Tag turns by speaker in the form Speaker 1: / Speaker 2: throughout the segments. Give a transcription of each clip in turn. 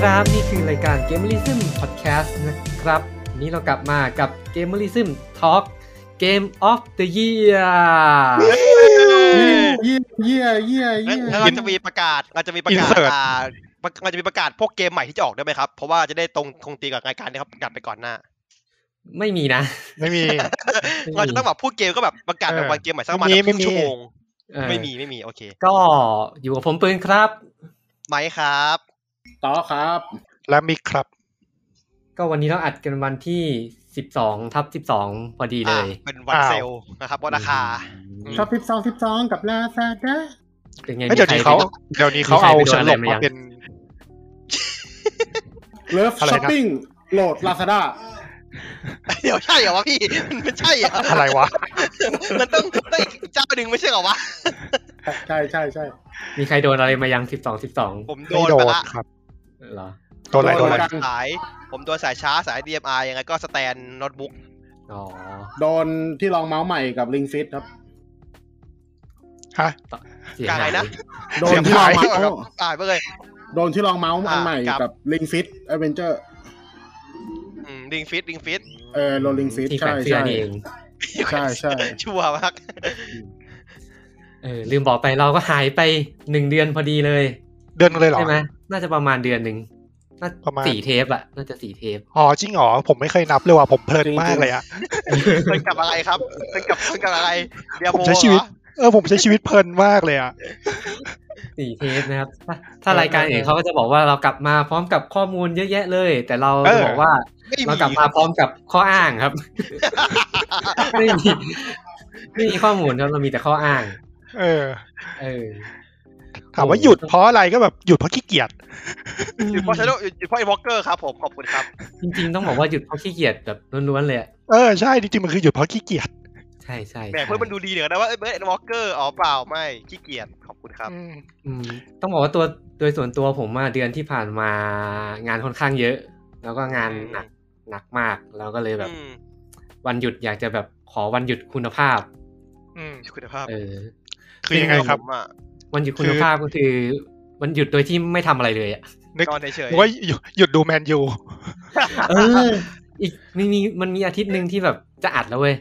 Speaker 1: ครับ นี่คือรายการ Gamerism Podcast นะครับวันนี้เรากลับมากับ Gamerism Talk Game of the Year
Speaker 2: เยี่ยเยี่ยเยี่ยเยี่ย
Speaker 3: แล้วเราจะมีประกาศเราจะมีประกาศ
Speaker 4: Insert
Speaker 3: อ่ามันจะมีประกาศพวกเกมใหม่ที่จะออกด้วยไหมครับ เพราะว่าจะได้ตรงคงตีกับรายการนี้ครับประกาศไปก่อนหน้า
Speaker 1: ไม่มีนะ
Speaker 4: ไม่มี
Speaker 1: ไม่มี
Speaker 3: เราจะต้องแบบพูดเกมก็แบบประกาศแบบวันเกมใหม่สักประมาณ
Speaker 4: ไม่มี
Speaker 3: ครึ่ง
Speaker 4: ไม่มี
Speaker 3: ชั่วโมง
Speaker 1: เออ
Speaker 3: ไม่มีไม่มีโอเค
Speaker 1: ก็อยู่กับผมปืนครับ
Speaker 3: ไหมครับ
Speaker 2: ต่อครับ
Speaker 4: และมิกครับ
Speaker 1: ก็วันนี้เราอัดกันวันที่ 12ทับ12 พอดีเล
Speaker 3: อ่ะ
Speaker 1: ย
Speaker 3: เป็นวัน
Speaker 4: อ้าว
Speaker 3: เซลล์นะครับวันราคา
Speaker 2: ชอบสิบสองสิบสองกับลาซาด้า
Speaker 1: เป็นไง
Speaker 4: เอ้ยเดี๋ยวนี้
Speaker 1: ใคร
Speaker 4: เขา
Speaker 1: ไป
Speaker 4: เดี๋ยวนี้เขาเอาฉันหลบมาเป็น
Speaker 2: เลิฟ
Speaker 4: อะไร
Speaker 2: ช้อป
Speaker 4: นะ
Speaker 2: ปิ้งโหลดลาซาด้า
Speaker 3: เดี๋ยวใช่เหรอวะพี่ มันไม่ใช่เหรอ
Speaker 4: อะไรวะ
Speaker 3: มันต้องต้องอีกเจ้าหนึ่งไม่ใช่เหรอวะ
Speaker 2: ใช่ใช่ใช่
Speaker 1: มีใครโดนอะไรมายัง 12 12
Speaker 3: ผมโด
Speaker 4: ไม่
Speaker 3: น
Speaker 4: โด
Speaker 3: ไป
Speaker 4: น
Speaker 3: ละ
Speaker 4: ครับ
Speaker 1: เหรอ
Speaker 4: โดนอะไรโดนอะไร
Speaker 3: สาย ผมโดนสายช้าสาย DMI ยังไงก็สแตนโน้ตบุ๊ก
Speaker 1: อ๋อ
Speaker 2: โดนที่ลองเมาส์ใหม่กับลิงฟิตครับ
Speaker 4: ฮะ
Speaker 1: เสียหาย
Speaker 2: โด
Speaker 4: เสี
Speaker 2: น
Speaker 4: ย
Speaker 2: ที่ล
Speaker 4: หา
Speaker 2: อง
Speaker 4: ย
Speaker 2: เมาส์
Speaker 3: ตายไปเลย
Speaker 2: โดนที่ลองเมาส์อันใหม่
Speaker 3: อ่าครับ
Speaker 2: กับลิงฟิตเอเวนเจอร์
Speaker 3: ดิงฟิตดิงฟิต
Speaker 2: เออโดนลิงฟิต
Speaker 1: ที่แขวน
Speaker 2: ใช่
Speaker 1: เสื้อ
Speaker 2: ใช่
Speaker 1: นี่เอง
Speaker 2: ใช่ใช่
Speaker 3: ชัวร์มาก
Speaker 1: เออลืมบอกไปเราก็หายไปหนึ่งเดือนพอดีเลย
Speaker 4: เดือนเลยเหรอ
Speaker 1: ใช่ไหมน่าจะประมาณเดือนหนึ่งน่า
Speaker 4: ประมาณ
Speaker 1: สี่เทปอะน่าจะสี่เทป
Speaker 4: อ๋อจริงเหรอผมไม่เคยนับเลยว่ะผมเพลิน
Speaker 2: จริงๆ
Speaker 4: มากเลยอะ
Speaker 3: เป็นกับอะไรครับเป็นกับเป็นกับอะไรเดียโบ
Speaker 4: ผมใช้ชีวิต เออผมใช้ชีวิตเพลินมากเลยอะ
Speaker 1: สี่เทปนะครับ ถ้าถ้ารายการอื่นเขาก็จะบอกว่าเรากลับมาพร้อมกับข้อมูลเยอะแยะเลย แต่เราจะบอกว่า
Speaker 3: ไม่มี
Speaker 1: เรากลับมาพร้อมกับข้ออ้างครับ ไม่มีไม่มีข้อมูลครับเรามีแต่ข้ออ้าง
Speaker 4: เออ
Speaker 1: เออ
Speaker 4: ถามว่าหยุดเพราะอะไรก็แบบหยุดเพราะขี้เกียจ
Speaker 3: หยุดเพราะชาโดหยุดเพราะไอ้วอลเกอร์ครับผมขอบคุณครับ
Speaker 1: จริงๆต้องบอกว่าหยุดเพราะขี้เกียจแบบล้วนๆเลยอะ
Speaker 4: เออใช่จริงๆมันคือหยุดเพราะขี้เกียจ
Speaker 1: ใช่ใช่
Speaker 3: แหมเพื่อนมันดูดีเหนือนะว่าเอ้ยเบิร์ดวอลเกอร์อ๋อเปล่าไม่ขี้เกียจขอบคุณครับ
Speaker 4: อืม
Speaker 1: อืมต้องบอกว่าตัวโดยส่วนตัวผมอะเดือนที่ผ่านมางานค่อนข้างเยอะ แล้วก็งานหนักหนักมากเราก็เลยแบบ
Speaker 3: อืม
Speaker 1: วันหยุดอยากจะแบบขอวันหยุดคุณภาพ
Speaker 4: อืม
Speaker 3: คุณภาพ
Speaker 1: เออ
Speaker 4: คือยังไงครับ
Speaker 3: ผมอะ
Speaker 1: วันหยุดคุณภาพก็คือ วันหยุดโดยที่ไม่ทำอะไรเลยอะ
Speaker 4: นึก
Speaker 3: นอนเฉย
Speaker 4: หรือว่าหยุดหยุดดูแมนยู
Speaker 1: เออ อีกมีมีมันมีอาทิตย์หนึ่งที่แบบจะอัดแล้วเว้ย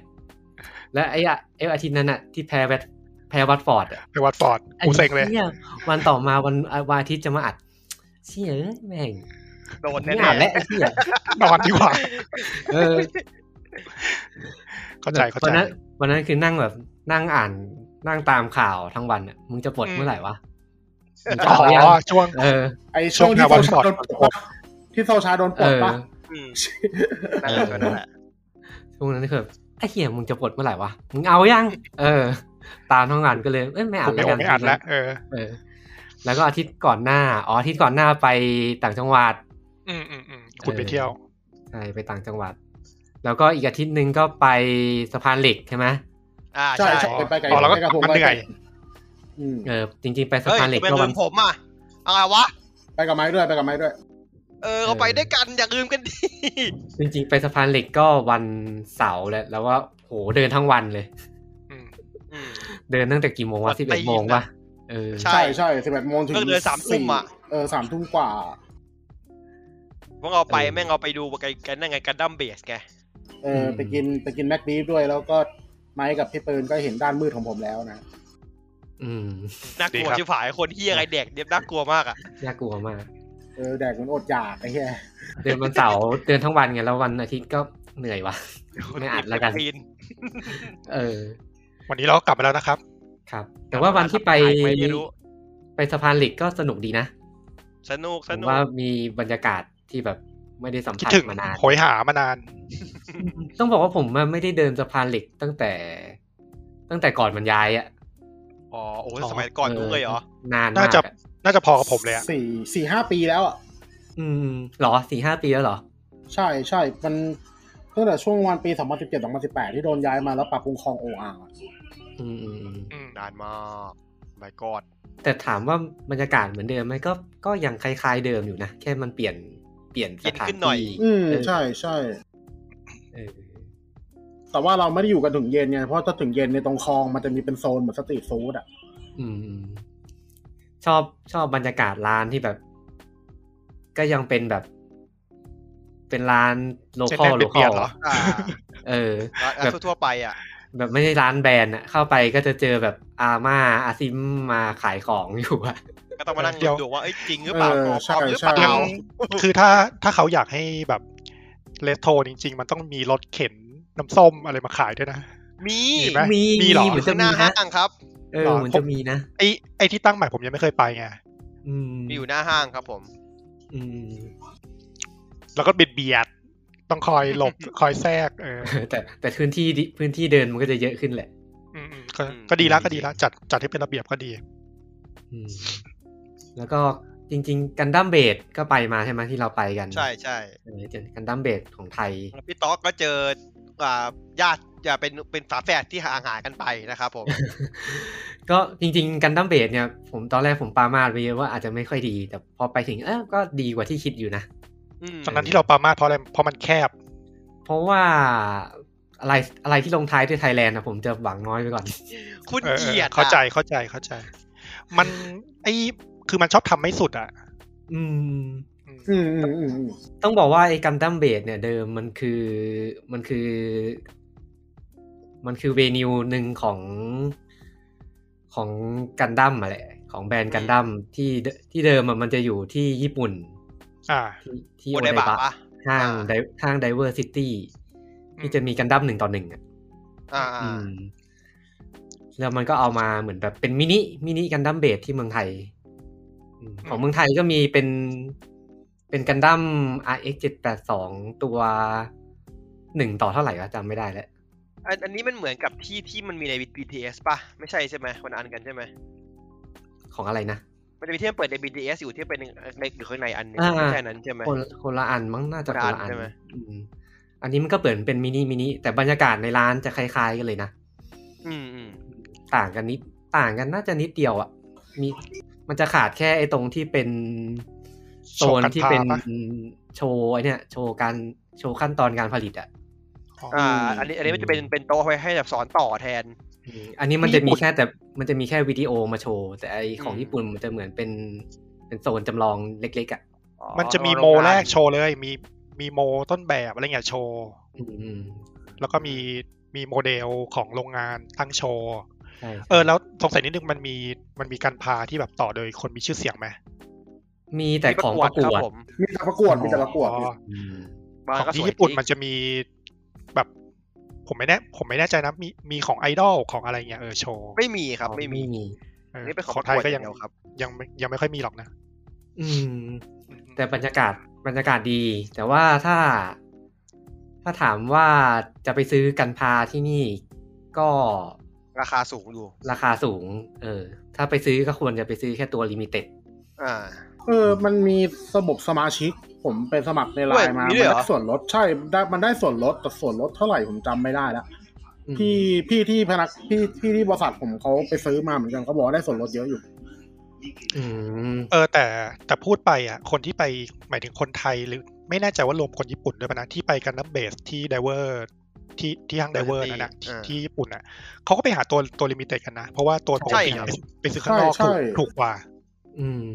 Speaker 1: และไอ้อะไอ้อาทิตย์นั้นอะที่แพ้แวดแพ้วัตฟอร์ดอะ
Speaker 4: ไปวัดฟอร์ดกูเซ็งเลย
Speaker 1: นี่วันต่อมาวันวันอาทิตย์จะมาอัดเชี่ยเอ้ยแม่ง
Speaker 3: ๆโดน
Speaker 1: ไม่
Speaker 3: แน่
Speaker 1: อัดแล้วไอ้เชี่ย
Speaker 4: นอนดีกว่า
Speaker 1: เออ
Speaker 4: เข้าใจเข้า
Speaker 1: วั
Speaker 4: ใจ
Speaker 1: นนั้นวันนั้นคือนั่งแบบนั่งอ่านนั่งตามข่าวทั้งวันอะมึงจะปลดเมื่อไหร่วะมึงจะ
Speaker 4: อ๋
Speaker 1: เอายัง
Speaker 4: อช่วง
Speaker 1: เออ
Speaker 2: ไอช่วงที่
Speaker 4: ช่
Speaker 2: โซ
Speaker 4: วง
Speaker 2: ชาโดนปลด
Speaker 4: วันก่อน
Speaker 2: ปะที่โซชาโดนป
Speaker 1: เอ
Speaker 2: ล
Speaker 1: อ
Speaker 2: ดปะ
Speaker 3: ๆอืมนั่นแหละนั่นแหละ
Speaker 1: ช่วงนั้นคือแบบไอ้เหี้ยมึงจะปลดเมื่อไหร่วะ มึงเอายัง เออ ตามท้องงานก็เลย เอ้ยไม่อ่า
Speaker 4: ผ
Speaker 1: น
Speaker 4: มไม่
Speaker 1: แล้วกัน
Speaker 4: ออกไม่อัดแล้วเออ
Speaker 1: เออ แล้วก็อาทิตย์ก่อนหน้า อ๋ออาทิตย์ก่อนหน้าไปต่างจังหวัด
Speaker 4: อืมอืมอืมคุณไปเที่ยว
Speaker 1: ใช่ ไปต่างจังหวัด แล้วก็อีกอาทิตย์หนึ่งก็ไปสะพานเหล็กใช่ไหม
Speaker 3: อ่า
Speaker 2: ใช่
Speaker 3: ใช่
Speaker 2: ใช่
Speaker 4: อ๋อ
Speaker 2: ไปไกล
Speaker 4: อ๋อแล้วก็
Speaker 2: ไปบผม
Speaker 4: มัน
Speaker 2: ไป
Speaker 4: เหนื่
Speaker 2: ไกล
Speaker 4: อย
Speaker 2: อืม
Speaker 1: เออ จริง ๆ ไปสะ
Speaker 3: เฮ้ย
Speaker 1: พานเหล็ก
Speaker 3: เป็น
Speaker 1: ก็
Speaker 3: ลื
Speaker 1: วัน
Speaker 3: มผมอ่ะอะไรวะ
Speaker 2: ไปกับไม้ด้วยไปกับไม้ด้วย
Speaker 3: เออเขาไปด้วยกันอย่าลืมกันดิ
Speaker 1: จริง ๆ ไปสะพานเหล็กก็วันเสาร์แหละแล้วก็โหเดินทั้งวันเลย
Speaker 4: อืม
Speaker 3: อืม
Speaker 1: เดินตั้งแต่กี่โมงวะ
Speaker 3: ปกติ
Speaker 1: สิบเอ็ดโมงวะเออ
Speaker 3: ใช่
Speaker 2: ใช่ใช่สิบเอ็ดโมงถึง
Speaker 3: เลิกเลยสามทุ่มอะ
Speaker 2: เออสามทุ่มกว่า
Speaker 3: พวกเราไป
Speaker 1: เออ
Speaker 3: แม่งเราไปดูกันกันนั่นไงกันดั้มเบสไง
Speaker 2: เออ
Speaker 1: ม
Speaker 2: อไปกินไปกินแม็กบีฟด้วย แล้วก็ไม้กับพี่ปืนก็เห็นด้านมืดของผมแล้วนะ
Speaker 1: อืม
Speaker 3: น่ากลัวชิบหายคนเฮียอะไรแดกเนี่ยน่ากลัวมากอ่ะ
Speaker 1: น่ากลัวมาก
Speaker 2: เออแดกเหมันอดอยากไอ้แค่
Speaker 1: เดินวันเสาร์ เดินทั้งวันไงแล้ววันอาทิตย์ก็เหนื่อยว่ะ ไม่อัดแล้วกัน
Speaker 3: ปี
Speaker 1: เออ
Speaker 4: วันนี้เราก็กลับมาแล้วนะครับ
Speaker 1: ครับ แต่ว่าวันที่ไป
Speaker 3: หายไปไม่รู้
Speaker 1: ไปสะพานเหล็กก็สนุกดีนะ
Speaker 3: สนุก
Speaker 1: ผ
Speaker 3: ส
Speaker 1: ม
Speaker 3: นุก
Speaker 1: ว่ามีบรรยากาศที่แบบไม่ได้สัม
Speaker 4: คิด
Speaker 1: ผัส
Speaker 4: ถึง
Speaker 1: มานาน
Speaker 4: โหยหามานาน
Speaker 1: ต้องบอกว่าผมอะไม่ได้เดินสะพานเหล็กตั้งแต่ ตั้งแต่ก่อนมันย้ายอะ
Speaker 3: อ๋อโอ้ย
Speaker 4: อ๋อ
Speaker 3: สมัยก่อนนู้นเลยเหรอ
Speaker 1: นานมาก
Speaker 4: น่าจะ
Speaker 1: อะ
Speaker 4: น่าจะพอกับผมเลยอะ
Speaker 2: สี่สี่ห้าปีแล้วอ่ะ
Speaker 1: อืมเหรอสี่ห้าปีแล้วเหรอ
Speaker 2: ใช่ใช่มันตั้งแต่ช่วงวันปีสองพันสิบเจ็ดสองพันสิบแปดที่โดนย้ายมาแล้วปรับปรุงคลองโออาร์
Speaker 1: อืมอืมอืม
Speaker 4: อืม
Speaker 3: นานมากไม่กอด
Speaker 1: แต่ถามว่าบรรยากาศเหมือนเดิมไหมก็ก็ยังคล้ายๆเดิมอยู่นะแค่มันเปลี่ยนเปลี่ยนสถานที่
Speaker 2: อืม
Speaker 1: เออ
Speaker 2: ใช่ใช่
Speaker 1: เออ
Speaker 2: แต่ว่าเราไม่ได้อยู่กันถึงเย็นไงเพราะถ้าถึงเย็นในยตรงคลองมันจะมีเป็นโซนเหมือนสตรีทฟู้ดอ่ะ
Speaker 1: อืมอืมชอบชอบบรรยากาศร้านที่แบบ ก็ยังเป็นแบบ เป็นร้านโล
Speaker 4: เจ็ด
Speaker 1: คอ
Speaker 4: แต้
Speaker 1: ล
Speaker 4: ม
Speaker 1: โลค
Speaker 4: เป
Speaker 1: อ
Speaker 4: ลี่ย
Speaker 1: ล
Speaker 4: นๆเหรอ
Speaker 3: อ่า
Speaker 1: เออ
Speaker 3: ร้านร้าน
Speaker 1: แบบ
Speaker 3: ทั่วๆไปอ่ะ
Speaker 1: แบบไม่ใช่ร้านแบรนด์อะเข้าไปก็จะเจอแบบอาม่าอาซิมมาขายของอยู่อะ
Speaker 3: ก็ต้องมานั่ง
Speaker 4: เดี๋ยว
Speaker 3: ดูว่าเอ้ยจริงหรือเปล่า
Speaker 2: เอ
Speaker 3: ป
Speaker 2: อ
Speaker 3: ลอม
Speaker 2: ใช่
Speaker 3: หรือเปล่า
Speaker 2: ใช่
Speaker 4: ยังคือถ้าถ้าเขาอยากให้แบบเลสโทจริง ๆ มันต้องมีรถเข็นน้ำส้มอะไรมาขายด้วยนะ
Speaker 3: มี
Speaker 4: มีไหม
Speaker 1: มี
Speaker 4: มีเหรอ
Speaker 1: เหมือน
Speaker 3: ข้า
Speaker 1: จะ
Speaker 3: ง
Speaker 1: มี
Speaker 3: หน้า
Speaker 1: นะ
Speaker 3: ห้างครับ
Speaker 1: เออเหมือนจะมีนะ
Speaker 4: ไอไอที่ตั้งใหม่ผมยังไม่เคยไปไง
Speaker 1: อืม
Speaker 3: มีอยู่หน้าห้างครับผม
Speaker 1: อืม
Speaker 4: แล้วก็เบียดเบียดต้องคอยหลบ คอยแทรกเออ
Speaker 1: แต่แต่พื้นที่ดิพื้นที่เดินมันก็จะเยอะขึ้นแหละ
Speaker 4: อืมอืมก็ก็ดีละก็ดีละจัดจัดให้เป็นระเบียบก็ดี
Speaker 1: อืมแล้วก็จริง ๆ กันดั้มเบดก็ไปมาใช่ไหมที่เราไปกัน
Speaker 3: ใช่ใช่
Speaker 1: เออเจอกันดั้มเบดของไทย
Speaker 3: แล้วพี่ต๊อกก็เจออ่าญาติอย่าเป็นเป็นฝาแฝดที่ห่างหายกันไปนะครับผม
Speaker 1: ก็จริง ๆ กันดั้มเบดเนี่ย ผมตอนแรกผมปามาดไปเยอะว่าอาจจะไม่ค่อยดี แต่พอไปถึงเออก็ดีกว่าที่คิดอยู่นะ
Speaker 3: อืม
Speaker 4: ตอนนั้นที่เราปรามาสเพราะอะไรเพราะมันแคบ
Speaker 1: เพราะว่าอะไรอะไรที่ลงท้ายด้วยไทยแลนด์นะผมจะหวังน้อยไปก่อน
Speaker 3: คุณ
Speaker 4: เออ
Speaker 3: เอียดอะ
Speaker 4: เข้าใจเข้าใจเข้าใจ มันไอคือมันชอบทำไม่สุดอ่ะ
Speaker 1: อืม
Speaker 4: อืม
Speaker 2: อืมอืมอืมอืม
Speaker 1: ต้องบอกว่าไอ้กันดั้มเบดเนี่ยเดิมมันคือมันคือ มันคือเวนิวหนึ่งของของกันดั้มอะแหละของแบรนด์กันดั้มที่เดิที่เดิมอะมันจะอยู่ที่ญี่ปุ่น
Speaker 4: อ่า
Speaker 1: ที่ที่
Speaker 3: โอ
Speaker 1: โอ
Speaker 3: ได
Speaker 1: ได
Speaker 3: บะ
Speaker 1: บะ
Speaker 3: ปะ
Speaker 1: ห้าง
Speaker 3: อ่า
Speaker 1: ไดห้างไดเวอร์ซิตี้
Speaker 4: อืม
Speaker 1: ที่จะมีกันดั้มหนึ่งต่อหนึ่งอ่ะ
Speaker 3: อ่า
Speaker 1: อืม แล้วมันก็เอามาเหมือนแบบเป็นมินิมินิกันดั้มเบดที่เมืองไทยอืมของเมืองไทยก็มีเป็นเป็นกันดั้ม RX 782ตัวหนึ่งต่อเท่าไหร่วะจำไม่ได้แล้ว
Speaker 3: อันอันนี้มันเหมือนกับที่ที่มันมีใน BTS ป่ะ ไม่ใช่ใช่ไหมคนละอันกันใช่ไหม
Speaker 1: ของอะไรนะ
Speaker 3: มันจะมีที่มันเปิดใน BTS อยู่ที่เป็นในในอยู่ข้างในอันหนึง
Speaker 1: อ่า
Speaker 3: ไม่ใช่อันนั้นใช่ไหม
Speaker 1: คนคนละอันมั้งน่าจะคนละอัน
Speaker 3: คนละอันใช่ไหม
Speaker 1: อืมอันนี้มันก็เปิดเป็นมินิมินิแต่บรรยากาศในร้านจะคล้ายๆกันเลยนะ
Speaker 3: อืมอืม
Speaker 1: ต่างกันนิดต่างกันน่าจะนิดเดียวอะมีมันจะขาดแค่ไอ้ตรงที่เป็นโซนที่เป็น
Speaker 4: โชว์
Speaker 1: โชว์
Speaker 4: การพาปะ
Speaker 1: ไอเนี่ย โชว์การโชว์ขั้นตอนการผลิตอะ
Speaker 4: อ๋อ
Speaker 3: อ่า อันนี้อันนี้มันจะเป็นเป็นโต๊ะไว้ให้แบบสอนต่อแทน
Speaker 1: อืมอันนี้มันจะ
Speaker 4: ญี่
Speaker 1: มี
Speaker 4: ปุ่น
Speaker 1: แค่แต่มันจะมีแค่วิดีโอมาโชว์แต่ไอของ
Speaker 3: อืม
Speaker 1: ญี่ปุ่นมันจะเหมือนเป็นเป็นโซนจำลองเล็ก ๆอะ
Speaker 3: อ๋อ
Speaker 4: มันจะมีโม
Speaker 3: โรงงาน
Speaker 4: แรกโชว์เลย มีมีโมต้นแบบอะไรเงี้ยโชว์
Speaker 1: อืม
Speaker 4: แล้วก็มีมีโมเดลของโรงงานตั้งโชว์
Speaker 1: ใช่
Speaker 4: เออแล้วสงสัยนิดนึงมันมีมันมีการพาที่แบบต่อโดยคนมีชื่อเสียงไหม
Speaker 1: มีแต่ของประก
Speaker 3: ครั
Speaker 1: วด
Speaker 3: บผม
Speaker 2: มีแต่ประกวดมีแต่ประกวด
Speaker 4: อ๋อ
Speaker 1: อืม
Speaker 3: บ้าน
Speaker 4: ของ
Speaker 3: ก็ส
Speaker 4: ที่
Speaker 3: วย
Speaker 4: ญี่ปุ่น
Speaker 3: จริง
Speaker 4: มันจะมีแบบผมไม่แน่ผมไม่แน่ใจนะมีมีของไอดอลของอะไรเงี้ยเออโชว์
Speaker 3: ไม่มีครับไม่มี
Speaker 1: มี
Speaker 4: เออ
Speaker 3: นี่เป็นของ
Speaker 4: ข
Speaker 3: ป
Speaker 4: อง
Speaker 3: ระ
Speaker 4: ไท
Speaker 3: ก
Speaker 4: ย
Speaker 3: วด
Speaker 4: ก็
Speaker 3: อ
Speaker 4: ยั
Speaker 3: ย่าง งเดียวครับ
Speaker 4: ยังไม่ยังไม่ค่อยมีหรอกนะ
Speaker 1: อืม แต่บรรยากาศบรรยากาศดี แต่ว่าถ้า ถ้าถามว่าจะไปซื้อกันพาที่นี่ก็
Speaker 3: ราคาสูงอยู่
Speaker 1: ราคาสูง เออ ถ้าไปซื้อก็ควรจะไปซื้อแค่ตัวลิมิเต็ด
Speaker 3: อ่า
Speaker 2: เออ มันมีระบบสมาชิก ผมไปสมัครในไลน์
Speaker 3: เว้ยมี
Speaker 2: มามัน
Speaker 3: ด้วยเหรอ
Speaker 2: ได้ส่วนลดใช่ได้มันได้ส่วนลดแต่ส่วนลดเท่าไหร่ผมจำไม่ได้ละพี่พี่ที่พนักพี่พี่ที่บริษัทผมเขาไปซื้อมาเหมือนกันเขาบอกว่าได้ส่วนลดเยอะอยู่
Speaker 1: อืม
Speaker 4: เออแต่แต่พูดไปอ่ะคนที่ไปหมายถึงคนไทยหรือไม่แน่ใจว่ารวมคนญี่ปุ่นด้วยปะนะที่ไปกันน้ำเบสที่ไดเวอร์ที่ที่ห้างไดเวอร์นั่นนะที่
Speaker 3: อ่า
Speaker 4: ที่ญี่ปุ่นอ่ะเขาก็ไปหาตัวตัวลิมิเต็ดกันนะ เพราะว่าตัวปก
Speaker 3: ใช่
Speaker 4: ติ
Speaker 3: ครั
Speaker 4: อะ
Speaker 3: บ
Speaker 4: ไปซื้อข้างนอก
Speaker 2: ใช่
Speaker 4: ถูก
Speaker 2: ใช่
Speaker 4: ถูกกว่า
Speaker 1: อืม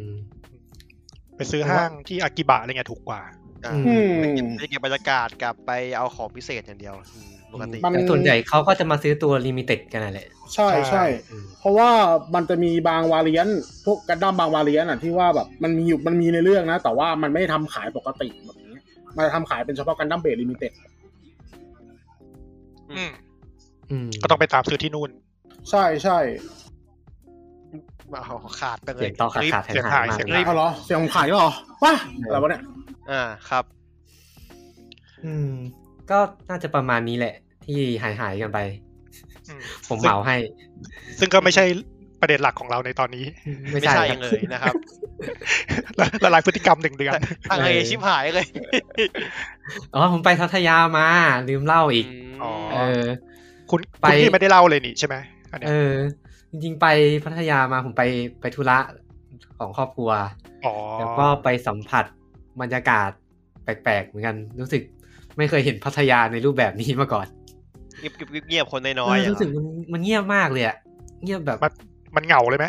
Speaker 4: ไปซื้อห้างที่อากิบะอะไรเงี้ยถูกกว่า
Speaker 3: อ่า
Speaker 1: อื
Speaker 2: อืม
Speaker 3: ไปเก็บบรรยากาศกลับไปเอาของพิเศษอย่างเดียวอืมปกติ
Speaker 2: มัน
Speaker 1: แต่ส่วนใหญ่เขาก็จะมาซื้อตัวลิมิเต็ดกันนั่นแหละ
Speaker 2: ใช่
Speaker 4: ใช่
Speaker 2: ใช่
Speaker 1: อืม
Speaker 2: เพราะว่ามันจะมีบางวาเลียนต์พวกกันดั้มบางวาเลียนต์อ่ะที่ว่าแบบมันมีอยู่มันมีในเรื่องนะ แต่ว่ามันไม่ได้ทำขายปกติแบบนี้มันจะทำขายเป็นเฉพาะกันดั้มเบสลิมิเต็ด
Speaker 3: อืม
Speaker 4: อืม
Speaker 1: อืม
Speaker 4: ก็ต้องไปตามซื้อที่นู่น
Speaker 2: ใช่ใช่
Speaker 3: เอาขาดไปเล
Speaker 1: เสีย
Speaker 3: ย
Speaker 1: งต่อขาดขาด
Speaker 4: เสียง
Speaker 1: หายๆมาก
Speaker 4: หายเสียง
Speaker 1: เล
Speaker 4: รี
Speaker 1: ย
Speaker 4: บ
Speaker 2: เอาเหรอเสียงผมขายแล้วเหรอวะอะไรวะเนี่ย
Speaker 3: อ่าครับ
Speaker 1: อืม ก็น่าจะประมาณนี้แหละ ที่หายหายๆกันไป
Speaker 4: อืม
Speaker 1: ผมเห
Speaker 4: ซึ่ง
Speaker 1: มาให้
Speaker 4: ซึ่งก็ไม่ใช่ประเด็นหลักของเราในตอนนี้
Speaker 1: ไม่
Speaker 3: ไม่ใช่
Speaker 1: ใช่ค
Speaker 3: อ
Speaker 1: รับ
Speaker 3: ย่างเลยนะครับ
Speaker 4: ละละลายพฤติกรรมหนึ่งเดือน
Speaker 3: ทางเอชิบหายเลย
Speaker 1: อ๋อผมไปพัทยามา ลืมเล่าอีก
Speaker 4: อ๋อ
Speaker 1: เออ
Speaker 4: คุณ
Speaker 1: ไป
Speaker 4: คุณพี่ไม่ได้เล่าเลยนี่ใช่ไหมอันเนี้
Speaker 1: เอย อ จริงๆไปพัทยามาผมไปไปธุระของครอบครัว
Speaker 4: อ๋อ
Speaker 1: แล้วก็ไปสัมผัสบรรยากาศแปลกๆ เหมือนกัน รู้สึกไม่เคยเห็นพัทยาในรูปแบบนี้มาก่อน
Speaker 3: เงียบๆเงียบๆคนน้อย
Speaker 1: เอ
Speaker 3: ๆ
Speaker 1: อ
Speaker 3: อย่าง
Speaker 1: รู้สึก
Speaker 3: เงี้ย
Speaker 1: มันมันเงียบมากเลยอะเงียบแบบ
Speaker 4: มันมันเหงาเลยไหม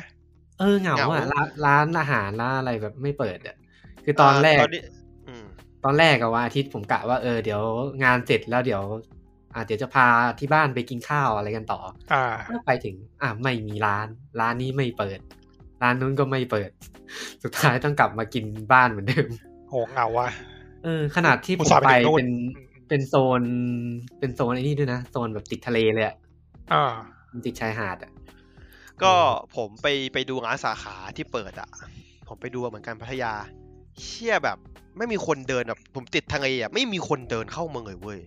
Speaker 1: เออเหงา
Speaker 3: เหงา
Speaker 1: อะร้านร้านอาหารร้านอะไรแบบไม่เปิดอะ คือตอนแรก
Speaker 3: าตอนนี้อืม
Speaker 1: ตอนแรกอะวันอาทิตย์ผมกะว่าเออเดี๋ยวงานเสร็จแล้วเดี๋ยวอาจจะจะพาที่บ้านไปกินข้าวอะไรกันต่อ
Speaker 4: อ่า
Speaker 1: ก็ไปถึง อ่ะไม่มีร้าน ร้านนี้ไม่เปิด ร้านนู้นก็ไม่เปิด สุดท้ายต้องกลับมากินบ้านเหมือนเดิม
Speaker 4: โหเหงาว่ะ
Speaker 1: เออ ขนาดที่ผ
Speaker 4: อุต
Speaker 1: ม
Speaker 4: ส่าห์
Speaker 1: ไป
Speaker 4: ไปถึงนู่น
Speaker 1: เป็นเป็นโซน เป็นโซนไอ้นี่ด้วยนะโซนแบบติดทะเลเลยอะ
Speaker 4: อ่า
Speaker 1: มันติดชายหาดอะ
Speaker 3: ก็ผมไปไปดูงานสาขาที่เปิดอ่ะ ผมไปดูเหมือนกันพัทยา เชี่ยแบบ ไม่มีคนเดินแบบผมติดทางไอ้อ่ะไม่มีคนเดินเข้าเมืองเลยเว้ย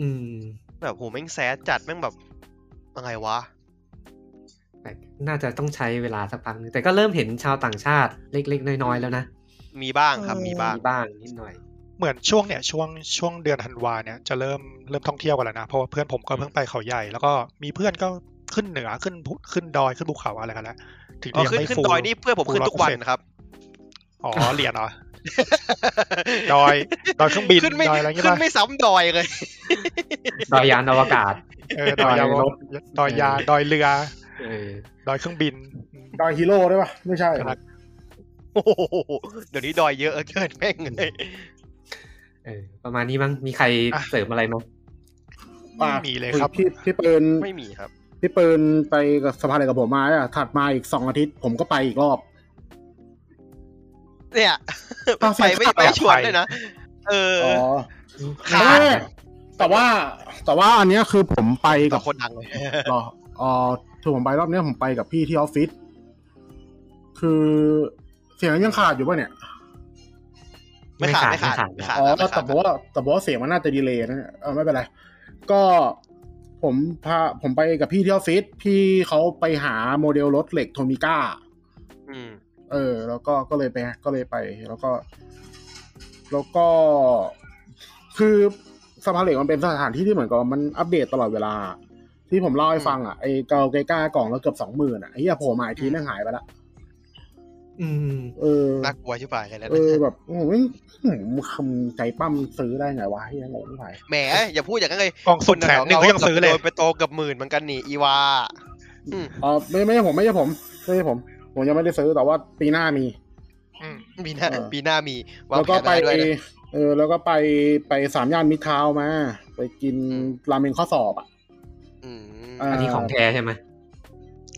Speaker 1: อืม
Speaker 3: แบบโหแม่งแซดจัดแม่งแบบอะไรวะ
Speaker 1: แต่น่าจะต้องใช้เวลาสักพักนึงแต่ก็เริ่มเห็นชาวต่างชาติเล็กๆน้อยๆแล้วนะ
Speaker 3: มีบ้างครับ
Speaker 4: เออ
Speaker 3: มีบ้าง
Speaker 1: มีบ้างนิดหน่อย
Speaker 4: เหมือนช่วงเนี่ยช่วงช่วงเดือนธันวาเนี่ยจะเริ่มเริ่มท่องเที่ยวกันแล้วนะเพราะว่าเพื่อนผมก็เพิ่งไปเขาใหญ่ แล้วก็มีเพื่อนก็ขึ้นเหนือขึ้นภูขึ้นดอยขึ้นภูเขาอะไรกันแล้วถึง
Speaker 3: อ๋อ
Speaker 4: จะยัง
Speaker 3: ขึ้น
Speaker 4: ไม่
Speaker 3: ขึ้น
Speaker 4: ฟู
Speaker 3: ดอยนี่เพื่อนผมขึ้นทุกวันนะครับ
Speaker 4: อ๋อเหรียญเหรอ ดอยดอยเครื่องบิน
Speaker 3: ขึ้นไม่
Speaker 4: ดอยอะไรเงี้ย
Speaker 3: ขึ้
Speaker 4: ป่ะ
Speaker 3: นไม่ซ้ำดอยเลย
Speaker 1: ดอยยานอวกาศ
Speaker 4: เออดอยยาว
Speaker 1: ดอยรถ
Speaker 4: ดอยยาดอยเรือ
Speaker 1: เออ
Speaker 4: ดอยเครื่องบิน
Speaker 2: ดอยฮีโร่ได้ปะไม่ใช่
Speaker 4: ครับ
Speaker 3: โอ้โหเดี๋ยวนี้ดอยเยอะเกินแม่ง เลย
Speaker 1: เออประมาณนี้มั้งมีใคร
Speaker 4: อ่ะ
Speaker 1: เสริมอะไรมั้ง
Speaker 4: ไม่มีเลยครับ
Speaker 2: พี่พี่เปิล
Speaker 3: ไม่มีครับ
Speaker 2: พี่เปิลไปกับสะพานเหล็กกับผมมาอ่ะถัดมาอีกสองอาทิตย์ผมก็ไปอีกรอบ
Speaker 3: เนี่ย
Speaker 2: เอาใส่
Speaker 3: ไปไม่
Speaker 2: ข้าว
Speaker 3: ไม่ชวนด้วยนะ เออ
Speaker 2: อ๋อ
Speaker 3: ขาด
Speaker 2: เอ้ยแต่ว่าแต่ว่าอันเนี้ยคือผมไป
Speaker 3: กั
Speaker 2: กั
Speaker 3: บบ คนดังเลย
Speaker 2: หรออ๋อถือผมไปรอบเนี้ยผมไปกับพี่ที่ออฟฟิศ คือเสียงยังขาดอยู่ป่ะเนี่ย
Speaker 3: ไม่ขาดไม่ขาดไม่ขาด
Speaker 2: อ๋อ
Speaker 3: ไม่
Speaker 2: แต่ผมว่าแต่ผมว่าเสียงมันน่าจะดีเลยนะเนี่ยเออไม่เป็นไร ก็ผมพาผมไปกับพี่ที่ออฟฟิศ พี่เขาไปหาโมเดลรถเหล็กโทมิก้า
Speaker 3: อืม
Speaker 2: เออ แล้วก็ก็เลยไปก็เลยไป แล้วก็ แล้วก็คือสะพานเหล็กมันเป็นสถานที่ที่เหมือนกับมันอัปเดตตลอดเวลา ที่ผมเล่าให้ฟังอ่ะไอ้เกาเกก้ากล่องแล้วเกือบสองหมื่นอ่ะไอ้เหี้ยโผล่มาอีกทีแม่งหายไปละ
Speaker 1: อืม
Speaker 2: เออ
Speaker 3: น่ากลัวชิบหายเลยนะ
Speaker 2: เออแบบโอ้ยผมคำใจปั้มซื้อได้ไงวะเฮียงงไม่หาย
Speaker 3: แหมอย่าพูดอย่างนั้นเลย
Speaker 4: กองสุดแสนหนึ่งก็ยังซื้อเลย
Speaker 3: โดนไปโตเกับหมื่นเหมือนกันนี่อีวาอืม
Speaker 2: อ๋อไม่ไม่ใช่ผมไม่ใช่ผมไม่ใช่ผม ผมยังไม่ได้ซื้อแต่ว่าปีหน้ามี
Speaker 4: อืม
Speaker 3: ปีหน้า
Speaker 2: เออ
Speaker 3: ปีหน้ามีวาง
Speaker 2: แล้ว
Speaker 3: แผ
Speaker 2: ก็
Speaker 3: น
Speaker 2: ไป
Speaker 3: ไว้ด้วยนะ
Speaker 2: เออ แล้วก็ไปไปสามย่านมิตรทาวน์มา ไปกิน
Speaker 3: อืม
Speaker 2: ราเมงข้อสอบอ่ะ
Speaker 3: อืม
Speaker 2: เอออั
Speaker 1: อันนี้ของแท้ใช่ไหม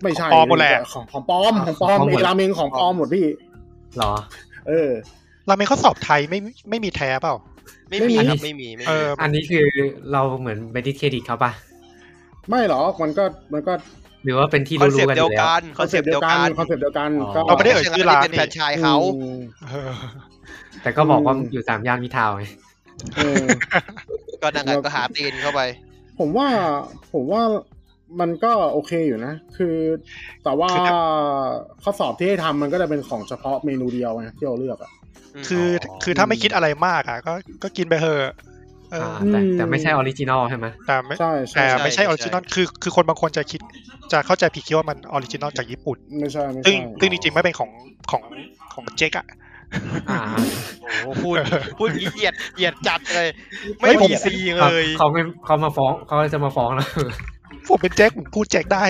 Speaker 2: ไม่ใช่
Speaker 4: ของปลอมหมดแหละ
Speaker 2: ของของปลอมของปลอม
Speaker 1: ของปลอมหมด
Speaker 2: ไอ้ราเมงของปลอมหมดพี่
Speaker 1: หรอ
Speaker 2: เออ
Speaker 4: ราเมงเขาสอบไทยไม่ไม่มีแท้เปล่า
Speaker 3: ไม่
Speaker 2: ไม่มี
Speaker 3: มีครับไม่มีไม่
Speaker 4: เอ
Speaker 3: มี
Speaker 4: อ
Speaker 1: อันนี้คือเราเหมือนไปดิสเครดิตเขาปะ
Speaker 2: ไม่หรอกมันก็มันก็
Speaker 1: หรือว่าเป็นที่
Speaker 3: คอน
Speaker 1: รู้
Speaker 3: เซป
Speaker 1: ๆกันอ
Speaker 3: ต์เดียว
Speaker 1: ยู่แล้ว
Speaker 3: กันคอนเซปต์เดียวกัน
Speaker 2: คอนเซปต์เดียวกัน
Speaker 1: อ๋อ
Speaker 2: ก็
Speaker 4: เราไม่ได้เอ่ย ชื่ร้านนี่
Speaker 3: เป็นแฟรนไชายเขา
Speaker 2: อืม
Speaker 4: เออ
Speaker 1: แต่ก็บอกว่าอยู่สามย่านมิตรทาวน์ไง
Speaker 2: เออ
Speaker 3: ก็นั่นแหละก็หาตีนเข้าไป
Speaker 2: ผมว่าผมว่ามันก็โอเคอยู่นะ คือแต่ว่า
Speaker 4: คือถ้า
Speaker 2: ข้อสอบที่ให้ทำมันก็จะเป็นของเฉพาะเมนูเดียวไงที่เราเลือกอ่ะ
Speaker 4: คือคือถ้าไม่คิดอะไรมากอ่ะก็ก็กินไปเถอะเออ
Speaker 1: อ่า
Speaker 4: อ
Speaker 2: ม
Speaker 1: แต่แต่ไม่ใช่ออริจินอลใช่ไหม
Speaker 4: แต่ไม่
Speaker 2: ใช่
Speaker 4: แต่
Speaker 2: ใช่
Speaker 4: ไม่ใช่อ
Speaker 3: ใช่
Speaker 4: อริจินอล คือ คือคนบางคนจะคิด จะเข้าใจผิดคิดว่ามันออริจินอลจากญี่ปุ่น
Speaker 2: ไม่ใช่ไม่
Speaker 4: ซึ่ง
Speaker 2: ใช่
Speaker 4: ซึ่งจริงๆไม่เป็นของของของเจ๊กอะ
Speaker 1: อ่า
Speaker 3: โอ้โห พูดพูดเหยียดเหยียดจัดเลย
Speaker 4: เฮ้
Speaker 3: ไม่
Speaker 4: ยผม
Speaker 3: มีซีเลย
Speaker 1: เขาไม่เขามาฟ้องเขาจะมาฟ้ องเรา
Speaker 4: ผมเป็นเจ๊กผมพูดเจ๊กได้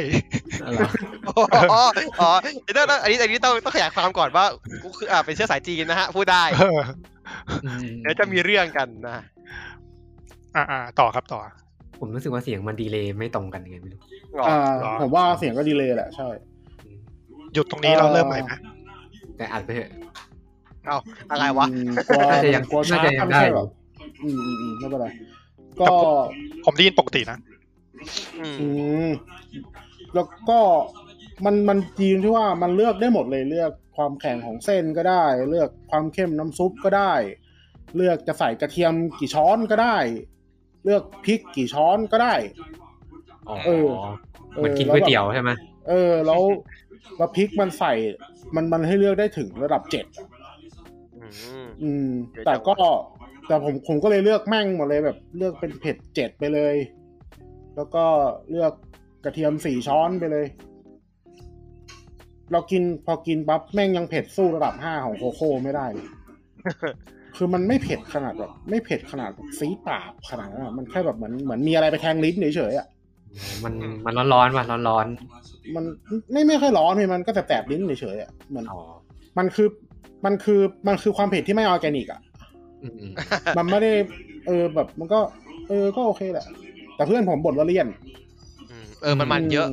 Speaker 1: เอาเหรอ
Speaker 3: อ๋ออ๋ออ๋อเดี๋ยวนะอันนี้อันนี้ต้องต้องขยายความก่อนว่ากูคืออ่าเป็นเชื้อสายจีนนะฮะพูดได้
Speaker 4: เออ
Speaker 1: อืม
Speaker 3: เดี๋ยวจะมีเรื่องกันนะ
Speaker 4: อ่าอ่าต่อครับต่อ
Speaker 1: ผมรู้สึกว่าเสียงมันดีเลย์ไม่ตรงกันยังไงไม่รู้
Speaker 2: อ่า
Speaker 4: หรอ
Speaker 2: ผมว่าเสียงก็ดีเลยแหละใช่
Speaker 4: หยุดตรงนี้เราเริ่มใหม่ไหม
Speaker 1: แต่อัดไปเถอะ
Speaker 3: เอาอะไรวะ
Speaker 2: มกลัว
Speaker 1: น่าจะยัง
Speaker 2: กลัวช้า
Speaker 1: น่าจะยัง
Speaker 2: ไม่ใช่
Speaker 1: ได้
Speaker 2: หรอกอืมอืมอืมไม่เป็นไร ก็
Speaker 4: ผมได้ยินปกตินะ
Speaker 3: อืม
Speaker 2: อืม แล้วก็มันมันจีนที่ว่ามันเลือกได้หมดเลยเลือกความแข็งของเส้นก็ได้ เลือกความเข้มน้ำซุปก็ได้ เลือกจะใส่กระเทียมกี่ช้อนก็ได้ เลือกพริกกี่ช้อนก็ได้
Speaker 1: อ๋อ
Speaker 2: เออ
Speaker 1: เหมือนกินก๋วยเตี๋ยวใช่ไหม
Speaker 2: เออ แล้วแล้วพริกมันใส่ มันมันให้เลือกได้ถึงระดับเจ็ด
Speaker 3: อืม
Speaker 2: อืม
Speaker 3: เดี๋ยวจะ
Speaker 2: แต่ก็แต่ผมผมก็เลยเลือกแม่งหมดเลยแบบ เลือกเป็นเผ็ดเจ็ดไปเลย แล้วก็เลือกกระเทียมสี่ช้อนไปเลย เรากินพอกินปั๊บแม่งยังเผ็ดสู้ระดับห้าของโคโค่ไม่ได้เลย คือมันไม่เผ็ดขนาดแบบไม่เผ็ดขนาดซีดปากขนาดนั้นอะมันแค่แบบเหมือนเหมือนมีอะไรไปแทงลิ้นเฉยๆอ่ะ
Speaker 1: มันมันร้อนๆว่ะร้อน
Speaker 2: มันไม่ไม่ค่อยร้อนเลยมันก็แสบๆลิ้นเฉยๆอ่ะเหมือน
Speaker 1: ๆอ๋อ
Speaker 2: มันคือ มันคือมันคือความเผ็ดที่ไม่ออร์แกนิกอ่ะ
Speaker 1: อืม
Speaker 2: มันไม่ได้เออแบบมันก็ เออก็โอเคแหละ แต่เพื่อนผมบ่นว่าเลี่ยน
Speaker 3: อืมเออมันมันเยอะ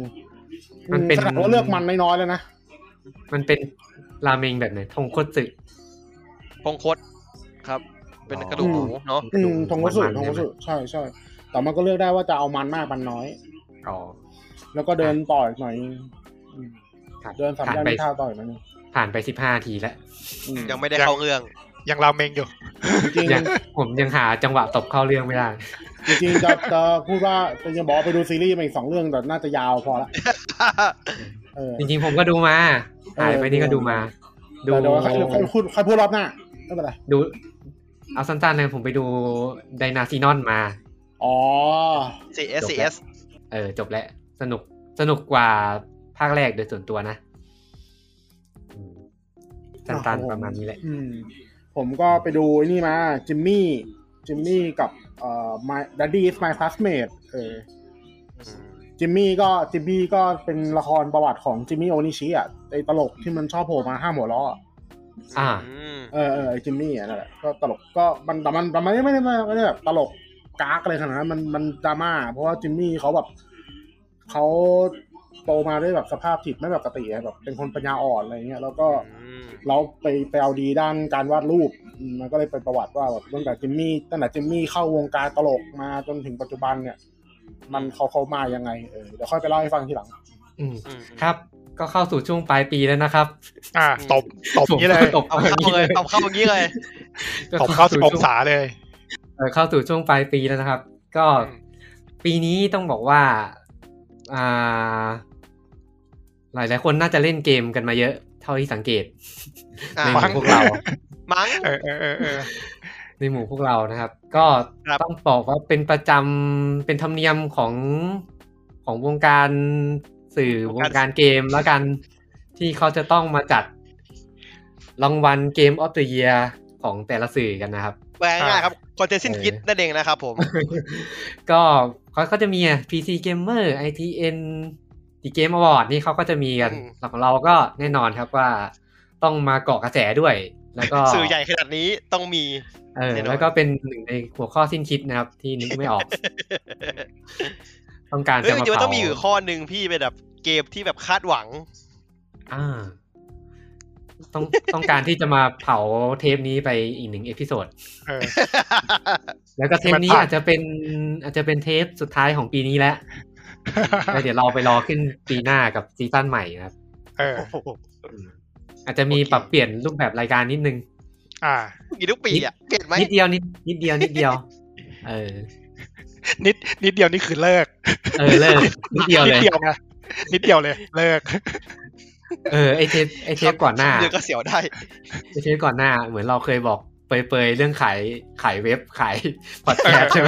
Speaker 1: มันเป็น
Speaker 2: แสดงว่าเลือกมันน้อยๆแล้วนะ
Speaker 1: มันเป็นราเมงแบบไหนทงคตสึ
Speaker 3: พงคตครับ เป็น
Speaker 1: อ๋อ
Speaker 3: กระดูกหมูเนาะ
Speaker 2: อืมทงวัสุ
Speaker 1: มันๆ
Speaker 2: ทงวั
Speaker 1: ใช่
Speaker 2: สุ
Speaker 1: ไหม
Speaker 2: ใช่ใช่แต่มันก็เลือกได้ว่าจะเอามันมากมันน้อย
Speaker 1: อ๋อ
Speaker 2: แล้วก็เดินต่ออีกหน่อยนึงอืม
Speaker 1: ครับ
Speaker 2: เดินสามย่านมิตรทาวน์ต่ออีกหน่อยนึง
Speaker 1: ผ่านไปสิบห้าทีแล้ว
Speaker 2: อืม
Speaker 3: ยังไม่ได้เข้าเรื่อง
Speaker 4: ยังราเมงอยู่
Speaker 2: จริง
Speaker 1: ยังผมยังหาจังหวะตบเข้าเรื่องไม่ได้
Speaker 2: ๆจริงๆจะจะพูดว่าจะยังบอกว่าไปดูซีรีส์มาอีกสองเรื่องแต่น่าจะยาวพอละเออ
Speaker 1: จริงๆผมก็ดูมา หายไปนี่ก็ดูมา ดู
Speaker 2: แต่เดี๋ยวใครค่อยพูดใครพูดรอบหน้าไม่เป็นไร
Speaker 1: ดู เอาสั้นๆเลยผมไปดูไดนาซีนอนมา
Speaker 2: อ๋อ
Speaker 3: CS
Speaker 1: จบแล้ว
Speaker 3: CS
Speaker 1: เออ จบแล้ว สนุกสนุกกว่าภาคแรกโดยส่วนตัวนะอืมสั้นๆประมาณนี้แหละ
Speaker 2: อืม ผมก็ไปดูไอ้นี่มาจิมมี่จิมมี่กับเอ่อ my daddy is my classmate เออจิมมี่ก็จิมมี่ก็เป็นละครประวัติของจิมมี่โอนิชิอ่ะไอตลกที่มันชอบโผล่มาห้ามหัวล้ออะ
Speaker 1: อ่า
Speaker 3: ม
Speaker 2: เออเออไอจิมมี่อ่ะนั่นแหละก็ตลกก็มันแต่มันแต่มันไม่ได้ไม่ได้ไม่ได้แบบตลกกากอะไรขนาดนั้นมันมันดราม่าเพราะว่าจิมมี่เขาแบบเขาโตมาด้วยแบบสภาพจิตไม่แบบปกติอะแบบเป็นคนปัญญาอ่อนอะไรเงี้ยแล้วก็
Speaker 3: อืม
Speaker 2: เราไปไปเอาดีด้านการวาดรูปอืมมันก็เลยเป็นประวัติว่าแบบตั้งแต่จิมมี่ตั้งแต่จิมมี่เข้าวงการตลกมาจนถึงปัจจุบันเนี่ย มันเขาเขามายังไงเออเดี๋ยวค่อยไปเล่าให้ฟังทีหลัง
Speaker 1: อืม
Speaker 3: อืม
Speaker 1: ครับ ก็เข้าสู่ช่วงปลายปีแล้วนะครับ
Speaker 4: อ่าตบตบอย่างนี้เลย
Speaker 1: ผมก็ตบ
Speaker 3: เอาเข้าเลยเอาเข้าอย่างนี้เลย
Speaker 1: ก็
Speaker 4: ตบเข้าสิบ
Speaker 1: ช่
Speaker 4: อ
Speaker 1: ว
Speaker 4: งศาเลย
Speaker 1: เอ่อเข้าสู่ช่วงปลายปีแล้วนะครับ ก็
Speaker 4: อืม
Speaker 1: ปีนี้ต้องบอกว่าอ่า หลายหลายๆคนน่าจะเล่นเกมกันมาเยอะ เท่าที่สังเกต
Speaker 3: อ่า
Speaker 1: ในหมู่พวกเรา
Speaker 3: มั้ง
Speaker 4: เออเออเออเออ
Speaker 1: ในหมู่พวกเรานะครับ ก็
Speaker 3: ครับ
Speaker 1: ต้องบอกว่าเป็นประจำเป็นธรรมเนียมของของวงการสื่อวงการเกมแล้วกันที่เขาจะต้องมาจัดรางวัลเกมออฟเดอะเยียของแต่ละสื่อกันนะครับ
Speaker 3: แปลง่ายๆครับคอนเทนซิน
Speaker 1: เออ
Speaker 3: คิดนั่นเองนะครับผม
Speaker 1: ก็เขาก็จะมีอะ PC Gamer ITN The Game Award นี่เขาก็จะมีกันของเราก็แน่นอนครับว่าต้องมาเกาะกระแสด้วย แล้วก็
Speaker 3: สื่อใหญ่ขนาดนี้ต้องมี
Speaker 1: เออ
Speaker 3: แน่นอน
Speaker 1: แล้วก็เป็นหนึ่งในหัวข้อสิ้นคิดนะครับ ที่นึกไม่อ อก ต้องการ
Speaker 3: เฮ้ย
Speaker 1: จะ
Speaker 3: จ
Speaker 1: มา
Speaker 3: ริงๆมัน
Speaker 1: เผา
Speaker 3: ต้องมีอยู่ข้อหนึ่งพี่เป็นแบบเกมที่แบบคาดหวัง
Speaker 1: อ่า ต้องต้องการที่จะมาเผาเทปนี้ไปอีกหนึ่งเอพิโซด
Speaker 4: เออ
Speaker 1: แล้วก็เทปนี้
Speaker 4: มันผ่าน
Speaker 1: อาจจะเป็นอาจจะเป็นเทปสุดท้ายของปีนี้แล้วแล้วเดี๋ยวเราไปรอขึ้นปีหน้ากับซีซั่นใหม่นะครับ
Speaker 4: เออ
Speaker 1: อาจจะมี
Speaker 3: โอเค
Speaker 1: ปรับเปลี่ยนรูปแบบรายการนิดนึง
Speaker 4: อ่า
Speaker 3: กี่ทุกปีอ่ะเปลี่ยนไหม
Speaker 1: นิดเดียวนิดนิดเดียวนิดเดียว เออ
Speaker 4: นิดนิดเดียวนี่คือเลิก
Speaker 1: เออเลิกนิดเดียว
Speaker 4: นิ
Speaker 1: เล
Speaker 4: ด
Speaker 1: ย
Speaker 4: เดียวไงนิดเดียวเลย เลิก
Speaker 1: เออไอเทปไอเทปก่อนหน้า
Speaker 3: เดี๋ยวก็เสียวได้
Speaker 1: ไอเทปก่อนหน้า เหมือนเราเคยบอกเปยๆเรื่องขายขายเว็บขายพอดแคสต์ใช่ไหม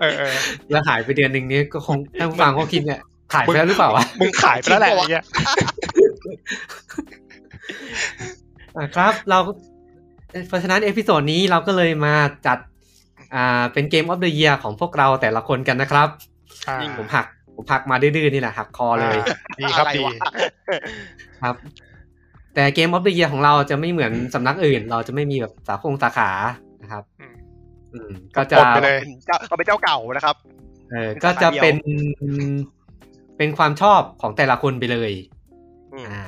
Speaker 4: เออเออ
Speaker 1: แล้วหายไปเดือนหนึ่งนี้ก็คงท่านผู้ฟังก็คิดเนี่ยขายไปแล้วหรือเปล่าวะ
Speaker 4: มึงขายไปแล้วแหละไอ้เงี้ย
Speaker 1: อ่ะครับ เราเพราะฉะนั้นเอพิโซดนี้เราก็เลยมาจัด อ่าเป็นเกมออฟเดอะเยียของพวกเราแต่ละคนกันนะครับ
Speaker 4: อ่า
Speaker 1: ผมหักผมหักมาดื้อๆนี่แหละหักคอเลย
Speaker 4: ดีครับ
Speaker 3: อะไร
Speaker 4: ดี
Speaker 3: วะ
Speaker 1: ครับ แต่เกมออฟเด e เ e ียของเราจะไม่เหมือนสำนักอื่น เราจะไม่มีแบบสาคงสาขานะครับ อืม ก็จะ
Speaker 4: ตบไปเลย
Speaker 3: เจ้าเอาเป็นเจ้าเก่านะครับ
Speaker 1: เออก็จะเป็นเป็นความชอบของแต่ละคนไปเลย
Speaker 3: อืม
Speaker 1: อ่า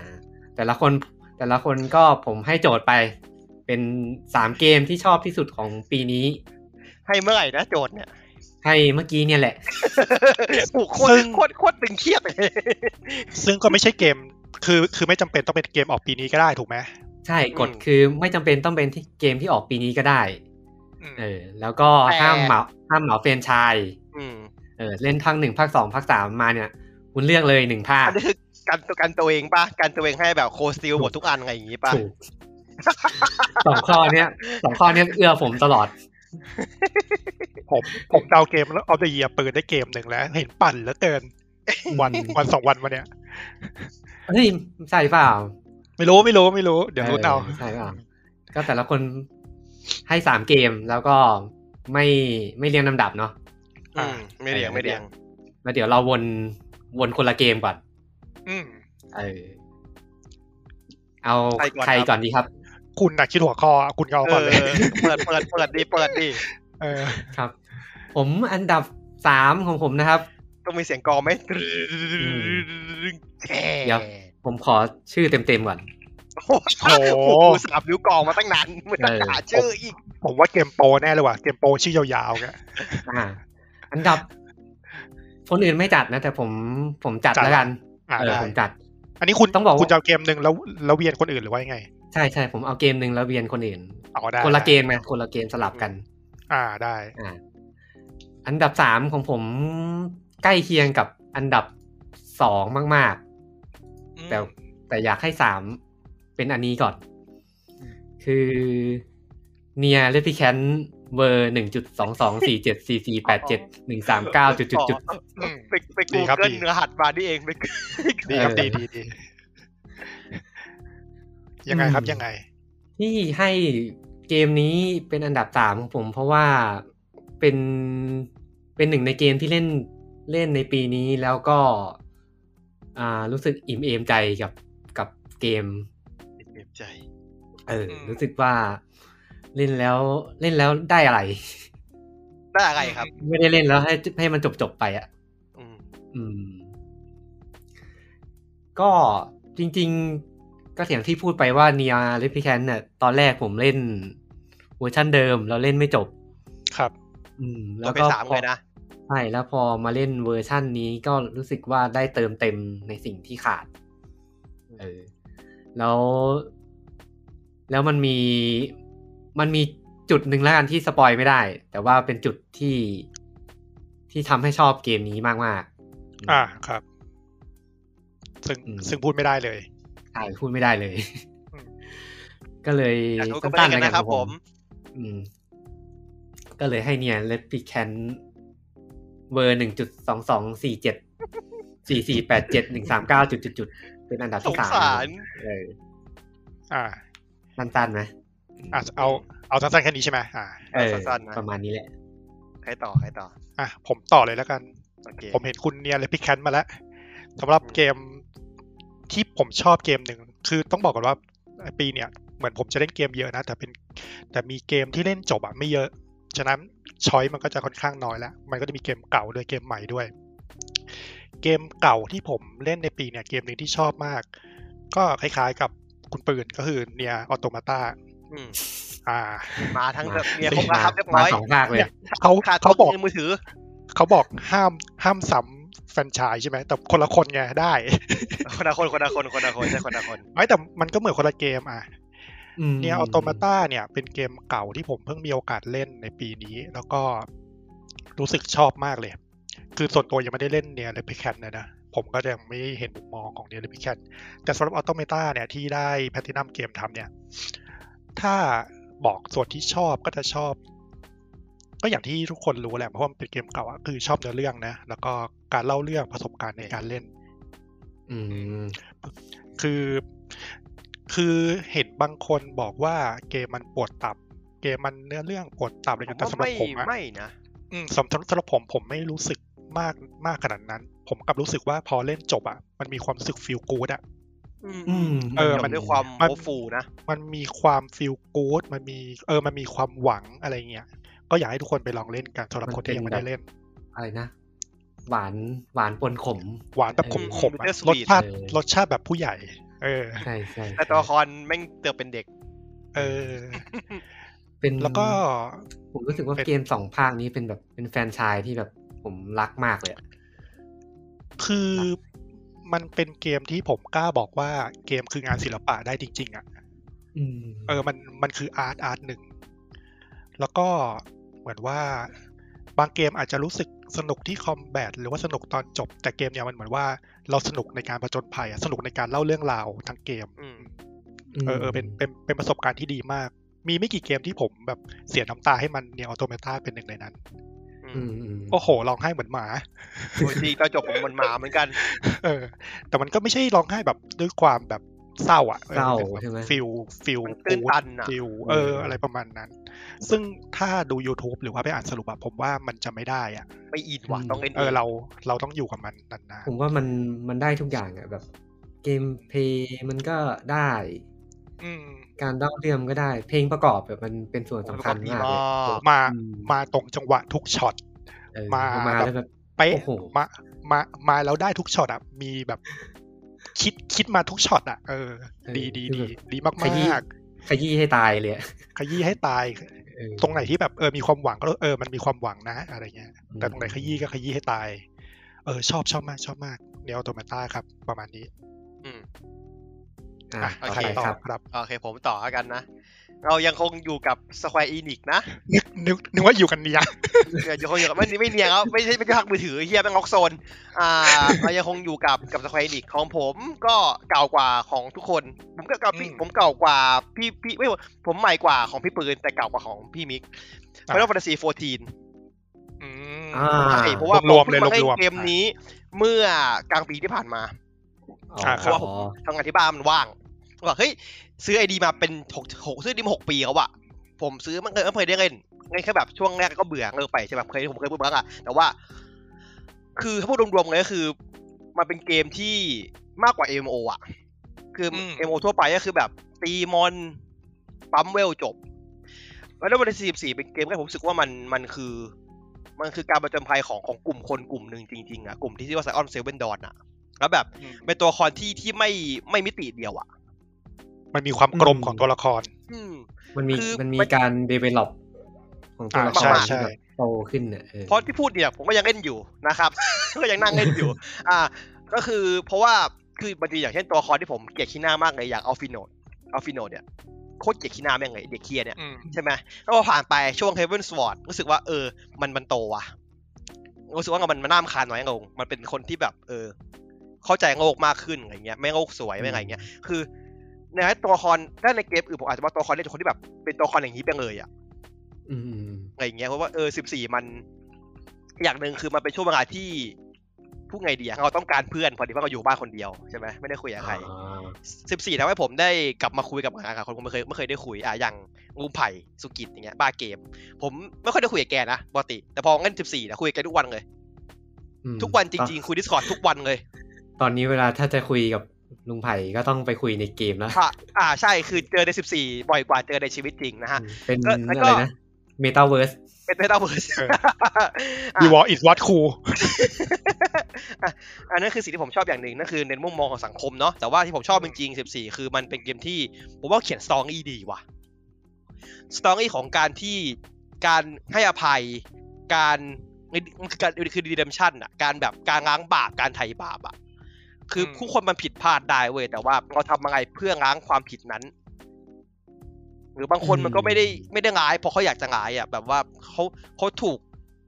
Speaker 1: แต่ละคนแต่ละคนก็ผมให้โจทย์ไป เป็นสามเกมที่ชอบที่สุดของปีนี้
Speaker 3: ให้เมื่อไหร่นะโจทย์เนี่ย
Speaker 1: ให้เมื่อกี้เนี่ยแหละ
Speaker 3: ผู กโคต
Speaker 4: ซึ่
Speaker 3: รง โคตรโคตรตึงเครียดเลย
Speaker 4: ซึ่งก็ไม่ใช่เกม คือคือไม่จำเป็นต้องเป็นเกมออกปีนี้ก็ได้ถูกไหม
Speaker 1: ใช่กฎ
Speaker 3: อืม
Speaker 1: คือไม่จำเป็นต้องเป็นที่เกมที่ออกปีนี้ก็ได้
Speaker 4: อืม
Speaker 1: เออ แล้วก็ห้ามเหมาห้ามเหมาเฟรนไชาย
Speaker 3: อืม
Speaker 1: เออเล่นภาคหนึ่งภาคสองภาคสามมาเนี่ย คุณเลือกเลยหนึ่งภาค
Speaker 3: อันนี้คือการตัวการตัวเองป่ะการตัวเองให้แบบโคสติลหมดทุกอันไงอย่างงี้ป่ะ
Speaker 1: ถูกสองข้อเนี้ยสองข้อเนี้ยเอื้อผมตลอด
Speaker 4: ผมผมเดาเกมแล้วเอาแต่เยียปืนได้เกมหนึ่งแล้ว เห็นปั่นเหลือเกิน วันวันสองวันมาเนี้ย
Speaker 1: เฮ้ยใช่เปล่า
Speaker 4: ไม่รู้ไม่รู้ไม่รู้ เดี๋ยวรู้เอา
Speaker 1: ใช่เปล่าก็แต่ละคนให้สามเกมแล้วก็ไม่ไม่เรียงลำดับเนาะ
Speaker 3: อืมไม่เรียงไม่เรียง
Speaker 1: แล้วเดี๋ยวเราวนวนคนละเกมก่อน
Speaker 4: อืม
Speaker 1: เออเอา
Speaker 3: ใครก่อนครับ
Speaker 1: ใครก่อนดีครับ
Speaker 4: คุณนะคิดหัวข้ออะคุณก็เอา
Speaker 3: เอ
Speaker 4: ก่อน
Speaker 3: อ
Speaker 4: เลย
Speaker 3: เปิดเปิดเปิดดิเปิดดิ
Speaker 4: เออ
Speaker 1: ครับ ผมอันดับสามของผมนะครับ
Speaker 3: ต้องมีเสียงกลองไหมแช่
Speaker 1: เดี๋ยว ผมขอชื่อเต็มๆก่อน
Speaker 3: โอ้
Speaker 4: โอ้โห
Speaker 3: โหกูสลับนิ้วกลองมาตั้งนานไม่ต้องหาชื่ออีก
Speaker 4: ผมว่าเกมโปรแน่เลยว่ะเกมโปรชื่อยาวๆไง
Speaker 1: อ่า อันดับ คนอื่นไม่จัดนะ แต่ผมผมจัด
Speaker 4: จัด
Speaker 1: แล้วกัน
Speaker 4: อ่า
Speaker 1: เออ
Speaker 4: ได้
Speaker 1: ผมจัด
Speaker 4: อันนี้คุณ
Speaker 1: ต้องบอกว่า
Speaker 4: คุณจะเอาเกมหนึ่งแล้วแล้วเวียนคนอื่นหรือว่ายังไง
Speaker 1: ใช่ใช่ผมเอาเกมหนึ่งแล้วเวียนคนอื่น
Speaker 4: อ๋อได้
Speaker 1: คนละเกมไงคนละเกมสลับกัน
Speaker 4: อ่าได้
Speaker 1: อ่า อันดับสามของผมใกล้เคียงกับอันดับสองมาก ๆ แต่แต่อยากให้สามเป็นอันนี้ก่อน คือเนียเ p พิแคนเวอร์หนึ่งจุดสองสองสี่เจ็ดสี่สี่แปดเจ็ดหนึ่งสามเก้าจุดจุดจุด
Speaker 4: อืม
Speaker 3: ไปไป
Speaker 4: ดี
Speaker 3: กู
Speaker 4: ครับ
Speaker 3: เกิล
Speaker 4: ดี
Speaker 3: รหัสมานี่เองไป
Speaker 4: ดีครับ
Speaker 1: เอ
Speaker 4: ดี
Speaker 1: อ
Speaker 4: ดีดียังไงครับ
Speaker 1: อืม
Speaker 4: ยังไง
Speaker 1: ที่ให้เกมนี้เป็นอันดับสามของผม เพราะว่าเป็นเป็นหนึ่งในเกมที่เล่นเล่นในปีนี้แล้วก็ อ่ารู้สึกอิ่มเอมใจกับกับเกม
Speaker 3: เจ็บใจ
Speaker 1: เอออ
Speaker 4: ม
Speaker 1: รู้สึกว่าเล่นแล้วเล่นแล้วได้อะไร
Speaker 3: ได้อะไรครับ
Speaker 1: ไม่ได้เล่นแล้วให้ให้มันจบจบๆไปอะ
Speaker 3: อืม
Speaker 1: อืม ก็จริง ๆ ก็อย่างที่พูดไปว่าเนียริพิแคนเนี่ยตอนแรกผมเล่นเวอร์ชั่นเดิม เราเล่นไม่จบ
Speaker 4: ครับ
Speaker 1: อืม
Speaker 3: ตั
Speaker 1: แล้ว ว
Speaker 3: เป็น
Speaker 1: ก็
Speaker 3: สาม
Speaker 1: พอ
Speaker 3: เลยนะ
Speaker 1: ใช่แล้วพอมาเล่นเวอร์ชั่นนี้ก็รู้สึกว่าได้เติมเต็มในสิ่งที่ขาด เออ แล้ว แล้วมันมีมันมีจุดหนึ่งแล้วกันที่สปอยไม่ได้ แต่ว่าเป็นจุดที่ที่ทำให้ชอบเกมนี้มากๆม
Speaker 4: อ่าครับ ซึ่ง
Speaker 1: อืม
Speaker 4: ซึ่งพูดไม่ได้เลย
Speaker 1: ใช่พูดไม่ได้เลย
Speaker 4: อืม
Speaker 1: ก็เลย
Speaker 3: อยากรู้ก็ไปเล่นกันนะครับผม
Speaker 1: อืม ก็เลยให้เนี่ยเลปิแคนเวอร์หนึ่งจุดสองสองสี่เจ็ดสี่สี่แปดเจ็ดหนึ่งสามเก้าจุดจุดจุดเป็นอันดับ
Speaker 3: ส
Speaker 1: ที่
Speaker 3: ง
Speaker 1: สาม
Speaker 3: สาร
Speaker 1: เออ
Speaker 4: อ่า
Speaker 1: สั้นๆไหม
Speaker 4: อ่ะเอาเอาสั้นๆแค่นี้ใช่ไหมอ่า
Speaker 1: เออ
Speaker 3: สั้นๆนะ
Speaker 1: ประมาณนี้แหละ
Speaker 3: ใครต่อใครต่อ
Speaker 4: อ่ะผมต่อเลยแล้วกัน
Speaker 3: โอเค
Speaker 4: ผมเห็นคุณเนียนและพี่แคนมาแล้วสำหรับเกมที่ผมชอบเกมหนึ่งคือต้องบอกก่อนว่าปีเนี่ยเหมือนผมจะเล่นเกมเยอะนะ แต่เป็นแต่มีเกมที่เล่นจบอะไม่เยอะ ฉะนั้นช้อยมันก็จะค่อนข้างน้อยแล้ว มันก็จะมีเกมเก่าด้วยเกมใหม่ด้วย เกมเก่าที่ผมเล่นในปีเนี่ยเกมหนึ่งที่ชอบมาก ก็คล้ายๆกับคุณปืนก็คือเนียออโตมาตา
Speaker 3: อืม
Speaker 4: อ่า
Speaker 3: มาทั้ง
Speaker 1: มา
Speaker 3: แบบเนี่ยครบแล้วครับเรียบร้
Speaker 1: มา
Speaker 3: อย
Speaker 1: สองภาคเลย
Speaker 4: เขา
Speaker 3: ขาด
Speaker 4: เขาบอก
Speaker 3: มือถือ
Speaker 4: เขาบอกห้ามห้ามซ้ำแฟรนไชายใช่ไหมแต่คนละคนไงได้
Speaker 3: คนละคนคนละคนคนละคนใช่ คนละคน
Speaker 4: ไม่แต่มันก็เหมือนคนละเกมอ่ะ
Speaker 1: อืม
Speaker 4: เนี่ยออโตมาตาเนี่ยเป็นเกมเก่าที่ผมเพิ่งมีโอกาสเล่นในปีนี้ แล้วก็รู้สึกชอบมากเลย คือส่วนตัวยังไม่ได้เล่นเนี่ยเลพิแคนเลยนะ ผมก็ยังไม่เห็นมุมมองของเนี่ยเลพิแคนแต่สำหรับออโตเมตาเนี่ยที่ได้แพทินัมเกมทำเนี่ย ถ้าบอกส่วนที่ชอบก็จะชอบ ก็อย่างที่ทุกคนรู้แหละเพราะว่ามันเป็นเกมเก่าอะคือชอบเนื้อเรื่องนะ แล้วก็การเล่าเรื่องประสบการณ์ในการเล่น
Speaker 1: อืม
Speaker 4: คือคือเห็นบางคนบอกว่าเกมมันปวดตับ เกมมันเนื้อเรื่องปวดตับอะไร
Speaker 3: ผม
Speaker 4: กันแต่
Speaker 3: ว่า
Speaker 4: สำหรับ
Speaker 3: ไม่
Speaker 4: ผมอะ
Speaker 3: ไม่นะ
Speaker 4: อืมสำหรับสำหรับผมผมไม่รู้สึกมากมากขนาดนั้น ผมกลับรู้สึกว่าพอเล่นจบอะมันมีความรู้สึกฟีลกู๊ดอะ
Speaker 1: อืม
Speaker 4: เออ
Speaker 3: มันด้วยความ
Speaker 4: มัน
Speaker 3: โมฟูนะ
Speaker 4: มันมีความฟีลกู๊ดมันมีเออมันมีความหวังอะไรเงี้ยก็อยากให้ทุกคนไปลองเล่นกันสำหรับคนที่ยังไม่ได้เล่น
Speaker 1: อะไรนะ หวานหวานปนขม
Speaker 4: หวานแบบขมๆอะ
Speaker 3: มันจะ
Speaker 4: รส
Speaker 3: sweet
Speaker 4: ชาติ
Speaker 1: เลย
Speaker 4: รสชาติแบบผู้ใหญ่ เออ
Speaker 1: ใช่ใช่
Speaker 3: แต่ตัวละครแม่งเติบเป็นเด็ก
Speaker 4: เออ
Speaker 1: เป็น
Speaker 4: แล้วก็
Speaker 1: ผมรู้สึกว่า
Speaker 4: เป็น
Speaker 1: เกมสองภาคนี้เป็นแบบเป็นแฟรนไชายที่แบบผมรักมากเลยอะ
Speaker 4: คือมันเป็นเกมที่ผมกล้าบอกว่าเกมคืองานศิลปะได้จริง ๆ อ่ะ เออ มัน มันคืออาร์ตอาร์ตหนึ่ง แล้วก็เหมือนว่าบางเกมอาจจะรู้สึกสนุกที่คอมแบทหรือว่าสนุกตอนจบ แต่เกมเนี่ยมันเหมือนว่าเราสนุกในการประจนภัยอะสนุกในการเล่าเรื่องราวทั้งเกม
Speaker 3: อืม
Speaker 1: ม
Speaker 4: เออเออเป็นเป็น เป็นประสบการณ์ที่ดีมาก มีไม่กี่เกมที่ผมแบบเสียน้ำตาให้มันเนี่ยออโตเมตาเป็นหนึ่งในนั้น
Speaker 1: อืมอืม
Speaker 4: โอ้โหร้องไห้เหมือนหมา
Speaker 3: โอ้ยจริงตอนจบผมเหมันหมาเหมือนกัน
Speaker 4: เออ แต่มันก็ไม่ใช่ร้องไห้แบบด้วยความแบบเศร้าอ่ะ
Speaker 1: เศร้า
Speaker 4: ออมันป็น
Speaker 1: ใช่ไหม
Speaker 4: ฟิลฟิล
Speaker 3: มันตื้นตันอะ
Speaker 4: ฟิลเออ
Speaker 1: เอออ
Speaker 4: อะไรประมาณนั้น ซึ่งถ้าดู YouTube หรือว่าไปอ่านสรุปอะผมว่ามันจะไม่ได้อ่ะ
Speaker 3: ไม่อินว่ะต้องเล่น
Speaker 4: เออเราเราต้องอยู่กับมันนาน
Speaker 1: ผมว่ามันมันได้ทุกอย่างอะแบบ เกมเพลย์มันก็ได้
Speaker 4: อืม
Speaker 1: การเล่าเรื่องก็ได้ เพลงประกอบแบบมันเป็นส่วนสำคัญ
Speaker 3: ดี
Speaker 1: มาก
Speaker 3: มา
Speaker 1: เลย
Speaker 3: ก
Speaker 4: มา
Speaker 2: อืม
Speaker 4: มาตรงจังหวะทุกช็อต
Speaker 1: เออ
Speaker 4: มา
Speaker 1: มาแล้ว
Speaker 4: แบ
Speaker 1: แบบ บ
Speaker 4: เป๊ะ
Speaker 1: โอ้โห
Speaker 4: มามามาแล้วได้ทุกช็อตอ่ะ มีแบบคิดคิดมาทุกช็อตอ่ะเออ ดีดีดีดีมาก
Speaker 1: ขยี้
Speaker 4: มาก
Speaker 1: ขยี้ให้ตายเลยอะ
Speaker 4: ขยี้ให้ตาย
Speaker 1: เออ
Speaker 4: ตรงไหนที่แบบเออมีความหวังก็เออมันมีความหวังนะ อะไรเงี้ย แต่ตรงไหนขยี้ก็ขยี้ให้ตาย เออชอบชอบมากชอบมากเนวโตมาต้าครับ ประมาณนี้
Speaker 3: อืม
Speaker 1: อ่ะ
Speaker 4: อ่ะ
Speaker 3: โอ
Speaker 1: ต่อไป
Speaker 3: เค
Speaker 4: ต่อ
Speaker 1: ครับ
Speaker 4: ครับ
Speaker 3: โอเค ผมต่อแล้วกันนะ เรายังคงอยู่กับ Square Enix นะ
Speaker 4: นึกนึกนึกว่าอยู่กันเนีย
Speaker 3: เดี๋ยวยังคงอยู่กับไม่ไม่เนียงครับไม่ใช่ไม่ใช่พักมือถือเฮียแม่งล็อกโซน อ่า เรายังคงอยู่กับกับ Square Enix ของผมก็เก่ากว่าของทุกคน ผมก็เก่าพี่
Speaker 4: อืม
Speaker 3: ผมเก่ากว่าพี่พี่ไม่ผมใหม่กว่าของพี่ปืนแต่เก่ากว่าของพี่มิก
Speaker 4: อ่ะ
Speaker 3: Final Fantasy 14
Speaker 4: อืม
Speaker 1: อ่า
Speaker 3: ใช่เพราะว่าผ
Speaker 4: รว
Speaker 3: ม
Speaker 4: มๆ
Speaker 3: เพิ่งมา
Speaker 4: เลย
Speaker 3: เล่น
Speaker 4: รวมๆ
Speaker 3: เกมนี้ เมื่อกลางปีที่ผ่านมา
Speaker 1: อ๋อ
Speaker 4: อ่ะครับ
Speaker 1: อ๋อ
Speaker 3: ทำงานที่บ้านมันว่างว่าเฮ้ยซื้อไอดีมาเป็นหกหกซื้อไอดีมาหกปีแล้วอะผมซื้อมันเคยเคยได้เล่นเล่นแค่แบบช่วงแรกก็เบื่อเลิกไปใช่แบบเคยผมเคยพูดมาแล้วอะแต่ว่า คือถ้าพูดรวมๆเลยก็คือ มันเป็นเกมที่มากกว่า MMO อะคืออ
Speaker 4: ม
Speaker 3: MMO ทั่วไปก็คือแบบตีมอนปั๊มเวลจบ แล้ววันที่สี่สี่เป็นเกมที่ผมรู้สึกว่ามันมันคือ มันคือการประจนภัยของของกลุ่มคนกลุ่มหนึ่งจริงๆอะกลุ่มที่ชื่อว่าไซออนเซเว่นดอนอะแล้วแบบ
Speaker 4: อืม
Speaker 3: เป็นตัวละครที่ที่ไม่ไม่มิติเดียวอ่ะ
Speaker 4: มันมีความกลมของตัวละคร
Speaker 3: อืม
Speaker 1: มันมี
Speaker 3: คือ
Speaker 1: มันมี
Speaker 3: มัน
Speaker 1: การ develop ของตัวละค
Speaker 4: อ่าร
Speaker 1: ที่
Speaker 4: ใช่ใช่
Speaker 1: แบบโตขึ้นเนี่ยเออ
Speaker 3: เพราะที่พูดเนี่ยผมก็ยังเล่นอยู่นะครับ ก็ยังนั่งเล่นอยู่ อ่า ก็คือเพราะว่าคือบางทีอย่างเช่นตัวละครที่ผมเกลียดขี้หน้ามากเลยอย่างอัลฟิโนดอัลฟิโนดเนี่ยโคตรเกลียดขี้หน้าแม่งเลยเด็กเคียเนี่ย
Speaker 4: อืม
Speaker 3: ใช่ไหมแล้วพอผ่านไปช่วงเฮเ e นสวอร์ดรู้สึกว่าเออ มันมันโตว่ะ รู้สึกว่ามันมันน่ามคานน้อยลง มันเป็นคนที่แบบ เออ เข้าใจโลกมากขึ้นอะไรเงี้ย ไม่โลกสวยไม่อะไรเงี้ย คือในตัวละครถ้าในเกมอื่นผมอาจจะว่าตัวละครเนี่ยเป็นคนที่แบบเป็นตัวละครอย่างนี้ไปเลยอะ
Speaker 1: อืมอืม
Speaker 3: อะไรอย่างเงี้ยเพราะว่าเออสิบสี่มัน อย่างหนึ่งคือมันเป็นช่วงเวลาที่พูดไงดีอะเราต้องการเพื่อนพอดีว่าเราอยู่บ้านคนเดียวใช่ไหมไม่ได้คุยกับใคร
Speaker 1: อ่า
Speaker 3: สิบสี่ทำให้ผมได้กลับมาคุยกับหลายๆคนผมไม่เคยไม่เคยได้คุยอ่ะอย่างลุงไผ่สุกิจอย่างเงี้ยบ้าเกม ผมไม่ค่อยได้คุยกับแกนะปกติแต่พอเล่นสิบสี่นะคุยกับแกทุกวันเลย
Speaker 1: อืม
Speaker 3: ทุกวันจริง ๆ คุยดิสคอร์ดทุกวันเลย
Speaker 1: ตอนนี้เวลาถ้าจะคุยกับลุงไผ่ก็ต้องไปคุยในเกมแล้ว
Speaker 3: อ่ะอ่าใช่คือเจอในสิบสี่บ่อยกว่าเจอในชีวิตจริงนะฮะ
Speaker 1: เป็น
Speaker 3: ก็แล้วก็
Speaker 1: อะไรนะเมตาเวิร์ส
Speaker 3: เป็นเมตาเวิร์ส
Speaker 4: เออ อีวอลอิสวัตคู
Speaker 3: อ่ะอันนั้นคือสิ่งที่ผมชอบอย่างหนึ่งนั่นคือในมุมมองของสังคมเนาะแต่ว่าที่ผมชอบจริงๆ14 คือมันเป็นเกมที่ผมว่าเขียนสตอรี่ดีว่ะสตอรี่ของการที่การให้อภัย การมันคือการคือดีเดมชั่นอะการแบบการล้างบาปการไถ่บาปอะคือผู้คนมันผิดพลาดได้เว้ยแต่ว่าเราทำอะไรเพื่อล้างความผิดนั้น หรือบางคนมันก็ไม่ได้
Speaker 1: อืม
Speaker 3: ไม่ได้ร้ายเพราะเขาอยากจะร้ายอ่ะแบบว่าเขาเขาถูก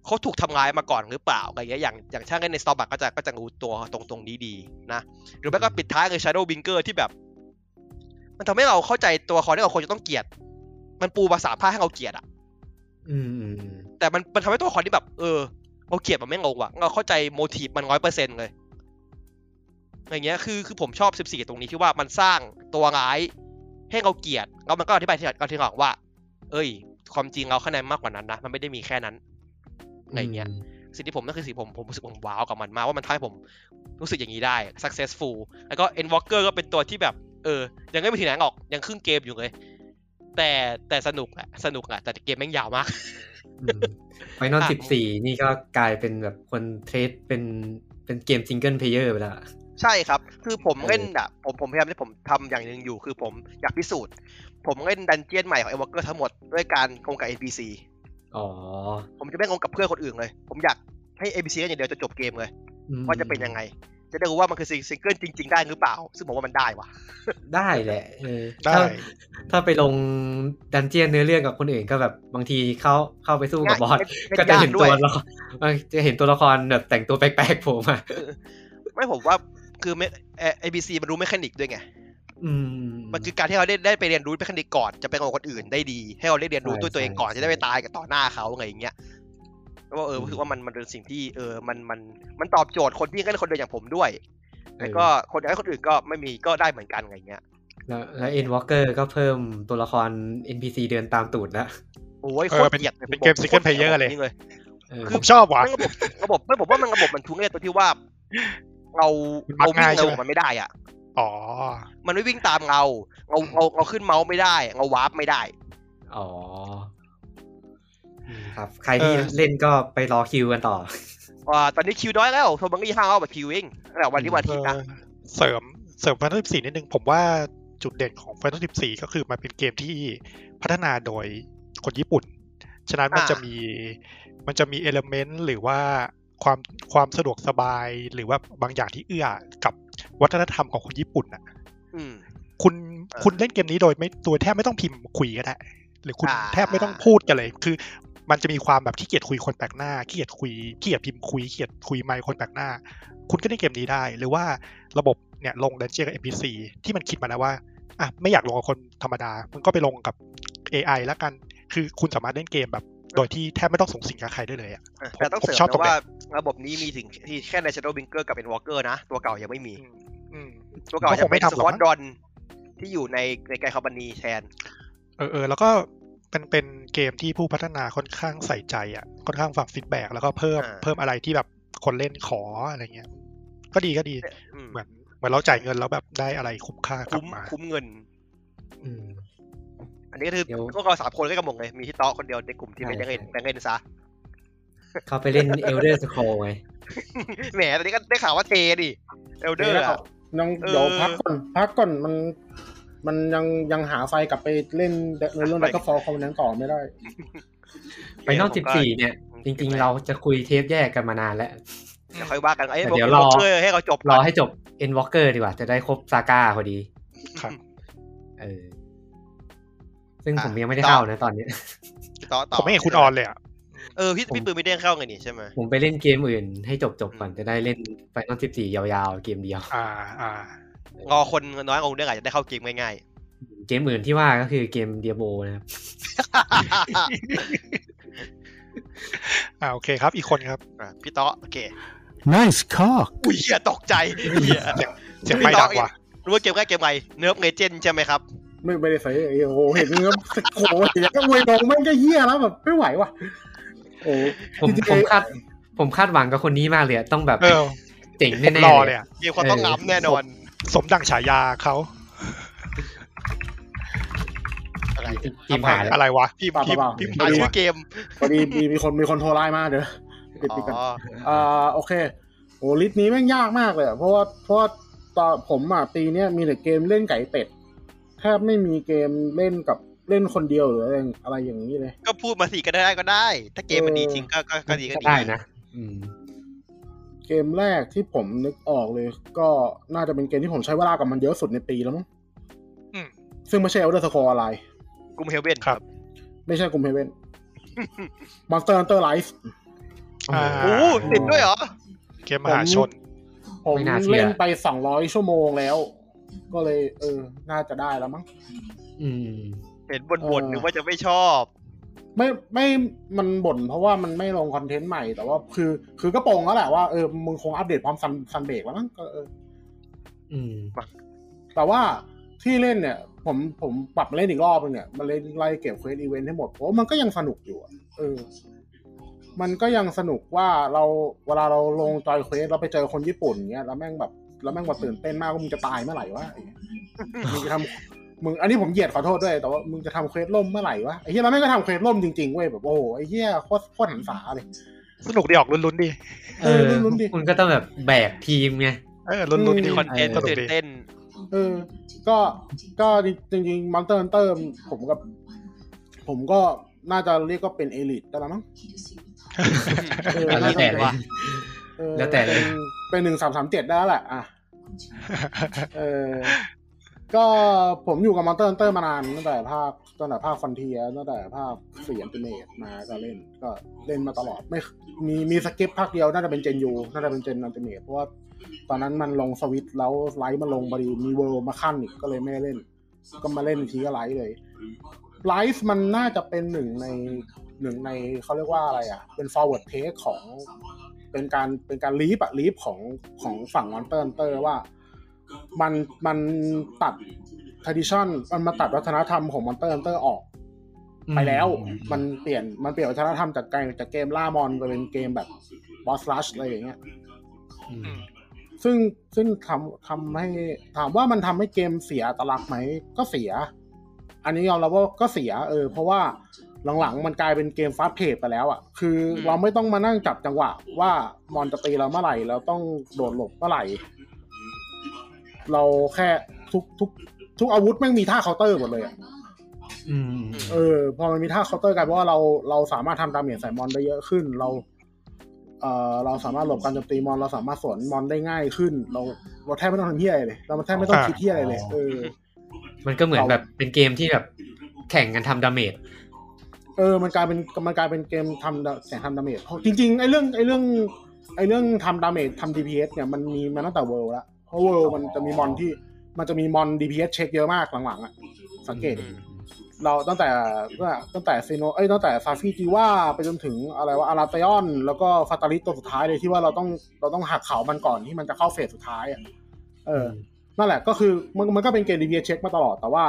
Speaker 3: เขาถูกทำร้ายมาก่อนหรือเปล่าอะไรเงี้ยอย่างอย่างช่างเล่นในสตอบักก็จะก็จะรู้ตัวตรงตรงนี้ดีนะ หรือไม่ก็ปิดท้ายคือ Shadow Binker ที่แบบ มันทำให้เราเข้าใจตัวละครที่เราควรจะต้องเกลียด มันปูภาษาภาคให้เราเกลียดอ่ะ
Speaker 1: อืมอืมอืม
Speaker 3: แต่มันมันทำให้ตัวละครที่แบบ เออเราเกลียดมันไม่ลงว่ะเราเข้าใจโมทีฟมันร้อยเปอร์เซ็นต์เลยอย่างเงี้ยคือคือผมชอบสิบสี่ตรงนี้ที่ว่ามันสร้างตัวร้ายให้เราเกลียดแล้วมันก็อธิบายที่เราที่หลังว่า เอ้ย ความจริงเราข้างในมันมากกว่านั้นนะมันไม่ได้มีแค่นั้นอะไรเงี้ย สิ่งที่ผมนั่นคือสิ่งผมผมรู้สึกผมว้าวกับมันมากว่ามันทำให้ผมรู้สึกอย่างนี้ได้ successful แล้วก็ end walker ก็เป็นตัวที่แบบ เออ ยังไม่ไปถึงไหนหรอกยังครึ่งเกมอยู่เลย แต่แต่สนุกอะสนุกอะแต่เกมแม่งยาวมาก
Speaker 1: ไฟนอล
Speaker 3: อ่ะ
Speaker 1: สิบสี่นี่ก็กลายเป็นแบบคนเทรดเป็นเป็นเกมซิงเกิลเพลเยอร์ไปแล้วอะ
Speaker 3: ใช่ครับ คือผม
Speaker 1: เออ
Speaker 3: เล่นอ่ะ ผมผมพยายามที่ผมทำอย่างหนึ่งอยู่ คือผมอยากพิสูจน์ ผมเล่นดันเจียนใหม่ของ e อ w a l k e r ทั้งหมดด้วยการลงกับ NPC
Speaker 1: อ๋อ
Speaker 3: ผมจะไม่ลงกับเพื่อนคนอื่นเลย ผมอยากให้ NPC กันอย่างเดียวจะจบเกมเลย
Speaker 1: อืม
Speaker 3: ว่าจะเป็นยังไง จะได้รู้ว่ามันคือซิงเกิลจริง ๆ ได้หรือเปล่า ซึ่งผมว่ามันได้ว่ะ
Speaker 1: ได้แหละเออ
Speaker 4: ได้
Speaker 1: ถ้าถ้าไปลงดันเจียนเนื้อเรื่องกับคนอื่นก็แบบบางทีเข้าเข้าไปสู้กับบอส
Speaker 3: ง่าย
Speaker 1: ก็จะเห็น
Speaker 3: ง่า
Speaker 1: ตัวย
Speaker 3: ด้
Speaker 1: ละ
Speaker 3: วย
Speaker 1: ครเออจะเห็นตัวละครแบบแต่งตัวแปลกๆโผล่มา
Speaker 3: ไม่ผมว่าคือไม่เอ่อ NPC มันรู้ไม่คนิกด้วยไง
Speaker 1: อืม
Speaker 3: มันคือการที่เราได้ได้ไปเรียนรู้ไปคนิกก่อนจะไปกับคนอื่นได้ดี ให้เราได้เรียนรู้
Speaker 1: ใช่
Speaker 3: ด้วยตัวเองก่อน
Speaker 1: ใช่
Speaker 3: จะได้ไปตายกับต่อหน้าเขาอะไรอย่างเงี้ยแล้วว่าเออ
Speaker 1: อืม
Speaker 3: รู้สึกว่ามันมันเป็นสิ่งที่เออมันมันมันตอบโจทย์คนที่เล่นคนเดียวอย่างผมด้วย
Speaker 1: อ
Speaker 3: แล้วก็คนให้คนอื่นก็ไม่มีก็ได้เหมือนกันอะไรเงี้ย
Speaker 1: แล้วแล้วเอ็นวอลเกอร์ก็เพิ่มตัวละคร NPC เดินตามตูดแล้ว
Speaker 3: โอ้ย
Speaker 4: เอ
Speaker 3: โค
Speaker 4: อ
Speaker 3: ตร
Speaker 4: เป็น
Speaker 3: เกลียดลย
Speaker 4: เป็นเกม
Speaker 3: ผ
Speaker 4: single
Speaker 3: โคตรกด
Speaker 4: player เลย
Speaker 3: จริงเลย
Speaker 1: เออ
Speaker 4: ผมชอบว่ะ
Speaker 3: ไม่ระบบระบบไม่ผมว่ามันระบบมันทุ้งเอตัวที่ว่า เรา
Speaker 4: มัก
Speaker 3: เราวิ่
Speaker 4: ง่าย
Speaker 3: ง
Speaker 4: ใช่
Speaker 3: เร็ว
Speaker 4: ไหม
Speaker 3: กว่ามันไม่ได้อ่ะ
Speaker 4: อ๋อ
Speaker 3: มันไม่วิ่งตามเราเราเราเราขึ้นเมาส์ไม่ได้เราวาร์ปไม่ได้
Speaker 1: อ๋ออืมครับ ใครที่
Speaker 4: เออ
Speaker 1: เล่นก็ไปรอคิวกันต่อ
Speaker 3: ว่าตอนนี้คิวน้อยแล้วโทมังกี้ห้าเอาแบบคิวเองแต่วันที่วันอาทิตย์นะ
Speaker 4: เออเสริมเสริม Final 14 นิดนึง ผมว่าจุดเด่นของ Final 14 ก็คือมันเป็นเกมที่พัฒนาโดยคนญี่ปุ่น ฉะนั้นมัน
Speaker 3: อ่า
Speaker 4: จะมีมันจะมีเอลเมนต์หรือว่าความความสะดวกสบายหรือว่าบางอย่างที่เอื้อกับวัฒนธรรมของคนญี่ปุ่นน่ะ
Speaker 3: อืม
Speaker 4: คุณ
Speaker 3: เออ
Speaker 4: คุณเล่นเกมนี้โดยไม่ตัวแทบไม่ต้องพิมพ์คุยก็ได้ หรือคุณ
Speaker 3: อ่า
Speaker 4: แทบไม่ต้องพูดกันเลย คือ มันจะมีความแบบขี้เกียจคุยคนแปลกหน้าขี้เกียจคุยขี้เกียจพิมพ์คุยขี้เกียจคุยไมค์คนแปลกหน้า คุณก็เล่นเกมนี้ได้ หรือว่าระบบเนี่ยลงดันเจียนกับ NPC ที่มันคิดมาแล้วว่าอ่ะไม่อยากลงกับคนธรรมดา มันก็ไปลงกับ AI แล้วกัน คือคุณสามารถเล่นเกมแบบ โดยที่แทบไม่ต้องส่งสิงกับใครได้เลยอ่ะ
Speaker 3: เออ
Speaker 4: ผม
Speaker 3: แต่ต้อง
Speaker 4: ผม
Speaker 3: เสริม
Speaker 4: ชอบตร
Speaker 3: นะ
Speaker 4: งเนี้
Speaker 3: ว่าย ระบบนี้มีถึงที่แค่ใน Shadow Binker กับ Endwalker นะ ตัวเก่ายังไม่มี
Speaker 4: อืมอืม
Speaker 3: ตัวเก่า
Speaker 4: ก็ค
Speaker 3: จะ
Speaker 4: งไม่
Speaker 3: เป็น
Speaker 4: ทำห
Speaker 3: ส
Speaker 4: รอก
Speaker 3: คอต
Speaker 4: มั้ง
Speaker 3: ดอนที่อยู่ในในไกคาบันีแทน
Speaker 4: เออเออแล้วก็เป็นเป็นเกมที่ผู้พัฒนาค่อนข้างใส่ใจอ่ะค่อนข้างฟังฟีดแบ็กแล้วก็เพิ่ม
Speaker 3: อ่า
Speaker 4: เพิ่มอะไรที่แบบคนเล่นขออะไรเงี้ย ก็ดีก็ดี
Speaker 3: อืม
Speaker 4: เหมือนเหมือนเราจ่ายเงินแล้วแบบได้อะไรคุ้มค่ากลั
Speaker 3: คุ้
Speaker 4: บ
Speaker 3: ม
Speaker 4: มา
Speaker 3: คุ้มเงิน
Speaker 1: อืม
Speaker 3: อันนี้ก็คือ
Speaker 1: เดี๋ยว
Speaker 3: พวกเราสามคนก็กำลังเลย มีที่โต๊ะคนเดียวในกลุ่มที่ไม่ได้เงินได้เงินซะ
Speaker 1: เข้าไปเล่น Elder Scroll ไง
Speaker 3: แหมตอนนี้ก็ได้ข่าวว่าเทดิเอลเดอร์
Speaker 2: น้อง
Speaker 3: เออ
Speaker 2: เดี๋ยวพักก่อนพักก่อนมัน มันยังยังหาไฟกลับไปเล่นในเรื่องแล้วก็ฟอลคอมเมนต์ต่อไม่ได้
Speaker 1: ไปนอก14 เนี่ย จริง ๆ เราจะคุยเทปแยกกันมานานแล้ว
Speaker 3: เดี๋ยวค่อยว่ากันไอ้
Speaker 1: แต่
Speaker 3: บอก
Speaker 1: เดี๋ยว
Speaker 3: บ
Speaker 1: ร
Speaker 3: อ
Speaker 1: อ
Speaker 3: กเกอร์ให้เราจบ
Speaker 1: ร
Speaker 3: ก่
Speaker 1: อน ให้จบ Endwalker ดีกว่า จะได้ครบซาก้าพอดี
Speaker 4: ครับ
Speaker 1: เออ ซึ่ง
Speaker 3: อ่ะ
Speaker 1: ผมยังไม่ได้
Speaker 3: ต่อ
Speaker 1: เข้านะตอนเนี้ย
Speaker 3: ต่อต่อ
Speaker 4: ผมไม่เห็นคุณออนเลยอ่ะ
Speaker 3: เออพี่พี่ปืนไม่ได้เข้าไงนี่ใช่ไหม
Speaker 1: ผมไปเล่นเกมอื่นให้จบจบๆก่อน
Speaker 3: อืม
Speaker 1: จะได้เล่น Final 14 ยาวๆ เกมเดียว
Speaker 4: อ่าอ่า
Speaker 3: งอคนน้อยกว่าคุณเรื่องอาจจะได้เข้าเกมง่าย
Speaker 1: เกมอื่นที่ว่าก็คือเกม Diablo นะครับ
Speaker 3: ๆ
Speaker 4: อ่าโอเคครับ อีกคนครับ
Speaker 3: อ่ะ พี่เต๊ะโอเค
Speaker 5: Nice cock
Speaker 3: อุ้ยเหี้ยตกใจเหี้ย
Speaker 4: เสียงไม่
Speaker 3: พี่น้
Speaker 4: ดั
Speaker 3: อง งอีก
Speaker 4: ว่ะ
Speaker 3: รู้ว่าเกมแรกเกมไรเนิร์ฟเลเจนใช่ไหมครับ
Speaker 2: ไม่ไม่ได้ใส่ไอ้โอ้โหเห็นเงื้อโอ้โหเห็นแล้วก็เวยลงแม่งก็เหี้ยแล้วแบบไม่ไหวว่ะโอ้โห
Speaker 1: ผม
Speaker 2: จริงๆ
Speaker 1: ผมคาดผมคาดหวังกับคนนี้มากเลยอะต้องแบบ
Speaker 4: เออ
Speaker 1: เจ๋งแน่
Speaker 4: รอ
Speaker 1: ๆเล
Speaker 4: เลย ย
Speaker 1: อะ
Speaker 4: อ่ะ
Speaker 3: เกมเขาต้อง
Speaker 1: เออ
Speaker 3: งับแน่นอน
Speaker 4: สมดังฉายาเขา
Speaker 3: อะไรเนี่ย
Speaker 1: ทีมหายแล้ว
Speaker 4: อะไรวะ
Speaker 3: พิมพ์
Speaker 2: เปล่า
Speaker 3: พิม
Speaker 2: เปล่า
Speaker 3: พ์พิมพ์หาชื่อเกม
Speaker 2: พอดีมีมีคนมีคนโทรไลน์มาเดี๋ยวปิด
Speaker 3: อ๋
Speaker 2: ปิดกัน
Speaker 3: อ
Speaker 2: อ่าโอเคโอ้ลิสต์นี้แม่งยากมากเลยอะเพราะว่าเพราะว่าตอนผมอ่ะปีเนี้ยมีแต่เกมเล่นไก่เป็ดแทบไม่มีเกมเล่นกับเล่นคนเดียวหรืออะไรอะไรอย่างนี้เลย
Speaker 3: ก็พูดมาสิก็ได้ก็ได้ ถ้าเกมมันดีจริงก็ก็ก็ดีก็ดี
Speaker 1: ได้นะอืม
Speaker 2: เกมแรกที่ผมนึกออกเลย ก็น่าจะเป็นเกมที่ผมใช้เวลากับมันเยอะสุดในปีแล้วมั้ง
Speaker 4: อืม
Speaker 2: ซึ่งไม่ใช่ Elder Scrolls Online
Speaker 3: กลุ่มเฮลเบน
Speaker 4: ครับ
Speaker 2: ไม่ใช่กลุ่ม Heaven Monster Hunter Life
Speaker 4: อ่า
Speaker 3: โอ้โหติดด้วยเหรอ
Speaker 4: เกมมหาชน
Speaker 2: ผม
Speaker 1: ไม่น่าเชื่อ
Speaker 2: เล่นไป 200 ชั่วโมงแล้ว ก็เลย เออ น่าจะได้แล้วมั้ง
Speaker 1: อืม
Speaker 3: เห็นบ่นๆหรือว่าจะไม่ชอบ
Speaker 2: ไม่ไม่มันบ่นเพราะว่ามันไม่ลงคอนเทนต์ใหม่แต่ว่าคือ คือก็โปรงแล้วแหละว่าเออมึงคงอัปเดตพร้อมซันซันเบรกแล้วมั้งก็เออ
Speaker 1: อืม
Speaker 2: แต่ว่าที่เล่นเนี่ย ผมผมปรับมาเล่นอีกรอบนึงเนี่ยมาเล่นไล่เก็บเควสอีเวนต์ให้หมดเพราะว่ามันก็ยังสนุกอยู่อะเออ มันก็ยังสนุกว่าเราเวลาเราลงจอยเควสเราไปเจอคนญี่ปุ่นเงี้ยแล้วแม่งแบบแล้วแม่งแบบตื่นเต้นมากว่ามึงจะตายเมื่อไหร่วะไอ้เหี้ยมึงจะทำมึงอันนี้ผมเหยียดขอโทษด้วย แต่ว่ามึงจะทำเควสล่มเมื่อไหร่วะไอ้เหี้ยแล้วแม่งก็ทำเควสล่มจริงๆเว้ยแบบโอ้โหไอ้เหี้ยโคตรโคตรหันษาเลย
Speaker 4: สนุกดีออกลุ้นๆดี
Speaker 1: เออ
Speaker 2: เออลุ้นๆดิ
Speaker 1: คุณก็ต้องแบบแบกทีมไง
Speaker 4: เออลุ้นๆ
Speaker 2: อื
Speaker 4: ดี
Speaker 2: ม
Speaker 3: คอนเทนต์
Speaker 4: สนุก
Speaker 3: ตื่น
Speaker 4: ดี
Speaker 3: เต้น
Speaker 2: เออ ก็ก็จริงๆมอนเตอร์เตอร์ผมกับ ผมก็น่าจะเรียกว่าเป็นเอลิทได้แล้วมั้ง เออ
Speaker 1: แล้วแต่เลย
Speaker 2: น่าสนใจ เออ
Speaker 1: แล้วแต่เลย
Speaker 2: เป็นเป็นหนึ่งสามสามเจ็ดได้แล้วแหละอ่ะเออ ก็ผมอยู่กับมอนเตอร์เตอร์มานานตั้งแต่ภาคตั้งแต่ภาคฟอนเทียตั้งแต่ภาคสี่อันติเมตมาก็เล่นก็เล่นมาตลอดไม่มีมีสกิปภาคเดียวน่าจะเป็นเจนยูน่าจะเป็นเจนอันติเมตเพราะว่าตอนนั้นมันลงสวิตช์แล้วไลท์มาลงบดีมีเวิลด์มาขั้นอีกก็เลยไม่ได้เล่น ก็มาเล่นอีกทีก็ไลท์เลยไลฟ์มันน่าจะเป็นหนึ่งในหนึ่งในเขาเรียกว่าอะไรอ่ะ เป็น forward take ของเป็นการเป็นการลีฟอะลีฟของของฝั่งวันเตอร์เตอร์ว่า มันมันตัด tradition มันมาตัดวัฒนธรรมของมันเตอร์เตอร์ออก ไปแล้วมันเปลี่ยนมันเปลี่ยนวัฒนธรรมจากเกมจากเกมล่ามอนไปเป็นเกมแบบบอสลัชอะไรอย่างเงี้ย
Speaker 1: อืม
Speaker 2: ซึ่งซึ่งทำทำให้ถามว่ามันทำให้เกมเสียอัตลักษณ์ไหมก็เสีย อันนี้ยอมรับว่าก็เสียเออเพราะว่าหลังๆ มันกลายเป็นเกมฟาสต์เพจไปแล้วอะ่ะ คืออ
Speaker 3: ม
Speaker 2: เราไม่ต้องมานั่งจับจังหวะ ว่ามอนจะตีเราเมื่อไหร่เราต้องโดดหลบเมื่อไหร่ เราแค่ทุกทุกทุกอาวุธแม่งมีท่าเคาน์เตอร์หมดเลยอะ
Speaker 1: อืม
Speaker 2: เออพอมันมีท่าเคาน์เตอร์กันเพราะว่าเราเราสามารถทำดาเมจใส่มอนได้เยอะขึ้น เราเออเราสามารถหลบการโจมตีมอน เราสามารถสวนมอนได้ง่ายขึ้น เราเราแทบไม่ต้องทำเฮียอะไรเลย เราแทบไม่ต้องคิดเฮียอะไรเลยเออ
Speaker 1: มันก็เหมือนแบบเป็นเกมที่แบบแข่งกันทำดาเมจ
Speaker 2: เออ มันกลายเป็นมันกลายเป็นเกมทำดาแสงทำดาเมจจริงๆไอ้เรื่องไอ้เรื่องไอ้เรื่องทำดาเมจทำ DPS เนี่ยมันมีมาตั้งแต่เวิลด์ละเพราะเวิลด์มันจะมีมอนที่มันจะมีมอน DPS เช็คเยอะมากหลังๆอะสังเกต
Speaker 3: อืม
Speaker 2: เราตั้งแต่ตั้งแต่ซีโนเอ้ยตั้งแต่ซาฟี่จีว่าไปจนถึงอะไรว่าอาราเตยอน แล้วก็ฟาตาลิสตัวสุดท้ายเลยที่ว่าเราต้องเราต้องหักเขามันก่อนที่มันจะเข้าเฟสสุดท้ายอ่ะเออ นั่นแหละก็คือมันมันก็เป็นเกม DPS เช็คมาตลอด แต่ว่า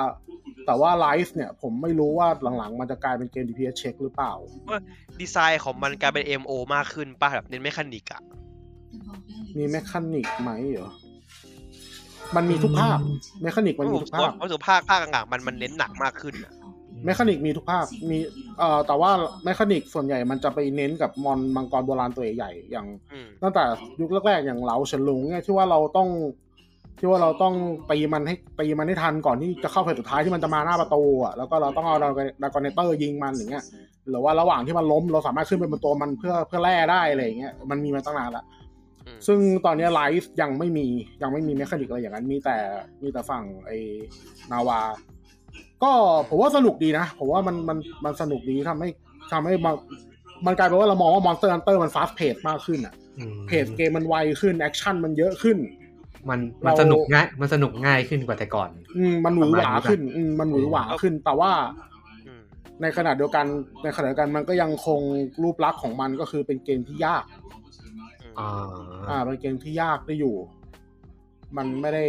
Speaker 2: แต่ว่าไลฟ์เนี่ย ผมไม่รู้ว่าหลังๆ มันจะกลายเป็นเกม DPS เช็คหรือเปล่า
Speaker 3: ดีไซน์ของมันกลายเป็น MO มากขึ้นป่ะแบบเน้นเมคานิกอะ
Speaker 2: มีแมคานิกไหมเหรอ มันมีทุกภาคแมคานิกมันมี
Speaker 3: ผม
Speaker 2: ทุก
Speaker 3: ว่า
Speaker 2: ภาค
Speaker 3: ผมรู้สึกภาคภาคหลังๆมันมันเน้นหนักมากขึ้นอะ
Speaker 2: แมคานิกมีทุกภาค มีเอ่อแต่ว่าแมคานิกส่วนใหญ่มันจะไปเน้นกับมอนมังกรโบราณตัวใหญ่ๆอย่าง
Speaker 3: อืม
Speaker 2: ตั้งแต่ยุคแรกๆอย่างเหลาเฉินหลุงเนี่ยที่ว่าเราต้อง ที่ว่าเราต้องตีมันให้ตีมันให้ทันก่อนที่จะเข้าเฟสสุดท้ายที่มันจะมาหน้าประตูอ่ะแล้วก็เราต้องเอาดากอนเนเตอร์ยิงมันอย่างเงี้ยหรือว่าระหว่างที่มันล้มเราสามารถขึ้นไปบนตัวมันเพื่อเพื่อแล่ได้อะไรอย่างเงี้ยมันมีมาตั้งนานละ
Speaker 3: อืม
Speaker 2: ซึ่งตอนเนี้ไลฟ์ยังไม่มียังไม่มีเมคานิกอะไรอย่างนั้นมีแต่มีแต่ฝั่งไอ้นาวา ก็ผมว่าสนุกดีนะผมว่ามันมันมันสนุกดีทำให้ทำให้มันมันกลายเป็นว่าเรามองว่ามอนสเตอร์ฮันเตอร์มันฟาสเพจมากขึ้นอ่ะ เพจเกมมันไวขึ้น แอคชั่นมันเยอะขึ้น
Speaker 1: มันมันสนุกง่ายมันสนุกง่ายขึ้นกว่าแต่ก่อน
Speaker 2: อืมมันหวือหวาขึ้นอืมมันหวือหวาขึ้น แต่ว่า
Speaker 3: อืม
Speaker 2: ในขณะเดียวกันในขณะเดียวกันมันก็ยังคงรูปลักษณ์ของมันก็คือเป็นเกมที่ยาก
Speaker 3: อืม
Speaker 1: อ่า
Speaker 2: อ่าเป็นเกมที่ยากได้อยู่ มันไม่ได้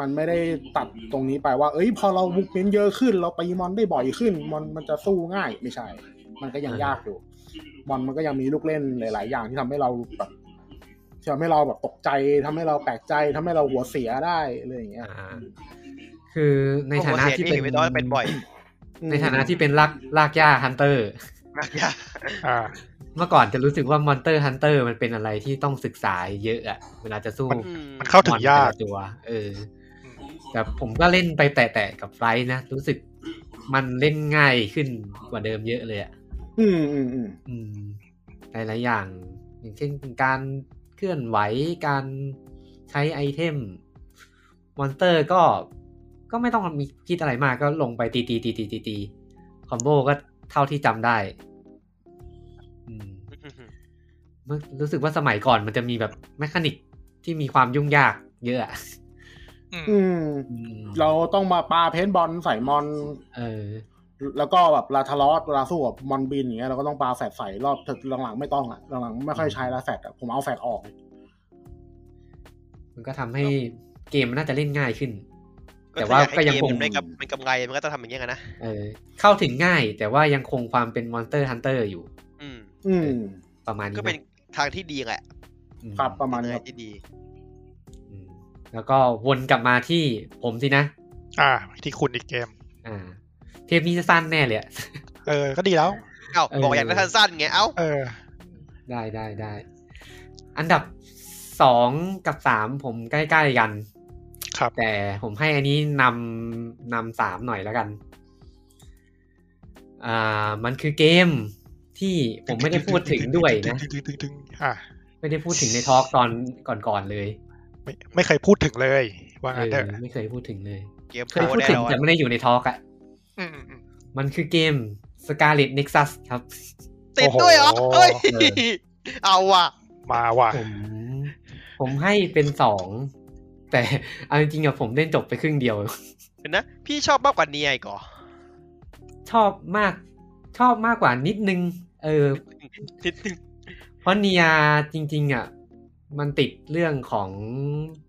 Speaker 2: มันไม่ได้ตัดตรงนี้ไปว่า เอ้ย พอเราบุกเน้นเยอะขึ้น เราไปมอนได้บ่อยขึ้น มอนมันจะสู้ง่ายไม่ใช่ มันก็ยังยากอยู่ มอนมันก็ยังมีลูกเล่นหลาย ๆ อย่างที่ทำให้เราแบบที่ทำให้เราแบบตกใจทำให้เราแปลกใจทำให้เราหัวเสียได้อะไรอย่างเงี้ย
Speaker 1: อ่า คือในฐานะที่
Speaker 3: โอ้โหเสียห็ไม่น้อยเป็นบ่อย
Speaker 1: ในฐานะที่เป็นลากลากย่าฮันเตอร์
Speaker 3: มากอย่า
Speaker 4: อ่า
Speaker 1: เมื่อก่อนจะรู้สึกว่ามอนเตอร์ฮันเตอร์มันเป็นอะไรที่ต้องศึกษาเยอะอะเวลาจะสู้
Speaker 4: มัน
Speaker 3: อืม
Speaker 4: มันเข้าถึงยา
Speaker 1: มอน
Speaker 4: ก
Speaker 1: แต่ละตัว เออ แต่ผมก็เล่นไปแตะๆกับไฟท์นะ รู้สึกมันเล่นง่ายขึ้นกว่าเดิมเยอะเลยอะ
Speaker 2: อืมอืมอืม
Speaker 1: อืมหลายๆอย่าง อย่างเช่นการเคลื่อนไหวการใช้ไอเทม มอนเตอร์ก็ก็ไม่ต้องมีคิดอะไรมากก็ลงไปตีตีตีตีตีตีคอมโบก็เท่าที่จำได้ อืมเมื่อรู้สึกว่าสมัยก่อนมันจะมีแบบแมคานิกที่มีความยุ่งยากเยอะอะ
Speaker 2: อืม
Speaker 1: อืม
Speaker 2: เราต้องมาปาเพนบอลใส่มอน
Speaker 1: เออ
Speaker 2: แล้วก็แบบลาทารอสเวลาสู้กับมอนบินอย่างเงี้ยเราก็ต้องปาแฟดใส่รอบถึกหลังๆไม่ต้องอะหลังๆไม่ค่อยใช้ละแฟดอะผมเอาแฟดออก
Speaker 1: มันก็ทำให้เกมมันน่าจะเล่นง่ายขึ้น แต่
Speaker 3: คือ
Speaker 1: ว่า
Speaker 3: อยให้
Speaker 1: ก็ยัง
Speaker 3: เม
Speaker 1: คง
Speaker 3: มันไม่กำมันกำไรมันก็จะทำอย่างเงี้ยกันนะ
Speaker 1: เออ เข้าถึงง่าย แต่ว่ายังคงความเป็นมอนเตอร์ฮันเตอร์อยู่
Speaker 3: อืม
Speaker 2: อืม
Speaker 1: ประมาณนี้
Speaker 3: ก็เป็นทางที่ดีแหละ
Speaker 1: อืม
Speaker 2: ครับประมาณนี้
Speaker 3: เป็
Speaker 2: ค
Speaker 3: ทา
Speaker 2: รับ
Speaker 3: งที่ดี
Speaker 1: อืมแล้วก็วนกลับมาที่ผมสินะ
Speaker 4: อ่า ที่คุณอีกเกม
Speaker 1: อ่า เทปนี้จะสั้นแน่เลยอะ
Speaker 4: เออ ก็ดีแล้ว
Speaker 3: เอ้า
Speaker 1: เออ
Speaker 3: บอกอย่างนั้นสั้นๆไงเอ้า
Speaker 4: เออ
Speaker 1: ได้ได้ได้ อันดับสองกับสามผมใกล้ๆกัน
Speaker 4: ครับ
Speaker 1: แต่ผมให้อันนี้นำนำสามหน่อยแล้วกัน อ่า มันคือเกมที่ผมไม่ได้พูดถึงด้วย นะ
Speaker 4: ตึงๆๆๆๆๆอ่ะ
Speaker 1: ไม่ได้พูดถึงในทอล์กตอนก่อนๆเลย
Speaker 4: ไม่ไม่เคยพูดถึงเลย ว่า
Speaker 1: เอ
Speaker 4: งั้นเถ
Speaker 1: อ
Speaker 4: อะ
Speaker 1: ไม่เคยพูดถึงเลย
Speaker 3: เกมโป
Speaker 1: เคย
Speaker 3: ร
Speaker 1: พูด
Speaker 3: แน่
Speaker 1: ถึง
Speaker 3: นอน
Speaker 1: แต่ไม่ได้อยู่ในทอล์กอะ
Speaker 4: อืมอืม
Speaker 1: มันคือเกม Scarlet Nexus ครับ
Speaker 3: ติดด้วยเหรอ
Speaker 4: โอ้โห
Speaker 3: เฮ้ย
Speaker 1: เอ
Speaker 3: เอาว่ะ
Speaker 4: มาว่ะ
Speaker 1: ผม ผมให้เป็นสอง แต่เอาจริงๆอะผมเล่นจบไปครึ่งเดียว
Speaker 3: เห็นนะ พี่ชอบมากกว่านี้ไอ้ก่อ
Speaker 1: ชอบมาก ชอบมากกว่านิดนึง เออ
Speaker 3: นิดนึง
Speaker 1: เพราะเนียจริง ๆอะมันติดเรื่องของ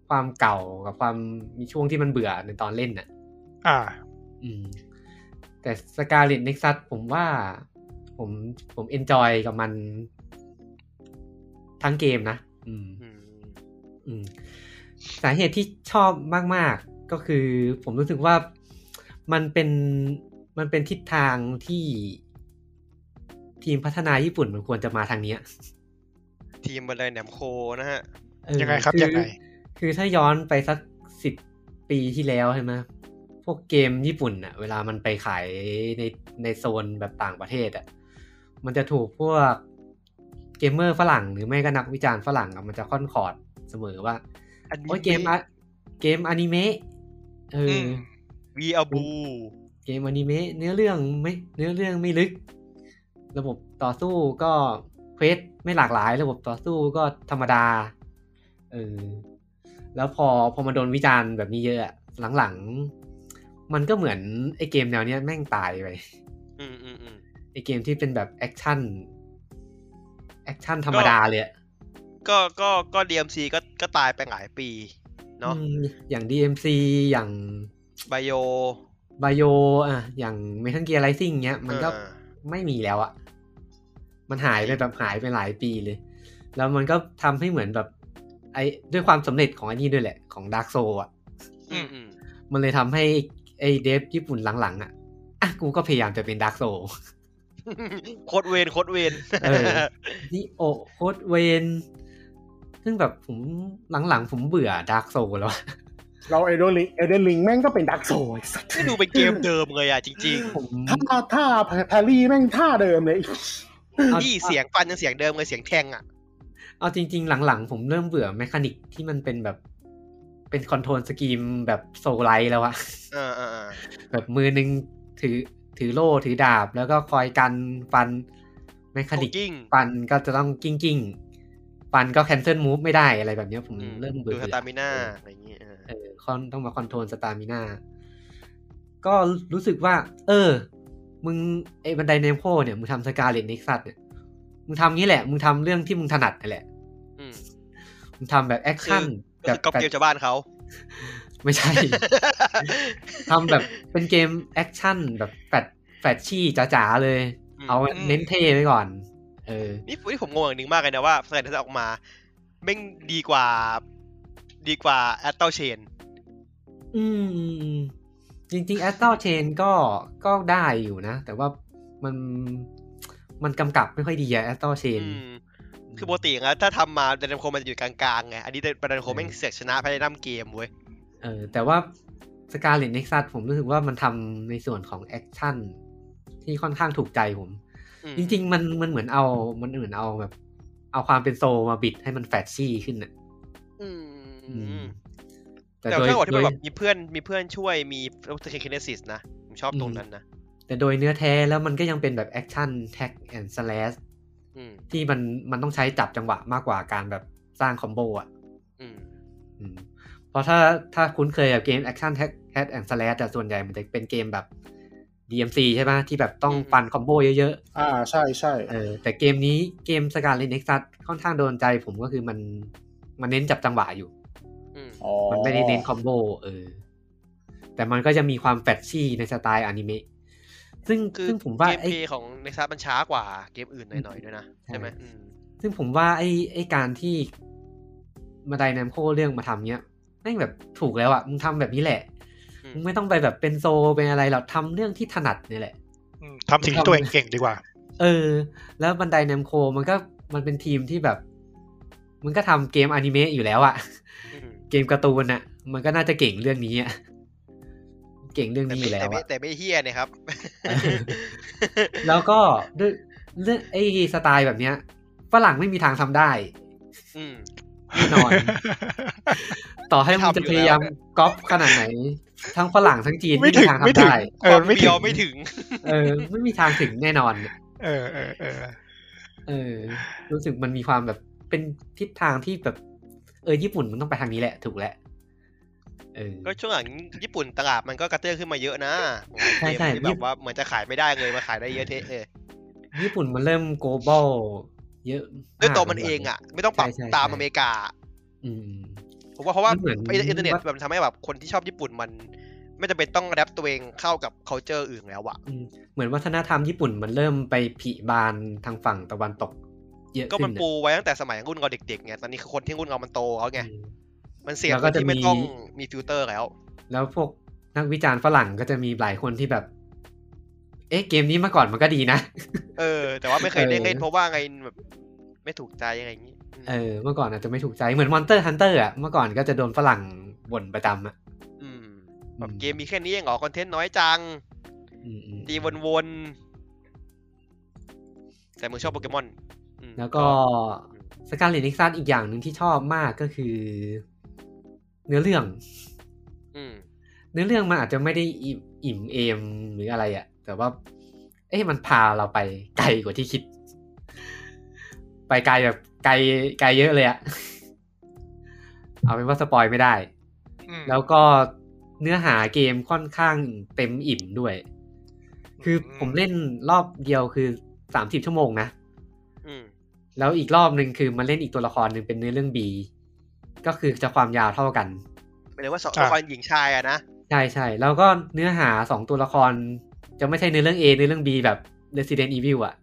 Speaker 1: ความเก่ากับความมีช่วงที่มันเบื่อในตอนเล่นน่ะ
Speaker 4: อ่า
Speaker 1: อืม แต่ Scarlet Nexus ผมว่า ผมผมเอนจอยกับมัน ทั้งเกมนะ อืม
Speaker 3: อืม
Speaker 1: อืมสาเหตุที่ชอบมาก ๆ ก็คือผมรู้สึกว่ามันเป็นมันเป็นทิศทางที่ทีมพัฒนาญี่ปุ่นมันควรจะมาทางเนี้ย
Speaker 3: ทีมบันไดแหนมโคนะฮะ
Speaker 1: เออ
Speaker 4: ยังไงครับ
Speaker 1: อ
Speaker 4: ยังไง
Speaker 1: คือถ้าย้อนไปสักสิบปีที่แล้วใช่ไหมพวกเกมญี่ปุ่นอะเวลามันไปขายในในโซนแบบต่างประเทศอะมันจะถูกพวกเกมเมอร์ฝรั่ง หรือไม่ก็นักวิจารณ์ฝรั่งอะมันจะค่อนคอร์ดเสมอว่า
Speaker 3: อันนี้
Speaker 1: โอ้ยเกมอะเกมอนิเมะเอออ
Speaker 3: มวีอาบู
Speaker 1: เกมอนิเมะเนื้อเรื่องไม่เนื้อเรื่องไม่ลึก ระบบต่อสู้ก็เควสไม่หลากหลาย ระบบต่อสู้ก็ธรรมดาเออแล้วพอพอมาโดนวิจารณ์แบบนี้เยอะอะหลังๆ มันก็เหมือนไอเกมแนวเนี้ยแม่งตายไป
Speaker 3: อืมอืมอืม
Speaker 1: ไอเกมที่เป็นแบบแอคชั่นแอคชั่นธรรมดาเลยอะ
Speaker 3: ก็ก็ก็ดีเอ็มซีก็ก็ตายไปหลายปีเนาะ
Speaker 1: อืมอย่าง DMC อย่าง
Speaker 3: ไบโอ
Speaker 1: ไบโออ่ะอย่าง Metal Gear Rising เนี้ยมันก็
Speaker 3: เออ
Speaker 1: ไม่มีแล้วอะมันหายไปแบบหายไปหลายปีเลย แล้วมันก็ทำให้เหมือนแบบ ไอ้ด้วยความสำเร็จของอันนี้ด้วยแหละ ของดาร์กโซอะ
Speaker 3: อืมอืม
Speaker 1: มันเลยทำให้ไอ้เดฟญี่ปุ่นหลังๆอะอ่ะกูก็พยายามจะเป็นดาร์กโซ
Speaker 3: โคตรเวนโคตรเวน
Speaker 1: เออ นี่โอโคดเวนซึ่งแบบผมหลังๆ ผมเบื่อดาร์กโซแล้วอะ
Speaker 2: เราเอเดนลิงเอเดนลิงแม่งก็เป็นดักโซไอ้สัส
Speaker 3: ไม่ดูเป็นเกมเดิมเลยอ่ะจริง
Speaker 1: ผม
Speaker 2: ท่าท่าแพรรี่แม่งท่าเดิมเลย
Speaker 1: เอา
Speaker 3: ๆนี่เสียงฟันยังเสียงเดิมเลยเสียงแทงอ่ะ
Speaker 1: เอาจริง ๆ หลังๆ ผมเริ่มเบื่อแมคานิกที่มันเป็นแบบเป็นคอนโทรลสกีมแบบโซไลท์แล้วอะ
Speaker 3: เออเออเออ
Speaker 1: แบบมือหนึ่งถือถือโล่ถือดาบ แล้วก็คอยกันฟันแมคานิก
Speaker 3: กิ้ง
Speaker 1: ฟันก็จะต้องกิ้งกิ้งฟันก็แคนเซิลมูฟไม่ได้อะไรแบบเนี้ยผมเริ่มเบื่อ
Speaker 3: ดูสตามิน่าอะไรอย่างงี้เออ
Speaker 1: เออคอนต้องมาคอนโทรลสตามิน่าก็รู้สึกว่า เออ มึงไอ้บันไดเนมโคเนี่ย มึงทำสกาเลตเน็กซัสเนี่ย มึงทำงี้แหละ มึงทำเรื่องที่มึงถนัดนั่นแหละ
Speaker 3: อืม
Speaker 1: มึงทำแบบแอคชั่น
Speaker 3: ก็
Speaker 1: แบบ
Speaker 3: คือก๊อปเกมชาวบ้านเขา
Speaker 1: ไม่ใช่ ทำแบบเป็นเกมแอคชั่นแบบแฟดแฟดชี่จ๋าๆเลย
Speaker 3: อืม
Speaker 1: เอา
Speaker 3: อืม
Speaker 1: เน้นเท่ไปก่อน เออ
Speaker 3: นี่นี่ผมงงอย่างหนึ่งมากเลยนะว่าแฟนที่ออกมาแม่งดีกว่า ดีกว่าแอตเต h เชน
Speaker 1: อืม จริงๆ a s t r a l Chain ก็ก็ได้อยู่นะ แต่ว่ามันมันกำกับไม่ค่อยดีอะ a s t r a l Chain
Speaker 3: คือปกติแล้วถ้าทำมาดันโคมันจะอยู่กลางๆไง อันนี้ดันโคแม่งเสียชนะภายในน้ำเกมเว้ย
Speaker 1: เออแต่ว่า Scarlet Nexus ผมรู้สึกว่ามันทำในส่วนของแอคชั่นที่ค่อนข้างถูกใจผม
Speaker 3: อืม
Speaker 1: จริง ๆ มันมันเหมือนเอา มันเหมือนเอาแบบ เอาความเป็นโซลมาบิดให้มันแฟดชี่ขึ้นอ่ะ
Speaker 3: อื
Speaker 1: อืม
Speaker 3: ม แต่
Speaker 1: โดย
Speaker 3: ถ้าบอกที่มัน
Speaker 1: โด
Speaker 3: แบ
Speaker 1: ย
Speaker 3: บมีเพื่อนมีเพื่อนช่วยมีเทคเนซิสนะ ผมชอบตรงนั้นนะ
Speaker 1: แต่โดยเนื้อแท้แล้วมันก็ยังเป็นแบบแอคชั่นแท็กแอนด์สแลช
Speaker 3: อืม
Speaker 1: ที่มันมันต้องใช้จับจังหวะมากกว่าการแบบสร้างคอมโบอ่ะ
Speaker 3: อืม
Speaker 1: อืมเพราะถ้าถ้าคุ้นเคยกับเกมแอคชั่นแท็กแท็กแอนด์สแลชแต่ส่วนใหญ่มันจะเป็นเกมแบบ DMC ใช่ไหมที่แบบต้อง
Speaker 3: อืม
Speaker 1: ปันคอมโบเยอะ
Speaker 2: อ่าใช่ใช่
Speaker 1: ๆเออแต่เกมนี้เกมสการเลนเน็กซัสค่อนข้างโดนใจผมก็คือมันมันเน้นจับจังหวะอยู่
Speaker 3: อืม
Speaker 2: อ๋อ
Speaker 1: มันไม่ได้เน้นคอมโบเออ แต่มันก็จะมีความแฟชชี่ในสไตล์อนิเมะซึ่ง
Speaker 3: คือ
Speaker 1: ซึ่งผมว่า
Speaker 3: เกม
Speaker 1: ไอ้
Speaker 3: เพลย์ของเน็กซัสมันช้ากว่าเกมอื่นหน่อยๆด้วยนะ
Speaker 1: ใช่
Speaker 3: ใช่ไหมอืม
Speaker 1: ซึ่งผมว่าไอ้ไอ้การที่มาไดนามโคเรื่องมาทำเนี้ยแม่งแบบถูกแล้วอะมึงทำแบบนี้แหละ
Speaker 3: อืม
Speaker 1: มึงไม่ต้องไปแบบเป็นโซเป็นอะไรหรอกทำเรื่องที่ถนัดนี่แหละ
Speaker 4: อืมทำสิ่งที่ตัวเองเก่งดีกว่า
Speaker 1: เออ แล้วบันไดนามโคมันก็มันเป็นทีมที่แบบ มันก็ทำเกมอนิเมะอยู่แล้วอะ
Speaker 3: อืม
Speaker 1: เกมการ์ตูนอะมันก็น่าจะเก่งเรื่องนี้อะเก่งเรื่อง
Speaker 3: แต่
Speaker 1: นี้อ
Speaker 3: ไม่
Speaker 1: ยู่แล้ว
Speaker 3: แต่ไม่
Speaker 1: อะ
Speaker 3: แต่ไม่เฮียเนะครับ
Speaker 1: เออ แล้วก็ด้วยเรื่องไอ้สไตล์แบบเนี้ยฝรั่งไม่มีทางทำได้
Speaker 3: อืม
Speaker 1: แน่นอน ต่อให้มึงจะพยายามก๊อปขนาดไหน ทั้งฝรั่งทั้งจีน
Speaker 4: ไม่
Speaker 1: ไม่มี
Speaker 4: ถึง
Speaker 1: ทาง
Speaker 4: ไม่
Speaker 1: ทำ
Speaker 4: ถึง
Speaker 1: ได้
Speaker 4: เออไม่
Speaker 3: ไม่
Speaker 4: ถึ
Speaker 3: ย
Speaker 4: ง
Speaker 3: อมไม่ถึง
Speaker 1: เออ ไม่มีทางถึงแน่นอน
Speaker 4: เออเออเออ
Speaker 1: เออ รู้สึกมันมีความแบบเป็นทิศทางที่แบบ เออญี่ปุ่นมันต้องไปทางนี้แหละถูกแล้วเออ
Speaker 3: ก็ช่วงหลังญี่ปุ่นตลาดมันก็กระเตื้องขึ้นมาเยอะนะ
Speaker 1: ใช่ใช่
Speaker 3: เกมที่แบบว่าเหมือนจะขายไม่ได้เลยมาขายได้เยอะเทะเออ
Speaker 1: ญี่ปุ่นมันเริ่ม global เยอะาก
Speaker 3: ด้วยตัวมันเองอ่ะ ไม่ต้องปรับ
Speaker 1: ใช่ใช่
Speaker 3: ตาม
Speaker 1: ใช่
Speaker 3: อเมริกา
Speaker 1: อืม
Speaker 3: ผมว่าเพราะว่า
Speaker 1: เหมือน
Speaker 3: ไอ้อินเทอร์เน็ต
Speaker 1: ว่า
Speaker 3: แบบทำให้แบบคนที่ชอบญี่ปุ่นมัน ไม่จำเป็นต้องอัดแอปตัวเองเข้ากับ culture อื่นแล้วอะ
Speaker 1: อืมเหมือนวัฒนธรรมญี่ปุ่นมันเริ่มไปผลิบานทางฝั่งตะวันตก เยอะ
Speaker 3: ก็
Speaker 1: ขึ้
Speaker 3: มัน
Speaker 1: น
Speaker 3: ปูไว้ตั้งแต่สมัยรุ่นเราเด็กๆไงตอนนี้คือคนที่รุ่นเรามันโตแล้วไง
Speaker 1: อะ
Speaker 3: มันเสี่ยง
Speaker 1: แล้วก็จะ
Speaker 3: ที่ไม่ต้อง
Speaker 1: มี
Speaker 3: มีฟิลเตอร์แล้ว
Speaker 1: แล้วพวกนักวิจารณ์ฝรั่งก็จะมีหลายคนที่แบบ เอ๊ะเกมนี้มาก่อนมันก็ดีนะ
Speaker 3: เออ แต่ว่าไม่เคยได้เล่น
Speaker 1: เออ
Speaker 3: เพราะว่าไงแบบไม่ถูกใจอะไรอย่างนี้ม
Speaker 1: เออเมื่อก่อนอาจจะไม่ถูกใจเหมือนมอนเตอร์ฮันเตอร์อ่ะเมื่อก่อนก็จะโดนฝรั่งบ่นประจำอ่ะ
Speaker 3: มแบบเกมมีแค่นี้เองเหรอคอนเทนต์น้อยจัง
Speaker 1: อืมอืม
Speaker 3: ตีวนๆแต่มึงชอบโปเกมอนอืม
Speaker 1: แล้วก็สการ์เลนิกซันอีกอย่างหนึ่งที่ชอบมากก็คือ เนื้อเรื่อง
Speaker 3: อืม
Speaker 1: เนื้อเรื่องมันอาจจะไม่ได้อิ่มอิ่มเอมหรืออะไรอะแต่ว่า เอ๊ะมันพาเราไปไกลกว่าที่คิด ไปไกลแบบไกลไกลเยอะเลย อะเอาเป็นว่าสปอยไม่ได้
Speaker 4: อืม
Speaker 1: แล้วก็เนื้อหาเกมค่อนข้างเต็มอิ่มด้วย คือ
Speaker 4: อืม
Speaker 1: ผมเล่นรอบเดียวคือสามสิบชั่วโมงนะ
Speaker 3: อืม
Speaker 1: แล้วอีกรอบหนึ่งคือมาเล่นอีกตัวละครหนึ่งเป็นเนื้อเรื่องบี ก็คือจะความยาวเท่ากัน
Speaker 3: หมายถึงว่าสอง
Speaker 4: อ่ะ
Speaker 3: ละครหญิงชายอะนะ
Speaker 1: ใช่ใช่แล้วก็เนื้อหาสองตัวละคร จะไม่ใช่เนื้อเรื่อง A เนื้อเรื่อง B แบบ Resident Evil อ่ะ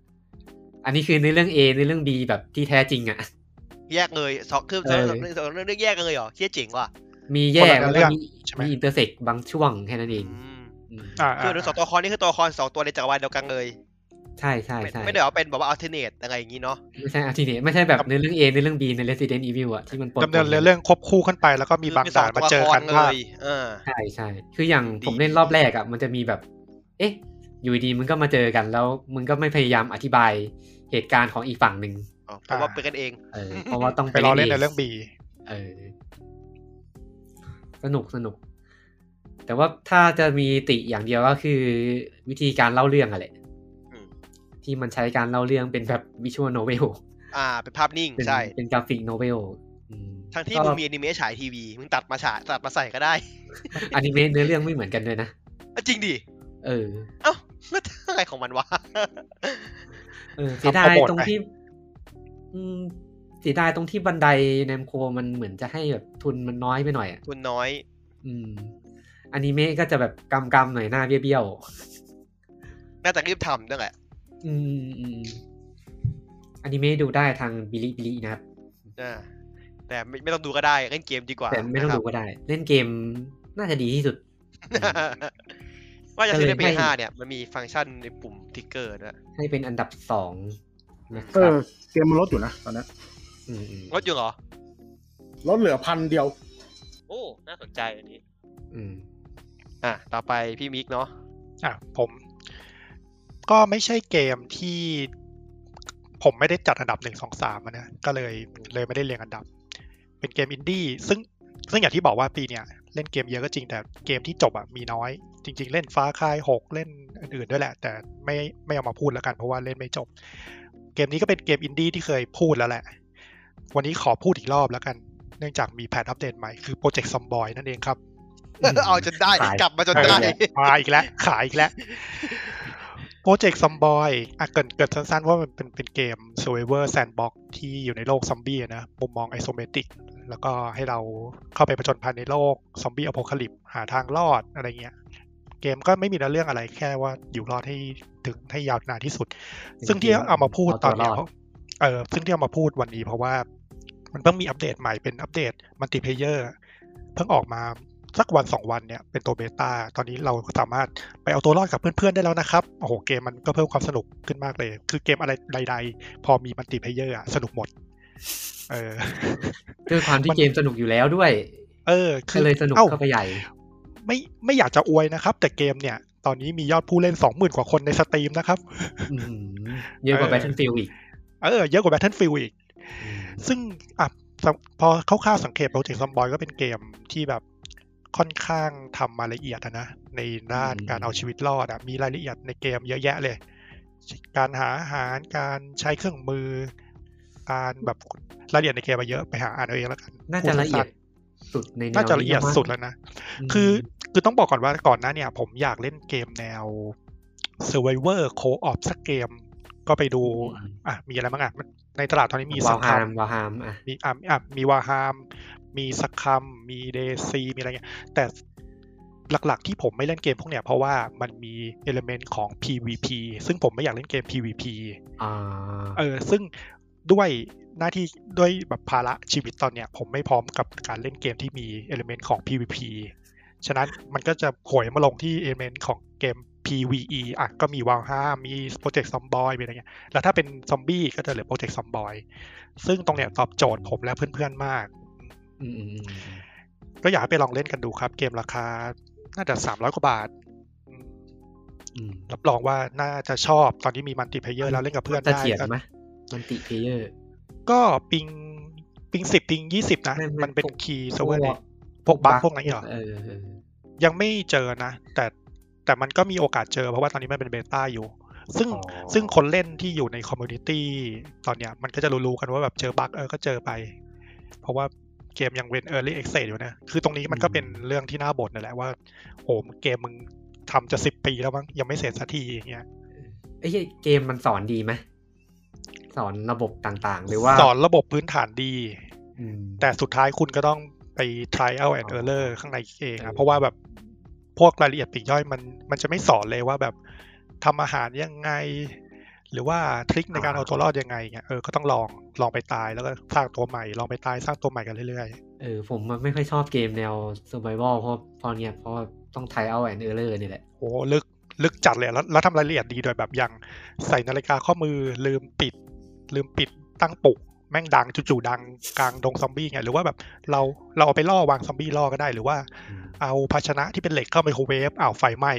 Speaker 1: อันนี้คือเนื้อเรื่อง A เนื้อเรื่อง B แบบที่แท้จริงอ่ะ
Speaker 3: แยกเลยสองคือ
Speaker 1: เอ
Speaker 3: สอง
Speaker 1: อ
Speaker 3: สองสองเรื่องเรื่องแยกกันเลยเหรอเชี่ยเจ๋งว่ะ
Speaker 1: มีแยก
Speaker 4: คนละ
Speaker 1: แล้ว
Speaker 4: เรื่
Speaker 1: ก็
Speaker 4: อง
Speaker 1: มี
Speaker 4: ใช่ไหม
Speaker 1: มีอินเตอร์เซ็กบางช่วงแค่นั้นเอง
Speaker 3: อืม
Speaker 1: อืม
Speaker 4: อ่า
Speaker 3: คือทั้งสองตัวละครนี่คือตัวละครสองตัวในจักรวาลเดียวกันเลย
Speaker 1: ใช่ใช่
Speaker 3: ไม่
Speaker 1: ใช่
Speaker 3: ไม่ได้เอาเป็นแบบว่าอัลเทอร์เนทอะไรอย่างนี้เนาะ
Speaker 1: ไม่ใช่อาทีเนี้ไม่ใช่แบบเนื้อเรื่อง A เนื้อเรื่อง B ใน Resident Evil อ่ะที่มันปน
Speaker 4: ดำเนินเรื่องควบคู่ขึ้นไปแล้วก็มีบาง
Speaker 3: คือสอ
Speaker 4: ด่าง น
Speaker 3: ตัว
Speaker 4: มา
Speaker 3: ละ
Speaker 4: เจอ
Speaker 3: ค
Speaker 4: กั
Speaker 3: ร
Speaker 4: น
Speaker 3: เล
Speaker 4: ว่าย
Speaker 3: เออ
Speaker 1: ใช่ใช่คืออย่าง
Speaker 3: ดี
Speaker 1: ผมเล่นรอบแรกอ่ะมันจะมีแบบ เอ๊ะ อยู่ดีๆมันก็มาเจอกันแล้วมึงก็ไม่พยายามอธิบายเหตุการณ์ของอีกฝั่งหนึ่ง
Speaker 3: อ๋อเพราะว่าเป็นกันเอง
Speaker 1: เออเพราะว่าต้อง
Speaker 4: ไปรอเล่น
Speaker 1: ง
Speaker 4: ในเรื่องบี
Speaker 1: เออสนุกสนุก แต่ว่าถ้าจะมีติอย่างเดียวก็คือ วิธีการเล่าเรื่องอะแหละ
Speaker 3: อืม
Speaker 1: ที่มันใช้การเล่าเรื่องเป็นแบบวิชวลโนเวล
Speaker 3: อ่า เป็นภาพนิ่ง
Speaker 1: เป็น
Speaker 3: ใช่
Speaker 1: เป็นกราฟิกโนเวลอืม
Speaker 3: ทั้งที่
Speaker 1: ก็
Speaker 3: มึงมีอนิเมะฉายทีวีมึงตัดมาฉายตัดมาใส่ก็ได้
Speaker 1: อนิเมะเนื้อเรื่องไม่เหมือนกันด้วยนะ
Speaker 3: อ่ะจริง ดิ
Speaker 1: เออ
Speaker 3: เอ้าแล้วอะไรของมันวะ
Speaker 1: เออเสียดายตรงที่ อืมเสียดายตรงที่บันไดแนมโคมันเหมือนจะให้แบบทุนมันน้อยไปหน่อยอะ
Speaker 3: ทุนน้อย
Speaker 1: อืมอนิเมะก็จะแบบกำกำๆหน่อยหน้าเบี้ยวๆ
Speaker 3: น่าจะรีบทำด้วยแหละ
Speaker 1: อืมอืมอนิเมะดูได้ทางบิลิบิลินะครับ
Speaker 3: อ่าแต่ไม่ไม่ต้องดูก็ได้เล่นเกมดีกว่า
Speaker 1: แต่ไม่ต้องดูก็ได้ เล่นเกมน่าจะดีที่สุด
Speaker 3: นะครับ ว่าจะซื้อใน
Speaker 1: ก็
Speaker 3: ปี
Speaker 1: เลยให้
Speaker 3: ห้าเนี่ยมันมีฟังก์ชันในปุ่มทิกเกอร์ด้วย
Speaker 1: ให้เป็นอันดับสองนะค
Speaker 2: เอ
Speaker 1: รับ
Speaker 2: อเกมมันลดอยู่นะตอนนี้
Speaker 1: มอืม
Speaker 3: ลดอยู่เหรอ
Speaker 2: ลดเหลือพันเดียว
Speaker 3: โอ้ น่าสนใจอันนี้
Speaker 1: อืม
Speaker 3: อ่ะ ต่อไปพี่มิกเนาะ
Speaker 4: อ่ะผม ก็ไม่ใช่เกมที่ ผมไม่ได้จัดอันดับหนึ่งสองสามนะก็เลยเลยไม่ได้เรียงอันดับ เป็นเกมอินดี้ซึ่งซึ่งอย่างที่บอกว่าปีเนี้ยเล่นเกมเยอะก็จริงแต่เกมที่จบอ่ะมีน้อย จริง ๆ เล่นฟ้าคายหกเล่นอนอื่นด้วยแหละ แต่ไม่ไม่เอามาพูดแล้วกันเพราะว่าเล่นไม่จบ เกมนี้ก็เป็นเกมอินดี้ที่เคยพูดแล้วแหละ วันนี้ขอพูดอีกรอบแล้วกัน เนื่องจากมีแพทอัปเดตใหม่คือโปรเจกต์ซอมบอยนั่นเองครับ
Speaker 3: เอาจนได้
Speaker 1: ขาย
Speaker 3: กลับมาจนได้
Speaker 4: เออมาอีกแล้ว ขายอีกแล้ว โปรเจกต์ซอมบอยอ่ะเกรินเกรินสั้นๆ ว่ามันเป็นเป็นเกม Survivor Sandbox ที่อยู่ในโลกซอมบี้อะนะมุมมองไอโซเมตริก แล้วก็ให้เราเข้าไปผจญภัยในโลกซอมบี้อโพคาลิปหาทางรอดอะไรเงี้ย เกมก็ไม่มีเนื้อเรื่องอะไรแค่ว่าอยู่รอดให้ถึงให้ยาวนานที่สุด ซึ่งที่เอามาพูดตอนเนี้ย
Speaker 1: เอาตัวรอด
Speaker 4: เพราะเออซึ่งที่เอามาพูดวันนี้เพราะว่า มันเพิ่งมีอัปเดตใหม่เป็นอัปเดตมัลติเพเยอร์เพิ่งออกมาสักวันสองวันเนี่ยเป็นตัวเบต้าตอนนี้เราสามารถไปเอาตัวรอดกับเพื่อนๆได้แล้วนะครับโอ้โหเกมมันก็เพิ่มความสนุกขึ้นมากเลย คือเกมอะไรใด ๆ พอมีมัลติเพเยอร์อะสนุกหมด เออ
Speaker 1: ด้วยความที่
Speaker 4: มัน
Speaker 1: เกมสนุกอยู่แล้วด้วย
Speaker 4: เออคื
Speaker 1: ก็
Speaker 4: อ
Speaker 1: เลยสนุก
Speaker 4: อ้
Speaker 1: เข้าไปใหญ่
Speaker 4: ไม่ไม่อยากจะอวยนะครับ แต่เกมเนี่ย ตอนนี้มียอดผู้เล่น 20,000 กว่าคนในสตรีมนะครับ
Speaker 1: อืมเยอะกว่า
Speaker 4: เออ
Speaker 1: แบทเทิลฟิลอีก
Speaker 4: เออเยอะกว่า Battlefield อีก
Speaker 1: อืม
Speaker 4: ซึ่งอ่ะสำพอคร่าวๆสังเกตโปรเจกต์ซอมบอยก็เป็นเกมที่แบบค่อนข้างทำมาละเอียดอะนะ ในด้านการเอาชีวิตรอดอะมีรายละเอียดในเกมเยอะแยะเลย การหาอาหารการใช้เครื่องมือ การแบบรายละเอียดในเกมมาเยอะไปหาอ่านเอาเองแล้วกัน
Speaker 1: น่าจะละเอียด
Speaker 4: พูสั้น
Speaker 1: สุดในแนว
Speaker 4: ๆน่าจะละเอียดสุดแล้วนะ
Speaker 1: ม
Speaker 4: คือคือต้องบอกก่อนว่าก่อนหน้าเนี่ยผมอยากเล่นเกมแนว Survivor Co-op สักเกม ก็ไปดูอ่ะมีอะไรบ้างอ่ะมันในตลาดตอนนี้มี
Speaker 1: วา
Speaker 4: สั
Speaker 1: ว
Speaker 4: ก
Speaker 1: ฮาม
Speaker 4: คำ
Speaker 1: วาวฮามอ่ะ
Speaker 4: มีอ่ะอ่ะมีวาฮาม มีสักคำมีเดซีมีอะไรเงี้ยแต่หลักๆที่ผมไม่เล่นเกมพวกเนี้ยเพราะว่ามันมีเอลเมนต์ของ PVP ซึ่งผมไม่อยากเล่นเกม PVP
Speaker 1: อ่า
Speaker 4: เออซึ่ง ด้วยหน้าที่ด้วยแบบภาระชีวิตตอนเนี้ย ผมไม่พร้อมกับการเล่นเกมที่มีเอลเมนต์ของ PVP ฉะนั้นมันก็จะโหยมาลงที่เอลเมนต์ของเกม PVE อ่ะก็มีวาลห้ามีโปรเจกต์ซอมบอยมีอะไรเงี้ยแล้วถ้าเป็นซอมบี้ก็จะเหลือโปรเจกต์ซอมบอยซึ่งตรงเนี้ยตอบโจทย์ผมและเพื่อนๆมาก
Speaker 1: อืมอืมอืมอืม
Speaker 4: ก็อยากให้ไปลองเล่นกันดูครับ เกมราคา น่าจะสามร้อยกว่าบาทอืม
Speaker 1: อืม
Speaker 4: รับรองว่าน่าจะชอบตอนนี้มีมัลติเพเยอร์แล้วเล่นกับเพื่อน
Speaker 1: จะ
Speaker 4: ได้
Speaker 1: เถียง
Speaker 4: ก็
Speaker 1: ไหมมันติเพเยอร์
Speaker 4: ก็ปิงปิงสิบปิงยี่สิบนะ
Speaker 1: ไม่ไม่
Speaker 4: มันเป็น
Speaker 1: พวก
Speaker 4: คีย์เซิร์ฟเวอร์เลย พวกบั๊กพวกนั้นเหรอ
Speaker 1: เออเออ
Speaker 4: ยังไม่เจอนะ แต่แต่มันก็มีโอกาสเจอเพราะว่าตอนนี้มันเป็นเบต้าอยู่ ซึ่ง
Speaker 1: อ๋อ
Speaker 4: ซึ่งคนเล่นที่อยู่ในคอมมูนิตี้ตอนเนี้ยมันก็จะรู้ๆกันว่าแบบเจอบั๊กเออก็เจอไป เพราะว่าเกมยังเป็น Early Access อยู่นะ คือตรงนี้มันก็เป็นเรื่องที่น่าบ่นนั่นแหละว่าโหมเกมมึงทำจะสิบปีแล้วมั้งยังไม่เสร็จสักทีอย่างเงี้ย
Speaker 1: ไอ้ยเกมมันสอนดีไหมสอนระบบต่างๆ หรือว่า
Speaker 4: สอนระบบพื้นฐานดี
Speaker 1: อืม
Speaker 4: แต่สุดท้ายคุณก็ต้องไป trial and
Speaker 1: อ๋อ
Speaker 4: error ข้างในเอง
Speaker 1: เอ
Speaker 4: อะ
Speaker 1: อ
Speaker 4: เพราะว่าแบบพวกรายละเอียดปลีกย่อยมันมันจะไม่สอนเลยว่าแบบทำอาหารยังไง หรือว่าทริคในการเอาตัวรอดยังไงเงี้ยเออก็ต้องลองลองไปตายแล้วก็สร้างตัวใหม่ ลองไปตายสร้างตัวใหม่กันเรื่อย
Speaker 1: เออผมมันไม่ค่อยชอบเกมแนว survival เพราะเพอเนี้ยเพราะว่าต้องไทเอาแอนเออร์เลอร์นี่แหละ
Speaker 4: ๆโหลึกลึกจัดเลยแล้วแล้วทำรายละเอียดดีโดวยแบบอย่างใส่นาฬิกาข้อมือลืมปิด ลืมปิดตั้งปลุกแม่งดังจู่ๆดังกลางดงซอมบี้ไงหรือว่าแบบเราเราเอาไปล่อวางซอมบี้ล่อก็ได้หรือว่า เอาภาชนะที่เป็นเหล็กเข้าไมโครเวฟอ้าวไฟไหม้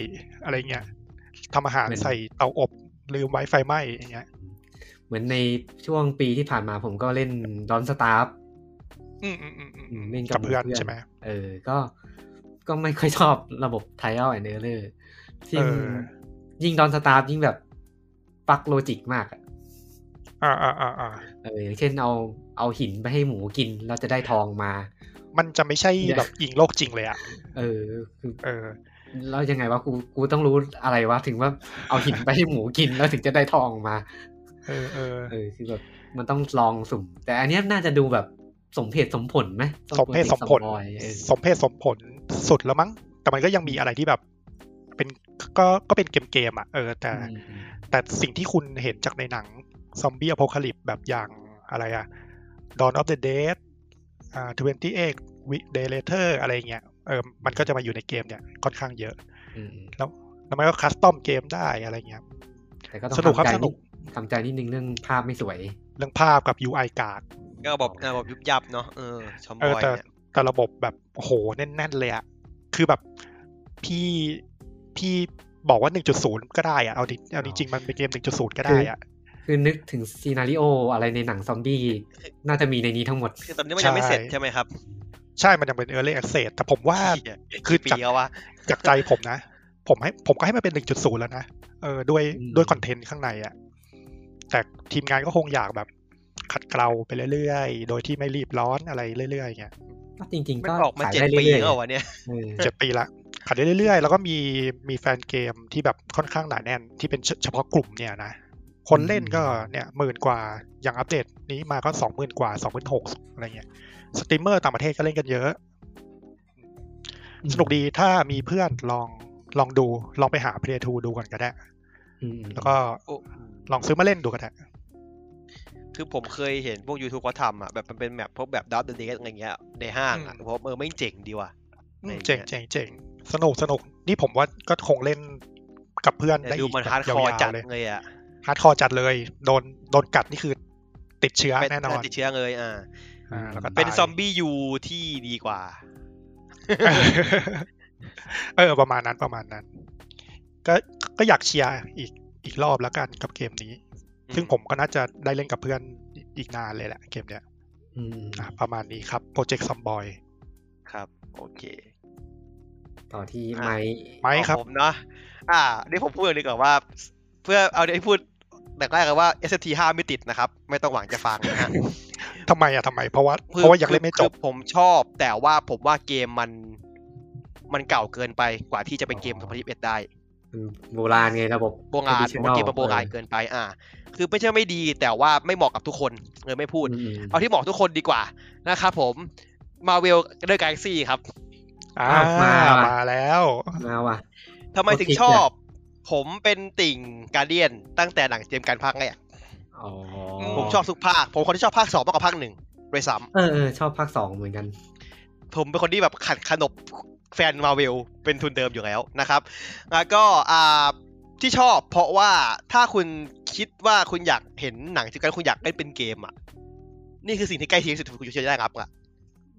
Speaker 4: อะไรเงี้ยทำอาหาร
Speaker 1: เป็น
Speaker 4: ใส่เตาอบลืมไว้ไฟไหม้อย่างเงี้ย
Speaker 1: เหมือนในช่วงปีที่ผ่านมาผมก็เล่นดอนสตาร์
Speaker 4: อืมอืมอืมอืม
Speaker 1: อืมเล่นกับ
Speaker 4: กับเพื่อน
Speaker 1: เพื่อน
Speaker 4: ใช่ไหม
Speaker 1: เออ ก็ ก็ไม่ค่อยชอบระบบ Trial and Error ที่
Speaker 4: เออ
Speaker 1: ยิ่งดอนสตาร์ยิ่งแบบปักโลจิกมากอะ
Speaker 4: อ่าอ่าอ่าอ่า
Speaker 1: เอออย่างเช่นเอาเอาหินไปให้หมูกินเราจะได้ทองมา
Speaker 4: มันจะไม่ใช่
Speaker 1: เนี่ย
Speaker 4: แบบยิงโลกจริงเลยอ่ะ
Speaker 1: เออคือ
Speaker 4: เออ
Speaker 1: แล้วยังไงวะกูกูต้องรู้อะไรวะถึงว่าเอาหินไปให้หมูกินแล้วถึงจะได้ทองมา
Speaker 4: เออเออ
Speaker 1: เออคือแบบมันต้องลองสุ่ม แต่อันเนี้ยน่าจะดูแบบสมเหตุสมผลไหม
Speaker 4: สมเพศสมผล
Speaker 1: บอยเออ
Speaker 4: สมเพศสมผลสุดแล้วมั้ง แต่มันก็ยังมีอะไรที่แบบ เป็นก็ก็เป็นเกมเกมๆอ่ะเออแต่
Speaker 1: อืม
Speaker 4: แต่สิ่งที่คุณเห็นจากในหนังซอมบี้อพ c a ลิปแบบอย่างอะไรอะ Dawn of the Dead อ่า28 Week Day Later อะไรเงี้ยเออมันก็จะมาอยู่ในเกมเนี่ยค่อนข้างเยอะ
Speaker 1: อืมอืม
Speaker 4: แล้วแล้วมันก็คัสตอมเกมได้อะไรเงี้ย
Speaker 1: แต่ก็ต้อง
Speaker 4: สนุกครับ
Speaker 1: ทำใจ
Speaker 4: สนุก
Speaker 1: นิดทำใจนิดนึงเรื่องภาพไม่สวย
Speaker 4: เรื่องภาพกับ UI การ์ด
Speaker 3: ก็ระบบระบบยุบยับเนาะเออชอม
Speaker 4: เอบ อ
Speaker 3: อย
Speaker 4: แต่
Speaker 3: เนี่ย
Speaker 4: แต่ระบบแบบโอ้โหแน่น ๆ เลยอะคือแบบพี่พี่บอกว่า 1.0 ก็ได้อะเอาดิเอาจริงๆมันเป็นเกม 1.0 ก็ได้อะ
Speaker 1: คือนึกถึงซีนารีโออะไรในหนังซอมบี้ น่าจะมีในนี้ทั้งหมด
Speaker 3: คือตอนนี้มันยังไม่เสร็จใช่ไหมครับ
Speaker 4: ใช่มันยังเป็น Early Access แต่ผมว่า
Speaker 3: เหี้ย
Speaker 4: คือ
Speaker 3: ปี
Speaker 4: จาก
Speaker 3: แล้ววะ
Speaker 4: จากใจผมนะ ผมให้ผมก็ให้มันเป็น 1.0 แล้วนะ เออด้วย
Speaker 1: อืม
Speaker 4: ด้วยคอนเทนต์ข้างในอะแต่ทีมงานก็คงอยากแบบขัดเกลาไปเรื่อยๆ โดยที่ไม่รีบร้อนอะไรเรื่อยๆเงี้ย
Speaker 1: ก็จริง ๆ
Speaker 3: มัน
Speaker 1: ก็
Speaker 3: ออกมา
Speaker 1: ขาย
Speaker 3: เจ็ด
Speaker 1: ได้
Speaker 3: ปี
Speaker 1: เรื่อยๆ
Speaker 3: แล้ววะเนี่ย
Speaker 1: เออ
Speaker 4: เจ็ดปีละขัดได้เรื่อยๆ แล้วก็มีมีแฟนเกมที่แบบค่อนข้างหนาแน่นที่เป็นเฉเฉพาะกลุ่มเนี่ยนะ คนเล่นก็เนี่ยหมื่นกว่าอย่างอัปเดตนี้มาก็สองหมื่นกว่าสองหมื่นหกอะไรเงี้ยสตรีมเมอร์ต่างประเทศก็เล่นกันเยอะ สนุกดีถ้ามีเพื่อนลองลองดูลองไปหาเพลย์ทูดูก่อนก็ได้
Speaker 1: อืม
Speaker 4: แล้วก็
Speaker 3: โอ้
Speaker 4: ลองซื้อมาเล่นดูก็ได้
Speaker 3: คือผมเคยเห็นพวก YouTube เขาทำอ่ะแบบมันเป็นแบบพวกแบบดับเด e อะไรเงี้ยในห้างอ่ะเพราะเออไม่งเจ๋งดีว่ะ
Speaker 4: อืม
Speaker 3: อะไรอย่างเงี้ย
Speaker 4: เจ๋งเจ๋งเจ๋งสนุกสนุกนี่ผมว่าก็คงเล่นกับเพื่อน
Speaker 3: แต่
Speaker 4: ได้
Speaker 3: ดู
Speaker 4: อีก
Speaker 3: มัน
Speaker 4: แบบ
Speaker 3: ฮาร์ดคอร์
Speaker 4: ยาว
Speaker 3: จัด
Speaker 4: ๆเลย
Speaker 3: เลยอ่ะ
Speaker 4: ฮาร์ดคอร์จัดเลยโดนโดนกัดนี่คือติดเชื้อ
Speaker 3: เป็น
Speaker 4: แน่นอน
Speaker 3: ติดเชื้อเลยอ่า
Speaker 4: อ่าแล้วก็ตาย
Speaker 3: เป็นซอม บี้ยูที่ดีกว่า
Speaker 4: เออประมาณนั้นประมาณนั้น ก็ก็อยากเชียร์อีกอีกรอบแล้วกันกับเกมนี้
Speaker 3: อืม
Speaker 4: ซึ่งผมก็น่าจะได้เล่นกับเพื่อนอีกนานเลยแหละเกมเนี้ย
Speaker 1: อืม
Speaker 4: อ่ะประมาณนี้ครับโปรเจกต์ซอมบอย
Speaker 3: ครับ โอเค
Speaker 1: ต่อที่
Speaker 3: อ่ะ
Speaker 1: ไม้
Speaker 4: ไม้ครับ
Speaker 3: ของผมเนาะอ่าเดี๋ยวผมพูดเลยดีกว่าว่า เพื่อเอาเดี๋ยวให้พูดแต่แรกเลยว่า ST 5ไม่ติดนะครับ ไม่ต้องหวังจะฟังนะ ฮะ
Speaker 4: ทำไมอ่ะทำไมเพราะว่า
Speaker 3: คือ
Speaker 4: เพราะว่ายังเล่นไม่จบ
Speaker 3: คือผมชอบ แต่ว่าผมว่าเกมมันมันเก่าเกินไปกว่าที่จะเป็นเกม 2021 ได้
Speaker 1: มันโบราณไงระบบ
Speaker 3: โบราณผมว่า
Speaker 1: traditional
Speaker 3: เกมมันโบราณเกินไปอ่า คือไม่ใช่ไม่ดีแต่ว่าไม่เหมาะกับทุกคนเลยไม่พูด
Speaker 1: อืม
Speaker 3: เอาที่เหมาะกับทุกคนดีกว่านะครับผมมาเวลเดอร์กาแล็กซี่ครับ
Speaker 4: อ่า
Speaker 1: อ้าวมาว่ะ
Speaker 4: มาแล้ว
Speaker 1: มาว่ะ
Speaker 3: ทำไมถึง
Speaker 1: โอเค
Speaker 3: ชอบ ผมเป็นติ่งกาเดียนตั้งแต่หลังเจมส์การภาคแรก
Speaker 1: อ๋อ
Speaker 3: ผมชอบทุกภาค ผมคนที่ชอบภาคสองมากกว่าภาคหนึ่งเลยซ้
Speaker 1: เออเออชอบภาคสองเหมือนกัน
Speaker 3: ำผมเป็นคนที่แบบขัดขนบแฟนมาเวลเป็นทุนเดิมอยู่แล้วนะครับแล้วก็อ่าที่ชอบเพราะว่าถ้าคุณคิดว่าคุณอยากเห็นหนังที่กันคุณอยากเล่นเป็นเกมอ่ะ นี่คือสิ่งที่ใกล้เคียงที่สุดที่คุณจะได้รับอ่ะ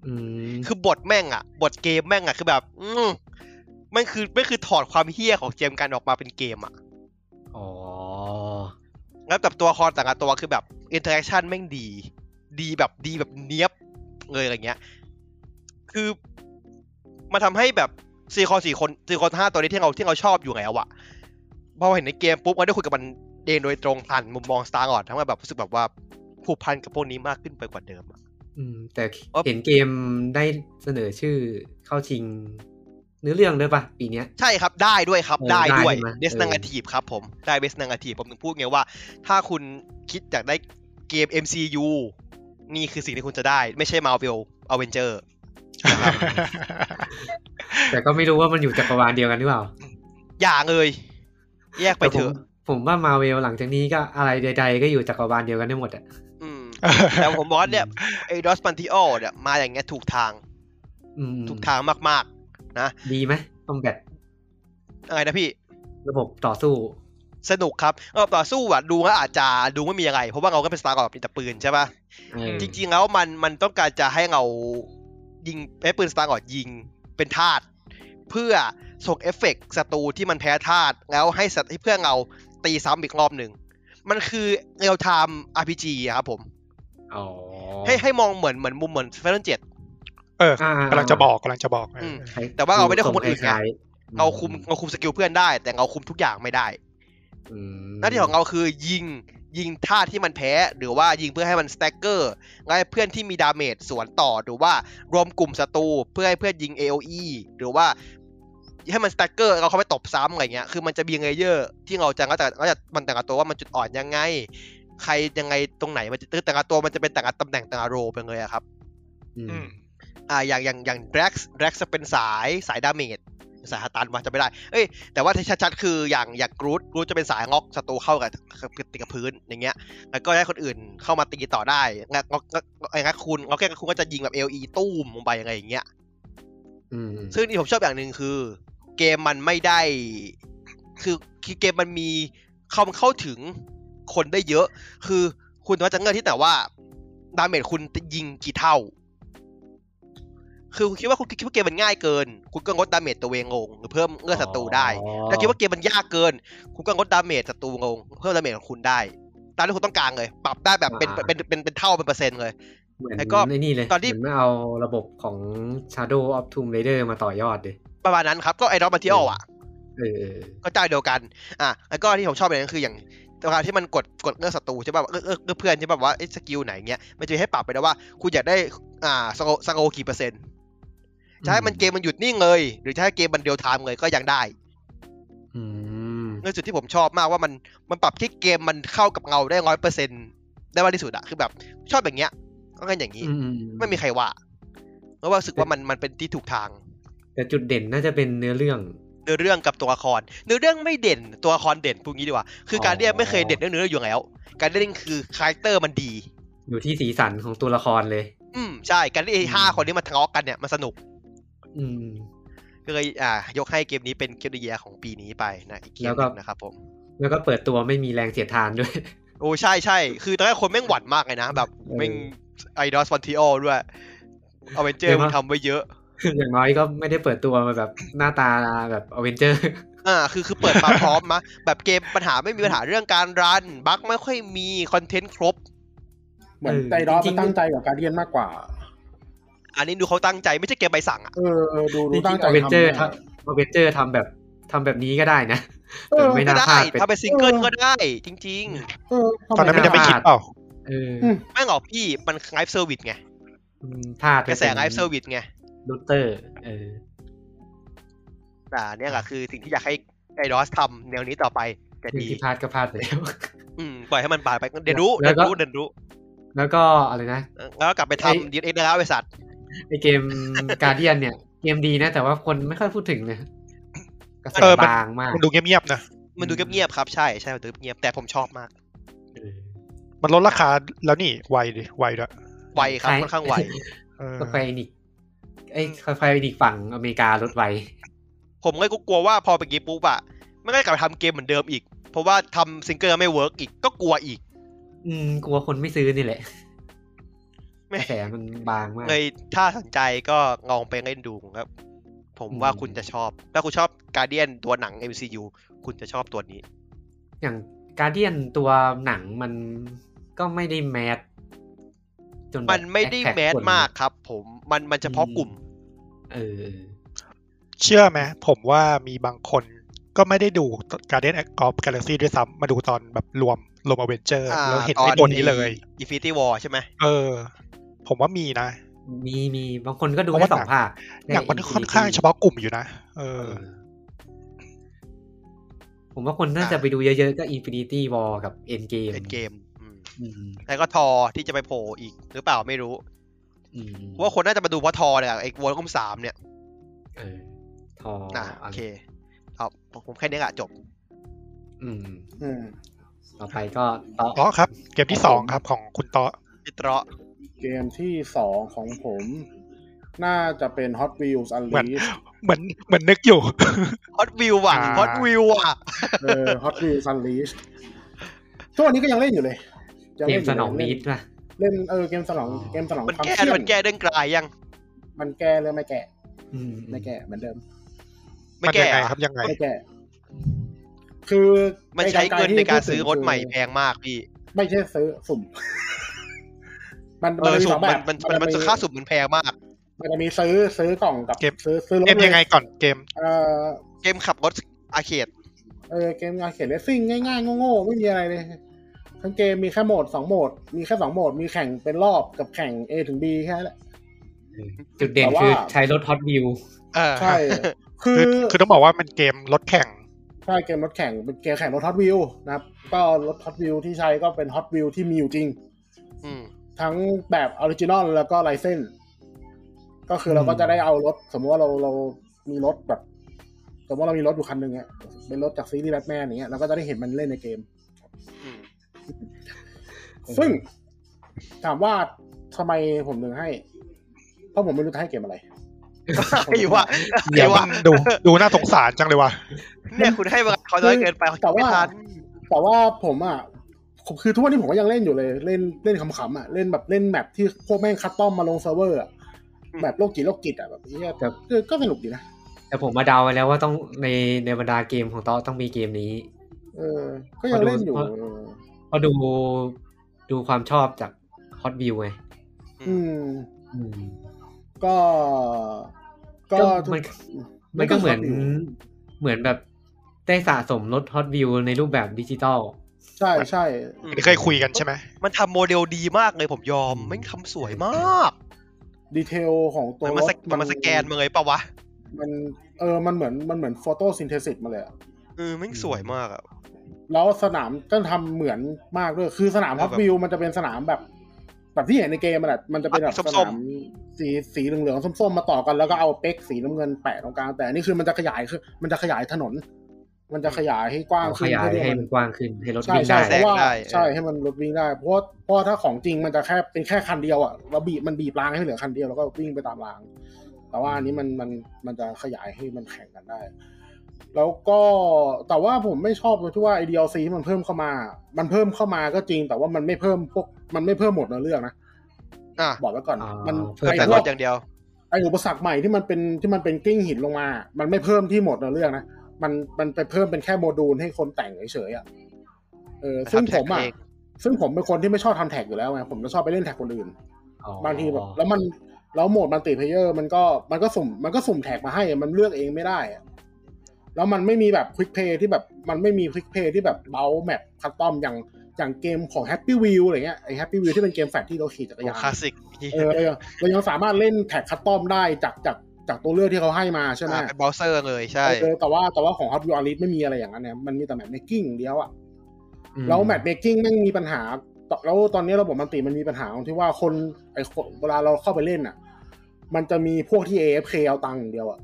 Speaker 1: อืม
Speaker 3: คือบทแม่งอ่ะ บทเกมแม่งอ่ะคือแบบ อืมมันคือไม่คือถอดความเฮี้ยของเกมกันออกมาเป็นเกมอ่ะ
Speaker 1: อ๋อ
Speaker 3: แล้วแบบตัวละครแต่ละตัวคือแบบอินเทอร์แอคชั่นแม่งดี ดีแบบดีแบบเนี้ยบเลยอะไรเงี้ย คือมันทำให้แบบสี่คนสี่คนสี่คนห้าตัวนี้ที่เราที่เราชอบอยู่แล้วอะพอเห็นในเกมปุ๊บเราได้คุยกับมันเองโดยตรงผ่านมุมมองสตาร์กอดทำให้แบบรู้สึกแบบว่าผูกพันกับพวกนี้มากขึ้นไปกว่าเดิมอะ
Speaker 1: อืม แต่
Speaker 3: อ๊อบ
Speaker 1: เห็นเกมได้เสนอชื่อเข้าชิง เนื้อเรื่องด้วยปะปีเนี้ย
Speaker 3: ใช่ครับได้ด้วยครับ
Speaker 1: เออ
Speaker 3: ได้ด้วย
Speaker 1: ได้ใช่ไหม
Speaker 3: เดส
Speaker 1: เออ
Speaker 3: นังอาทีฟครับผมได้เดสนังอาทีฟผมถึงพูดไงว่า ถ้าคุณคิดอยากได้เกม MCU นี่คือสิ่งที่คุณจะได้ ไม่ใช่ Marvel Avenger
Speaker 1: แต่ก็ไม่รู้ว่ามันอยู่จักรวาลเดียวกันหรือเปล่า
Speaker 3: อย่าเลยแยกไปเถ
Speaker 1: แต่ผม
Speaker 3: อะ
Speaker 1: ผมว่ามาเวลหลังจากนี้ก็อะไรใด ๆ ก็อยู่จักรวาลเดียวกันได้หมดอะ
Speaker 3: อืมแต่ผมบอกว่าเนี่ยไอ้ดอสปันติโอเนี่ยมาอย่างเงี้ยถูกทาง
Speaker 1: อืม
Speaker 3: ถูกทางมากๆ นะ
Speaker 1: ดีไหมคอมแบท
Speaker 3: อะไรนะพี่
Speaker 1: ระบบต่อสู้
Speaker 3: สนุกครับเออต่อสู้อ่ะดูแล้วอาจจะดูไม่มีอะไร เพราะว่าเราก็เป็นสตาร์กอร์มีแต่ปืนใช่ปะ
Speaker 1: เออ
Speaker 3: จริงๆแล้วมันมันต้องการจะให้เรายิงให้ปืนสตาร์กอดยิงเป็นธาตุเพื่อส่งเอฟเฟกต์ศัตรูที่มันแพ้ธาตุแล้วให้สัตว์ให้เพื่อนเราตีซ้ำอีกรอบหนึ่ง มันคือเรียลไทม์อาร์พีจีครับผม
Speaker 1: อ๋อ
Speaker 3: ให้ให้มองเหมือนเหมือนมุมเหมือนเฟรนเจ็ด
Speaker 4: เออ
Speaker 1: อ่าๆ
Speaker 4: กำลังจะบอกกำลังจะบอกเออ
Speaker 3: ม
Speaker 1: ใช้
Speaker 3: แต่ว่าเราไม่ได้คุมคนอื่นไง
Speaker 1: ใช้ๆ
Speaker 3: เราคุมเราคุมสกิลเพื่อนได้ แต่เราคุมทุกอย่างไม่ได้
Speaker 1: อืม
Speaker 3: หน้าที่ของเราคือยิงยิงท่าที่มันแพ้ หรือว่ายิงเพื่อให้มันสแต็กเกอร์และให้เพื่อนที่มีดาเมจสวนต่อหรือว่ารวมกลุ่มศัตรูเพื่อให้เพื่อนยิง AOE หรือว่าให้มันสแต็กเกอร์เราเข้าไปตบซ้ำอะไรเงี้ยคือมันจะมีเลเยอร์ที่เราจะก็แต่ก็จะมันแต่ละตัวว่ามันจุดอ่อนยังไง ใครยังไงตรงไหนมันจะคือแต่ละตัวมันจะเป็นแต่ละตำแหน่งแต่ละโรไปเลยอะครับ
Speaker 1: อืม
Speaker 4: อืม
Speaker 3: อ่าอย่างอย่างอย่างแร็กแร็กจะเป็นสายสายดาเมจสายฮาตันวะจะไม่ได้ เอ้ยแต่ว่าที่ชัดๆคืออย่างอย่างกรูดกรูดจะเป็นสายงอกศัตรูเข้ากับติดกับพื้นอย่างเงี้ย แล้วก็ให้คนอื่นเข้ามาตีต่อได้งอกงอกงอกไอ้งักคุณงอกแก้คุณก็จะยิงแบบเอลีตู้มลงไปอะไรอย่างเงี้ย
Speaker 1: อืม
Speaker 3: ซึ่งที่ผมชอบอย่างหนึ่งคือ เกมมันไม่ได้ คือคือเกมมันมีเขาเข้าถึงคนได้เยอะ คือคุณว่าจะเงื่อนที่แต่ว่าดาเมจคุณจะยิงกี่เท่า คือคุณคิดว่าคุณคิดว่าเกมมันง่ายเกิน คุณก็งดดาเมจตัวเองลงหรือเพิ่มเงื่อนศัตรูได้ ถ้าคิดว่าเกมมันยากเกิน คุณก็งดดาเมจศัตรูลงเพิ่มดาเมจของคุณได้ ตามที่คุณต้องการเลย ปรับได้แบบเป็นเป็นเป็นเป็นเท่าเป็นเปอร์เซ็นต์เลย
Speaker 1: เหมือน
Speaker 3: แล้วก็
Speaker 1: ไอ้นี่เลย
Speaker 3: ตอนที่
Speaker 1: เหมืไม่เอาระบบของ Shadow of Tomb Raider มาต่อยอดดิ
Speaker 3: ประมาณนั้นครับ ก็ไอ้ดอมมาเทียลอ่ะ
Speaker 1: เออเออ
Speaker 3: ก็เจ้าเดียวกัน อ่ะ แล้วก็ที่ผมชอบอย่างหนึงคืออย่างเวลาที่มันกดกดเลือกศัตรูใช่ป่ะเลือกเลือกเลือกเพื่อนใช่ป่ะว่าเอ๊ะสกิลไหนเงี้ย มันจะให้ปรับไปนะว่า คุณอยากได้ อ่าสโงสโงกี่เปอร์เซ็นต์ จะให้มันเกมมันหยุดนิ่งเลย หรือจะให้เกมมันเดียวไทม์เลยก็ยังได้
Speaker 1: อืม
Speaker 3: เรื่องจุดที่ผมชอบมากว่ามันมันปรับที่เกมมันเข้ากับเราได้ร้อยเปอร์เซ็นต์ได้มากที่สุดอะคือแบบชอบอย่างเงี้ย ก็งั้นอย่างนี้
Speaker 1: อืม
Speaker 3: ไม่มีใครว่าเพราะว่ารู้สึกว่ามันมันเป็นที่ถูกทาง
Speaker 1: แต่จุดเด่นน่าจะเป็นเนื้อเรื่อง
Speaker 3: เนื้อเรื่องกับตัวละคร เนื้อเรื่องไม่เด่นตัวละครเด่นพูดงี้ดีกว่า คือการเรียนไม่เคยเด่นเรื่องเนื้อเรื่องอยู่แล้ว การเล่นคือคาแรคเตอร์มันดี
Speaker 1: อยู่ที่สีสันของตัวละครเลย
Speaker 3: อืมใช่ การที่ไอ้ห้าคนนี้มาทะเลาะกันเนี่ยมันสนุก
Speaker 1: อืม
Speaker 3: ก็เลยอ่ายกให้เกมนี้เป็นเกมดีเยียของปีนี้ไปนะอีกเกมห
Speaker 1: แล้วก็
Speaker 3: นึงนะครับผม
Speaker 1: แล้วก็เปิดตัวไม่มีแรงเสียดทานด้วย
Speaker 3: โอ้ใช่ใช่คือตอนแรกคนแม่งหวั่นมากเลยนะ แบบแม่งไอดอสฟอนติโอด้วยเอาเวนเจอ
Speaker 1: เดี๋
Speaker 3: ร์
Speaker 1: ยว
Speaker 3: มั
Speaker 1: นะ
Speaker 3: นทำไว้เยอะ
Speaker 1: อย่างน้อยก็ไม่ได้เปิดตัวมาแบบหน้าตาแบบอเวนเจอร์
Speaker 3: อ่าคือคือเปิดมาพร้อมมะแบบเกมปัญหาไม่มีปัญหาเรื่องการรันบั๊กไม่ค่อยมีคอนเทนต์ครบ
Speaker 2: เหมือน
Speaker 1: เออ
Speaker 2: ใจร้อน
Speaker 1: จริงๆ
Speaker 2: มันตั้งใจกว่าการเรียนมากกว่า
Speaker 3: อันนี้ดูเขาตั้งใจไม่ใช่เกมใบสั่งอะ
Speaker 2: เออเออดู
Speaker 1: จ
Speaker 2: ดู
Speaker 1: ริง
Speaker 2: ตั้ง
Speaker 1: ๆ
Speaker 2: ใจ
Speaker 1: อเวนเจอร์
Speaker 2: ทำนะ
Speaker 1: อเวนเจอร์ทำแบบทำแบบนี้ก็ได้นะ แต่ไม่
Speaker 3: ก็
Speaker 1: น่าพ
Speaker 3: ได้
Speaker 1: ลาดเป็น
Speaker 3: ทำเป็นซิงเกิลก็ได้จริง
Speaker 2: เออทำ
Speaker 4: ตอนนั้นมัน
Speaker 1: ด้
Speaker 4: ยังไม่คิดเปล่า
Speaker 1: เออ
Speaker 3: ๆ ไม่หรอกพี่มันไลฟ์เซอร์วิสไง
Speaker 1: อืมพลาดไป
Speaker 3: กระแสไลฟ์เซอร์วิสไง
Speaker 1: ลูเตอร์ เออ
Speaker 3: แต่เนี่ยแหละคือสิ่งที่อยากให้ไอดอสทำแนวนี้ต่อไปจะ
Speaker 1: คือ
Speaker 3: ดี
Speaker 1: ที่พลาดก็พลาดไปแล้ว
Speaker 3: อืมปล่อยให้มันผ่านไปเดี๋ยวรู้
Speaker 1: แล้
Speaker 3: เดี๋ยว ว
Speaker 1: ก็
Speaker 3: รู้เดี๋ยวรู้
Speaker 1: แล้วก็อะไรนะ
Speaker 3: แล้วก็กลับไป
Speaker 1: ไอ้
Speaker 3: ทำดีเอ็นเอแล้วบริษัท
Speaker 1: ไอเกมการเดียนเนี่ย เกมดีนะ แต่ว่าคนไม่ค่อยพูดถึงเลยกระแส
Speaker 4: เออมัน
Speaker 1: บางมาก
Speaker 4: มันดูเงียบๆนะ
Speaker 3: มันดูเงียบๆครับใช่ใช่มันดูเงียบๆแต่ผมชอบมาก
Speaker 1: เออ
Speaker 4: มันลดราคาแล้วนี่ไวดิไวด้วย
Speaker 3: ไวครับค่อนข้างไว
Speaker 4: เออ
Speaker 1: สแควร์นิกไอ้สแควร์นิกฝั่งอเมริการถไว
Speaker 3: ผมก็กลัวว่าพอไปกี้ปุ๊บอะไม่ได้กลับไปทำเกมเหมือนเดิมอีก เพราะว่าทำซิงเกิลไม่เวิร์กอีกก็กลัวอีก
Speaker 1: อืมกลัวคนไม่ซื้อนี่แหละก
Speaker 3: แม่
Speaker 1: ระแสมันบางมาก
Speaker 3: เลยถ้าสนใจก็ลองไปเล่นดูครับ ผมว่า
Speaker 1: อืม
Speaker 3: คุณจะชอบ ถ้าคุณชอบการเดียนตัวหนัง MCU คุณจะชอบตัวนี้
Speaker 1: อย่างการเดียนตัวหนังมันก็ไม่ได้แมสจนแบบ
Speaker 3: มันไม่ได้
Speaker 1: อค
Speaker 3: แมส
Speaker 1: คน
Speaker 3: มากครับผมมันมันเฉพาะกลุ่ม
Speaker 1: เออ
Speaker 4: เชื่อไหมผมว่ามีบางคนก็ไม่ได้ดู Guardian of Galaxy ด้วยซ้ำมาดูตอนแบบรวมรวมอเวนเจอร์
Speaker 3: อ่า
Speaker 4: แล้วเห็น
Speaker 3: ตอน
Speaker 4: ไอ้ตัวนี้เลย
Speaker 3: อีฟิตี้วอใช่ไหม
Speaker 4: เออ ผมว่ามีนะ
Speaker 1: มีมีบางคนก็ดู
Speaker 4: เพราะ
Speaker 1: แค่
Speaker 4: ว่า
Speaker 1: สอ
Speaker 4: หนั
Speaker 1: ง
Speaker 4: ง
Speaker 1: ภาค
Speaker 4: หนังมัน
Speaker 1: ใ
Speaker 4: ค่อนข้าง
Speaker 1: Infinity
Speaker 4: เฉพาะกลุ่มอยู่นะเอ
Speaker 1: เอ
Speaker 4: อ
Speaker 1: อ ผมว่าคนน่าจะไปดูเยอะๆ ก็ Infinity War กับ Endgame
Speaker 3: เป็นเกมอืม
Speaker 1: อืม
Speaker 3: แล้วก็ทอที่จะไปโผล่อีกหรือเปล่าไม่รู้
Speaker 1: อืม
Speaker 3: เพราะว่าคนน่าจะมาดูเพราะทอเนี่ยไอ้วอลกุมสามเนี่ย
Speaker 1: เออทอ
Speaker 3: นะโอเคครับผมแค่นี้อะจบ
Speaker 1: อืม
Speaker 2: อืม
Speaker 1: ต่อไปก็ต่อ
Speaker 4: อ๋อครับ เกมที่สองครับของคุณต่อ
Speaker 3: พี่เตราะ
Speaker 2: เกมที่สองของผม น่าจะเป็น Hot Wheels
Speaker 4: เหมือน
Speaker 2: Unleashed
Speaker 4: เหมือนเหมือนนึกอยู่
Speaker 3: ฮอตวิวว่ะ
Speaker 4: อ่า
Speaker 3: ฮอตวิวอ่ะ
Speaker 2: เออ Hot Wheels Unleashed ทุกวันนี้ก็ยังเล่นอยู่เลยยัง
Speaker 1: เก
Speaker 2: ล่
Speaker 1: ม
Speaker 2: ยู่
Speaker 1: สนองนิดป่ะ
Speaker 2: เล่นเออเกมสนอง
Speaker 1: อ๋อ
Speaker 2: เกมสนอง
Speaker 3: มัน
Speaker 2: ความ
Speaker 3: แก้
Speaker 2: เครียด
Speaker 3: มันแก้เรื่องกลายยัง
Speaker 2: มันแก้เรื่องไม่แก้
Speaker 1: อืม
Speaker 2: ไม่แก้เหมือนเดิม
Speaker 3: ไม่แก้
Speaker 4: นยังไง
Speaker 3: อะ
Speaker 4: ครับยังไง
Speaker 2: ไม่แก้คือ
Speaker 3: มันใช้เงินในการซื้อรถใหม่
Speaker 2: แพ
Speaker 3: แพงมากพี่
Speaker 2: ไม่ใช่ซื้อสุ่ม มัน
Speaker 3: เออ
Speaker 2: มี
Speaker 3: สุ่
Speaker 2: สอ
Speaker 3: ม
Speaker 2: งแบ
Speaker 3: มัน
Speaker 2: บ
Speaker 3: มันมันมันค่าสุ่มมันแพงมาก
Speaker 2: มันจะมีซื้อซื้อกล่องกับ
Speaker 4: เก็บ
Speaker 2: ซื้อซื้อรถ
Speaker 4: เกมยังไงก่อนเกม
Speaker 2: เออ
Speaker 3: เกมขับรถอาร์เคด
Speaker 2: เออเกมงานเขียนเลสซิ่งง่ายๆโง่ๆไม่มีอะไรเลยทั้งเกมมีแค่โหมดสองโหมด มีแค่สองโหมด มีแข่งเป็นรอบกับแข่ง A ถึง B แค่นั้นแหละ
Speaker 1: จุดเด่น
Speaker 2: แต่ว่า
Speaker 1: คือใช้รถ Hot Wheel
Speaker 3: เออ
Speaker 2: ใช่ คื
Speaker 4: คือ อคือต้องบอกว่ามันเกมรถแข่ง
Speaker 2: ใช่เกมรถแข่งเป็นเกมแข่งรถฮอตวิวนะครับ ก็รถฮอตวิวที่ใช้ก็เป็นฮอตวิวที่มีอยู่จริง
Speaker 3: อืม
Speaker 2: ทั้งแบบออริจินอลแล้วก็ไลเซนก็คือเราก็จะได้เอารถ สมมติว่าเราเรามีรถแบบ สมมติว่าเรามีรถอยู่คันหนึ่งอะเป็นรถจากซีรีส์แบทแมนอย่างเงี้ยเราก็จะได้เห็นมันเล่นในเกม
Speaker 3: อืม
Speaker 2: ซึ่งถามว่าทำไมผมถึงให้ เพราะผมไม่รู้จะให้เกมอะไร
Speaker 3: ไอ้วะ
Speaker 4: เดี๋
Speaker 3: ไอ้
Speaker 4: ยว
Speaker 3: วะ
Speaker 4: ดูดูน่าสงสารจังเลยว่ะ
Speaker 3: เนี่ยคุณให้เวลาเขาน้อยเกินไปเขา
Speaker 2: แต่
Speaker 3: คิดไม่
Speaker 2: ว่า
Speaker 3: ทัน
Speaker 2: แต่ว่าผมอ่ะผมคือทุกวันนี้ผมก็ยังเล่นอยู่เลย เล่นเล่นขำๆอ่ะเล่นแบบเล่นแมปที่พวกแม่งคัสตอมมาลงเซิร์ฟเวอร์อะแบบโลกจิตโลกจิตอ่ะแบบเหี้ยแต่ก็ก็สนุกดีนะ
Speaker 1: แต่ผมมาเดาไว้แล้วว่าต้องในในบรรดาเกมของต่อต้องมีเกมนี้
Speaker 2: เออ ก็ยังเล่นอยู่
Speaker 1: เพราะดูดูความชอบจาก Hot Wheel ไง
Speaker 2: อืม
Speaker 1: อืม
Speaker 2: ก็ ก็
Speaker 1: ก็
Speaker 2: ทุก
Speaker 1: มัน มันก็เหมือน
Speaker 2: ยู่
Speaker 1: เหมือนแบบได้สะสมรถ Hot Wheel ในรูปแบบดิจิตอล
Speaker 2: ใช่ใช่
Speaker 3: อืม
Speaker 4: ไม่เคยคุยกันใช่ไหม
Speaker 3: มันทำโมเดลดีมากเลยผมยอมแม่งทำสวยมาก
Speaker 2: ดีเทลของตัว
Speaker 3: มัน
Speaker 2: ร
Speaker 3: มา
Speaker 2: ถ
Speaker 3: สแกมันมาสแกนมาเลยปะวะ
Speaker 2: มันเออมันเหมือนมันเหมือนโฟโตซินเทซิสมาเลยอะ
Speaker 3: เออแม่งสวยมากอ่ะ
Speaker 2: แล้วสนามก็ทำเหมือนมากด้วย คือสนาม
Speaker 3: แล้ว
Speaker 2: ฮอต
Speaker 3: แบบ
Speaker 2: วิวมันจะเป็นสนามแบบ แบบที่เห็นในเกมมันแหละมันจะเป็นแบบ
Speaker 3: ส้มๆ
Speaker 2: สนามสีสีเหลืองๆส้มๆมาต่อกันแล้วก็เอาเป๊กสีน้ำเงินแปะตรงกลางแต่อันนี่คือมันจะขยายคือมันจะขยายถนน มันจะขยายให้กว้าง
Speaker 1: ข
Speaker 2: ขึ้น
Speaker 1: ยาย
Speaker 2: เพื่อที่
Speaker 1: ให้
Speaker 2: มั
Speaker 1: มัน นกว้างขึ้นให้รถ
Speaker 2: ใช่
Speaker 1: วิ่ง
Speaker 2: ใช่
Speaker 1: ได้
Speaker 2: เพราะว่า
Speaker 3: ได้
Speaker 2: ใช่ให้มันรถวิ่งได้เพราะว่าเพราะว่าถ้าของจริงมันจะแค่เป็นแค่คันเดียวอะเราบีบมันบีบรางให้เหลือคันเดียวแล้วก็วิ่งไปตามราง แต่ว่าอันนี้มันมันมันจะขยายให้มันแข่งกันได้ แล้วก็แต่ว่าผมไม่ชอบตรงที่ว่าไอเดียซีมันเพิ่มเข้ามา มันเพิ่มเข้ามาก็จริง แต่ว่ามันไม่เพิ่มพวกมันไม่เพิ่มหมดเนื้อเรื่องนะ
Speaker 3: อ่ะ
Speaker 2: บอกไว้ก่อน
Speaker 1: อ่า
Speaker 2: มัน
Speaker 1: เพิ่ม
Speaker 2: ไอ
Speaker 3: แต่
Speaker 2: พ
Speaker 3: ร
Speaker 2: ว
Speaker 3: ถ
Speaker 2: ก
Speaker 3: อย่างเดียว
Speaker 2: ไออุปสรรคใหม่ที่มันเป็นที่มันเป็นกิ้งหินลงมา มันไม่เพิ่มที่หมดเนื้อเรื่องนะมันมันไปเพิ่มเป็นแค่โมดูลให้คนแต่งเฉยๆอะเออซึ่งผมอะ ซึ่งผมเป็นคนที่ไม่ชอบทำแท็กอยู่แล้วไงผมจะชอบไปเล่นแท็กคนอื่น
Speaker 1: อ๋อบ
Speaker 2: างทีแบบ แล้วมันแล้วโหมดมัลติเพลเยอร์มันก็มันก็สุ่มมันก็สุ่มแท็กมาให้อะมันเลือกเองไม่ได้อะแล้วมันไม่มีแบบควิกเพย์ที่แบบมันไม่มีควิกเพย์ที่แบบเบาแมปคัสตอมอย่างอย่างเกมของแฮปปี้วิวอะไรเงี้ยไอแฮปปี้วิวที่เป็นเกมแฟลชที่เราขี่จักร
Speaker 3: โอ้
Speaker 2: ยาน
Speaker 3: คลาสสิก
Speaker 2: เออเรายังเรายังสามารถเล่นแท็กคัสตอมได้จากจากจากตัวเลือกที่เขาให้มาใช่ไหม
Speaker 3: อ่าเป็นบราวเซอร์เลยใช่
Speaker 2: เออแต่ว่าแต่ว่าของ Hot Wheels Unleashed ไม่มีอะไรอย่างนั้นเนี่ยมันมีแต่แมทเมคกิ้งเดียวอะ
Speaker 1: อืม
Speaker 2: แล้วแมทเมคกิ้งแม่งมีปัญหาตแล้วตอนนี้ระบบมันติมันมีปัญหาตรงที่ว่าคนไอ้คนเวลาเราเข้าไปเล่นอะมันจะมีพวกที่ AFK เอาตังค์อย่างเดียวอะ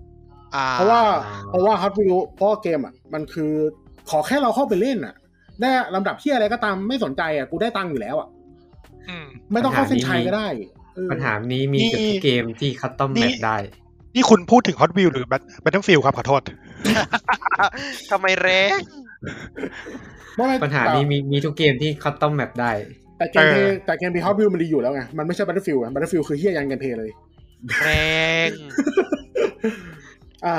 Speaker 3: อ่
Speaker 2: เพราะว่าเพราะว่า Hot Wheels เพราะว่าเกมอะมันคือขอแค่เราเข้าไปเล่นอะ ได้ลำดับที่อะไรก็ตามไม่สนใจอ่ะกูได้ตังค์อยู่แล้วอ่ะ
Speaker 4: อืม
Speaker 2: ไม่ต้องเข้าเส้นชัยก็ได้เออ
Speaker 1: ปัญหานี้มีเกือบทุกเกมที่คัสตอม
Speaker 4: นี่
Speaker 1: แมปได้
Speaker 4: นี่คุณพูดถึงฮอตวิวหรือแบทเทิลฟิลครับขอโทษ
Speaker 3: ทำไมแรง
Speaker 2: ไม่ไม่
Speaker 1: ปัญหานี้มีมีทุกเกมที่คัสตอมแมปได้
Speaker 2: แต่เกมเพลย์แต่เกมเพลย์ฮอตวิวมันดีอยู่แล้วไงมันไม่ใช่บัตเตอร์ฟิลด์บัตเตอร์ฟิลคือเฮี้ยยันเกมเพลย์เลย
Speaker 3: แรง
Speaker 2: อ่า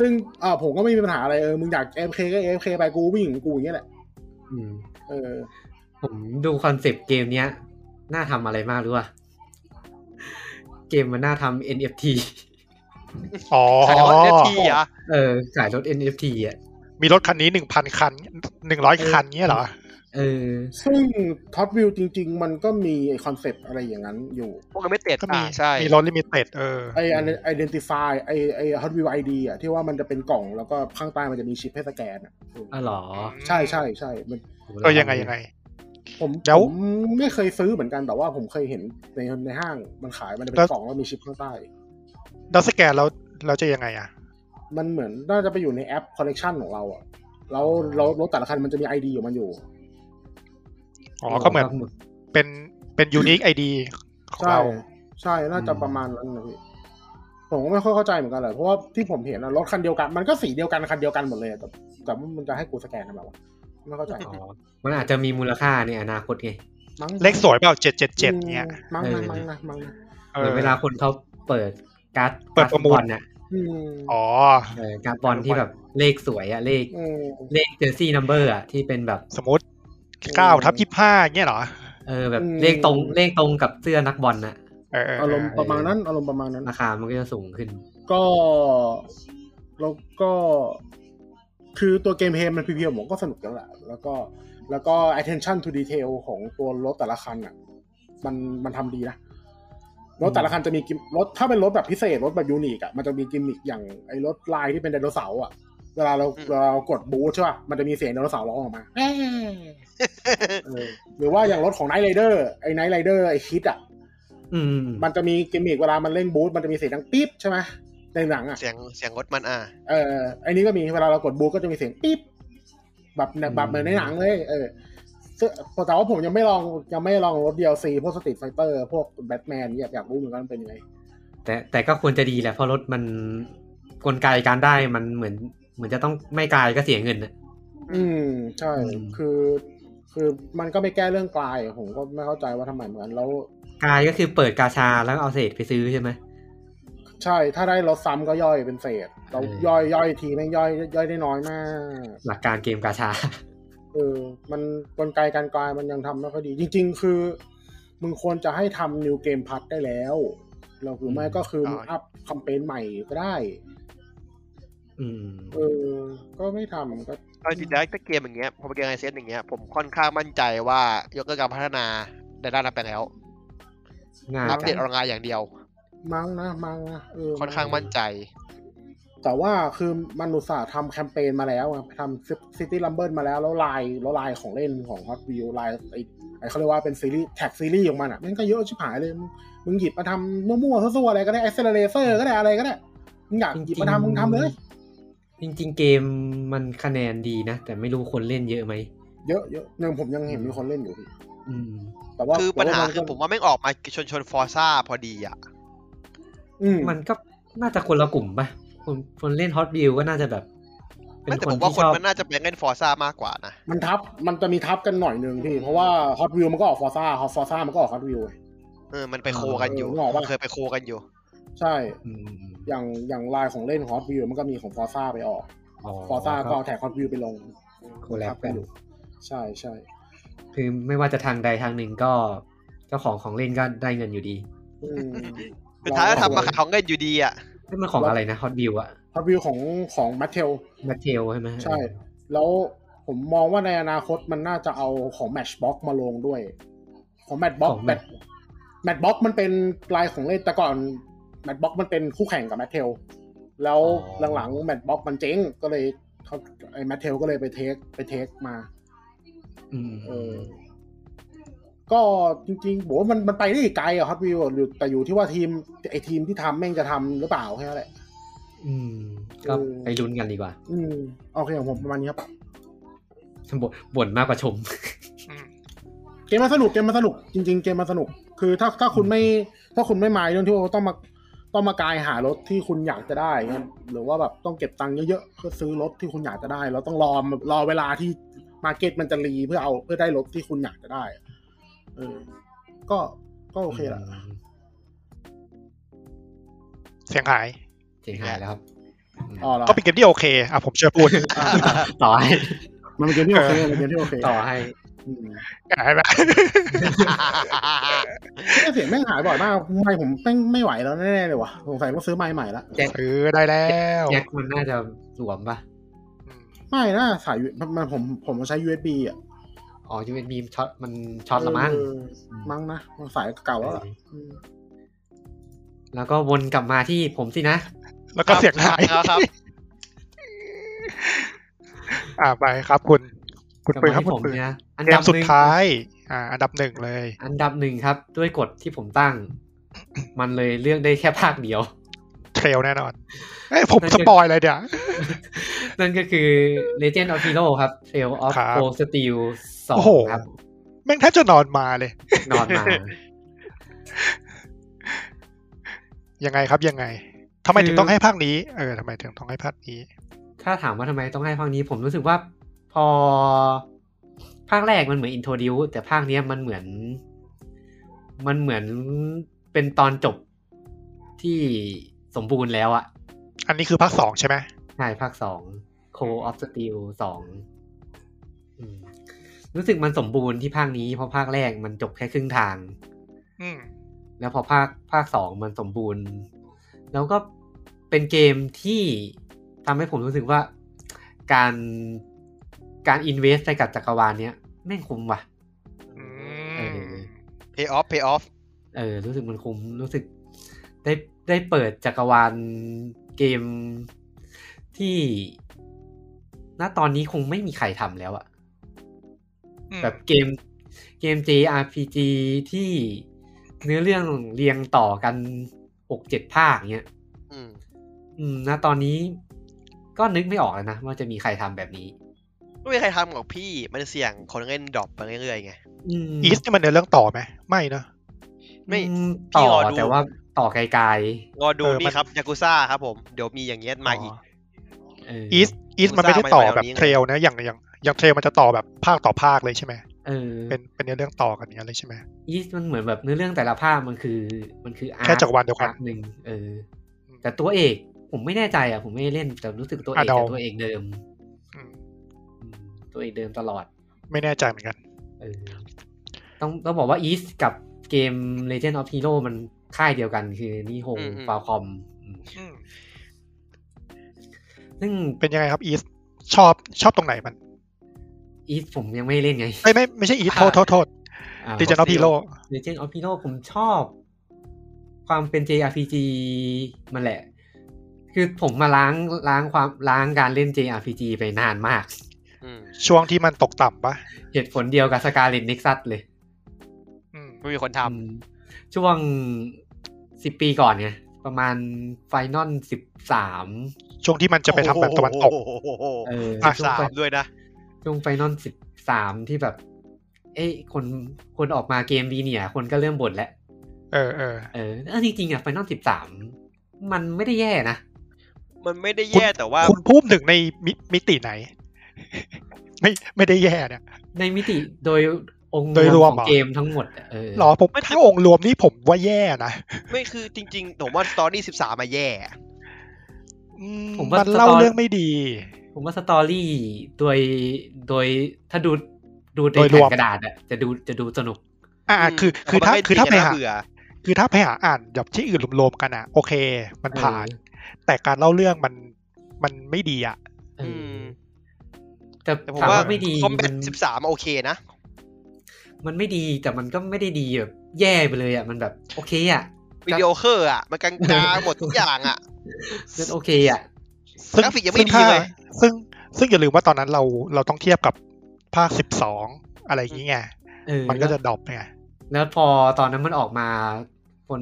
Speaker 2: ซึ่งอ่าผมก็ไม่มีปัญหาอะไรเออมึงอยากเอฟเคก็เอฟเคไปกูวิ่งของกูอย่างเงี้ยแหละ
Speaker 1: อืม
Speaker 2: เออ
Speaker 1: ผมดูคอนเซปต์เกมเนี้ย น่าทำอะไรมากรู้ป่ะเกมมันน่าทำ NFT
Speaker 4: อ๋อ
Speaker 3: ขายรถเนยทีเหรอ่ะ
Speaker 1: เออขายรถ NFT อ่ะ
Speaker 4: มีรถคันนี้หนึ่งพันคันหนึ่งร้อยคันเงี้ยเหรอ
Speaker 1: เออ
Speaker 2: ซึ่งท็อปวิวจริง ๆ มันก็มีไอคอนเซปต์อะไรอย่างนั้นอยู่
Speaker 3: พวกกันไม่เตะ
Speaker 4: ก็มี
Speaker 3: อ่าใช่
Speaker 4: มีรถลิมิเต็ดเออ
Speaker 2: ไอไอเดนติฟายไอไอฮอตวิวไอดีอ่ะที่ว่ามันจะเป็นกล่องแล้วก็ข้างใต้มันจะมีชิปให้สแกนอะ
Speaker 1: อ๋อเหรอ
Speaker 2: ใช่ใช่ใช่มัน
Speaker 4: เออยังไงยังไง
Speaker 2: ผม
Speaker 4: แล้ว
Speaker 2: ผมไม่เคยซื้อเหมือนกันแต่ว่าผมเคยเห็นในในห้างมันขายมันจะเป็นกล่องแล้วมีชิปข้างใต้
Speaker 4: แล้วสแกนแล้วเราจะยังไงอ่ะ
Speaker 2: มันเหมือนน่าจะไปอยู่ในแอปคอลเลกชันของเราอะแล้วเรารถแต่ละคันมันจะมีไอดีของมันอยู่
Speaker 4: อ๋อ ก็เหมือนเป็นเป็นยูนิคไอดีของ
Speaker 2: ใช่
Speaker 4: เรา
Speaker 2: ใช่น่าจะประมาณนั้นนะพี่ผมก็ไม่ค่อยเข้าใจเหมือนกันเลยเพราะว่าที่ผมเห็นอะรถคันเดียวกันมันก็สีเดียวกันคันเดียวกันหมดเลยอะแต่แต่ว่ามันจะให้กูสแกนทำไมวะไม่เข้าใจ
Speaker 1: อ๋อมันอาจจะมีมูลค่าในอนาคตไง
Speaker 2: มั้ง
Speaker 4: เลขสวยเปล่าเจ็ดเจ็ดเจ็ดเงี้ย
Speaker 2: มั้ง
Speaker 1: เออ
Speaker 2: นะมั้งนะมั้งนะ
Speaker 4: เอ
Speaker 1: เหมื
Speaker 4: อ
Speaker 1: อนเวลาคนเขาเปิดการ์ด
Speaker 4: เปิดประมูล
Speaker 1: การ์บอลน่ะ
Speaker 2: อืม
Speaker 4: อ๋อ
Speaker 1: เออการ์ดบอลที่แบบเลขสวยอะเลข
Speaker 2: เออ
Speaker 1: เลขเจอร์ซี่นัมเบอร์อะที่เป็นแบบ
Speaker 4: สมมติเก้าทับยี่ห้าเงี้ยเหรอ
Speaker 1: เออแบบเลขตรงเลขตรงกับเสื้อนักบอลน่ะ
Speaker 4: เออเออ
Speaker 2: อารมณ์ประมาณนั้นอารมณ์ประมาณนั้น
Speaker 1: ราคามันก็จะสูงขึ้น
Speaker 2: ก็แล้วก็ คือตัวเกมเพลย์มันเพียวๆผมก็สนุกแล้วแหละแล้วก็ แล้วก็ attention to detail ของตัวรถแต่ละคันอ่ะ มันมันทำดีนะรถแต่ละคันจะมีกิมรถถ้าเป็นรถแบบพิเศษรถแบบยูนิคอ่ะมันจะมีกิมมิคอย่างไอ้รถลายที่เป็นไดโนเสาร์อ่ะเวลาเราเวลาเรากดบูทใช่ป่ะมันจะมีเสียงไดโนเสาร์ร้องออกมาเออหรือว่าอย่างรถของไนท์ไรเดอร์ไอ้ไนท์ไรเดอร์ไอ้คิดอ่ะ
Speaker 1: อืม
Speaker 2: มันจะมีกิมมิคเวลามันเล่นบูทมันจะมีเสียงดังปี๊บใช่ไหมในหนังอ่ะ
Speaker 3: เสียงเสียงรถมันอ่ะ
Speaker 2: เออไอ้นี้ก็มีเวลาเรากดบูทก็จะมีเสียงปี๊บแบบในแบบเหมือนในหนังเลย เออซึ่งแต่ว่าผมยังไม่ลองยังไม่ลองรถ DLC พวกสตรีทไฟเตอร์พวกแบทแมนเนี่ยอยากรู้เหมือนกันมันเป็นยังไง
Speaker 1: แต่แต่ก็ควรจะดีแหละเพราะรถมันกลไกการได้มันเหมือนเหมือนจะต้องไม่กลายก็เสียเงินน่ะ
Speaker 2: อืม ใช่
Speaker 1: อืม
Speaker 2: คือ คือมันก็ไม่แก้เรื่องกลาย ผมก็ไม่เข้าใจว่าทำไมเหมือนแล้ว
Speaker 1: กลายก็คือเปิดกาชาแล้วเอาเศษไปซื้อใช่ไหม
Speaker 2: ใช่ ถ้าได้รถซ้ำก็ย่อยเป็นเศษเรา
Speaker 1: เออ
Speaker 2: ย่อยย่อยทีแม่งย่อยย่อยได้น้อยมาก
Speaker 1: หลักการเกมกาชา
Speaker 2: เออ มันกลไกการกลายมันยังทำไม่ค่อยดี จริง ๆ คือมึงควรจะให้ทำ New Game Plus ได้แล้วเราหรือไม่
Speaker 1: อืม
Speaker 2: ก็คือ
Speaker 4: ได้
Speaker 2: มึงอัพคอมเปญใหม่ก็ได้
Speaker 1: อืม
Speaker 2: เออ ก็ไม่ทำก็
Speaker 3: เอาจริงๆแล้วถ้าเกมอย่างเงี้ยพอเป็นเกมไอเซนอย่างเงี้ยผมค่อนข้างมั่นใจว่ายกเลิกการพัฒนาในด้านนั้นไปแล้ว
Speaker 1: น่า
Speaker 3: อัปเด
Speaker 1: จะ
Speaker 3: ตออนไลน์อย่างเดียว
Speaker 2: มั้งนะมั้งนะเออ
Speaker 3: ค่อนข้างมั่นใจ
Speaker 2: แต่ว่าคือมันอุตส่าห์ทำแคมเปญมาแล้วอะทำซิตี้ลัมเบิลมาแล้ว แล้วลายแล้วลายของเล่นของ Hot Wheels ลายไอ้ไอ้เขาเรียกว่าเป็นซีรีส์แท็กซีรีส์ของมันอ่ะมันก็เยอะชิบหายเลย มึงมึงหยิบมาทำมั่วๆซั่วๆอะไรก็ได้แอคเซลเลเซอร์ก็ได้อะไรก็ได้มึงอยากหยิบมาทำมึงทำเลย
Speaker 1: จริงๆเกมมันคะแนนดีนะ แต่ไม่รู้คนเล่นเยอะไหม
Speaker 2: เยอะเยอะยังผมยังเห็นมีคนเล่นอยู่พี่
Speaker 1: อืม
Speaker 2: แต่ว่า
Speaker 3: คือปัญหา
Speaker 2: แต่น
Speaker 3: คือผมว่าไม่งออกมาชนชนฟอร์ซ่าพอดีอ่ะ
Speaker 2: อืม
Speaker 1: มันก็น่าจะคนละกลุ่มป่ะ คนคนเล่นฮอตบิลก็น่าจะแบบ เป็
Speaker 3: ไม่
Speaker 1: น
Speaker 3: แต่
Speaker 1: ค
Speaker 3: ผ
Speaker 1: น
Speaker 3: มว่า
Speaker 1: ที่
Speaker 3: ค
Speaker 1: ช
Speaker 3: น
Speaker 1: อบ
Speaker 3: มันน่าจะเป็นเล่นฟอร์ซ่ามากกว่านะ
Speaker 2: มันทับมันจะมีทับกันหน่อยหนึ่งพี่ เพราะว่าฮอตวิวมันก็ออกฟอร์ซ่าฮอตฟอร์ซ่ามันก็ออกฮอตวิว
Speaker 3: เออ มันไปโคกันอยู่
Speaker 2: เออนึกออกปะ
Speaker 3: เคยไปโคกันอยู่
Speaker 2: ใช่
Speaker 1: อืมอืม
Speaker 2: อย่างอย่างลายของเล่นฮอตวิวมันก็มีของฟอร์ซ่าไปออกฟอร์ซ่าก็เอาแท็กฮอตวิวไปลง
Speaker 1: โคแลบกัน
Speaker 2: ใช่ใช่
Speaker 1: คือไม่ว่าจะทางใดทางหนึ่งก็ เจ้าของของเล่นก็ได้เงินอยู่ดี
Speaker 2: อืม
Speaker 3: สุดท้ายก็ทำมา
Speaker 2: เรา
Speaker 3: ขายของเงินอยู่ดีอ่ะ
Speaker 1: นี่มันของอะไรนะฮอตบิลอะ
Speaker 2: ฮอตวิวของของมัทเทล
Speaker 1: มาเทลใช่ไหม
Speaker 2: ใช่ แล้วผมมองว่าในอนาคตมันน่าจะเอาของ Matchbox มาลงด้วย ของ
Speaker 1: ข
Speaker 2: Matchbox
Speaker 1: องแบ
Speaker 2: แบบ
Speaker 1: บ
Speaker 2: Matchbox มันเป็นลายของเล่นแต่ก่อน Matchbox มันเป็นคู่แข่งกับ m a t t e l แล้ว
Speaker 1: อ๋อ
Speaker 2: หลังๆ Matchbox มันเจ๊งก็เลยเขาไอ้ m a t t e l ก็เลยไปเทคไปเทคมา
Speaker 1: อืม
Speaker 2: เออ ก็จริงๆบอกว่ามันมันไปได้อีกไกลอะฮอตวิวหรือแต่อยู่ที่ว่าทีมไอทีมที่ทำแม่งจะทำหรือเปล่าแค่นั้นแหละ
Speaker 1: อืม ก็ไปลุ้นกันดีกว่า
Speaker 2: อืมโอเคของผมประมาณนี้ครับ
Speaker 1: บ่นบ่นมากกว่าชม
Speaker 4: อืม
Speaker 2: เกมมันสนุกเกมมันสนุกจริง ๆ เกมมันสนุก คือถ้าถ้าคุณไม่ถ้าคุณไม่มายเรื่องที่ว่าต้องมาต้องมากายหารถที่คุณอยากจะได้เงี้ยหรือว่าแบบต้องเก็บตังค์เยอะๆเพื่อซื้อรถที่คุณอยากจะได้แล้วต้องรอรอเวลาที่มาร์เก็ตมันจะรีเพื่อเอาเพื่อได้รถที่คุณอยากจะได้อะเออ ก็ก็โอเคละ
Speaker 4: เสียงหาย
Speaker 1: เจ๋งหายแล้วครับอืม
Speaker 2: อ๋อแล้ว
Speaker 4: ก็เป็นเกมที่โอเคอ่ะผมช่วยพูด
Speaker 1: ต่อให้
Speaker 2: มันเป็นเกมที่โอเคมันเป็นเกมที่โอเค
Speaker 1: ต่อให้
Speaker 2: อืม
Speaker 4: หายไหม
Speaker 2: เสียงแม่งหายบ่อยมากไม่ผมแม่งไม่ไหวแล้วแน่ๆเลยว่ะสงสัยต้องซื้อไม้ใหม่ละ
Speaker 1: แจ็ค
Speaker 4: ซื้อได้แล้ว
Speaker 1: แจ็คมันน่าจะสวมปะ
Speaker 4: อืม
Speaker 2: ไม่นะสาย U- มันมันผมผมใช้ USB อ่ะ
Speaker 1: อ๋อ USB ช็อตมันช็อตละมั้ง
Speaker 2: เอมั้งนะสายเก่าแล้วล่ะอืม
Speaker 1: แล้วก็วนกลับมาที่ผมสินะ
Speaker 4: แล้วก็เสียงหาย
Speaker 3: ครับครับ
Speaker 4: อ่าไปครับคุณ คุณปืนครับ
Speaker 1: ก
Speaker 4: คุ
Speaker 1: ลั
Speaker 4: ณ
Speaker 1: มา
Speaker 4: ปืน
Speaker 1: ที่ผมนะอัน
Speaker 4: เก
Speaker 1: ดั
Speaker 4: ม
Speaker 1: บ
Speaker 4: สุ
Speaker 1: ห
Speaker 4: ด
Speaker 1: นึ่ง
Speaker 4: ท้ายอ่าอันดับหนึ่งเลย
Speaker 1: อันดับหนึ่งครับ ด้วยกฎที่ผมตั้ง มันเลยเลือกได้แค่ภาคเดียว
Speaker 4: เทรลแน่นอนเอ้ยผม
Speaker 1: นั่น
Speaker 4: ส
Speaker 1: คือ
Speaker 4: ปอยเลยเดี๋ยว
Speaker 1: นั่นก็คือ Legend of Hero ครับ Trail of
Speaker 4: ครับ
Speaker 1: Cold Steel
Speaker 4: โอ้โห
Speaker 1: 2 ครับ
Speaker 4: แม่งแทบจะนอนมาเลย
Speaker 1: นอนมา
Speaker 4: ยังไงครับยังไงทำไมถึงต้องให้ภาคนี้เออทำไมถึงต้องให้ภาคนี้
Speaker 1: ถ้าถามว่าทำไมต้องให้ภาคนี้ ผมรู้สึกว่าพอภาคแรกมันเหมือนอินโทรดิวแต่ภาคเนี้ยมันเหมือน มันเหมือนเป็นตอนจบที่สมบูรณ์แล้วอะ
Speaker 4: อันนี้คือภาคสองใช่ไหม
Speaker 1: ใช่ภาคสอง Cold of Steel สองอืมรู้สึกมันสมบูรณ์ที่ภาคนี้เพราะภาคแรกมันจบแค่ครึ่งทาง
Speaker 4: อืม
Speaker 1: แล้วพอภาคภาคสองมันสมบูรณ์ แล้วก็เป็นเกมที่ทำให้ผมรู้สึกว่า การการอินเวสในกับจักรวาลเนี้ยแม่งคุ้มว่ะ
Speaker 4: อื
Speaker 1: เอ
Speaker 4: ม
Speaker 1: อ
Speaker 3: pay off pay off
Speaker 1: เออ รู้สึกมันคุ้มรู้สึกได้ได้เปิดจักรวาลเกมที่ณตอนนี้คงไม่มีใครทำแล้วอะ แบบเกมเกม JRPG ที่เนื้อเรื่องเรียงต่อกันหกเจ็ดภาคเนี้ย
Speaker 3: อืม
Speaker 1: อืมนะตอนนี้ก็นึกไม่ออกแล้วนะ ว่าจะมีใครทำแบบนี้
Speaker 3: ไม่มีใครทำหรอกพี่มันเสี่ยงคนเล่นดรอปไปเรื่อยๆไง
Speaker 1: อืม
Speaker 4: อีสนี่มันเนื้อเรื่องต่อไหมไม่เนอะ
Speaker 3: ไม่
Speaker 1: อืม
Speaker 3: พี่
Speaker 1: ต่อ
Speaker 3: รอดู
Speaker 1: แต่ว่าต่อไกล
Speaker 3: รอดูนี่ครับยากุซ่าครับผม เดี๋ยวมีอย่างเงี้ย
Speaker 1: ๆ
Speaker 3: มาอีก
Speaker 1: เออ
Speaker 4: อีสอีส
Speaker 3: อุตส่าห์
Speaker 4: มันไม่ได้ต่อแบบ
Speaker 3: มาแนวนี้ไง
Speaker 4: เทรลนะอย่างอย่างอย่างเทรลมันจะต่อแบบภาคต่อภาคเลยใช่ไหม
Speaker 1: เออ
Speaker 4: เป็นเป็นเนื้อเรื่องต่อกันอย่างเงี้ยเลยใช่ไหม
Speaker 1: อีสมันเหมือนแบบเนื้อเรื่องแต่ละภาคมันคือ มันคืออาร์
Speaker 4: แค่จักรวาลเดียวกัน
Speaker 1: หนึ่งเออ แต่ตัวเอกผมไม่แน่ใจอ่ะ ผมไม่ได้เล่นแต่รู้สึกตัวเอก
Speaker 4: อ่ะเดา
Speaker 1: จะตัวเอกเดิม
Speaker 4: อืม
Speaker 1: อืมตัวเอกเดิมตลอด
Speaker 4: ไม่แน่ใจเหมือนกัน
Speaker 1: เออต้องต้องบอกว่าอีสกับเกม Legend of Hero มันค่ายเดียวกันคือนี่โฮง
Speaker 3: อืมอืม
Speaker 1: ฟาวคอมซึ่ง
Speaker 4: เป็นยังไงครับอีสชอบชอบตรงไหนมัน
Speaker 1: อีฟผมยังไม่ได้เล่นไง
Speaker 4: ไม่ไม่ไม่ใช่อีสโทษโทษโทษดิจิทัลพีโล
Speaker 1: เลเจนด์ออฟพีโผมชอบ ความเป็น JRPG มันแหละ คือผมมาล้างล้างความล้างการเล่น JRPG ไปนานมาก
Speaker 3: อืม
Speaker 4: ช่วงที่มันตกต่ำปะ
Speaker 1: เหตุผลเดียวกับสกาเลต n น x กซัเลย
Speaker 4: อืม
Speaker 3: ไม่มีคนท
Speaker 1: อืมช่วงสิบปีก่อนไงประมาณไฟนอลสิบสาม
Speaker 4: ช่วงที่มัน
Speaker 3: ำ
Speaker 4: จะไปทำแบบตะวันตก
Speaker 3: โอ้โห
Speaker 1: เออ
Speaker 4: อ่ะ
Speaker 1: ช่ว
Speaker 3: สาง
Speaker 1: ไฟ
Speaker 3: มด้วยนะ
Speaker 1: ช่วงไฟนอลสิบสามที่แบบ เอ้ยคนคนออกมาเกมดีเนี่ย คนก็เริ่มบ่นแล้ว
Speaker 4: เออเออ
Speaker 1: เออเออจริงๆอ่ะไฟนอลสิบสามมันไม่ได้แย่นะ
Speaker 3: มันไม่ได้แย่แต่ว่า
Speaker 4: คุณพูดถึงในมิมิติไหน ไม่ไม่ได้แย่เนี่ย
Speaker 1: ในมิติโดยองค์
Speaker 4: โดยรวม
Speaker 1: ของ
Speaker 4: เหรอ
Speaker 1: เกมทั้งหมดอะเออ
Speaker 4: หรอผม
Speaker 3: ไม่
Speaker 4: ถ้าองค์รวมนี่ผมว่าแย่นะ
Speaker 3: ไม่คือจริงๆ ผมว่าสตอรี่สิบสามมาแย่
Speaker 4: อื
Speaker 1: ผม
Speaker 4: มั
Speaker 1: ว่าน
Speaker 4: เล่า
Speaker 1: สต
Speaker 4: เรื่องไม่ดี
Speaker 1: ผมว่าสตอรี่โดยโดยถ้าดูดูใน
Speaker 4: โดยร
Speaker 1: แผ่
Speaker 4: วม
Speaker 1: นกระดาษอะจะดูจะดูสนุก
Speaker 4: อ่า
Speaker 3: อืม
Speaker 4: คือ
Speaker 3: แต่
Speaker 4: คื
Speaker 3: พ
Speaker 4: อ
Speaker 3: อ
Speaker 4: ถ้า
Speaker 3: มันเล่น
Speaker 4: คือถ้า
Speaker 3: จริ
Speaker 4: ไป
Speaker 3: งอะน่าเบื่อ
Speaker 4: หาคือถ้าไปหาอ่านแบบที่อื่นรวมๆกันอ่ะ โอเค มันผ่าน
Speaker 1: เออ
Speaker 4: แต่การเล่าเรื่องมันมันไม่ดีอ่ะ
Speaker 1: เอออ
Speaker 3: ม
Speaker 1: แต่
Speaker 3: แต่ผม
Speaker 1: ถาม
Speaker 3: ว่า
Speaker 1: ว่าไม่ดี
Speaker 3: คอมแบ
Speaker 1: มั
Speaker 3: ท
Speaker 1: น
Speaker 3: สิบสามโอเคนะ
Speaker 1: มันไม่ดีแต่มันก็ไม่ได้ดีแบบแย่ไปเลยอ่ะมันแบบโอเคอ่ะ
Speaker 3: วิดีโอเคอร์อ่ะ มันกลาง ๆหมดทุกอย่างอ่ะ
Speaker 1: มันโอเคอ่ะ
Speaker 3: กราฟิกยังไม่
Speaker 4: ซึ่
Speaker 3: ดีเลย
Speaker 4: ถ้าซึ่งซึ่งอย่าลืมว่าตอนนั้นเราเราต้องเทียบกับภาคสิบสองอะไรอย่างงี้ไง
Speaker 1: เออ
Speaker 4: มันก็จะ
Speaker 1: แล้ว
Speaker 4: ดรอปไง
Speaker 1: แล้วพอตอนนั้นมันออกมาคน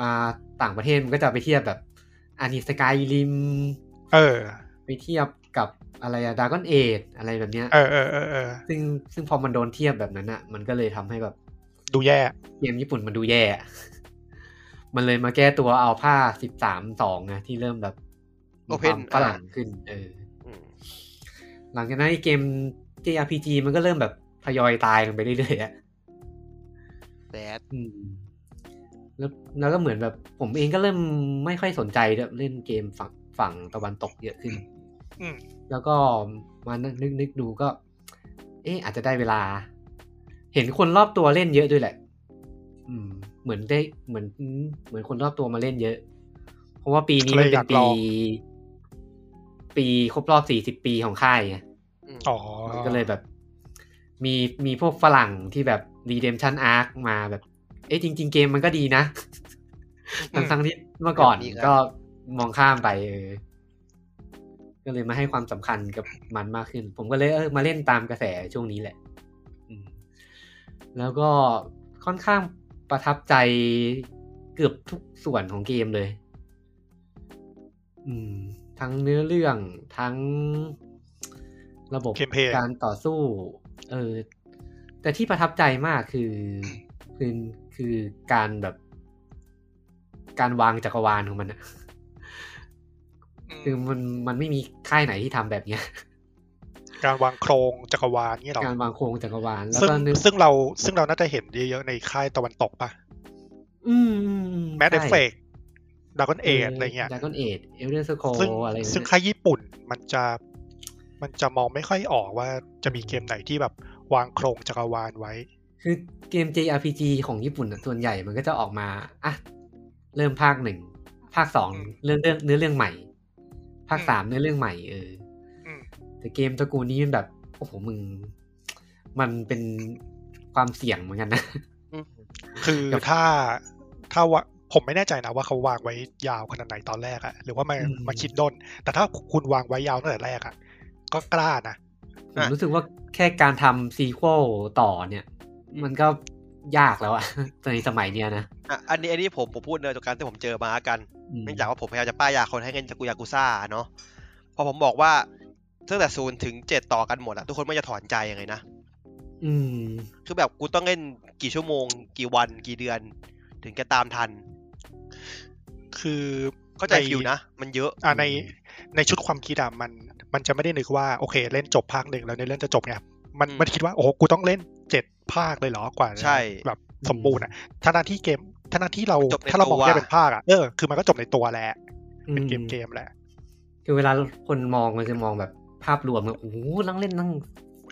Speaker 1: อ่าต่างประเทศมันก็จะไปเทียบแบบอันนี้สกายริม
Speaker 4: เออ
Speaker 1: ไปเทียบกับ อะไรอะดากอนเอทอะไรแบบเนี้ย
Speaker 4: เออเออเออเออ
Speaker 1: ซึ่งซึ่งพอมันโดนเทียบแบบนั้นอะมันก็เลยทำให้แบบ
Speaker 4: ดูแย่
Speaker 1: เกมญี่ปุ่นมันดูแย่อะ มันเลยมาแก้ตัวเอาผ้าสิบสามสองนะที่เริ่มแบบมีค
Speaker 3: Open
Speaker 1: วามฝรั่งขึ้น เออ
Speaker 3: อืม
Speaker 1: หลังจากนั้นไอ้เกม JRPG มันก็เริ่มแบบทยอยตายกันไปเรื่อยๆอะ
Speaker 3: แดด
Speaker 1: อืม แล้วแล้วก็เหมือนแบบ ผมเองก็เริ่มไม่ค่อยสนใจด้วยเล่นเกมฝั่งฝั่งตะวันตกเยอะขึ้น
Speaker 4: อืม
Speaker 1: แล้วก็มานึกนึกนึกดูก็ เอ๊ะอาจจะได้เวลา เห็นคนรอบตัวเล่นเยอะด้วยแหละ อืม เหมือนได้เหมือนอืมเหมือนคนรอบตัวมาเล่นเยอะ เพราะว่าปีนี้มันเป็นปี ปีครบรอบสี่สิบปีของค่ายไง
Speaker 3: อืม
Speaker 4: อ๋อ
Speaker 1: มันก็เลยแบบ มีมีพวกฝรั่งที่แบบ Redemption Arc มาแบบ เอ๊ะจริง ๆ เกมมันก็ดีนะ ทั้งทั้งๆที่เมื่อก่อนก็มองข้ามไปเออ ก็เลยมาให้ความสำคัญกับมันมากขึ้น ผมก็เลยเออมาเล่นตามกระแสช่วงนี้แหละ อืม แล้วก็ค่อนข้างประทับใจเกือบทุกส่วนของเกมเลย อืม ทั้งเนื้อเรื่องทั้งระบบ
Speaker 4: เกมเพย์
Speaker 1: การต่อสู้ เออ แต่ที่ประทับใจมากคือ คือคือการแบบ การวางจักรวาลของมันอะคือมันมันไม่มีค่ายไหนที่ทำแบบเนี้ย
Speaker 4: การวางโครงจักรวาลนี่หรอ
Speaker 1: การวางโครงจักรวาลแล้ว
Speaker 4: ซึ่ง
Speaker 1: ก็นึก
Speaker 4: ซึ่งเราซึ่งเราน่าจะเห็นเยอะๆในค่ายตะวันตกป่ะ
Speaker 1: อืมอือื
Speaker 4: แมดเอฟเฟกดากอนเอทอะไรเงี้ย
Speaker 1: ดากอนเอทเอลเดอร์สโค
Speaker 4: ซึ่ง
Speaker 1: อะไร
Speaker 4: ซึ่ง
Speaker 1: เนี่ย
Speaker 4: ค่ายญี่ปุ่นมันจะมันจะมองไม่ค่อยออกว่าจะมีเกมไหนที่แบบวางโครงจักรวาลไว้
Speaker 1: คือเกม JRPG ของญี่ปุ่นอะส่วนใหญ่มันก็จะออกมาอ่ะเริ่มภาคหนึ่งภาคสอง
Speaker 4: อืม
Speaker 1: เรื่องเรื่องเนื้อเรื่องใหม่ ภาค
Speaker 4: อืม
Speaker 1: สามเนื้อเรื่องใหม่เออ
Speaker 4: อืม
Speaker 1: แต่เกมตระกูลนี้มันแบบ โอ้โหมึง มันเป็นความเสี่ยงเหมือนกันนะ
Speaker 3: อืม
Speaker 4: คือถ้าถ้าว่าผมไม่แน่ใจนะว่าเขาวางไว้ยาวขนาดไหนตอนแรกอะหรือว่ามัน
Speaker 1: อืม
Speaker 4: มาคิดด้น แต่ถ้าคุณวางไว้ยาวตั้งแต่แรกอะก็กล้านะ
Speaker 1: ผมรู้สึกว่าแค่การทำซีควอลต่อเนี่ย มันก็ยากแล้วอะ ในสมัยเนี้ยนะ
Speaker 3: อ่ะอันนี้อันนี้ผมผมพูดเนยจากการที่ผมเจอมาแล้วกัน
Speaker 1: อืม
Speaker 3: เนื่องจากว่าผมพยายามจะป้ายยาคนให้เงินจากกูยากุซ่าเนาะพอผมบอกว่าตั้งแต่ศูนย์ถึงเจ็ดต่อกันหมดอะทุกคนไม่จะถอนใจยังไงนะ
Speaker 1: อืม
Speaker 3: คือแบบกูต้องเล่นกี่ชั่วโมง กี่วันกี่เดือน ถึงจะตามทัน
Speaker 4: คือ
Speaker 3: เข้าใจคิวนะ มันเยอะ
Speaker 4: อ่าใน
Speaker 1: อืม
Speaker 4: ในชุดความคิดอะมัน มันจะไม่ได้นึกว่าโอเค เล่นจบภาคหนึ่งแล้วในเรื่องจะจบไงมัน
Speaker 3: อืม
Speaker 4: มันคิดว่าโอ้โหกูต้องเล่นเจ็ดภาคเลยเหรอกว่า
Speaker 3: ใช่
Speaker 4: แบบสมบูรณ์อะทั้งๆที่เกมทั้งๆที่เรา
Speaker 3: จบใน
Speaker 4: ถ้าเรามอง
Speaker 3: ตัว
Speaker 4: แค่เป็นภาคอะเออคือมันก็จบในตัวแหละเป็นเกมเกมแหละ
Speaker 1: คือเวลาคนมองมันจะมองแบบภาพรวมแบบโอ้โหนั่งเล่นนั่ง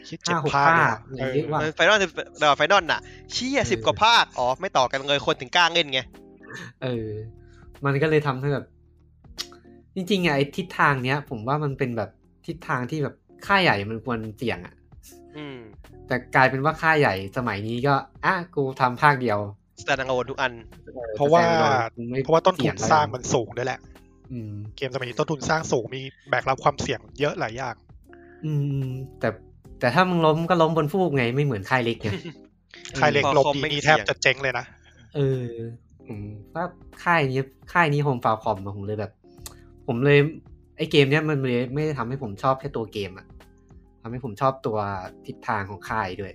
Speaker 4: คิดเจ็ด
Speaker 1: ห้าหก
Speaker 4: ภาค
Speaker 1: ภาค
Speaker 4: เออ
Speaker 1: เยอะว่ะ
Speaker 3: ไฟนอลเดอะไฟนอลน่ะเชี่ยสิบกว่าภาค อ๋อ ไม่ต่อกันเลยคนถึงกล้าเล่นไง
Speaker 1: เออ มันก็เลยทำให้แบบ จริงๆอะไอ้ทิศทางเนี้ย ผมว่ามันเป็นแบบทิศทางที่แบบค่ายใหญ่มันควรเสี่ยงอะ
Speaker 3: อืม
Speaker 1: แต่กลายเป็นว่าค่ายใหญ่สมัยนี้ก็อ่ะกูทำภาคเดียว
Speaker 3: สแตนด์โอทุกอัน
Speaker 1: ออ
Speaker 4: เพราะว่า
Speaker 1: แต่แน่นอนกูไม่
Speaker 4: เพราะว่าต้นทุ
Speaker 1: เสี่ย
Speaker 4: น
Speaker 1: งอะไร
Speaker 4: สร้างมันสูงด้วยแหละ
Speaker 1: อืม
Speaker 4: เกมสมัยนี้ต้นทุนสร้างสูงมีแบกรับความเสี่ยงเยอะหลายอย่าง
Speaker 1: อืมอืมแต่แต่ถ้ามึงล้มก็ล้มบนฟูกไงไม่เหมือนค่ายเล็กไง
Speaker 4: ใครเล็ก
Speaker 3: พอ
Speaker 4: ลบ
Speaker 3: คอม
Speaker 4: ดี
Speaker 3: ไม่
Speaker 4: นี่
Speaker 3: เสี่
Speaker 4: แท
Speaker 3: ยง
Speaker 4: บจะเจ๊งเลยนะ
Speaker 1: เออผมว่าค่ายนี้ค่ายนี้โฮมฟาวคอมผมเลยแบบ ผมเลย ไอเกมเนี้ยมันเลยไม่ได้ทำให้ผมชอบแค่ตัวเกมอะทำให้ผมชอบตัวทิศทางของค่ายด้วย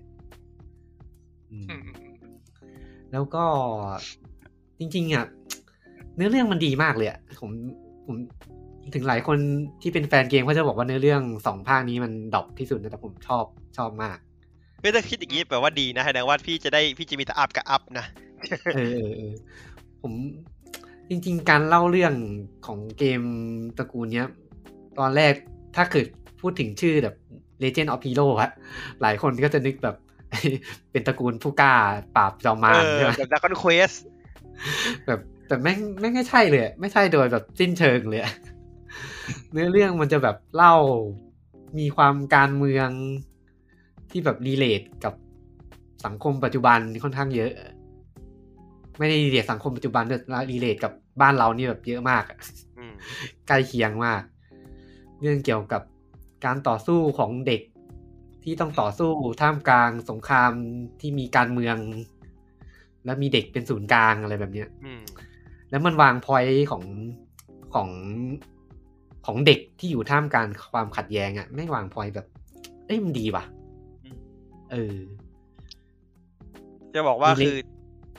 Speaker 1: อืม แล้วก็จริงๆอ่ะเนื้อเรื่องมันดีมากเลยอ่ะผมผมถึงหลายคนที่เป็นแฟนเกมเขาจะบอกว่าเนื้อเรื่องสองภาคนี้มันดรอปที่สุดนะแต่ผมชอบชอบมาก
Speaker 3: ไม่ต้องคิดอย่างนี้แปลว่าดีนะแสดงว่าพี่จะได้พี่จะมีแต่อัพกับอัพนะ
Speaker 1: เออ เออเออผมจริง ๆ การเล่าเรื่องของเกมตระกูลเนี้ย ตอนแรกถ้าเกิดพูดถึงชื่อแบบ Legend of Hero อะหลายคนก็จะนึกแบบ เป็นตระกูลผู้กล้าปราบจอมมาร
Speaker 3: เออ
Speaker 1: ใช่ไหม
Speaker 3: แบบดักคอนเควส
Speaker 1: แบบแต่แม่งแม่งไม่ใช่เลยอะไม่ใช่โดยแบบสิ้นเชิงเลยอะ เนื้อเรื่องมันจะแบบเล่ามีความการเมืองที่แบบรีเลทกับสังคมปัจจุบันค่อนข้างเยอะ ไม่ได้รีเลทสังคมปัจจุบันแต่รีเลทกับบ้านเรานี่แบบเยอะมากอะ ใกล้เคียงมาก เรื่องเกี่ยวกับการต่อสู้ของเด็กที่ต้องต่อสู้ท่ามกลางสงครามที่มีการเมือง และมีเด็กเป็นศูนย์กลางอะไรแบบเนี้ย แล้วมันวางพอยต์ของของ ของเด็กที่อยู่ท่ามกลางความขัดแย้งอะ่ะแม่งวางพอยแบบ เอ้ยมันดีว่ะ เออ
Speaker 3: จะบอกว่า
Speaker 1: ลิ
Speaker 3: คื
Speaker 1: ง
Speaker 3: อ
Speaker 1: ก์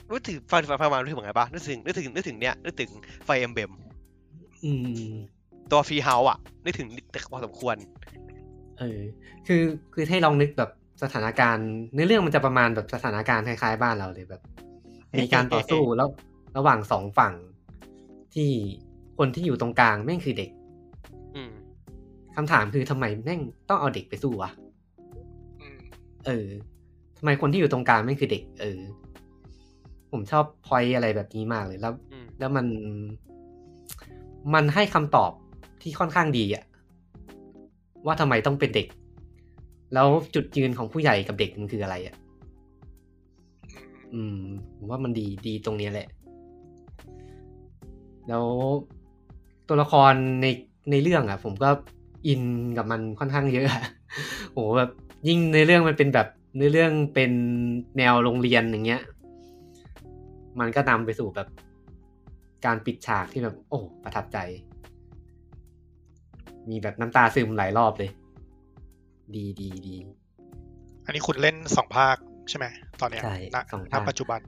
Speaker 3: นึกถึงฟังฟังฟังมานึกถึงเหมือนไงปะนึกถึงนึกถึงนึกถึงเนี้ยนึกถึงไฟเอ็มเบม
Speaker 1: อืม
Speaker 3: ตัวฟรีเฮาส์อ่ะนึกถึงพอสมควร
Speaker 1: เออ คือคือให้ลองนึกแบบสถานการณ์เนื้อเรื่องมันจะประมาณแบบสถานการณ์คล้ายๆบ้านเราเลยแบบ มีการต่อสู้แล้วระหว่างสองฝั่งที่คนที่อยู่ตรงกลางแม่งคือเด็ก
Speaker 3: อืม
Speaker 1: คำถามคือทำไมแม่งต้องเอาเด็กไปสู้วะ
Speaker 4: อืม
Speaker 1: เออทำไมคนที่อยู่ตรงกลางไม่งคือเด็ก เออ ผมชอบพอยอะไรแบบนี้มากเลย แล้ว
Speaker 3: อืม
Speaker 1: แล้วมัน มันให้คำตอบที่ค่อนข้างดีอะว่าทำไมต้องเป็นเด็ก แล้วจุดยืนของผู้ใหญ่กับเด็กมันคืออะไรอะอืม ผมว่ามันดีดีตรงเนี้ยแหละ แล้วตัวละครในในเรื่องอ่ะ ผมก็อินกับมันค่อนข้างเยอะ โหแบบยิ่งในเรื่องมันเป็นแบบในเรื่องเป็นแนวโรงเรียนอย่างเงี้ย มันก็นำไปสู่แบบการปิดฉากที่แบบ โอ้ ประทับใจ มีแบบน้ำตาซึมหลายรอบเลย ดีดีดี
Speaker 4: อันนี้คุณเล่นสองภาคใช่ไหมตอนเนี้ย
Speaker 1: ใช่
Speaker 4: ณ
Speaker 1: สอง
Speaker 4: ณ
Speaker 1: ภาค
Speaker 4: ปัจจุบัน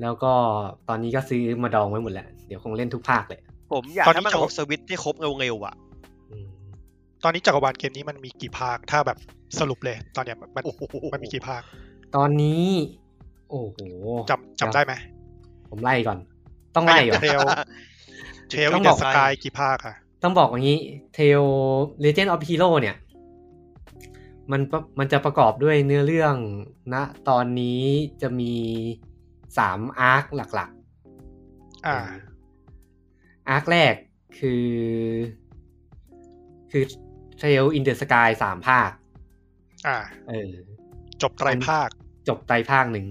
Speaker 1: แล้วก็ตอนนี้ก็ซื้อมาดองไว้หมดแล้ว เดี๋ยวคงเล่นทุกภาคเลย
Speaker 3: ผมอยาก
Speaker 4: ตอนนี้
Speaker 3: ให้มัน
Speaker 4: จะบ
Speaker 3: เอา
Speaker 4: อก
Speaker 3: สวิตช์ที่ครบเร็วๆอ่ะ
Speaker 1: อืม
Speaker 4: ตอนนี้จักรวาลเกมนี้มันมีกี่ภาคถ้าแบบสรุปเลย ตอนเนี้ยมันมัน
Speaker 3: โอ้โห
Speaker 4: มันมีกี่ภาค
Speaker 1: ตอนนี้ โอ้โห
Speaker 4: จำจำได้ไหม
Speaker 1: ผมไล่ก่อน ต้องไล่ก่อน
Speaker 4: เท ลเทล
Speaker 1: ต้อ
Speaker 4: อิ
Speaker 1: น ง
Speaker 4: เด
Speaker 1: บอก
Speaker 4: อะสกายกี่ภาคอะ
Speaker 1: ต้องบอกอย่างนี้เทล Legend of Hero เนี่ย มันประมันจะประกอบด้วยเนื้อเรื่องนะ ตอนนี้จะมีสามอาร์คหลักๆ
Speaker 4: อ่า
Speaker 1: อาร์คแรกคือ คือเทลอินเดอ s สกายสามภาค
Speaker 4: อ่า
Speaker 1: เออ
Speaker 4: จบไตรภาค
Speaker 1: จบไตรภาคหนึ่ง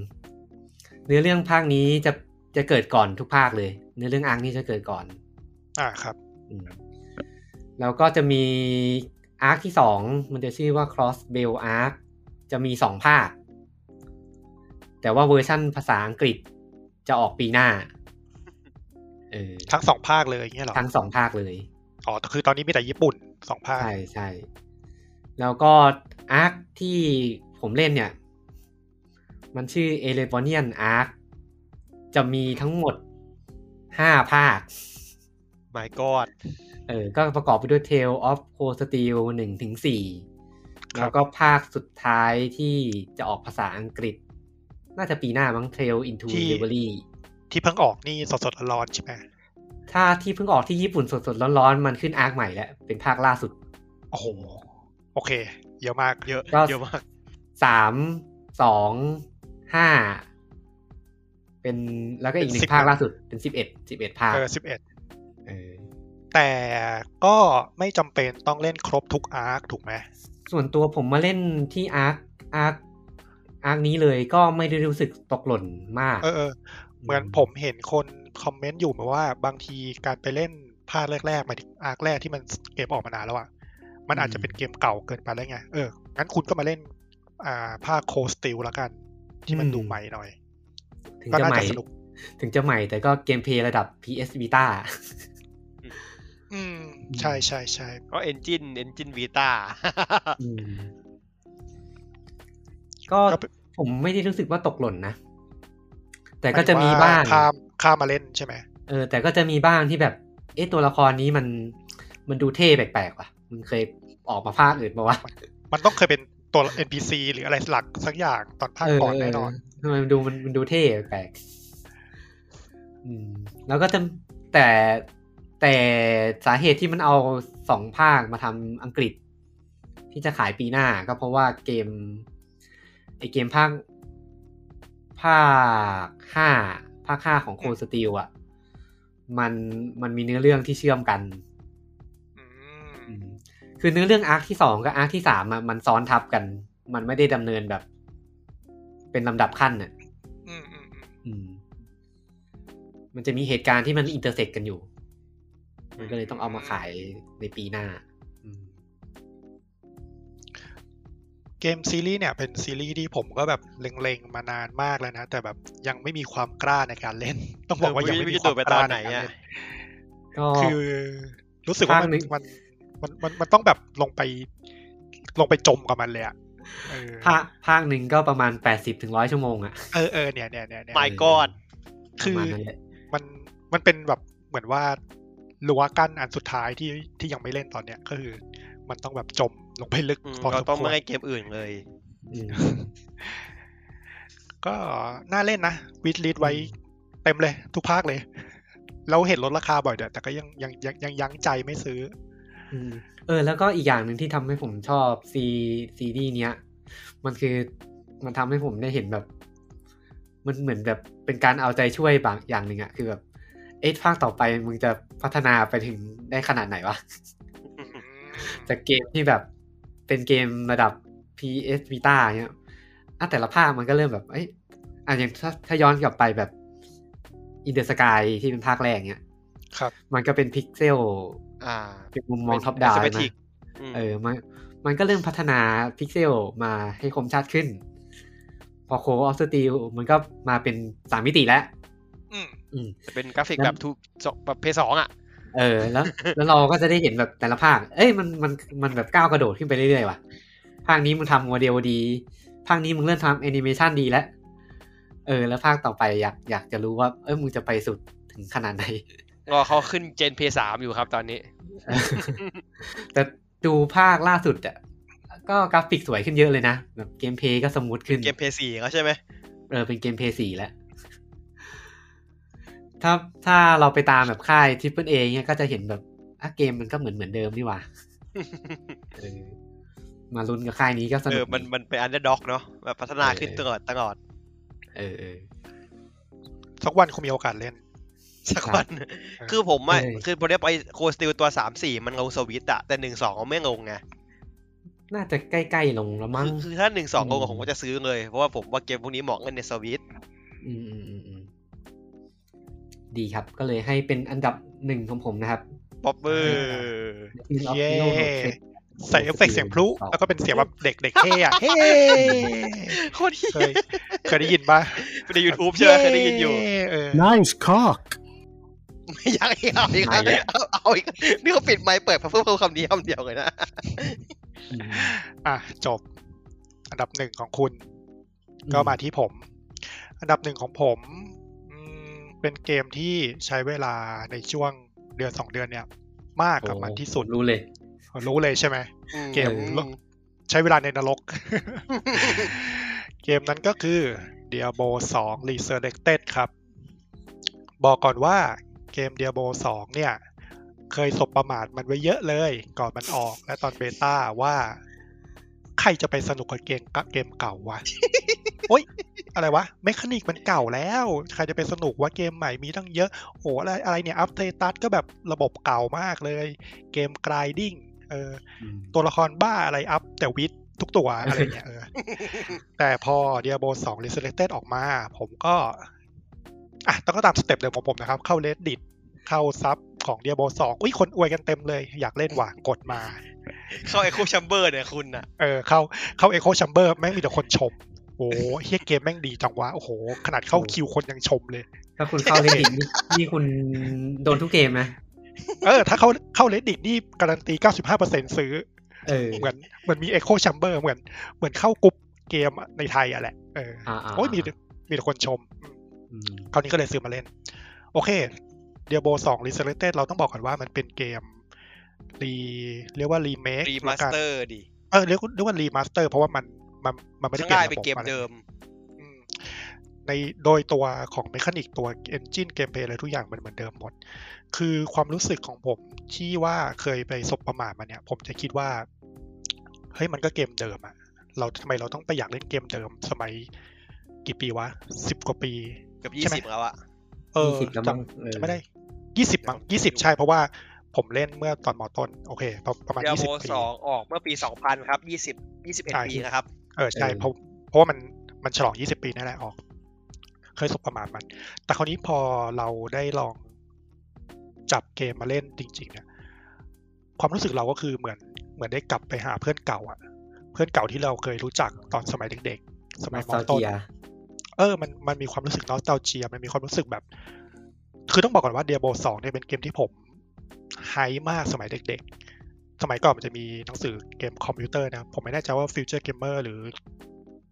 Speaker 1: เนื้อเรื่องภาคนี้จะจะเกิดก่อนทุกภาคเลย เนื้อเรื่องอาร์คนี้จะเกิดก่อน
Speaker 4: อ่าครับ
Speaker 1: อืมแล้วก็จะมีอาร์คที่สองมันจะชื่อว่า Cross Bell Arc จะมีสองภาค แต่ว่าเวอร์ชั่นภาษาอังกฤษจะออกปีหน้าเออ
Speaker 4: ทั้งสองภาคเลยอย่างเงี้ยเหรอ
Speaker 1: ทั้งสองภาคเลย
Speaker 4: อ๋อคือตอนนี้มีแต่ญี่ปุ่นสองภาค
Speaker 1: ใช่ใช่แล้วก็อาร์คที่ผมเล่นเนี่ย มันชื่อ e l e b o n i a n Arc จะมีทั้งหมดห้าภาค
Speaker 3: my god
Speaker 1: เออ ก็ประกอบไปด้วย Tale of c o s t e e l หนึ่งถึงสี่แล้วก็ภาคสุดท้ายที่จะออกภาษาอังกฤษ น่าจะปีหน้ามั้ง Tale into
Speaker 4: ที่
Speaker 1: Delivery
Speaker 4: ที่เพิ่งออกนี่สดๆร้อนๆใช่ไหม
Speaker 1: ถ้าที่เพิ่งออกที่ญี่ปุ่นสดๆร้อนๆ มันขึ้นอาร์คใหม่แล้ว เป็นภาคล่าสุด
Speaker 4: โอ้โหโอเค เยอะมาก
Speaker 3: เยอะ
Speaker 1: ก็
Speaker 3: เยอะมาก
Speaker 1: สามสองห้าเป็นแล้วก็อีกหนึ่งภาคล่าสุดเป็นสิบเอ็ดสิบเอ็ดภาค
Speaker 4: เออสิบเอ็ด
Speaker 1: เออ
Speaker 4: แต่ก็ไม่จำเป็นต้องเล่นครบทุกอาร์คถูกไหม
Speaker 1: ส่วนตัวผมมาเล่นที่อาร์คอาร์คอาร์คนี้เลยก็ไม่ได้รู้สึกตกหล่นมาก
Speaker 4: เออเออ เหมือนผมเห็นคนคอมเมนต์อยู่เหมือนว่าบางทีการไปเล่นภาคแรกๆหมายถึงอาร์คแรกที่มันเกมออกมานานแล้วอะ่ะ มันอาจจะเป็นเกมเก่าเกินไปแล้วไง เออ งั้นคุณก็มาเล่น อ่าภาคโคสติลละกัน ที่มัน
Speaker 1: อืม
Speaker 4: ดูใหม่หน่อย
Speaker 1: ถึง
Speaker 4: ก็
Speaker 1: จะ
Speaker 4: น่า
Speaker 1: ใหม่
Speaker 4: จะสนุก
Speaker 1: ถึงจะใหม่แต่ก็เกมเพลย์ระดับ PS Vita
Speaker 4: อืม ใช่ใช่ใช่
Speaker 3: ก็เอนจินเอนจินวี ตา
Speaker 1: ก็
Speaker 4: ก็เป็น
Speaker 1: ผมไม่ได้รู้สึกว่าตกหล่นนะ แต่ก็จะมีบ้าง
Speaker 4: หยถึว่ข้ามข้ามมาเล่นใช่ไหม
Speaker 1: เออ แต่ก็จะมีบ้างที่แบบ เอ๊ะตัวละครนี้มัน มันดูเท่แปลกๆว่ะ มันเคยออกมาภาคอื่นมาวะ
Speaker 4: มันต้องเคยเป็นตัว NPC หรืออะไรหลักสักอย่างตอนภาค
Speaker 1: เออ
Speaker 4: ก่อนแน่นอน
Speaker 1: ทำไมมันดูมันมันดูเท่แปลกๆอืม แล้วก็จะแต่แต่สาเหตุที่มันเอาสองภาคมาทำอังกฤษ ที่จะขายปีหน้าก็เพราะว่าเกมไอเกมภาคภาคห้าภาคห้าของโคสติลอ่ะ มันมันมีเนื้อเรื่องที่เชื่อมกัน
Speaker 4: อืม
Speaker 1: คือเนื้อเรื่องอาร์คที่สองกับอาร์คที่สามอะมันซ้อนทับกัน มันไม่ได้ดำเนินแบบ เป็นลำดับขั้นอ่ะ
Speaker 4: อืมอืมอืม
Speaker 1: อืม มันจะมีเหตุการณ์ที่มันอินเตอร์เซ็กกันอยู่ มันก็เลยต้องเอามาขายในปีหน้า อืม
Speaker 4: เกมซีรีส์เนี่ยเป็นซีรีส์ที่ผมก็แบบเล็งๆมานานมากแล้วนะ แต่แบบยังไม่มีความกล้าในการเล่น ต้องบอกว่ายังไม่มีความกล้าในการเล่น
Speaker 1: ก็
Speaker 4: คือ รู้สึกว่ามั
Speaker 1: ภา
Speaker 4: น
Speaker 1: คหนึ่ง
Speaker 4: มัน มันมันมันต้องแบบลงไป ลงไปจมกับมันเลยอะเออ
Speaker 1: ภาคภาคหนึ่งก็ประมาณแปดสิบถึงร้อยชั่วโมงอะ
Speaker 4: เออเออเนี่ยเนี่ยเนี่ยเนี่ย
Speaker 3: My God
Speaker 4: คื
Speaker 1: ประ
Speaker 4: อ
Speaker 1: มาณนั้นแหละ
Speaker 4: มันมันเป็นแบบเหมือนว่ารั้วกั้นอันสุดท้ายที่ที่ยังไม่เล่นตอนเนี้ยก็คือ มันต้องแบบจมลงไปลึก
Speaker 3: อืม
Speaker 4: พอ
Speaker 3: เรา
Speaker 4: สม
Speaker 3: ต้อง
Speaker 4: คว
Speaker 3: ไม่
Speaker 4: ร
Speaker 3: ให้เกมอื่นเลย
Speaker 1: อืม
Speaker 4: ก็น่าเล่นนะวิดลิดไว้เต็มเลย ทุกภาคเลย เราเห็นลดราคาบ่อยเดี๋ยวแต่ก็ยังยังยังยังยั้งใจไม่ซื้อ
Speaker 1: อืมเออ แล้วก็อีกอย่างหนึ่งที่ทำให้ผมชอบซีซีดีส์เนี้ย มันคือมันทำให้ผมได้เห็นแบบ มันเหมือนแบบเป็นการเอาใจช่วยบางอย่างหนึ่งอะคือแบบ เอ๊ะภาคต่อไปมึงจะพัฒนาไปถึงได้ขนาดไหนวะ จากเกมที่แบบเป็นเกมระดับ PS Vita เนี้ยอ่ะแต่ละภาคมันก็เริ่มแบบ เอ้ยอ่ะอย่างถ้าถ้าย้อนกลับไปแบบ In the Sky ที่เป็นภาคแรกเนี้ย
Speaker 4: ครับ
Speaker 1: มันก็เป็นพิกเซล
Speaker 3: อ่า
Speaker 1: เป็นมุมมอง
Speaker 3: เป็น
Speaker 1: ท็อปดาวน์
Speaker 3: isometric อืม
Speaker 1: เออมันมันก็เริ่มพัฒนาพิกเซลมาให้คมชัดขึ้น พอโคออฟสตีลมันก็มาเป็นสามมิติแล้ว
Speaker 4: อืม
Speaker 1: อืม
Speaker 3: เป็นกราฟิก
Speaker 1: แล้ว
Speaker 3: แบบทุกแบบเพย์สองอ่ะ
Speaker 1: เออ แล้ว แล้วเราก็จะได้เห็นแบบแต่ละภาค เอ้ยมันมันมันแบบก้าวกระโดดขึ้นไปเรื่อยๆว่ะ ภาคนี้มึงทำโมเดลดี ภาคนี้มึงเริ่มทำแอนิเมชันดีแล้ว เออ แล้วภาคต่อไปอยากอยากจะรู้ว่า เอ้ยมึงจะไปสุดถึงขนาดไหน
Speaker 3: รอเขาขึ้นเจนเพย์สามอยู่ครับตอนนี้
Speaker 1: แต่ดูภาคล่าสุดอ่ะก็กราฟิกสวยขึ้นเยอะเลยนะแบบเกมเพลย์ก็สมูทขึ้น
Speaker 3: เกมเพย์สี่แล้วใช่ไหม
Speaker 1: เออเป็นเกมเพย์สี่แล้ว ถ้าถ้าเราไปตามแบบค่ายทริปเปิลเอเนี่ยก็จะเห็นแบบอ่ะเกมมันก็เหมือนเหมือนเดิมนี่ หว่าเออมาลุ้นกับค่ายนี้ก็ส
Speaker 3: เอ
Speaker 1: นุ
Speaker 3: อก มันมันเป็นอันเดอร์ด็อกเนาะแบบพัฒนาขึ้น
Speaker 1: เออ
Speaker 3: ตลอดตลอด
Speaker 1: เออเออ
Speaker 4: สักวันคงมีโอกาสเล่น
Speaker 3: สักวัน คือผมอ่ะ
Speaker 1: เออ
Speaker 3: คือพอได้ไปโคสติลตัวสามสี่มันลงสวิตช์อะแต่หนึ่งสองไม่ลงไง
Speaker 1: น่าจะใกล้ๆลงแล้วมั้ง
Speaker 3: คือคือถ้าหนึ่งสองลง
Speaker 1: อื
Speaker 3: อะ
Speaker 1: ม
Speaker 3: ผมก็จะซื้อเลย เพราะว่าผมว่าเกมพวกนี้เหมาะกันในสวิตช์
Speaker 1: อืมอืมอืมอืมดีครับ ก็เลยให้เป็นอันดับหนึ่งของผมนะครับ
Speaker 3: ป๊อปเบอร์
Speaker 1: อ่
Speaker 4: เย้ ใส่เอฟเฟกต์เสียงพลุ แล้วก็เป็นเสียง แบบเด็กเด็กๆเท่อะเฮ้
Speaker 3: โคตรเฮี
Speaker 4: เคย
Speaker 3: ย
Speaker 4: เคยได้ยินปะ
Speaker 3: ไปในยูทูบใช่ไหมเคยได้ยินอยู่
Speaker 4: เออ
Speaker 5: Nice cock.
Speaker 3: ไม่อยากให้เอาอีกแล้ว
Speaker 1: ไม่อยาก
Speaker 3: เอาเอาอีกนี่เขาปิดไมค์เปิดเพื่อเพิ่มคำนี้คำเดียวเลยนะ
Speaker 4: อ่ะจบ อันดับหนึ่งของคุณ ก็มาที่ผม อันดับหนึ่งของผมอืมเป็นเกมที่ใช้เวลาในช่วงเดือนสองเดือนเนี่ย ม ากกับมันที่สุด
Speaker 1: รู้เลย
Speaker 4: รู้เลยใช่ไหม เกม
Speaker 1: อืม
Speaker 4: ลใช้เวลาในนรก เกมนั้นก็คือ Diablo 2 Resurrected ครับ บอกก่อนว่าเกม Diablo 2 เนี่ย เคยสบประมาทมันไว้เยอะเลย ก่อนมันออกและตอนเบต้าว่า ใครจะไปสนุกกับเกมกะเกมเก่าวะ โอ๊ย อะไรวะ เมคานิกมันเก่าแล้ว ใครจะไปสนุกว่าเกมใหม่มีตั้งเยอะ โหอะไรอะไรเนี่ย อัพเทตัสก็แบบระบบเก่ามากเลย เกมกรายดิ้งเออ
Speaker 1: อืม
Speaker 4: ตัวละครบ้าอะไรอัพ แต่วิทย์ทุก ตัว อะไรเงี้ยเออ แต่พอ Diablo 2 Resurrected ออกมา ผมก็ อ่ะต้องก็ตามสเต็ปเดิมของผมนะครับ เข้า Reddit เข้าซับของ Diablo 2 อุ้ยคนอวยกันเต็มเลย อยากเล่นหว่ากดมา
Speaker 3: เข้าไอคูชัมเบอร์เนี่ยคุณอ่ะ
Speaker 4: เออ เข้าเข้า Echo Chamber แม่งมีแต่คนชม โอ้โหเฮียเกมแม่งดีจังวะ โอ้โห ขนาดเข้าคิวคนยังชมเลย
Speaker 1: ถ้าคุณเข้าเลนดินนี่คุณโดนทุกเกมไหม
Speaker 4: เออ ถ้าเข้าเข้า Reddit นี่การันตี 95%ซื้อ
Speaker 1: เออ
Speaker 4: เหมือนเหมือนมี Echo Chamber เหมือนเหมือนเข้ากรุ๊ปเกมในไทยอ่ะแหละเออ
Speaker 1: อ่าๆ
Speaker 4: โอ้ยมีแต่มีแต่คนชมอืม
Speaker 1: อืม
Speaker 4: คราวนี้ก็เลยซื้อมาเล่น โอเค Diablo 2 Resurrected เราต้องบอกก่อนว่ามันเป็นเกมรีเรียกว่ารีเมค
Speaker 3: รีมาสเตอร์ดิ
Speaker 4: เออเรียกเรียกว่ารีมาสเตอร์เพราะว่ามันมันมันไม่ได้
Speaker 3: ข้าง
Speaker 4: เปลี่
Speaker 3: ล่าย งเป็
Speaker 4: นระบบ
Speaker 3: นเกม
Speaker 4: อะไร
Speaker 3: เดิม
Speaker 4: อืมในโดยตัวของเมคานิกตัวเอนจินเกมเพลย์อะไรทุกอย่างมันเหมือนเดิมหมด คือความรู้สึกของผมที่ว่าเคยไปสบประมาทมาเนี่ย ผมจะคิดว่า เฮ้ยมันก็เกมเดิมอะเราทำไมเราต้องไปอยากเล่นเกมเดิมสมัยกี่ปีวะสิบกว่าปี
Speaker 3: เกือบ
Speaker 4: ใช่
Speaker 3: ยี่
Speaker 4: ไหม
Speaker 3: สิบแล้วอะ
Speaker 4: เออ
Speaker 1: 20แล้วมั้งเออ
Speaker 4: จำจำไม่ได้ยี่สิบมั้งยี่สิบใช่เพราะว่าผมเล่นเมื่อตอนมอต้น โอเคประประมาณ
Speaker 3: เดีย
Speaker 4: ยี่
Speaker 3: โม
Speaker 4: สิบปี
Speaker 3: สองออกเมื่อปีสองพันครับยี่สิบยี่สิบเอ็ด
Speaker 4: ใช่
Speaker 3: ปีนะครับ
Speaker 4: เออใช่
Speaker 1: เออ
Speaker 4: เพราะเพราะว่ามันมันฉลอง 20 ปีนั่นแหละออก เคยสบประมาทมัน แต่คราวนี้พอเราได้ลองจับเกมมาเล่นจริง ๆ เนี่ย ความรู้สึกเราก็คือเหมือนเหมือนได้กลับไปหาเพื่อนเก่าอะเพื่อนเก่าที่เราเคยรู้จักตอนสมัยเด็กๆ สมั
Speaker 1: มาย ส
Speaker 4: ม
Speaker 1: ตอ
Speaker 4: อต้น
Speaker 1: เกีย
Speaker 4: เออ มัน มันมีความรู้สึกนอสตาเจีย มันมีความรู้สึกแบบ คือต้องบอกก่อนว่าเดียโบสองเนี่ยเป็นเกมที่ผมไฮป์มากสมัยเด็ก สมัยก่อนมันจะมีหนังสือเกมคอมพิวเตอร์นะครับผมไม่แน่ใจว่าฟิวเจอร์เกมเมอร์หรือ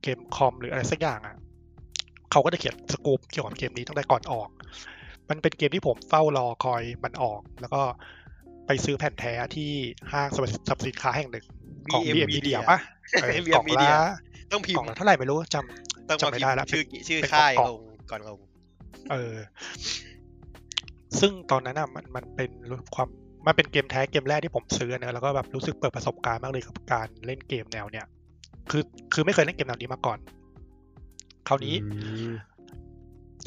Speaker 4: เกมคอมหรืออะไรสักอย่างอ่ะเขาก็จะเขียนสกูปเกี่ยวกับเกมนี้ตั้งแต่ก่อนออก มันเป็นเกมที่ผมเฝ้ารอคอยมันออก แล้วก็ไปซื้อแผ่นแท้ที่ห้างสรรพสรรพสินค้าแห่งหนึ่งของ
Speaker 3: BM
Speaker 4: BM Media
Speaker 3: Media
Speaker 4: ปะเออ
Speaker 3: BM
Speaker 4: กล่องละ
Speaker 3: Media ต้องพิ
Speaker 4: ก
Speaker 3: ม
Speaker 4: ล่อง
Speaker 3: พ์
Speaker 4: ละเท่าไหร่ไม่รู้จำ
Speaker 3: ต้องมา
Speaker 4: จำไม่
Speaker 3: พิ
Speaker 4: ได้
Speaker 3: มพ์
Speaker 4: ละ
Speaker 3: ชื่อชื่อ
Speaker 4: เป็น
Speaker 3: ค่าย
Speaker 4: กล่อง
Speaker 3: ลงก่อนลง
Speaker 4: เออ ซึ่งตอนนั้นอ่ะมันมันเป็นรู้ความมันเป็นเกมแท้เกมแรกที่ผมซื้อเนอะแล้วก็แบบรู้สึกเปิดประสบการณ์มากเลยกับการเล่นเกมแนวเนี้ยคือคือไม่เคยเล่นเกมแนวนี้มาก่อน คราวนี้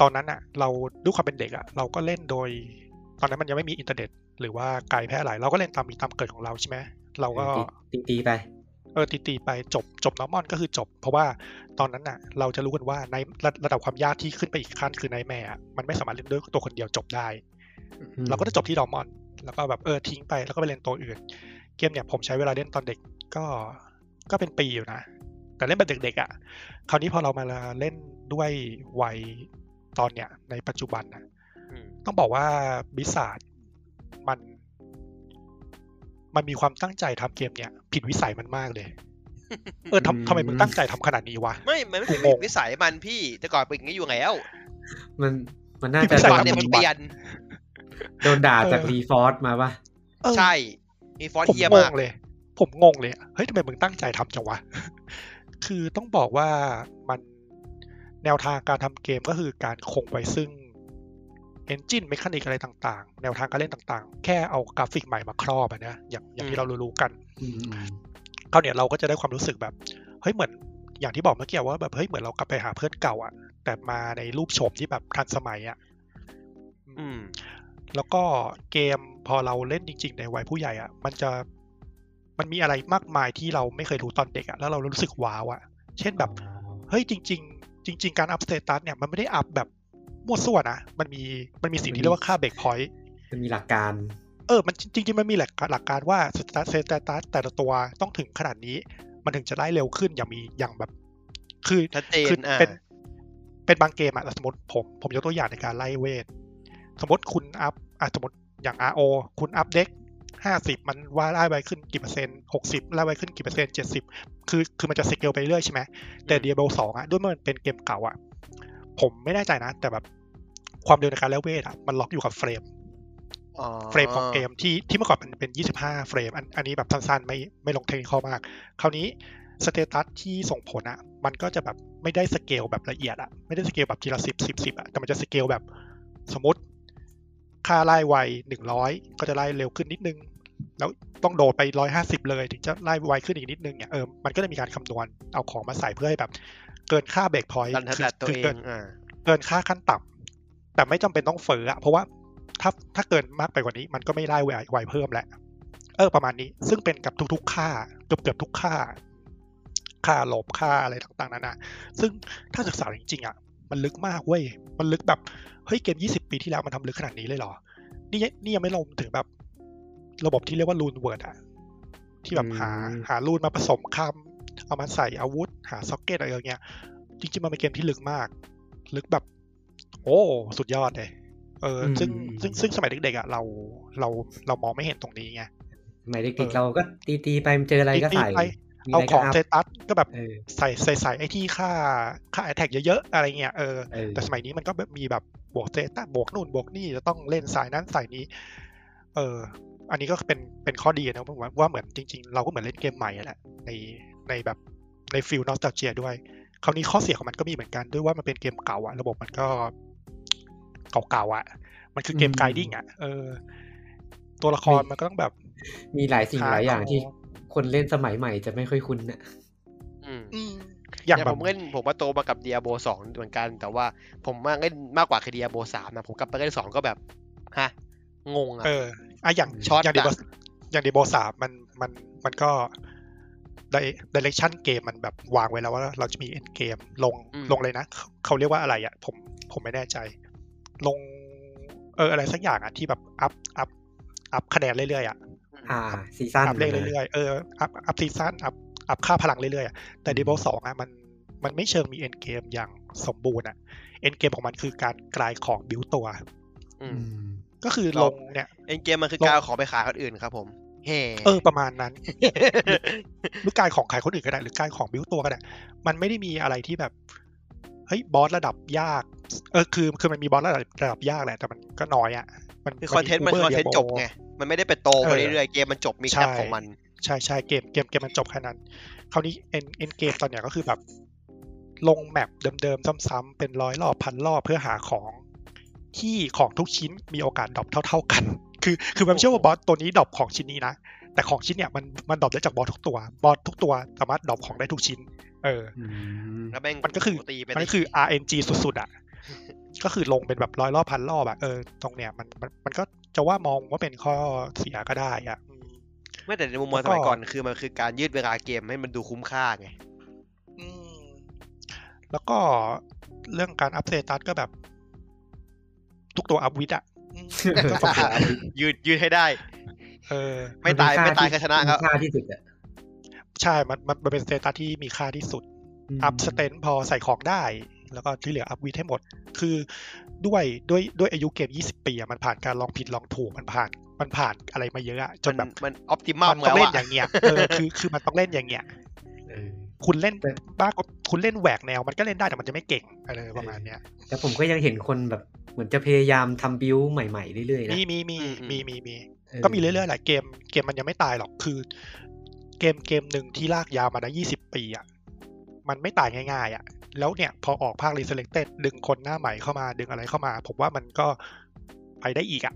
Speaker 4: ตอนนั้นอ่ะ เราด้วยความเป็นเด็กอ่ะเราก็เล่นโดย ตอนนั้นมันยังไม่มีอินเทอร์เน็ต หรือว่าไกลแพร่หลายเราก็เล่นตามมีตามเกิดของเราใช่ไหมเราก็
Speaker 1: ตีตีไป
Speaker 4: เออตีตีไปจบจบนอร์มอนก็คือจบ เพราะว่าตอนนั้นน่ะ เราจะรู้กันว่าในระระดับความยากที่ขึ้นไปอีกขั้นคือในแม่มันไม่สามารถเล่นด้วยตัวคนเดียวจบได้
Speaker 1: อืม
Speaker 4: เราก็จะจบที่นอร์มอน แล้วก็แบบเออทิ้งไปแล้วก็ไปเล่นตัวอื่น เกมเนี่ยผมใช้เวลาเล่นตอนเด็กก็ก็เป็นปีอยู่นะ แต่เล่นแบบเด็กๆอ่ะคราวนี้พอเรามาเล่นด้วยวัยตอนเนี้ยในปัจจุบันน่ะ
Speaker 3: อืม
Speaker 4: ต้องบอกว่าบิสาดมัน มันมีความตั้งใจทำเกมเนี่ยผิดวิสัยมันมากเลย เอ
Speaker 1: อื
Speaker 4: อ
Speaker 1: ม
Speaker 4: ทำทำไมมึงตั้งใจทำขนาดนี้วะ
Speaker 3: ไม่มันไม่เป็น
Speaker 4: กูงง
Speaker 3: วิสัยมันพี่ แต่ก่อนเป็นอย่างนี้อยู่แล้ว
Speaker 1: มันมันน่า
Speaker 4: ที่
Speaker 1: จะ
Speaker 4: ไม่
Speaker 1: โด
Speaker 4: ใช่
Speaker 3: ก่อน
Speaker 1: น
Speaker 4: ค
Speaker 3: เนี่ย
Speaker 4: รับ
Speaker 3: มันเปลี่ยน
Speaker 1: โดนด่าจาก
Speaker 4: เออ
Speaker 1: รีฟอร์สมาปะ
Speaker 4: เออ
Speaker 3: ใช่มีฟอนต์
Speaker 4: ผม
Speaker 3: เฮีย
Speaker 4: ง
Speaker 3: มาง ก
Speaker 4: เลย ผมงงเลยเฮ้ยทำไมมึงตั้งใจทำจังวะ คือต้องบอกว่ามันแนวทางการทำเกมก็คือการคงไว้ซึ่งเอนจิน e มคานิกอะไรต่างๆ แนวทางการเล่นต่างๆ แค่เอากราฟิกใหม่มาครอบอะนะอย่างอย่างที่เรารู้ๆกัน
Speaker 1: อืมอืม
Speaker 4: คราวเนี้ยเราก็จะได้ความรู้สึกแบบเฮ้ยเหมือนอย่างที่บอกเมื่อกี้ว่าแบบเฮ้ยเหมือนเรากลับไปหาเพื่อนเก่าอ่ะ แต่มาในรูปโฉมที่แบบทันสมัยอ่ะ
Speaker 3: อืม
Speaker 4: แล้วก็เกมพอเราเล่นจริง ๆ ในวัยผู้ใหญ่อ่ะ มันจะมันมีอะไรมากมายที่เราไม่เคยรู้ตอนเด็กอ่ะแล้วเรารู้สึกว้าวอ่ะ เช่นแบบเฮ้ยจริง ๆ จริง ๆ การอัพสเตตัสเนี่ยมันไม่ได้อัพแบบมั่วส่วนนะมันมีมันมีสิ่งที่เรียกว่าค่าเบรกพอย
Speaker 1: มันมีหลักการ
Speaker 4: เออ มันจริงๆ มันมีหลักหลักการว่าสเตตัสสเตตัสแต่ละตัวต้องถึงขนาดนี้ มันถึงจะได้เร็วขึ้นอย่างมีอย่างแบบ คือ
Speaker 3: ชัดเจน
Speaker 4: คือ
Speaker 3: อ่า
Speaker 4: เป็นเป็นบางเกมอะสมมติผมผมยกตัวอย่างในการไล่เวท สมมติคุณอัพอ่ะสมมติอย่าง RO คุณอัพเด็กห้าสิบมันว่าไล่ไปขึ้นกี่เปอร์เซ็นต์หกสิบไล่ไปขึ้นกี่เปอร์เซ็นต์เจ็ดสิบคือคือมันจะสเกลไปเรื่อยใช่ไหม แต่
Speaker 3: อืม
Speaker 4: Diablo 2อ่ะด้วยมันเป็นเกมเก่าอ่ะ ผมไม่แน่ใจนะ แต่แบบความเร็วในการไล่เวทอะมันล็อกอยู่กับเฟรม
Speaker 3: อ๋อ
Speaker 4: เฟรมของเกมที่ที่เมื่อก่อนมันเป็น 25 เฟรม อันอันนี้แบบสั้นๆ ไม่ไม่ลงเทคนิคอลมาก คราวนี้สเตตัสที่ส่งผลอะมันก็จะแบบไม่ได้สเกลแบบละเอียดอะไม่ได้สเกลแบบทีละสิบสิบสิบอะแต่มันจะสเกลแบบสมมติค่าไล่ไวหนึ่งร้อยก็จะไล่เร็วขึ้นนิดนึง แล้วต้องโดดไปร้อยห้าสิบเลยถึงจะไล่ไวขึ้นอีกนิดนึงเนี่ยเออมันก็จะมีการคำนวณเอาของมาใส่เพื่อให้แบบ เกินค่าเบรกพอยต์
Speaker 3: ดันถนัดตัว
Speaker 4: คื
Speaker 3: เอ
Speaker 4: เกิ
Speaker 3: ง
Speaker 4: น
Speaker 3: อ่า
Speaker 4: เกินค่าขั้นต่ำแต่ไม่จำเป็นต้องเฟออะเพราะว่าถ้าถ้าเกินมากไปกว่านี้ มันก็ไม่ได้ไวไวเพิ่มแหละเออประมาณนี้ ซึ่งเป็นกับทุกๆ ค่าเกือบเกือบทุกค่า ค่าลบค่าอะไรต่างๆนานาซึ่งถ้าศึกษาจริงๆอะมันลึกมากเว้ยมันลึกแบบเฮ้ยเกม 20 ปีที่แล้วมันทำลึกขนาดนี้เลยเหรอ นี่ยังนี่ยังไม่ลงถึงแบบ ระบบที่เรียกว่าลูนเวิร์ดอะที่แบบหา
Speaker 1: อืม
Speaker 4: หาลูนมาผสมคำเอามาใส่อาวุธ หาซ็อกเก็ตอะไรอย่างเงี้ย จริงๆมันเป็นเกมที่ลึกมาก ลึกแบบ โอ้ สุดยอดเลยเอออ
Speaker 1: ม
Speaker 4: ซึ่ง
Speaker 1: อืม
Speaker 4: ซึ่งซึ่งสมัยเด็กๆอ่ะเราเราเรามองไม่เห็นตรงนี้ไง
Speaker 1: หมายเด็ก
Speaker 4: เออ
Speaker 1: ๆเราก็ตีตีๆไปเจออะไรก็ใส่
Speaker 4: ตีๆไป
Speaker 1: มี
Speaker 4: เอา
Speaker 1: อะไร
Speaker 4: ข
Speaker 1: ก็
Speaker 4: อง
Speaker 1: อัพ
Speaker 4: เซตัสก็แบบ
Speaker 1: เออ
Speaker 4: ใส่ใส่ใส่ไอ้ที่ค่าค่าแอทแทกเยอะๆอะไรเงี้ยเออ
Speaker 1: เออ
Speaker 4: แต่สมัยนี้มันก็แบบมีแบบบวกเซต้าบวกนู่นบวกนี่จะต้องเล่นสายนั้นสายนี้ เออ อันนี้ก็เป็นเป็นข้อดีนะผมว่าว่าเหมือนจริง ๆ เราก็เหมือนเล่นเกมใหม่อะแหละในในแบบในฟิลนอสตาเจียด้วย คราวนี้ข้อเสียของมันก็มีเหมือนกันด้วยว่ามันเป็นเกมเก่าอะระบบมันก็เก่าๆอะมันคือเกมไกดิ้งอะเออ ตัวละครมันก็ต้องแบบ
Speaker 1: มีหลายสิ่งหลายอย่าง
Speaker 4: หาของ
Speaker 1: ที่คนเล่นสมัยใหม่จะไม่ค่อยคุ้นน่ะ
Speaker 3: อืม
Speaker 4: อืม
Speaker 3: อย่
Speaker 4: อา
Speaker 3: ย่าง ง
Speaker 4: แบ
Speaker 3: ผ
Speaker 4: บ
Speaker 3: มเล่นผมว่าโตมากับเดียโบสองเหมือนกัน แต่ว่าผมมาเล่นมากกว่าคือเดียโบสามนะผมกลับไปเล่นสองก็แบบฮะงงอ่ะ
Speaker 4: เอออะอย่าง
Speaker 3: ช็อต
Speaker 4: อย่างดีโบ
Speaker 3: อะ
Speaker 4: อย่างดีโบสามมันมันมันก็ได้ดิเรกชันเกมมันแบบวางไว้แล้วว่าเราจะมีเอ็นเกมลงลงเลยนะเขาเขาเรียกว่าอะไรอ่ะ ผมผมไม่แน่ใจ ลง เอออะไรสักอย่างอ่ะที่แบบอัพอัพอัพคะแนนเรื่อยๆอ่ะ
Speaker 1: อ่า ซีซั่น
Speaker 4: อัพเ
Speaker 1: มันนะ
Speaker 4: รื่อยๆ เออ อัพ อัพซีซั่น อัพ อัพค่าพลังเรื่อยๆอะแต่ดีโบสองอ่ะ มัน มันไม่เชิงมีเอนเกมอย่างสมบูรณ์อ่ะ เอนเกมของมันคือการกลายของบิวตัว
Speaker 3: อื
Speaker 1: อื
Speaker 3: ม
Speaker 1: ม
Speaker 4: ก็คือ
Speaker 3: ครั
Speaker 4: ล
Speaker 3: บ
Speaker 4: งเนี่ย
Speaker 3: เอ็นเกมมันคือ
Speaker 4: ลอง
Speaker 3: การเอาของไปขายคนอื่นครับผม แห่
Speaker 4: เออประมาณนั้น หรือการของใครคนอื่นก็ได้ หรือการของบิวตัวก็ได้ มันไม่ได้มีอะไรที่แบบเฮ้ยบอสระดับยาก เออคือคือมันมีบอสระดับระดับยากแหละแต่มันก็น้อยอ่ะ มัน
Speaker 3: คือคอนเทนต์มัน
Speaker 4: บ
Speaker 3: คอนเทนต์จบไง
Speaker 4: ดียว
Speaker 3: มันไม่ได้ไปโตไป
Speaker 4: เออ
Speaker 3: เรื่อยๆเกมมันจบมี
Speaker 4: ใช่
Speaker 3: แคปของมัน
Speaker 4: ใช่ใช่เกมเกมเกมมันจบแค่นั้น คราวนี้เอ็นเอ็นเกมตอนเนี้ยก็คือแบบ ลงแมปเดิมๆซ้ำๆเป็นร้อยรอบพันรอบเพื่อหาของที่ของทุกชิ้นมีโอกาสดรอปเท่า ๆกัน คือคือมันไม่ใช่ว่าบอสตัวนี้ดรอปของชิ้นนี้นะ แต่ของชิ้นเนี่ยมันมันดรอปได้จากบอสทุกตัว บอสทุกตัวสามารถดรอปของได้ทุกชิ้น เออ
Speaker 1: อืม
Speaker 3: แล้วแม่ง
Speaker 4: มันก็คือ
Speaker 3: ตีไป
Speaker 4: มันก็คือ RNG สุดๆอ่ะ ก็คือลงเป็นแบบร้อยรอบพันรอบอ่ะเออตรงเนี้ยมันมันมันก็จะว่ามองว่าเป็นข้อเสียก็ได้อ่ะอืม
Speaker 3: ไม่แต่ในมุมมองส
Speaker 4: แล้วก็
Speaker 3: มัยก่อนคือมันคือการยืดเวลาเกมให้มันดูคุ้มค่าไง
Speaker 4: อืมแล้วก็เรื่องการอัพสเตตัสก็แบบ ทุกตัวอัพวิดอะอืมก็สงสาร
Speaker 3: ยืดยืดให้ได้
Speaker 4: เออ
Speaker 3: ไม่ตาย
Speaker 1: น
Speaker 3: ไม่
Speaker 1: เป็น
Speaker 3: ตายก็ชนะครับ
Speaker 1: ค่าที่สุดอะ
Speaker 4: ใช่ มันมันมันเป็นสเตตัสที่มีค่าที่สุด
Speaker 1: ม
Speaker 4: อัพสเตนพอใส่ของได้ แล้วก็ที่เหลืออัพวิดให้หมด คือด้วยด้วยด้วยอายุเกม 20 ปีอะมันผ่านการลองผิดลองถูกมันผ่าน มันผ่านอะไรมาเยอะอะจ
Speaker 3: มัน
Speaker 4: นแบบ
Speaker 3: มันออปติมัล
Speaker 4: ต้
Speaker 3: แล้
Speaker 4: อง
Speaker 3: ว
Speaker 4: เล่น
Speaker 3: อะ
Speaker 4: อย่างเงี้ยเออคือคือมันต้องเล่นอย่างเงี้ย
Speaker 1: เออ
Speaker 4: คุณเล่น
Speaker 1: แต่
Speaker 4: บ้ากว่าคุณเล่นแหวกแนว มันก็เล่นได้แต่มันจะไม่เก่งอะไรประมาณเนี้ย
Speaker 1: แต่ผมก็ยังเห็นคนแบบเหมือนจะพยายามทำบิวใหม่ๆเรื่อยๆนะ
Speaker 4: มีมีมีมีมีมี
Speaker 1: ออ
Speaker 4: ก็มีเรื่อยๆแหละเกมเกมมันยังไม่ตายหรอกคือ เกมเกมหนึ่งที่ลากยาวมาได้ยี่สิบปีอ่ะมันไม่ตายง่ายๆอ่ะ แล้วเนี่ยพอออกภาค Reselected ดึงคนหน้าใหม่เข้ามาดึงอะไรเข้ามา ผมว่ามันก็ไปได้อีกอ่ะ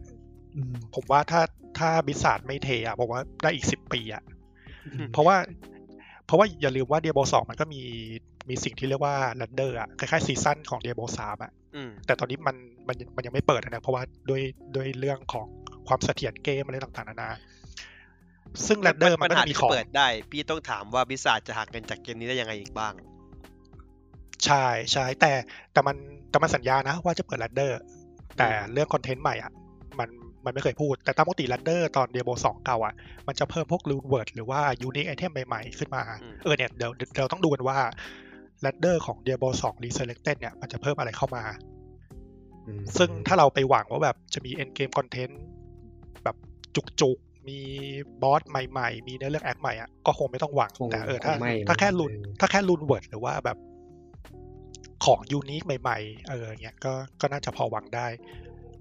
Speaker 1: อืม
Speaker 4: ผมว่าถ้าถ้าบิสาดไม่เทอ่ะผมว่าได้อีกสิบปีอ่ะ
Speaker 1: อืม
Speaker 4: เพราะว่า เพราะว่าอย่าลืมว่า Diablo 2 มันก็มีมีสิ่งที่เรียกว่า Ladder อ่ะคล้ายๆซีซั่นของ Diablo 3อ่ะ
Speaker 3: อืม
Speaker 4: แต่ตอนนี้มันมันมันยังไม่เปิดนะ เพราะว่าด้วยด้วยเรื่องของความเสถียรเกมอะไรต่างๆนานา ซึ่งแรดเดอร์มัน
Speaker 3: ปัญ
Speaker 4: ก็
Speaker 3: หา
Speaker 4: จะมี
Speaker 3: ที่
Speaker 4: ของ
Speaker 3: เปิดได้พี่ต้องถามว่าบิสาจะหักเงินจากเกมนี้ได้ยังไงอีกบ้าง
Speaker 4: ใช่ใช่แต่แต่มันแต่มันสัญญานะว่าจะเปิดแรดเดอร์ แต่เรื่องคอนเทนต์ใหม่อ่ะมันมันไม่เคยพูด แต่ตามปกติแรดเดอร์ตอนเดียโบสองเก่าอ่ะ มันจะเพิ่มพวกรูนเวิร์ดหรือว่ายูนิคไอเทมใหม่ๆ ขึ้นมา
Speaker 3: อืม
Speaker 4: เออเนี่ยเดี๋ยวเดี๋ยวเราต้องดูกันว่าแรดเดอร์ของเดียโบสองรีเซเล็กเต็ดเนี่ยมันจะเพิ่มอะไรเข้ามา
Speaker 1: อืม
Speaker 4: ซึ่งถ้าเราไปหวังว่าแบบจะมี end game content แบบจุกๆ มีบอสใหม่ๆ มีเนื้อเรื่องแอคใหม่อ่ะก็คงไม่ต้องหวัง
Speaker 1: คง
Speaker 4: แต่เออ
Speaker 1: คง
Speaker 4: ถ้า
Speaker 1: ไม่
Speaker 4: ถ้าแค่ลุน
Speaker 1: เออ
Speaker 4: ถ้าแค่ลุนเวิร์ดหรือว่าแบบของยูนิคใหม่ๆ เอออย่างเงี้ยก็ก็น่าจะพอหวังได้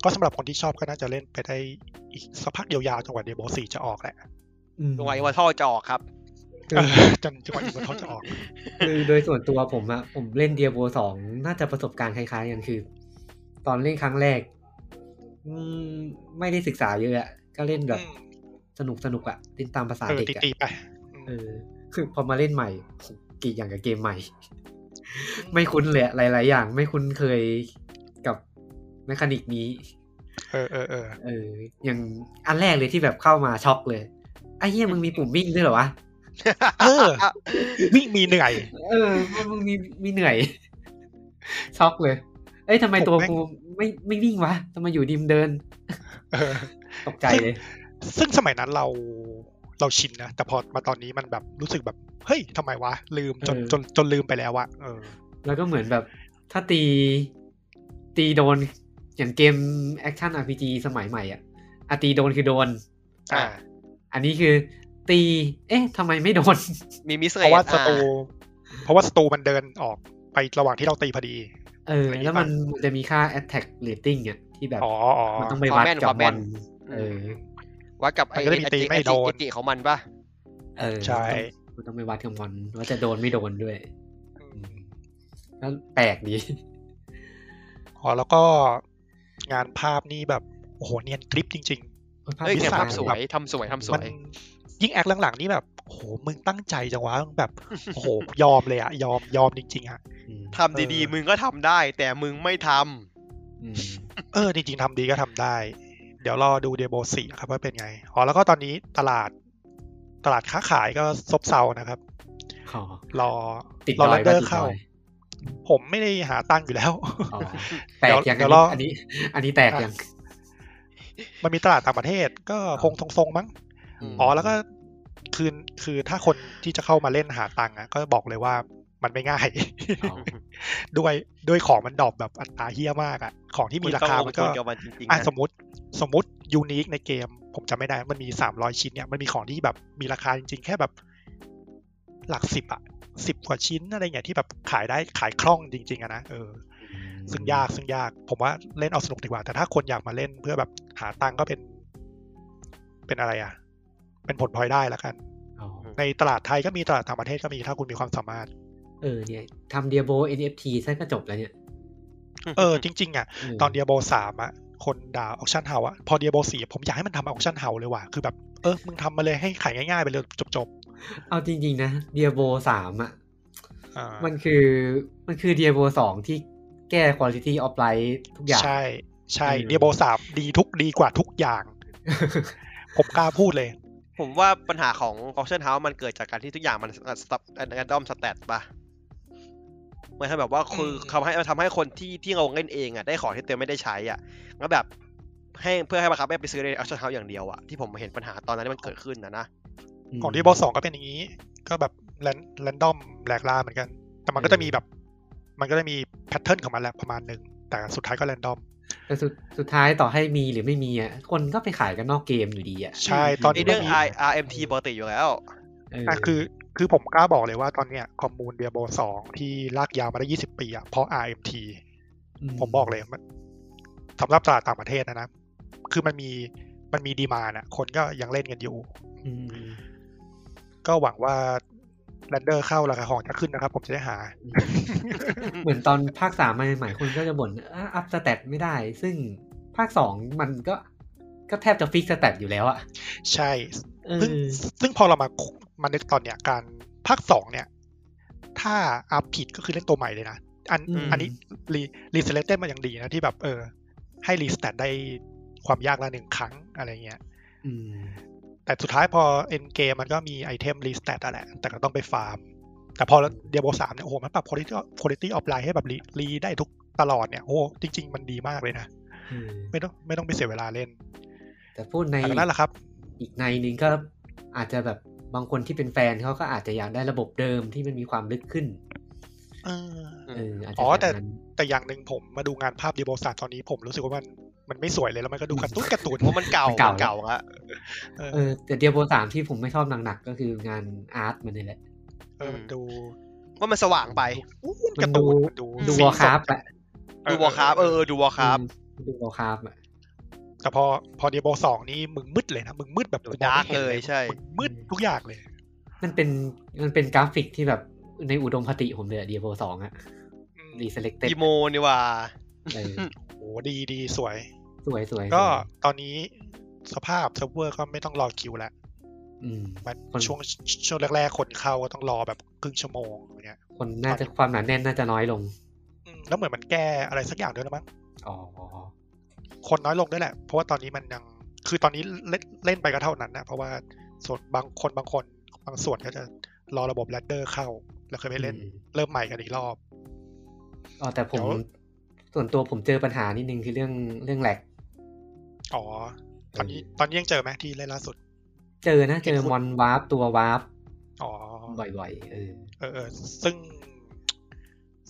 Speaker 4: ก็สำหรับคนที่ชอบก็น่าจะเล่นไปได้อีกสักพักยาวๆจนกว่าเดโบสี่จะออกแหละ
Speaker 3: ตรงไหนว่าท่อจะออกครับ
Speaker 1: อืม
Speaker 4: เออจนจนกว่าอีกวันเขาจะออก
Speaker 1: คือโดยส่วนตัวผมอะผมเล่นเดียโบสองน่าจะประสบการณ์คล้ายๆกันคือ ตอนเล่นครั้งแรก อืมไม่ได้ศึกษาเยอะอะก็เล่นแบบ
Speaker 4: อืม
Speaker 1: สนุกสนุกๆอะเล่นตามภาษา
Speaker 4: เออ
Speaker 1: เด็กอะ
Speaker 4: ตีๆไป
Speaker 1: เออคือพอมาเล่นใหม่กรีดอย่างกับเกมใหม่ ไม่คุ้นเลยอะหลาย ๆ อย่าง ไม่คุ้นเคยกับแมคานิกนี้
Speaker 4: เออเออเออ
Speaker 1: เออ อย่างอันแรกเลยที่แบบเข้ามาช็อกเลยไอ้เหี้ยมึงมีปุ่มวิ่งด้วยเหรอวะ
Speaker 4: เออวิ่งมีเหนื่อย
Speaker 1: เออว่ามึงมีมีเหนื่อย ช็อกเลย เอ้ยทำไม
Speaker 4: ผม
Speaker 1: ตัว
Speaker 4: แม่ง
Speaker 1: กูไม่ไม่วิ่งวะทำไมอยู่ดิมเดิน
Speaker 4: เออ
Speaker 1: ตกใจเลย
Speaker 4: ซึ่งสมัยนั้นเราเราชินนะ แต่พอมาตอนนี้มันแบบรู้สึกแบบเฮ้ยทำไมวะ ลืมจน
Speaker 1: เออ
Speaker 4: จนจนลืมไปแล้วอะเออ
Speaker 1: แล้วก็เหมือนแบบ ถ้าตีตีโดน อย่างเกมแอคชั่น RPG สมัยใหม่อ่ะอะตีโดนคือโดน
Speaker 4: อ่า
Speaker 1: อันนี้คือ ตี เอ๊ะทำไมไม่โดน
Speaker 3: มีมิส
Speaker 4: เพ
Speaker 3: เรท
Speaker 4: ราะว่าสตูเพราะว่าสตูมันเดินออกไประหว่างที่เราตีพอดี
Speaker 1: เออ แล้วมันมันจะมีค่า attack rating อ่ะที่แบบ
Speaker 4: อ๋ออ๋อ
Speaker 1: มันต้องไปวัดกับบอลเออ
Speaker 3: วัดกับไอ้
Speaker 4: มันก็จะมีตีไม่โดน
Speaker 3: ไอ้ติของมันปะ
Speaker 1: เออ
Speaker 4: ใช่
Speaker 1: มันต้องมันต้องไปวัดกับบอลว่าจะโดนไม่โดนด้วย
Speaker 4: อื
Speaker 1: อื
Speaker 4: ม
Speaker 1: มก็แปลกดี
Speaker 4: อ๋อแล้วก็งานภาพนี่แบบโอ้โหเนียนกริปจริง
Speaker 3: เฮ้ย
Speaker 4: วิ
Speaker 3: เก
Speaker 4: สามส
Speaker 3: ภาพสวยทำสวยทำส
Speaker 4: ๆ
Speaker 3: ว
Speaker 4: มัน
Speaker 3: ย
Speaker 4: ยิ่งแอคหลังๆนี่แบบโอ้โหมึงตั้งใจจังวะแบบโอ้โหยอมเลยอะยอมยอมจริงๆอะ
Speaker 1: อืม
Speaker 3: ทำดี
Speaker 4: เออ
Speaker 3: ๆ มึงก็ทำได้ แต่มึงไม่ท
Speaker 1: อืม
Speaker 4: เออจริงๆทำดีก็ทำได้ เดี๋ยวรอดูเดโบสี่ครับว่าเป็นไง อ๋อแล้วก็ตอนนี้ตลาดตลาดค้าขายก็ซบเซานะครับ
Speaker 1: อ๋อ
Speaker 4: รอ
Speaker 1: ติด
Speaker 4: รอ
Speaker 1: ดอย
Speaker 4: เดอร์
Speaker 1: ปะติด
Speaker 4: เข้า
Speaker 1: ดอย
Speaker 4: ผมไม่ได้หาตังค์อยู่แล้ว
Speaker 1: อ๋อแตกยัง
Speaker 4: เดี๋ยวรออั
Speaker 1: อันนี้ อันนี้แตกยัง
Speaker 4: มันมีตลาดต่างประเทศก็คงทรงๆมั้ง
Speaker 3: ำ
Speaker 4: อ๋อแล้วก็คือคือถ้าคนที่จะเข้ามาเล่นหาตังค์อะก็บอกเลยว่ามันไม่ง่าย
Speaker 1: อ๋อ
Speaker 4: ด้วยด้วยของมันดรอปแบบอัตราเฮี้ยมากอะของที่มีราคา มันก็
Speaker 3: งลงทุกับมันจริงๆ
Speaker 4: อ่ะ
Speaker 3: นะ
Speaker 4: สมมติสมมติยูนิคในเกม ผมจำไม่ได้ มันมีสามร้อยชิ้นเนี่ย มันมีของที่แบบมีราคาจริงๆ แค่แบบหลักสิบอะสิบกว่าชิ้นอะไรเงี้ยที่แบบขายได้ขายคล่องจริงๆอะนะเออ ซึ่งยากซึ่งยาก ผมว่าเล่นเอาสนุกดีกว่า แต่ถ้าคนอยากมาเล่นเพื่อแบบหาตังค์ก็เป็น เป็นอะไรอ่ะ เป็นผลพลอยได้ละกัน
Speaker 1: อ๋อ
Speaker 4: ในตลาดไทยก็มีตลาดต่างประเทศก็มีถ้าคุณมีความสามารถ
Speaker 1: เออเนี่ยทำเดียโบ NFT ซะก็จบแล้วเนี่ย
Speaker 4: เออ จริง ๆ อ่ะ
Speaker 1: ม
Speaker 4: ตอนเดียโบสามอ่ะ คนด่าออ t ชั่นเฮาอ่ะ พอเดียโบสี่ผมอยากให้มันทำออ t ชั่นเฮาเลยว่ะ คือแบบ เออ มึงทำมาเลยให้ขายง่ายๆ ไปเลยจบ
Speaker 1: เอาจริง ๆ นะเดียโบสามอ่ะ
Speaker 4: ๆอ่า
Speaker 1: มันคือมันคือเดียโบสองที่แก้ quality of life ทุกอย่าง
Speaker 4: ใช่ ใช่
Speaker 1: เออ
Speaker 4: เดียโบสามดีทุกดีกว่าทุกอย่าง ผมกล้าพูดเลย
Speaker 3: ผมว่าปัญหาของ auction house มันเกิดจากการที่ทุกอย่างมันสตับกันดอมสแตทป่ะเหมือนถ้าแบบว่าคือ
Speaker 4: อืม
Speaker 3: ทำให้มันทำให้คนที่ที่เราเล่นเองอ่ะได้ของที่ตัวเองไม่ได้ใช้อ่ะแล้วแบบให้เพื่อให้บังคับให้ไปซื้อใน auction house อย่างเดียวอ่ะที่ผมเห็นปัญหาตอนนั้นที่มันเกิดขึ้นนะนะ
Speaker 4: ของดีบอสองก็เป็นอย่างนี้ ก็แบบแรนแรนดอมแหลกลาเหมือนกัน แต่มันก็จะมีแบบ มันก็จะมีแพทเทิร์นของมันแหละประมาณหนึ่งแต่สุดท้ายก็แรนดอม
Speaker 1: แต่สุดสุดท้ายต่อให้มีหรือไม่มีอ่ะคนก็ไปขายกันนอกเกมอยู่ดีอ่ะ
Speaker 4: ใช่ ตอน
Speaker 3: ไอ
Speaker 4: นี้
Speaker 3: เรื่
Speaker 4: มั
Speaker 3: อน ง
Speaker 4: มี
Speaker 3: I RMT ปกติอยู่แล้ว
Speaker 1: เ
Speaker 4: อ่ะคือ คือผมกล้าบอกเลยว่าตอนเนี้ยคอมมูนเดียโบสองที่ลากยาวมาได้ 20 ปีอะเพราะ RMT ผมบอกเลยมันสำหรับตลาดต่างประเทศนะนะ คือมันมีมันมีดีมาน่ะ คนก็ยังเล่นกันอยู่
Speaker 1: อืม
Speaker 4: ก็หวังว่าแรนเดอร์เข้าราคาของจะขึ้นนะครับ ผมจะได้หา
Speaker 1: เหมือนตอนภาคสามมาใหม่ๆคนก็จะบ่นอ่ะอัพสเตตไม่ได้ ซึ่งภาคสองมันก็ก็แทบจะฟิกสเตตอยู่แล้วอ่ะ
Speaker 4: ใช่
Speaker 1: เอ
Speaker 4: ซึ่ง
Speaker 1: อ
Speaker 4: ซึ่งพอเรามามานึกตอนเนี้ยการภาคสองเนี่ย ถ้าอัพผิดก็คือเล่นตัวใหม่เลยนะ อัน
Speaker 3: อืม
Speaker 4: อันนี้รีรีเซเลตมันยังดีนะที่แบบเออ ให้รีสแตทได้ความยากละหนึ่งครั้งอะไรเงี้ย
Speaker 1: อืม
Speaker 4: แต่สุดท้ายพอเอ็นเกมมันก็มีไอเทมรีสแตทอะแหละ แต่ก็ต้องไปฟาร์ม แต่พอเดียโบสามเนี่ยโอ้โหมันปรับคุณภาพคุณภาพออฟไลน์ให้แบบรีรีได้ทุกตลอดเนี่ยโอ้โหจริง ๆ มันดีมากเลยนะ
Speaker 1: เออ
Speaker 4: ไม่ต้องไม่ต้องไปเสียเวลาเล่น
Speaker 1: แต่พูดใน
Speaker 4: แต่ก็นั่นแหละครับ
Speaker 1: อีกในหนึงก็อาจจะแบบบางคนที่เป็นแฟนเขาก็อาจจะอยากได้ระบบเดิมที่มันมีความลึกขึ้น
Speaker 4: เออ
Speaker 1: เอออาจจะ
Speaker 4: อ๋อแต่
Speaker 1: แบบนั้น
Speaker 4: แต่อย่างหนึ่งผมมาดูงานภาพเดียโบสามตอนนี้ผมรู้สึกว่ามันมันไม่สวยเลยแล้วมันก็ดูการะตุ้นการะตูน
Speaker 3: เพราะ มันเก่า
Speaker 1: มันเก่า
Speaker 3: มันเก่าละ
Speaker 4: เออ
Speaker 1: เออแต่เดียโบสามที่ผมไม่ชอบหนักๆก็คืองานอาร์ตมันนี่แหละ
Speaker 4: เออมันดู
Speaker 3: ว่ามันสว่างไป
Speaker 4: อู้วการะตูนมันดู
Speaker 1: ดู
Speaker 4: สี
Speaker 1: วอลคราฟ
Speaker 4: สด
Speaker 1: อะ
Speaker 3: ดูวอลครับเออดูวอลครับ
Speaker 1: อืมดูวอลคราฟอะ
Speaker 4: แต่พอพอเดียโบสองนี่มึงมืดเลยนะมึงมืดแบบกูมองไม่ห็น
Speaker 3: ดาร์กเลยใช่
Speaker 4: มึงมืดทุกอย่างเลย
Speaker 1: มันเป็นมันเป็นกราฟิกที่แบบในอุดมคติผมเลยอะเดียโบสองอะรีเซเล็กเต็ด
Speaker 3: อีโมนี่ว่า
Speaker 1: เออ
Speaker 4: โอ้ดีดีสวย
Speaker 1: สวยสวย
Speaker 4: ก็
Speaker 1: สวย
Speaker 4: ตอนนี้สภาพเซิร์ฟเวอร์ก็ไม่ต้องรอคิวแล้ว
Speaker 1: อืม
Speaker 4: มัน
Speaker 1: คน
Speaker 4: ช่วงช่วงแรกๆ คนเข้าก็ต้องรอแบบครึ่งชั่วโมงอย่างเงี้ย
Speaker 1: คนน่าจะความหนาแน่นน่าจะน้อยลง
Speaker 4: อืมแล้วเหมือนมันแก้อะไรสักอย่างด้วยนะมั้ง
Speaker 1: อ๋อ
Speaker 4: คนน้อยลงด้วยแหละ เพราะว่าตอนนี้มันยังคือตอนนี้เล่นเล่นไปก็เท่านั้นนะเพราะว่าส่วนบางคนบางคนบางส่วนก็จะรอระบบแรดเดอร์เข้า แล้วเคยไปเล่น
Speaker 1: อืม
Speaker 4: เริ่มใหม่กันอีกรอบ
Speaker 1: อ๋อแต่ผม
Speaker 4: เดี๋ยว
Speaker 1: ส่วนตัวผมเจอปัญหานิดนึงคือเรื่องเรื่องแหลก
Speaker 4: อ๋อตอนนี้ตอนนี้ยังเจอไหมที่เล่นล่าสุด
Speaker 1: เจอนะเจอมอนวาร์ปตัววาร์ป
Speaker 4: อ๋อ
Speaker 1: บ่อยๆเออ
Speaker 4: เออเออซึ่ง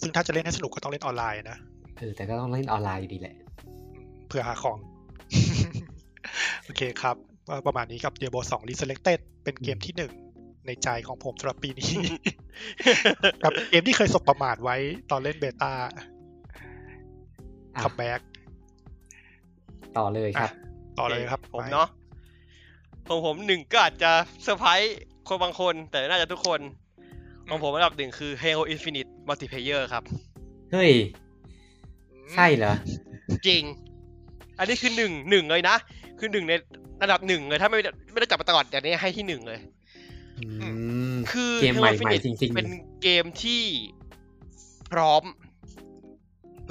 Speaker 4: ซึ่งถ้าจะเล่นให้สนุกก็ต้องเล่นออนไลน์นะ
Speaker 1: เออแต่ก็ต้องเล่นออนไลน์อยู่ดีแหละ
Speaker 4: อืมเพื่อหาของ โอเคครับก็ประมาณนี้กับ Diablo 2 Resurrected เป็นเกมที่หนึ่งในใจของผมสำหรับปีนี้ กับเกมที่เคยสบประมาทไว้ตอนเล่นเบต้า
Speaker 1: อ่ะ
Speaker 4: คัมแบ็ก
Speaker 1: ต่อเลยครับ
Speaker 4: ต่อเลยครับ
Speaker 3: ผม
Speaker 4: ไป
Speaker 3: เนาะของผมหนึ่งก็อาจจะเซอร์ไพรส์คนบางคน แต่น่าจะทุกคน ของผมระดับหนึ่งคือ Halo Infinite Multiplayer ครับ
Speaker 1: เฮ้ย ใช่เหรอ
Speaker 3: จริง อันนี้คือหนึ่งหนึ่งเลยนะ คือหนึ่งในระดับหนึ่งเลย ถ้าไม่ไม่ได้จับมาตลอดอย่างนี้ให้ที่หนึ่งเลย
Speaker 1: อืม
Speaker 3: คือ
Speaker 1: เกมใหม่
Speaker 3: Halo
Speaker 1: ใหม่
Speaker 3: Infinite
Speaker 1: จริงๆ
Speaker 3: เป็นเกมที่พร้อม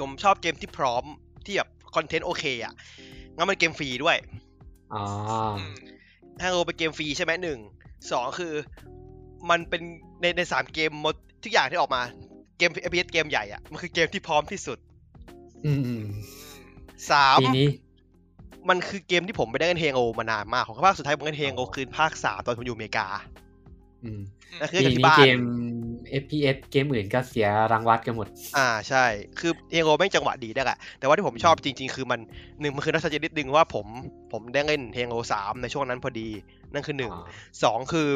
Speaker 3: ผมชอบเกมที่พร้อมที่แบบคอนเทนต์โอเคอ่ะงั้นมันเกมฟรีด้วย
Speaker 1: อ๋อ
Speaker 4: อืม
Speaker 3: ฮังโอเป็นเกมฟรีใช่ไหมหนึ่งสองคือมันเป็นในในสามเกมหมดทุกอย่างที่ออกมาเกม FPS เกมใหญ่อะมันคือเกมที่พร้อมที่สุด
Speaker 1: อืมอืม
Speaker 3: สาม
Speaker 1: ปีนี้
Speaker 3: มันคือเกมที่ผมไม่ได้เล่นเฮงโอมานานมากของภาคสุดท้ายผมเล่นเฮงโอคือภาคสามตอนผมอยู่อเมริกา
Speaker 1: อืม
Speaker 3: นั่นคือ
Speaker 1: ปี
Speaker 3: จากที่
Speaker 1: นี้
Speaker 3: บ้าน
Speaker 1: เกม FPS เกมอื่นก็เสียรางวัลกันหมด
Speaker 3: อ่าใช่ คือเอโรไม่งจังหวะดีได้แหละ แต่ว่าที่ผมชอบจริงๆ คือมันหนึ่งมันคือนักแสดงนิดนึงว่าผมผมได้เล่นเฮงโอสามในช่วงนั้นพอดี นั่นคือหนึ่ง สองคือ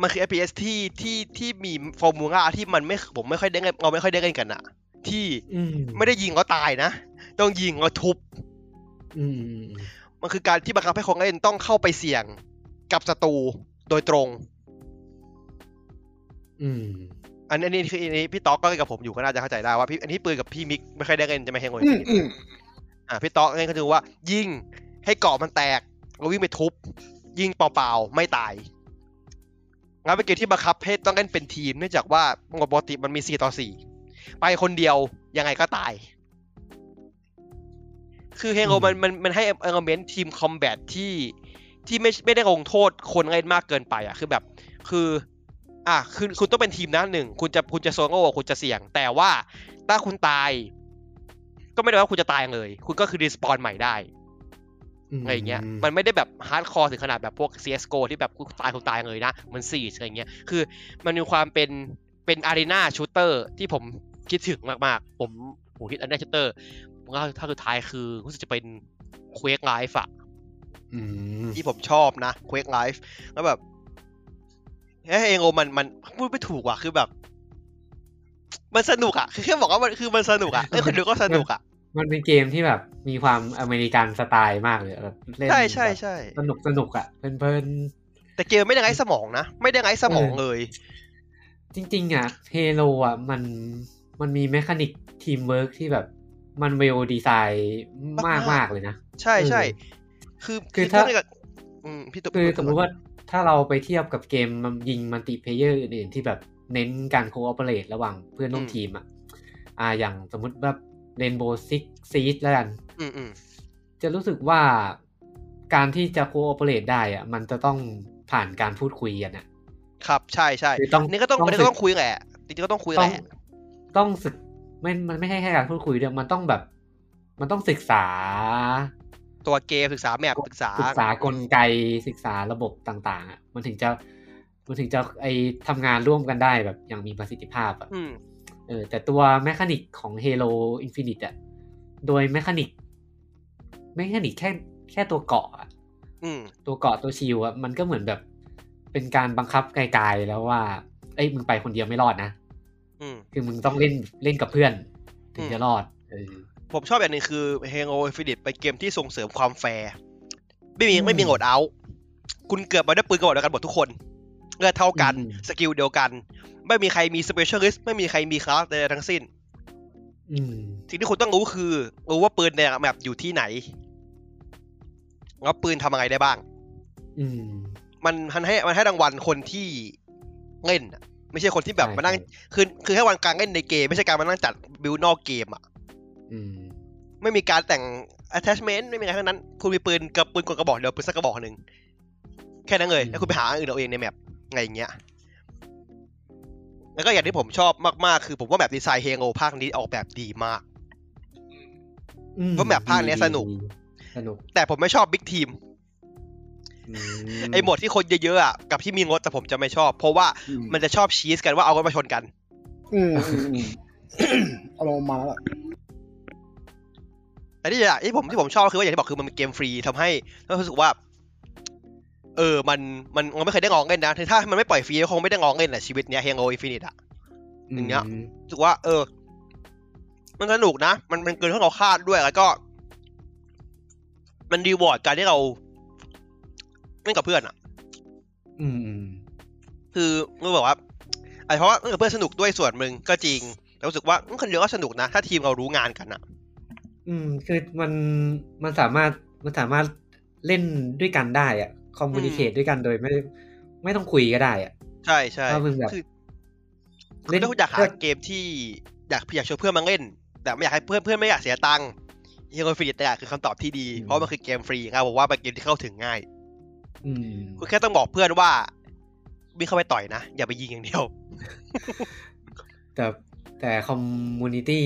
Speaker 3: มันคือ FPS ที่ที่ที่มีฟอร์มูล่าที่มันไม่ผมไม่ค่อยได้เล่นเราไม่ค่อยได้เล่นกันอะที่
Speaker 1: อืม
Speaker 3: ไม่ได้ยิงก็ตายนะ ต้องยิงก็ทุบ
Speaker 1: อืมอืมอืม
Speaker 3: มันคือการที่บังคับให้คนเล่นต้องเข้าไปเสี่ยงกับศัตรูโดยตรง
Speaker 1: อืม
Speaker 3: อันอันนี้คืออันนี้พี่ต๊อกก็เล่นกับผมอยู่ก็น่าจะเข้าใจได้ว่าพี่อันนี้ปืนกับพี่มิกไม่ค่อยได้เล่นจะไม่แฮงโอ
Speaker 2: อืม
Speaker 3: ย
Speaker 2: อืม
Speaker 3: อ่ะพี่ต๊อกเล่นก็คือว่า ยิงให้เกาะมันแตกแล้ววิ่งไปทุบ ยิงเปล่าๆ ไม่ตายงั้นเป็นเกมที่บังคับให้ต้องเล่นเป็นทีม เนื่องจากว่าปกติมันมี 4 ต่อ 4 ไปคนเดียวยังไงก็ตาย คือเฮงโรมันมันมันให้เอลเมนต์ทีมคอมแบทที่ที่ไม่ไม่ได้ลงโทษคนเล่นมากเกินไปอ่ะคือแบบ คือ อ่ะคือคุณต้องเป็นทีมนะหนึ่งคุณจะคุณจะโซโล่คุณจะเสี่ยง แต่ว่าถ้าคุณตาย ก็ไม่ได้ว่าคุณจะตายเลย คุณก็คือรีสปอนใหม่ได้
Speaker 1: ม
Speaker 3: อะไรอย่างเงี้ย มันไม่ได้แบบฮาร์ดคอร์ถึงขนาดแบบพวก CSGO ที่แบบคุณตายคุณตายเลยนะเหมือนสี่อะไรอย่างเงี้ย คือมันมีความเป็นเป็นอารีนาชูเตอร์ที่ผมคิดถึงมากๆ ผมผมคิดอารีนาชูเตอร์ผมว่าถ้าสุดท้ายคือรู้สึกจะเป็นเควกไลฟ์อะ
Speaker 1: อืม
Speaker 3: ที่ผมชอบนะ Quake Life แล้วแบบเฮ้ยเองโอมันมันพูดไม่ถูกว่ะคือแบบ มันสนุกอ่ะ คือแค่บอกว่ามันคือมันสนุกอ่ะเอ้ยคนดูก็สนุกอ่ะ
Speaker 1: มันเป็นเกมที่แบบมีความอเมริกันสไตล์มากเลยแบบเล่น
Speaker 3: ใช่ใช่
Speaker 1: แบบ
Speaker 3: ใช่
Speaker 1: สนุกสนุกอ่ะเพลินเพลิน
Speaker 3: แต่เกมไม่ได้ไร้สมองนะ ไม่ได้ไร้สมองเลย
Speaker 1: จริง ๆ อ่ะเฮโลอ่ะมันมันมีแมคานิกทีมเวิร์กที่แบบมันเวลดีไซน์มาก
Speaker 3: มาม
Speaker 1: าก ก
Speaker 3: ๆ
Speaker 1: เลยนะ
Speaker 3: ใช่ใช่คือ
Speaker 1: คือถ้า
Speaker 3: เล่นกับอืมพี่ตุ๊ก
Speaker 1: คือสมมุติว่าถ้าเราไปเทียบกับเกมมันยิงมัลติเพลเยอร์อื่นๆที่แบบเน้นการโคออเปเรตระหว่างเพื่อนร่วมทีมอ่ะอ่าอย่างสมมุติแบบเรนโบว์ซิกซีดแล้วกัน
Speaker 3: อืมอืม
Speaker 1: จะรู้สึกว่าการที่จะโคออเปเรตได้อ่ะมันจะต้องผ่านการพูดคุยกันอ่ะ
Speaker 3: ครับใช่ใช่
Speaker 1: คือต้อง
Speaker 3: นี่ก็ต้อง
Speaker 1: ต้อง
Speaker 3: อันนี้ก็
Speaker 1: ฝึก
Speaker 3: ต้องคุยแหละจริงๆก็ต้องคุยแห
Speaker 1: ต้อง
Speaker 3: ละ
Speaker 1: ต้องศึกไม่มันไม่ใช่แค่การพูดคุยเดียวมันต้องแบบ มันต้องศึกษา
Speaker 3: ตัวเกมศึกษาแมปศึกษา
Speaker 1: ศึกษากลไกศึกษาระบบต่างๆอ่ะมันถึงจะมันถึงจะไอทำงานร่วมกันได้แบบอย่างมีประสิทธิภาพอ่ะ
Speaker 3: อืม
Speaker 1: เออแต่ตัวแมคานิกของ Halo Infinite อ่ะโดยแมคานิกแมคานิกแค่แค่ตัวเกาะอะ
Speaker 3: อืม
Speaker 1: ตัวเกาะตัวชิวอ่ะมันก็เหมือนแบบ เป็นการบังคับไกลๆแล้วว่า เอ้ยมึงไปคนเดียวไม่รอดนะ
Speaker 3: อืม
Speaker 1: คือมึงต้องเล่นเล่นกับเพื่อน ถึงจะรอดเออ
Speaker 3: ผมชอบอย่างหนึ่งคือ Halo Infinite เป็นเกมที่ส่งเสริมความแฟร์ไม่มี
Speaker 1: อืม
Speaker 3: ไม่มีโหดเอา คุณเกิดมาด้วยปืนกระบอกเดียวกันหมดทุกคนเลือดเท่ากัน
Speaker 1: อืม
Speaker 3: สกิลเดียวกัน ไม่มีใครมี Specialist ไม่มีใครมีคลาสใดๆทั้งสิ้น
Speaker 1: อืม
Speaker 3: สิ่งที่คุณต้องรู้คือ รู้ว่าปืนในแมปอยู่ที่ไหน แล้วปืนทำอะไรได้บ้าง
Speaker 1: อืม
Speaker 3: มันมันให้มันให้รางวัลคนที่เล่นอะไม่ใช่คนที่แบบ
Speaker 1: ใช่
Speaker 3: มานั่ง
Speaker 1: ใช่
Speaker 3: คือคือให้วันการเล่นในเกม ไม่ใช่การมานั่งจัดบิวนอกเกมอะ
Speaker 1: อืม
Speaker 3: ไม่มีการแต่ง attachment ไม่มีอะไรทั้งนั้น คุณมีปืนกับปืนกลกระบอกเดียวปืนสักกระบอกหนึ่งแค่นั้นเลย
Speaker 1: อืม
Speaker 3: แล้วคุณไปหาอันอื่นเอาเองในแมปไงอย่างเงี้ย แล้วก็อย่างที่ผมชอบมาก ๆ คือผมว่าแบบดีไซน์เฮงโอภาคนี้ออกแบบดีมาก
Speaker 1: อืม
Speaker 3: ว่าแบบภาคเนี้ยสนุก
Speaker 1: ดีสนุก
Speaker 3: แต่ผมไม่ชอบบิ๊กทีม
Speaker 1: อื
Speaker 3: ไอ้โหมดที่คนเยอะๆอะกับที่มีงดแต่ผมจะไม่ชอบ เพราะว่า
Speaker 2: อืม
Speaker 3: มันจะชอบชีสกันว่าเอากันมาชนกัน
Speaker 2: อืมอืมอืมอารมณ์มาแล้วล่ะ
Speaker 3: แต่ที่จะที่ผมที่ผมชอบคือว่าอย่างที่บอกคือมันเป็นเกมฟรีทำให้เรารู้สึกว่า เออ มันมันเราไม่เคยได้ลองเล่นนะถึงถ้ามันไม่ปล่อยฟรีก็คงไม่ได้ลองเล่นแหละชีวิตเนี้ยเฮงโออินฟินิตอะ อย่างเงี้
Speaker 1: ม
Speaker 3: ยรู้สึกว่า เออ มันสนุกนะ มันมันเกินที่เราคาดด้วย แล้วก็ มันรีวอร์ดการที่เราเล่นกับเพื่อนอ่ะ
Speaker 1: อืมอืม
Speaker 3: คือรู้บอกว่าไอ้เพราะว่าเล่นกับเพื่อนสนุกด้วยส่วนมึงก็จริงแต่รู้สึกว่าอื้อคนเดียวก็สนุกนะ ถ้าทีมเรารู้งานกันอ่ะ
Speaker 1: อืม คือมันมันสามารถมันสามารถเล่นด้วยกันได้อะคอมมูนิเคตด้วยกันโดยไม่ไม่ต้องคุยก็ได้อะ
Speaker 3: ใช่ใช่
Speaker 1: ถ้ามึงแบบ
Speaker 3: คือคือถ้าคุณอยากหาเกมที่อยากอยากชวนเพื่อนมาเล่น แต่ไม่อยากให้เพื่อนเพื่อนไม่อยากเสียตังค์ยังคนฟรีแต่คือคำตอบที่ดี เพราะมันคือเกมฟรีครับผมว่าเป็นเกมที่เข้าถึงง่าย
Speaker 1: อืม
Speaker 3: คุณแค่ต้องบอกเพื่อนว่าวิ่งเข้าไปต่อยนะ อย่าไปยิงอย่างเดียว
Speaker 1: แต่แต่คอมมูนิตี้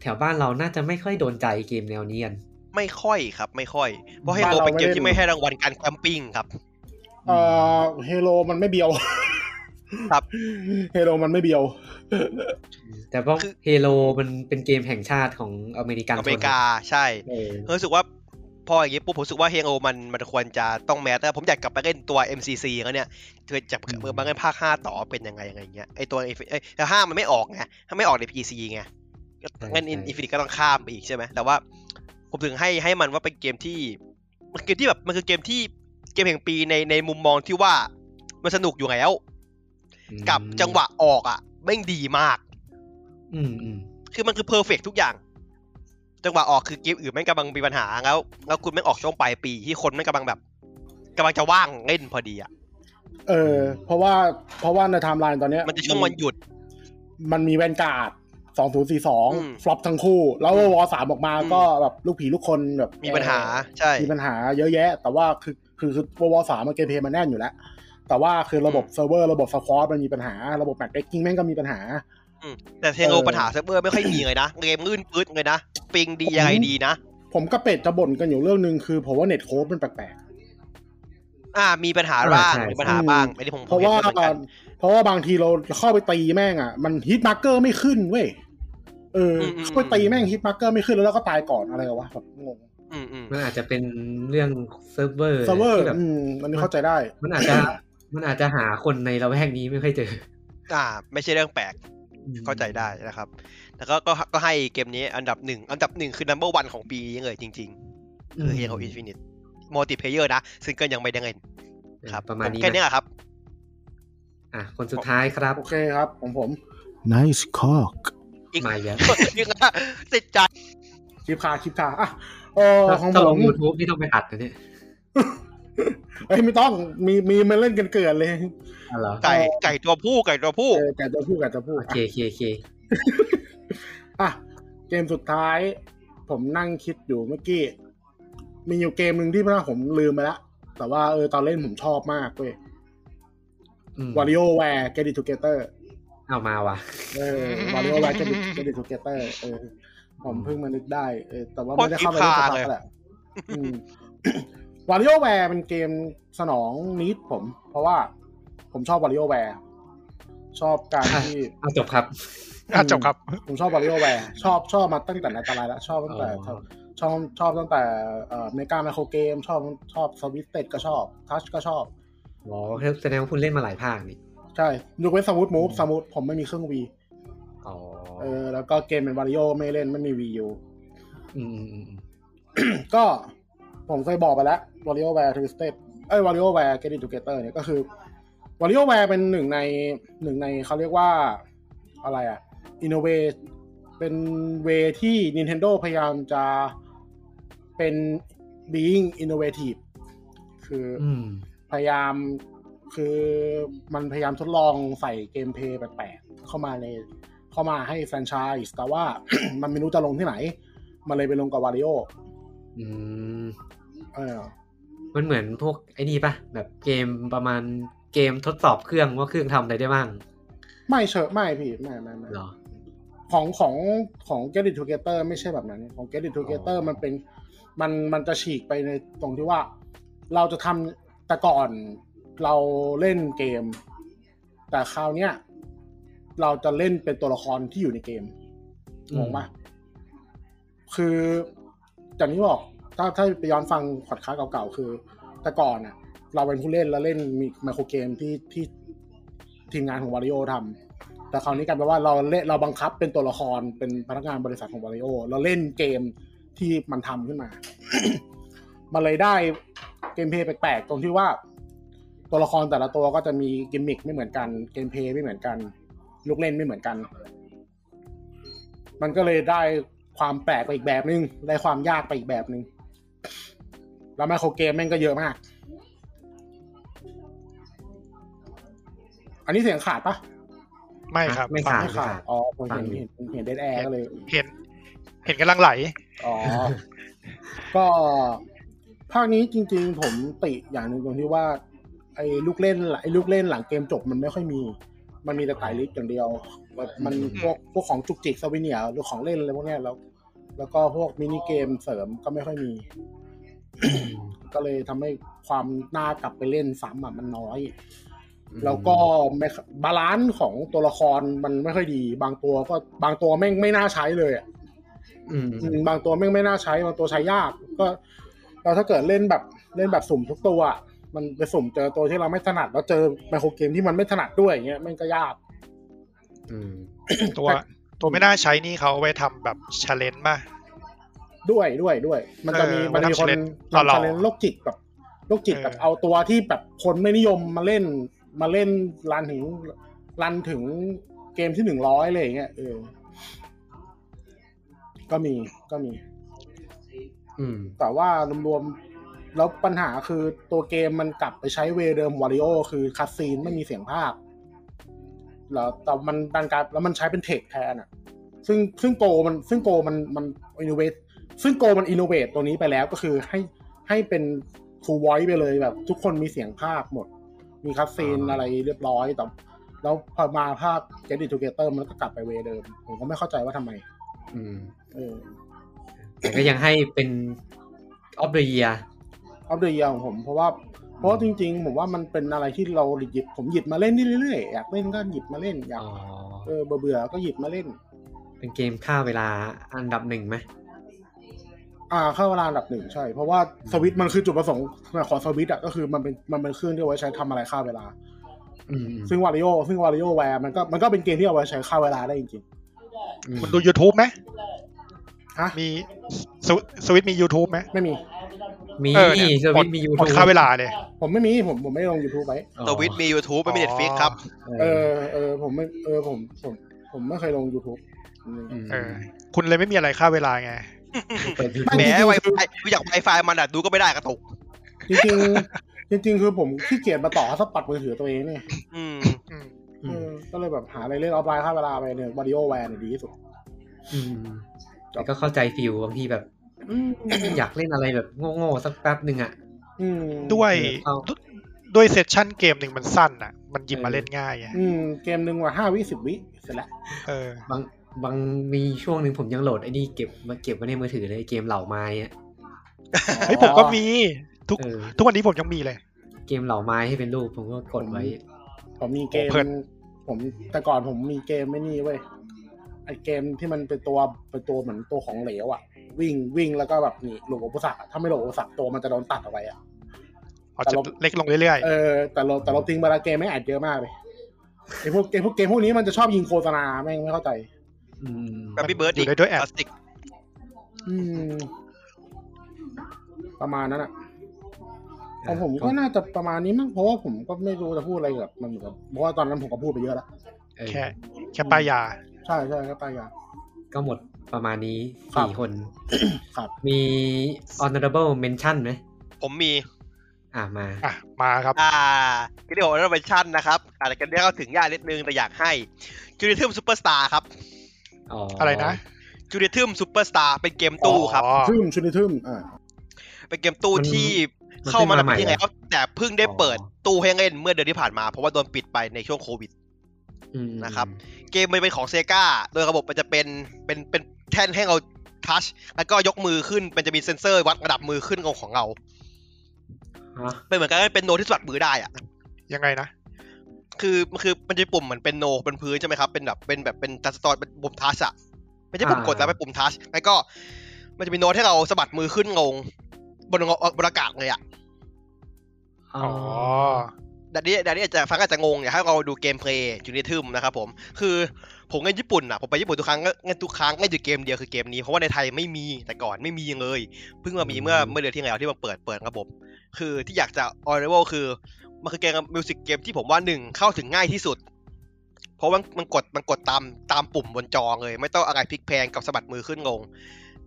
Speaker 1: แถวบ้านเราน่าจะไม่ค่อยโดนใจเกมแนวนี้กัน
Speaker 3: ไม่ค่อยครับ ไม่ค่อย เพราะให้โลเป็นเกมที่ไม่ให้รางวัลการแคมปิ้งครับ
Speaker 2: เอ่อเฮโลมันไม่เบียว
Speaker 3: ครับ
Speaker 2: เฮโรมันไม่เบียว
Speaker 1: แต่ว่า
Speaker 3: คือ
Speaker 1: เฮโลมันเป็นเกมแห่งชาติของอเมริกัน
Speaker 3: อเมริกาใช่
Speaker 1: เออ
Speaker 3: ผมรู้สึกว่าพออย่างนี้ปุ๊บผมรู้สึกว่าเฮงโอมันมันควรจะต้องแมสแต่ผมอยากกลับไปเล่นตัว MCC เขาเนี่ยคือจากเมื่อมาเล่นภาค 5 ต่อเป็นยังไงยังไงเงี้ยไอตัวไอ้แต่ห้ามันไม่ออกไงถ้าไม่ออกใน PC ไงเล่นอินฟินิตก็ต้องข้ามไปอีกใช่ไหมแต่ว่า ผมถึงให้ให้มันว่าเป็นเกมที่มันเกมที่แบบมันคือเกมที่เกมแห่งปีในในมุมมองที่ว่ามันสนุกอยู่แล้ว กับจังหวะออกอ่ะแม่งดีมาก
Speaker 1: อืมอืม
Speaker 3: คือมันคือเพอร์เฟกทุกอย่าง จังหวะออกคือกิฟต์อื่นแม่งกำลังมีปัญหาแล้วแล้วคุณแม่งออกช่วงปลายปีที่คนแม่งกำลังแบบกำลังจะว่างเล่นพอดีอ่ะ
Speaker 2: เออ เพราะว่าเพราะว่าในไทม์ไลน์ตอนเนี้ย
Speaker 3: มันจะช่วงวันหยุด
Speaker 2: มันมีแวนการ์ดสองศูนย์สี่สอง
Speaker 3: ม
Speaker 2: ฟลอปทั้งคู่ แล้ว
Speaker 3: อืม
Speaker 2: วอสามออกมาก็
Speaker 3: อืม
Speaker 2: แบบลูกผีลูกคนแบบ
Speaker 3: มีปัญหา
Speaker 2: เออ
Speaker 3: ใช่
Speaker 2: มีปัญหาเยอะแยะ แต่ว่าคือคือคือวอสามมันเกมเพลย์มันแน่นอยู่แล้ว แต่ว่าคือระบบเซิร์ฟเวอร์ระบบสควอตมันมีปัญหา ระบบแมตช์เบรกกิ้งแม่งก็มีปัญหา
Speaker 3: อืมแต่เทงโอ
Speaker 2: เออ
Speaker 3: ปัญหาเซิร์ฟเวอร์ไม่ค่อยมีเลยนะเกมลื่นปื๊ดเลยนะปิงดีอะไรดีนะ
Speaker 2: ผมก็เป็ดจะบ่นกันอยู่เรื่องหนึ่งคือผมว่าเน็ตโค้ดมันแปลก
Speaker 3: อ่า มีปัญหาบ้างมีปัญหาบ้างไม่ได้ผม
Speaker 2: ๆ
Speaker 3: ผม
Speaker 2: เพราะ
Speaker 3: เห็น
Speaker 2: ว่า
Speaker 3: ด้วยเหมือนกัน
Speaker 2: เพราะว่าบางทีเราเข้าไปตีแม่งอ่ะ มันฮิตมาร์เกอร์ไม่ขึ้นเว้ยเอออเข้าไปตีแม่งฮิตมาร์เกอร์ไม่ขึ้นแล้วเราก็ตายก่อนอะไรวะแบบงง
Speaker 3: อืมอืม
Speaker 1: มันอาจจะเป็นเรื่องเซิร์ฟเวอร์
Speaker 2: เซิร์ฟเวอร์
Speaker 1: ที่แบบ
Speaker 2: อืมอันนี้เข้าใจได้
Speaker 1: มันอาจจะมันอาจจะหาคนในละแวกนี้ไม่ค่อยเจอ
Speaker 3: อ่า ไม่ใช่เรื่องแปลก
Speaker 1: อืม
Speaker 3: เข้าใจได้นะครับ แต่ก็ก็ก็ให้เกมนี้อันดับหนึ่ง อันดับหนึ่งคือ number one ของปีนี้เลยจริงๆ คือ Halo Infinite Multiplayer นะ ซึ่งก็ยังไม่ได้เงินครับ
Speaker 1: ประมาณนี้
Speaker 3: แค่
Speaker 1: นะ
Speaker 3: นี้แหละครับ
Speaker 1: อ่ะคนสุดท้ายครับ
Speaker 2: โอเคครับ ของผม
Speaker 5: Nice cock.
Speaker 3: อีก
Speaker 1: มาเยอะ
Speaker 3: ยังไงติดใจ
Speaker 2: คลิปคาคลิปคาอ่ะเออของ
Speaker 1: ถ้า
Speaker 2: ผ
Speaker 1: ลง
Speaker 2: ม
Speaker 1: YouTube นี่ต้องไปอัดนะเนี่ย
Speaker 2: เอ้ยไม่ต้องมีมีมาเล่นกันเกินเลย
Speaker 1: อ๋อเหรอ
Speaker 3: ไก่ ไก่ตัวผู้ไก่ตัวผู้
Speaker 2: เออแกจะพูดแกจะพูด
Speaker 1: โอเคโอเคโอเค
Speaker 2: อ่ะเกมสุดท้าย ผมนั่งคิดอยู่เมื่อกี้ มีอยู่เกมหนึ่งที่พผมลืมไปละแต่ว่าเออตอนเล่นผมชอบมากเว้ย
Speaker 1: อืม
Speaker 2: Wario Ware Get It Together
Speaker 1: เอามาว่ะ
Speaker 2: เออ Wario Ware Get It Get It Together เออผมเพิ่งมานึกได้เออแต่ว่าไม่ได้เข้าไปเล่นสักพักแหละ วาริโอแวร์เป็นเกมสนองนิดผม เพราะว่าผมชอบวาริโอแวร์ชอบการที่
Speaker 1: เอาจบครับ
Speaker 4: อ่ะจบครับ
Speaker 2: ผมชอบวาริโอแวร์ชอบชอบมาตั้งแต่ไหนแต่ไรแล้ว ชอบตั้งแต่
Speaker 1: อ๋อ
Speaker 2: ชอบชอบตั้งแต่เมกาไมโครเกม ชอบชอบสวิสเต็ดก็ชอบทัชก็ชอบ
Speaker 1: อ๋อแสดงว่าคุณเล่นมาหลายภาคนี่
Speaker 2: ใช่ยกเว้นสมูทมูฟสมูทผมไม่มีเครื่องวี
Speaker 1: อ๋อ
Speaker 2: เออแล้วก็เกมเป็นวาริโอไม่เล่นไม่มีวีอยู่
Speaker 1: มอืมอืมอืม
Speaker 2: ก็ผมเคยบอกไปแล้ว WarioWare Twisted เอ้ย WarioWare Get It Together เนี่ยก็คือ WarioWare เป็นหนึ่งในหนึ่งในเขาเรียกว่าอะไรอะ Innovate เป็นเวที่ Nintendo พยายามจะเป็น being innovative คืออ
Speaker 1: อืม
Speaker 2: พยายามคือมันพยายามทดลองใส่เกมเพลย์แปลกๆเข้ามาในเข้ามาให้แฟรนไชส์แต่ว่า มันไม่รู้จะลงที่ไหน มันเลยไปลงกับ Wario
Speaker 1: อืม
Speaker 2: เออ
Speaker 1: มันเหมือนพวกไอ้นี่ปะแบบเกมประมาณเกมทดสอบเครื่องว่าเครื่องทำอะไรได้บ้าง
Speaker 2: ไม่เชอะไม่พี่ไม่ไม่ไม่
Speaker 1: เหรอ
Speaker 2: ของของของ Get It Together ไม่ใช่แบบนั้น ของ Get It
Speaker 1: อ๋
Speaker 2: Together
Speaker 1: อ
Speaker 2: มันเป็นมันมันจะฉีกไปในตรงที่ว่า เราจะทำแต่ก่อนเราเล่นเกม แต่คราวเนี้ยเราจะเล่นเป็นตัวละครที่อยู่ในเกมงงปะคืออย่างที่บอกถ้าถ้าไปย้อนฟังพอดคาสต์เก่าๆ คือ แต่ก่อนอะเราเป็นผู้เล่นแล้วเล่นมีไมโครเกมที่ที่ทีมงานของวาริโอทำแต่คราวนี้กลายเป็นว่าเราเล่นเราบังคับเป็นตัวละครเป็นพนักงานบริษัทของวาริโอเราเล่นเกมที่มันทำขึ้นมา มันเลยได้เกมเพลย์แปลกๆ ตรงที่ว่า ตัวละครแต่ละตัวก็จะมีกิมมิคไม่เหมือนกันเกมเพลย์ไม่เหมือนกัน ลูกเล่นไม่เหมือนกัน มันก็เลยได้ความแปลกไปอีกแบบนึงได้ความยากไปอีกแบบนึงแล้วไมโครเกมแม่งก็เยอะมาก อันนี้เสียงขาดปะ
Speaker 4: ไม่ครับ
Speaker 1: ไม่
Speaker 4: ฟั
Speaker 1: ขาด
Speaker 4: ง
Speaker 2: ไม่ขาดอ๋อผมเห็นเห็นเห็นเดดแอร์ก็เลย
Speaker 4: เห็น เห็นกำลังไหล
Speaker 2: อ๋อ ก็ภาคนี้จริง ๆ ผมติอย่างหนึ่งตรงที่ว่า ไอ้ลูกเล่นไอ้ลูกเล่นหลังเกมจบมันไม่ค่อยมี มันมีแต่ไต่ลิฟต์อย่างเดียวแบบมันพวกพวกของจุกจิกซาวิเนียหรือของเล่นอะไรพวกเนี้ยแล้ว แล้วก็พวกมินิเกมเสริมก็ไม่ค่อยมี ก็เลยทำให้ความน่ากลับไปเล่นซ้ำอ่ะมันน้อย แล้วก็ไม่บาลานซ์ของตัวละครมันไม่ค่อยดี บางตัวก็บางตัวแม่งไม่น่าใช้เลยอะ
Speaker 1: อืม
Speaker 2: อืมบางตัวแม่งไม่น่าใช้บางตัวใช้ยาก ก็เราถ้าเกิดเล่นแบบเล่นแบบสุ่มทุกตัวอะมันไปสุ่มเจอตัวที่เราไม่ถนัดแล้วเจอไมโครเกมที่มันไม่ถนัดด้วยอย่างเงี้ยแม่งก็ยาก
Speaker 1: อืม
Speaker 4: ตัวตัวไม่น่าใช้นี่เขาเอาไว้ทำแบบชาเลนจ์ป่ะ
Speaker 2: ด้วยด้วยด้วย มันจะมี
Speaker 4: เออ
Speaker 2: มันจะมีคน
Speaker 4: มัน
Speaker 2: ทำ
Speaker 4: ทำ challenge
Speaker 2: ชาเลนโรคจิตแบบโรคจิต
Speaker 4: เออ
Speaker 2: แบบเอาตัวที่แบบคนไม่นิยมมาเล่น มาเล่นรันถึงรันถึงเกมที่หนึ่งร้อยอะไรอย่างเงี้ยเออ ก็มีก็มี
Speaker 1: อืม
Speaker 2: แต่ว่ารวมๆแล้วปัญหาคือตัวเกมมันกลับไปใช้เวย์เดิมวาริโอคือคัสซีนไม่มีเสียงภาคแล้วแต่มันดันกลารแล้วมันใช้เป็นเทคแทนอ่ะ ซึ่งซึ่งโกมันซึ่งโกมันมันอินโนเวทซึ่งโกมันอินโนเวทตัวนี้ไปแล้วก็คือให้ให้เป็นฟูลไวท์ไปเลยแบบ ทุกคนมีเสียงภาคหมด มีคัสซีนอะไรเรียบร้อยแต่แล้วพอมาภาค Get It Together มันก็กลับไปเวย์เดิม ผมก็ไม่เข้าใจว่าทำไม
Speaker 1: อืม
Speaker 2: เออ
Speaker 1: แต่ก็ยังให้เป็นออฟเด e เยีย
Speaker 2: อัปเดตยาของผมเพราะว่าเพราะว่าจริง ๆ ผมว่ามันเป็นอะไรที่เราหยิบผมหยิบมาเล่นเรื่อยๆอยากเล่นก็หยิบมาเล่นอยาก
Speaker 1: อ๋อ
Speaker 2: เออเบื่อๆก็หยิบมาเล่น
Speaker 1: เป็นเกมฆ่าเวลาอันดับหนึ่งไหม
Speaker 2: อ่าเข้าเวลาอันดับหนึ่งใช่ เพราะว่าสวิตช์มันคือจุดประสงค์ของสวิตช์อ่ะก็คือมันเป็นมันเป็นเครื่องที่เอาไว้ใช้ทำอะไรฆ่าเวลา
Speaker 1: อืม
Speaker 2: ซึ่งวาริโอซึ่งวาริโอแวร์มันก็มันก็เป็นเกมที่เอาไว้ใช้ฆ่าเวลาได้จริง
Speaker 1: อื
Speaker 4: มันดู YouTube ไหม
Speaker 2: ๆฮะ
Speaker 4: มีสวิสวิตช์มี YouTube ไหม
Speaker 2: ไม่มี
Speaker 1: มี
Speaker 4: เออเนี่ย
Speaker 1: สวิตช์มี
Speaker 4: หด
Speaker 1: ยู
Speaker 4: หม
Speaker 1: ทู
Speaker 4: ด
Speaker 1: บ
Speaker 4: ค่าเวลาเลย
Speaker 2: ผมไม่มีผมผมไม่ได้ลง YouTube ไว้
Speaker 3: สวิตมี YouTube ไม่มี Netflix ครับ
Speaker 2: เออเออผมไม่เออผมผมผมไม่เคยลง YouTube อืม
Speaker 4: เออ คุณเลยไม่มีอะไรค่าเวลาไง
Speaker 1: เปิด
Speaker 2: ไม่
Speaker 3: แหม
Speaker 2: จริงๆ
Speaker 3: ไวไฟกูอยากไวไฟมันอะดูก็ไม่ได้กระตุก
Speaker 2: จริงๆ จริง ๆ คือผมขี้เกียจมาต่อสปัดมือถือตัวเองเนี่ย
Speaker 3: อืม
Speaker 4: อืม
Speaker 1: อืม
Speaker 2: เออก็เลยแบบหาอะไรเล่นออฟไลน์ฆ่าเวลาไปเนี่ยวาริโอแวร์เนี่ยดีที่สุด
Speaker 1: อืมแต่ก็เข้าใจฟิลบางทีแบบ อยากเล่นอะไรแบบโง่ๆสักแป๊บหนึ่งอ่ะ
Speaker 2: อืม
Speaker 4: ด้วย
Speaker 1: เข้า
Speaker 4: ด้วยด้วยเซสชั่นเกมหนึ่งมันสั้นอ่ะ มันหยิบมาเล่นง่ายไง
Speaker 2: อืม เกมหนึ่งว่าห้าวิสิบวิเสร็จแล้ว
Speaker 4: เออบ
Speaker 1: างบางมีช่วงหนึ่งผมยังโหลดไอ้นี่เก็บมาเก็บไว้ในมือถือเลยไอ้เกมเหล่าไม้อะ
Speaker 4: เฮ้ยผมก็มีทุก
Speaker 1: เออ
Speaker 4: ทุกวันนี้ผมยังมีเลย
Speaker 1: เกมเหล่าไม้ให้เป็นรูปผมก็กดไว้
Speaker 2: ผมมีเกม
Speaker 4: เพิ่น
Speaker 2: ผมแต่ก่อนผมมีเกมไม่นี่เว้ยไอเกมที่มันเป็นตัวเป็นตัวเหมือนตัวของเหลวอ่ะ วิ่งวิ่งแล้วก็แบบหนี่หลบอุปสรรคอะถ้าไม่หลบอุปสรรคตัวมันจะโดนตัดเอาไว้อ่ะ
Speaker 4: เอาจะเล็กลงเรื่อย
Speaker 2: เออแต่เราแต่เราทิ้งเวลาเกมไม่อัดเยอะมากเลยไอพวกเกมพวกเกมพวกนี้มันจะชอบยิงโฆษณาแม่งไม่เข้าใจ
Speaker 1: อืม
Speaker 3: แบ p ปี้เบิร์ด
Speaker 4: ๆอยู่ได้ด้วยแอ
Speaker 3: พ
Speaker 4: ป
Speaker 3: ลาสติก
Speaker 2: อืม ประมาณนั้นอะ ข
Speaker 1: เอ
Speaker 2: อง
Speaker 1: อ
Speaker 2: ผม
Speaker 1: ก็
Speaker 2: ก็น่าจะประมาณนี้มั้งเพราะว่าผมก็ไม่รู้จะพูดอะไรกับมันเหมือนกับเพราะว่าตอนนั้นผมก็พูดไปเยอะแล้ว
Speaker 1: เออ
Speaker 4: แค่แค่ป้ายยา
Speaker 2: ใช่ใช่ครับไปายา
Speaker 1: ก็หมดประมาณนี้
Speaker 2: ครับ
Speaker 1: สี่คน
Speaker 2: ครับ
Speaker 1: มี honorable mention ไหม
Speaker 3: ผมมี
Speaker 1: อ่ะมา
Speaker 4: อ่ะ มาครับ
Speaker 3: อ่ากินดีโอเรเวชั่นนะครับอาจจะกันได้เข้าถึงยากนิดนึง แต่อยากให้จูเลียทึมซูเปอร์สตาร์ครับ
Speaker 1: อ๋ออะ
Speaker 4: อะไรนะ
Speaker 3: จูเลียทึมซูเปอร์สตาร์เป็นเกมตู้ครับ
Speaker 4: อ๋อ
Speaker 2: ทึมชุดนี้ทึมอ่า
Speaker 3: เป็นเกมตู้ที่เข้ามาแล้วเป็นยังไงครับแต่เพิ่งได้เปิดตู้ให้เล่นเมื่อเดือนที่ผ่านมา เพราะว่าโดนปิดไปในช่วงโควิด
Speaker 1: อืม
Speaker 3: นะครับ เกมมันเป็นของเซกาโดยระบบมันจะเป็นเป็นเป็นแท่นให้เราทัชแล้วก็ยกมือขึ้นมันจะมีเซ็นเซอร์วัดระดับมือขึ้นของของเรา
Speaker 1: ฮะ
Speaker 3: เป็นเหมือนกันเป็นโนที่สวัดมือได้อะ
Speaker 4: ยังไงนะ
Speaker 3: คือมันคือมันจะมีปุ่มเหมือนเป็นโนเป็นพื้นใช่ไหมครับเป็นแบบเป็นแบบเป็นทัชตอนเป็นปุ่มทัชอะไม่ใช่ปุ่มกดแล้วเป็นปุ่มทัชแล้วก็มันจะมีโน้ตให้เราสะบัดมือขึ้นลงบนบนอากาศเลยอะ
Speaker 1: อ๋อ
Speaker 4: อ๋อ
Speaker 3: ดันนี้ดันนี้อาจจะฟังอาจจะงงอยากให้เราดูเกมเพลย์จูเนียทึมนะครับผมคือผมเล่นญี่ปุ่นอะผมไปญี่ปุ่นทุกครั้งก็เล่นทุกครั้งเล่นอยู่เกมเดียวคือเกมนี้เพราะว่าในไทยไม่มีแต่ก่อนไม่มีเลย เพิ่งมามีเมื่อเมื่อเดือนที่แล้วที่มันเปิดเปิดระบบ คือที่อยากจะออเรเวลคือมันคือเกมมิวสิกเกมที่ผมว่าหนึ่งเข้าถึงง่ายที่สุด เพราะว่ามันกดมันกดตามตามปุ่มบนจอเลย ไม่ต้องอะไรพลิกแพลงกับสะบัดมือขึ้นลง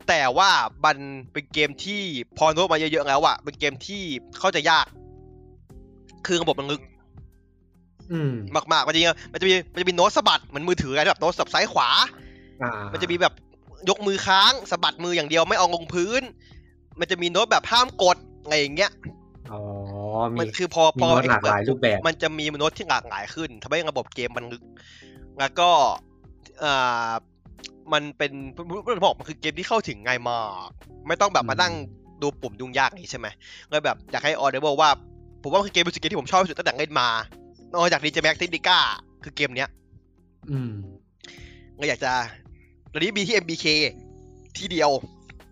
Speaker 3: แต่ว่ามันเป็นเกมที่พอโน้ตมาเยอะๆแล้วอะเป็นเกมที่เข้าใจยาก คือระบบมันลึก
Speaker 1: อืม
Speaker 3: มากๆมันจะมีมันจะมีมันจะมีโน้ตสะบัดเหมือนมือถือไงแบบโน้ตสับซ้ายขวา
Speaker 1: อ่า
Speaker 3: มันจะมีแบบยกมือค้างสะบัดมืออย่างเดียวไม่เอาลงพื้น มันจะมีโน้ตแบบห้ามกดอะไรอย่างเงี้ย
Speaker 1: อ๋อ
Speaker 3: มั
Speaker 1: มี
Speaker 3: นคือพอ
Speaker 1: มี
Speaker 3: พอ
Speaker 1: โน้ตหลากหลาย
Speaker 3: เอ็กซ์เปิด
Speaker 1: รูปแบบ
Speaker 3: มันจะมีโน้ตที่หลากหลายขึ้นทำให้ระบบเกมมันลึก แล้วก็อ่ามันเป็นผมบอกมันคือเกมที่เข้าถึงง่ายมาก ไม่ต้องแบบมานั่งดูปุ่มยุ่งยากนี้ใช่ไหมเลยแบบอยากให้ออเดอร์บอกว่า ผมว่ามันคือเกมมิวสิกเกมที่ผมชอบที่สุดตั้งแต่เล่นมา นอกจากดีเจแม็กติดิก้าคือเกมเนี้ย
Speaker 1: อืม
Speaker 3: ก็อยากจะตอนนี้มีที่ MBK ที่เดียว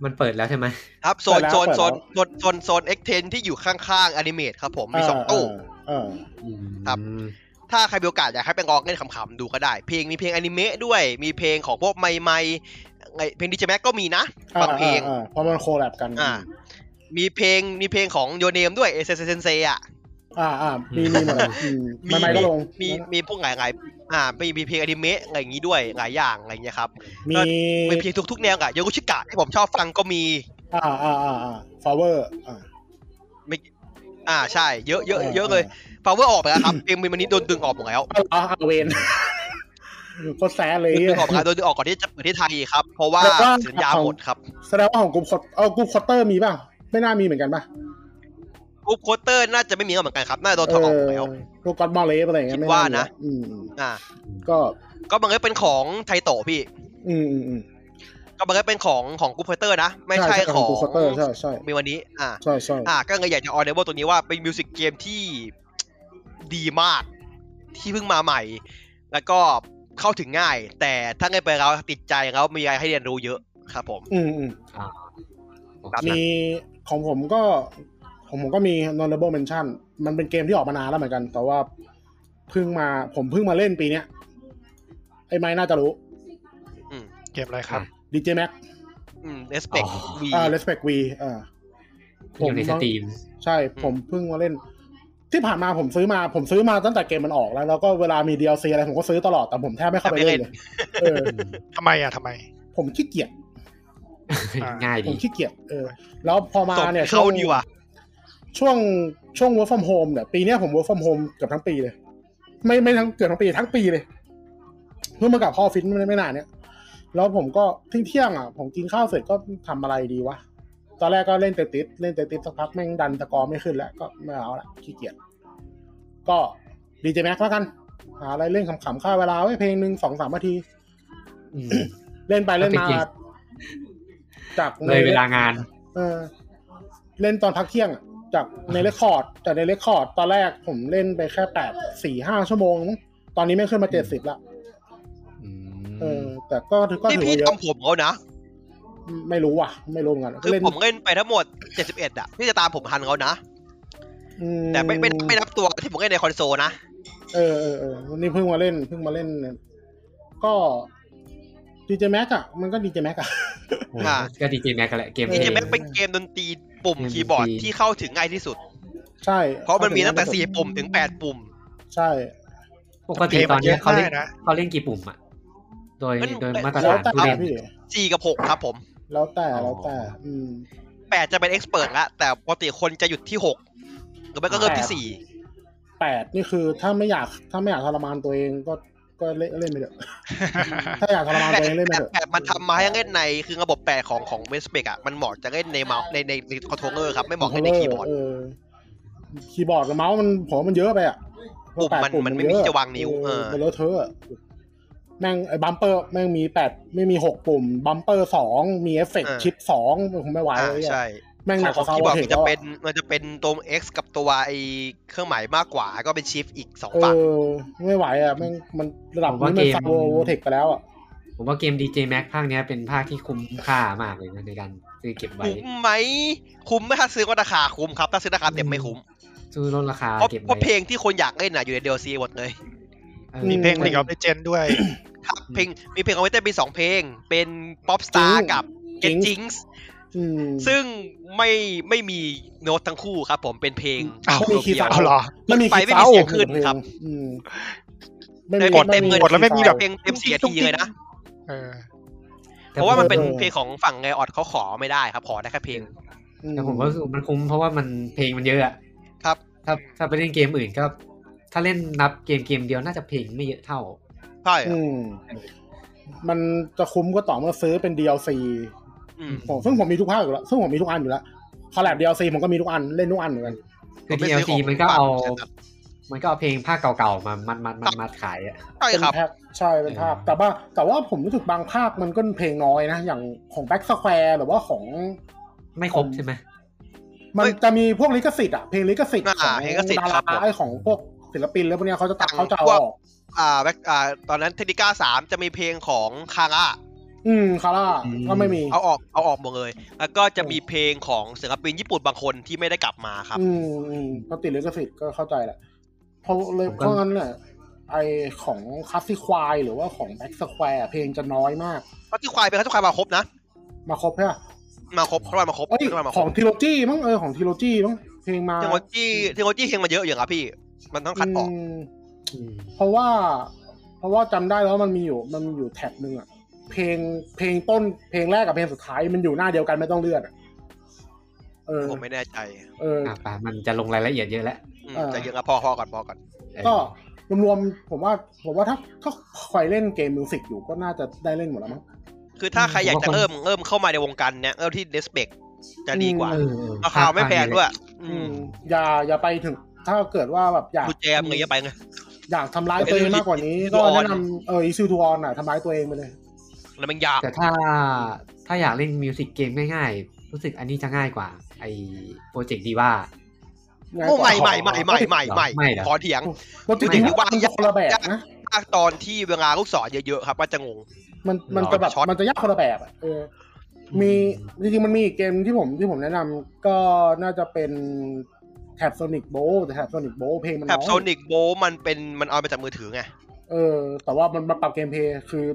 Speaker 1: มันเปิดแล้วใช่ไหม
Speaker 3: ครับโซน
Speaker 2: เปิดแล้ว
Speaker 3: โซนโซ
Speaker 2: เปิดแล้ว
Speaker 3: นโซนโซนโซนเอ็กเทนที่อยู่ข้างๆอนิเมตครับผมมีสองตู้
Speaker 2: เออ
Speaker 3: ครับ
Speaker 1: อืม
Speaker 3: ถ้าใครมีโอกาสอยากให้ไปลองเล่นขำๆดูก็ได้ เพลงมีเพลงอนิเมะด้วย มีเพลงของพวกใหม่ๆไอ้เพลงดิจิแม็กก็มีนะ
Speaker 2: ออออบ
Speaker 3: างเพลง
Speaker 2: ออออเพราะมันโคแลบกัน
Speaker 3: อ่า มีเพลงมีเพลงของโยเนมด้วยเอเซเซนเซอ่ะ
Speaker 2: อ่าอ่ามีมีหมด
Speaker 3: มี
Speaker 2: เลยอืมไม่ไม่ก็ลง
Speaker 3: มีมีพวกหลายๆอ่ามีมีเพลงอนิเมะอะไรอย่างนี้ด้วยหลายอย่างอะไรอย่างเงี้ยครับ
Speaker 2: มี
Speaker 3: ก็ มีเพลงทุกๆแนวอะโยโกชิกะที่ผมชอบฟังก็มี
Speaker 2: อ่าอ่าอ่าอ่าฟาวเวอร์อ่า
Speaker 3: ไม่อ่าใช่เยอะเยอะเยอะเลยพาวเวอร์ออกไปแล้วครับเพ ลงมันนี้โดนดึงออกหมดแล้ว
Speaker 2: เอาเอาเอาเวน โคตรแซดเลย
Speaker 3: โดนดึ
Speaker 2: เหี้ย
Speaker 3: งออกครับโดนดึงออกก่อนที่จะเปิดที่ไทยครับ เพราะว่า
Speaker 2: แต่ว่า
Speaker 3: สัญญาหมดครับ
Speaker 2: แสดงว่าของกลุ่มคอตเอากลุ่มคอตเตอร์มีเปล่าไม่น่ามีเหมือนกันป่ะ
Speaker 3: กรุ๊ปโคเตอร์น่าจะไม่มีแล้วเหมือนกันครับ น่าจะโดนถอดออกหมดแล้ว
Speaker 2: พวกก็อดมอลเลสอะไรอย่างเงี้ย
Speaker 3: คิด
Speaker 2: ไม่มี
Speaker 3: ว่านะ
Speaker 2: อืมอืม
Speaker 3: อ่า
Speaker 2: ก็
Speaker 3: ก็บังเอิญเป็นของไทโตะพี่
Speaker 2: อืมอืมอืม
Speaker 3: ก็บังเอิญเป็นของของกรุ๊ปโคเตอร์นะ ไม่ใช่
Speaker 2: ข
Speaker 3: ข
Speaker 2: อ
Speaker 3: อง ง
Speaker 2: กลุ่มคอตเตอร์ใช่ใช่
Speaker 3: มีวันนี้ อ่า
Speaker 2: ใช่ใช่
Speaker 3: อ่า ก็เลยอยากจะออเดเบิลตัวนี้ว่าเป็นมิวสิกเกมที่ ดีมาก ที่เพิ่งมาใหม่ แล้วก็เข้าถึงง่าย แต่ถ้าเงินไปแล้วติดใจแล้วมีอะไรให้เรียนรู้เยอะครับผม
Speaker 2: อืมอืม
Speaker 1: โอเค
Speaker 2: มีของผมก็ของผมก็มี honorable mention มันเป็นเกมที่ออกมานานแล้วเหมือนกัน แต่ว่าเพิ่งมาผมเพิ่งมาเล่นปีเนี้ยไอ้ไม้น่าจะรู้
Speaker 4: เกมอะไรครับ
Speaker 2: ดีเจแม็ก
Speaker 3: อืมเอสเปกวี
Speaker 2: อ่า respect v อ่า
Speaker 1: อยู่ในสตรีม
Speaker 2: ใช่
Speaker 3: อืม
Speaker 2: ผมเพิ่งมาเล่น ที่ผ่านมาผมซื้อมา ผมซื้อมาตั้งแต่เกมมันออกแล้ว แล้วก็เวลามี DLC อะไรผมก็ซื้อตลอด แต่ผมแทบไม่เข้าไปเล่นเลย เออ
Speaker 4: ทำไมอ่ะทำไม
Speaker 2: ผมขี้เกียจ
Speaker 4: อ่า
Speaker 1: ง่าย
Speaker 2: ผ
Speaker 1: ดี
Speaker 2: มขี้เกียจ เออ แล้วพอมา
Speaker 3: ตบ
Speaker 2: เนี่ยช่ว
Speaker 3: เข้าง ดีว่ะ
Speaker 2: ช่วงช่วง work from home เนี่ย ปีเนี้ยผม work from home เกือบทั้งปีเลย ไม่ไม่ทั้งเกือบทั้งปีทั้งปีเลย เพิ่งมากลับออฟฟิศไม่ไม่นานเนี้ย แล้วผมก็ทิ้งเที่ยงๆอ่ะ ผมกินข้าวเสร็จก็ทำอะไรดีวะ ตอนแรกก็เล่นเตติสเล่นเตติสสักพักแม่งดันตะกอร์ไม่ขึ้นแล้ว ก็ไม่เอาละขี้เกียจ ก็ดีเจแม็กแล้วกัน หาอะไรเล่นขำๆค่าเวลาไว้เพลงหนึ่งสองสามนาที
Speaker 1: อืม
Speaker 2: เล่นไปเล่น
Speaker 1: ก็เป็น
Speaker 2: มา
Speaker 1: เกม
Speaker 2: จากใน
Speaker 1: เลยเวลางาน
Speaker 2: เออเล่นตอนพักเที่ยงอะจากในเรคคอร์ดจากในเรคคอร์ดตอนแรกผมเล่นไปแค่แปดสี่ห้าชั่วโมงมั้งตอนนี้ไม่งขึ้นมาเจ็ดสิบละ
Speaker 1: อื
Speaker 2: เออ
Speaker 1: ม
Speaker 2: แต่ก็ถือก็
Speaker 3: นี่
Speaker 2: ถือ
Speaker 3: พี่
Speaker 2: ว่าเยอะ
Speaker 3: จำผมเขานะ
Speaker 2: ไม่รู้ว่ะ ไม่รู้เหมือนกัน
Speaker 3: คือ
Speaker 2: เล่น
Speaker 3: ผมเล่นไปทั้งหมด 71 อ่ะ ที่จะตามผมทันเขานะ
Speaker 2: อื
Speaker 3: แต่ไม่ไม่ไม่นับตัวที่ผมเล่นในคอนโซลนะ
Speaker 2: เออเออเออวันนี้เพิ่งมาเล่นเพิ่งมาเล่น ก็ดีเจแม็กอะมันก็ดีเจแม็กอะ
Speaker 3: ค่ะ
Speaker 1: ก็ดีเจแม็กกันแหละเกม
Speaker 3: นี่
Speaker 1: นี้
Speaker 3: จะแม็กเป็นเกมดนตรีปุ่ม
Speaker 1: เกมดนตรี
Speaker 3: คีย์บอร์ดที่เข้าถึงง่ายที่สุด
Speaker 2: ใช่
Speaker 3: เพราะมันมีตั้งแต่ 4 ปุ่มถึง 8 ปุ่ม
Speaker 2: ใช่
Speaker 1: ปกติตอนเนี้ยเขาเล่น
Speaker 4: เกมมันเยอะมากนะ
Speaker 1: เขาเล่นกี่ปุ่มอ่ะ โดย
Speaker 3: มัน
Speaker 1: โดยมาตร
Speaker 2: แล้
Speaker 1: ฐา
Speaker 2: วน แต่
Speaker 1: ผู้เล่น
Speaker 2: พี่
Speaker 3: 4 กับ 6 ครับผม
Speaker 2: แล้วแต่แล้วแต่ อืม
Speaker 3: 8 จะเป็นเอ็กซ์เพิละแต่ปกติคนจะหยุดที่ 6 หรือไม่ก็เริ่มที่
Speaker 2: แปดนี่คือถ้าไม่อยากถ้าไม่อยากทรมานตัวเองก็ก็เล่นเล่นไปเถอะ ถ้าอยากทร
Speaker 3: 4
Speaker 2: มานตัวเองเล่นไปเถอะ
Speaker 3: แต่มันทำมาให้เล่นในคือระบบแปดของของเวสเปกอ่ะ มันเหมาะจะเล่นในเมาส์ในในในคอนโทรลเลอร์ครับ ไม่เหมาะเล่นในคีย์บอร์ด
Speaker 2: เคีย์บอร์ดกับเมาส์มันผมว่ามันเยอะไปอ่ะ
Speaker 3: ปุ่มมันมันไม่มี
Speaker 2: เยอะ
Speaker 3: จะวางนิ้วเออ
Speaker 2: มันเลอะเทอะอะแม่งไอ้บัมเปอร์แม่งมีแปดไม่มีหกปุ่ม บัมเปอร์สองมีเอฟเฟกต์ชิปสองผมไม่ไหว
Speaker 3: อ่า
Speaker 2: เลยอะ
Speaker 3: ใช่
Speaker 2: แม่งหนักกว่าซาว
Speaker 3: คีย์บอร์ด
Speaker 2: เท
Speaker 3: มั
Speaker 2: คน แล้
Speaker 3: จะ
Speaker 2: ว
Speaker 3: เป็น
Speaker 2: อะ
Speaker 3: มันจะเป็นตัว X กับตัวไอเครื่องหมายมากกว่าก็เป็นชิฟอีกสอง
Speaker 2: เอ
Speaker 3: ฝั่ง
Speaker 2: อไม่ไหวอ่ะแม่งมันระดับ
Speaker 1: ผม
Speaker 2: นี้
Speaker 1: ว่า
Speaker 2: มัน
Speaker 1: เกม
Speaker 2: ซาวเทคไปแล้วอ่ะ
Speaker 1: ผมว่าเกมดีเจแม็กภาคเนี้ยเป็นภาคที่คุ้มค่ามากเลยนะในการซื้อเก็บไว้
Speaker 3: คุ้มไหม คุ้มไหมถ้าซื้อก็ราคาคุ้มครับ ถ้าซื้อราคาเต็มไม่คุ้ม
Speaker 1: ซื้อลดราคา
Speaker 3: เพราะ
Speaker 1: เก็บ
Speaker 3: เพราะ
Speaker 1: ไว้
Speaker 3: เพลงที่คนอยากเล่นน่ะอยู่ใน DLC หมดเลย
Speaker 1: ออ
Speaker 4: มีเพลงหนึ่งเอาไปเจนด้วย
Speaker 3: ครับเพลงมีเพลงเอาไว้เต้นมีสองเพลง เป็นป๊อปสตาร์กับ Get Jinx
Speaker 2: อืม
Speaker 3: ซึ่งไม่ไม่มีโน้ตทั้งคู่ครับผมเป็นเพลง
Speaker 4: อ้าว
Speaker 3: โดด
Speaker 2: คีย์
Speaker 3: เดีย
Speaker 2: สาว ม
Speaker 4: เอาเหรอ
Speaker 2: ไม่มี
Speaker 3: ไปไม่มีเสียงขึ้นครับ
Speaker 2: อืม
Speaker 3: ไม่มีเต็มเลย
Speaker 4: กดแล้วไม่มีแบบ
Speaker 3: เพลงเต็มสี่นาทีเลยนะ
Speaker 4: เออ
Speaker 1: แต่
Speaker 3: เพราะว่ามันเป็น
Speaker 1: ผ
Speaker 3: เพลงของฝั่งไงออดเขาขอไม่ได้ครับขอได้แค่เพลง
Speaker 2: อื
Speaker 1: แต่ผมว่ามันคุ้มเพราะว่ามันเพลงมันเยอะอะ
Speaker 3: ครับ
Speaker 1: ถ้าถ้าไปเล่นเกมอื่นก็ ถ้าเล่นนับเกมเกมเดียวน่าจะเพลงไม่เยอะเท่า
Speaker 3: ใช่
Speaker 2: อืมมันจะคุ้มก็ต่อเมื่อซื้อเป็น DLC
Speaker 3: อืม
Speaker 2: ผมซึ่งผมมีทุกภาคอยู่แล้วซึ่งผมมีทุกอันอยู่แล้วคอลแลบ DLC ผมก็มีทุกอันเล่นทุกอันเหมือนกัน
Speaker 1: คือ
Speaker 3: ผมไม่ซื้อ
Speaker 1: DLC
Speaker 3: ของ
Speaker 1: มันก็เอา
Speaker 3: ผมเสียตังค์
Speaker 1: มันก็เอาเพลงภาคเก่าๆมามัดมัดมัดมัดขายอะ
Speaker 3: ใช่
Speaker 2: เป็น
Speaker 3: ครับ
Speaker 2: แพ็คใช่เป็นภาค
Speaker 1: เออ
Speaker 2: แต่ว่าแต่ว่าผมรู้สึกบางภาคมันก็เพลงน้อยนะ อย่างของแบ็กสแควร์หรือว่าของ
Speaker 1: ไม่ครบใช่ไหม
Speaker 2: มัน
Speaker 3: เฮ้ย
Speaker 2: จะมีพวกลิขสิทธิ์อะเพลงลิขสิทธิ์
Speaker 3: อ่า
Speaker 2: ของ
Speaker 3: เพลงลิขสิทธิ์
Speaker 2: ดา
Speaker 3: ครั
Speaker 2: รา
Speaker 3: บผม
Speaker 2: ไอ้ของพวก ศิลปินแล้วพวกเนี้ยเขาจะตัด
Speaker 3: อย่าง
Speaker 2: เขาจะเอา
Speaker 3: พวก
Speaker 2: ออก
Speaker 3: อ่าแบ็คอ่าตอนนั้นเทคนิก้าสามจะมีเพลงของคาร่า
Speaker 2: อืมคาร่า
Speaker 1: อืม
Speaker 2: ก็ไม่มี
Speaker 3: เอาออกเอาออกหมดเลย แล้วก็จะมีเพลงของศิลปินญี่ปุ่นบางคนที่ไม่ได้กลับมาครับ
Speaker 2: อืมอืมเขาะติดลิขสิทธิ์ก็เข้าใจแหละเพราะเลย
Speaker 1: ผมก็
Speaker 2: เพราะงั้นเนี่ยไอของคัสซี่ควายหรือว่าของแบ็กสแควร์เพลงจะน้อยมาก
Speaker 3: เพราะที่ควายเป็นเขาที่ควายมาครบนะ
Speaker 2: มาครบใช่ปะ
Speaker 3: มาครบเขาควายมาครบ
Speaker 2: เอ้ย
Speaker 3: เขาควายมา
Speaker 2: ข
Speaker 3: คร
Speaker 2: อง
Speaker 3: บ
Speaker 2: ทีโลจี้มั้งเออของทีโลจี้มั้งเพลงมา
Speaker 3: เทคโนโลยีเทคโนโลยีเพลงมันเยอะอย่างครับพี่ มันต้องคัดออก
Speaker 2: ม
Speaker 1: อืม
Speaker 2: เพราะว่า เพราะว่าจำได้แล้วมันมีอยู่มันมีอยู่แท็บหนึ่งอะเพลงเพลงต้นเพลงแรกกับเพลงสุดท้ายมันอยู่หน้าเดียวกันไม่ต้องเลื่อนอะเออ
Speaker 3: ผมไม่แน่ใจ
Speaker 2: เออ
Speaker 1: อ่ะป่ะมันจะลงรายละเอียดเยอะแล้ว
Speaker 3: อืม
Speaker 2: เออ
Speaker 3: ใจเย็นครับพอพอก่อนพอก่อน
Speaker 1: เออ
Speaker 2: ก็รวมๆผมว่า ผมว่าถ้าถ้าใครเล่นเกมมิวสิกอยู่ก็น่าจะได้เล่นหมดแล้วมั้ง
Speaker 3: คือถ้าใครอยากจะเริ่มเริ่มเข้ามาในวงการเนี้ยเริ่มที่เดสเบกจะดีกว่า
Speaker 2: อื
Speaker 1: เออเออ
Speaker 3: ราคาไม่แพงด้วยอื
Speaker 2: อื
Speaker 3: ม
Speaker 2: มอย่าอย่าไปถึง ถ้าเกิดว่าแบบอยาก
Speaker 3: ดูแจมอะไรเงี้ยไปไง
Speaker 2: อยากทำร้ายตัวเองมากกว่านี้ ก็แนะนำเอออีซิวทูออนอะทำร้ายตัวเองไปเลย
Speaker 3: แล้วมันยาก
Speaker 1: แต่ถ้าถ้าอยากเล่นมิวสิกเกมง่ายๆ รู้สึกอันนี้จะง่ายกว่า ไอ้โปรเจกต์ดีว่า
Speaker 3: โอ้ใหม่ใหม่ใหม่ใหม่ใหม่ใหม่
Speaker 1: ไม่เหรอ
Speaker 3: ขอเถียง
Speaker 2: โปรเจกต์
Speaker 3: ไม่
Speaker 2: นี้
Speaker 3: ได้ว่า
Speaker 2: มันจะคนละแบบนะ
Speaker 3: มากตอนที่เวลาลูกศรเยอะๆครับว่าจะงง
Speaker 2: มันมันจะแบบ
Speaker 3: ช็อต
Speaker 2: มันจะยากคนละแบบอะเออ
Speaker 1: อืม
Speaker 2: มีจริงๆมันมีอีกเกมที่ผมที่ผมแนะนำก็น่าจะเป็นแท็บโซนิกโบแต่แท็บโซนิกโบเพลงมัน
Speaker 3: แถ
Speaker 2: น้
Speaker 3: บ
Speaker 2: อย
Speaker 3: โซนิกโบมันเป็นมันเอามาจากมือถือไง
Speaker 2: เออ แต่ว่ามันมาปรับเกมเพลย์คือ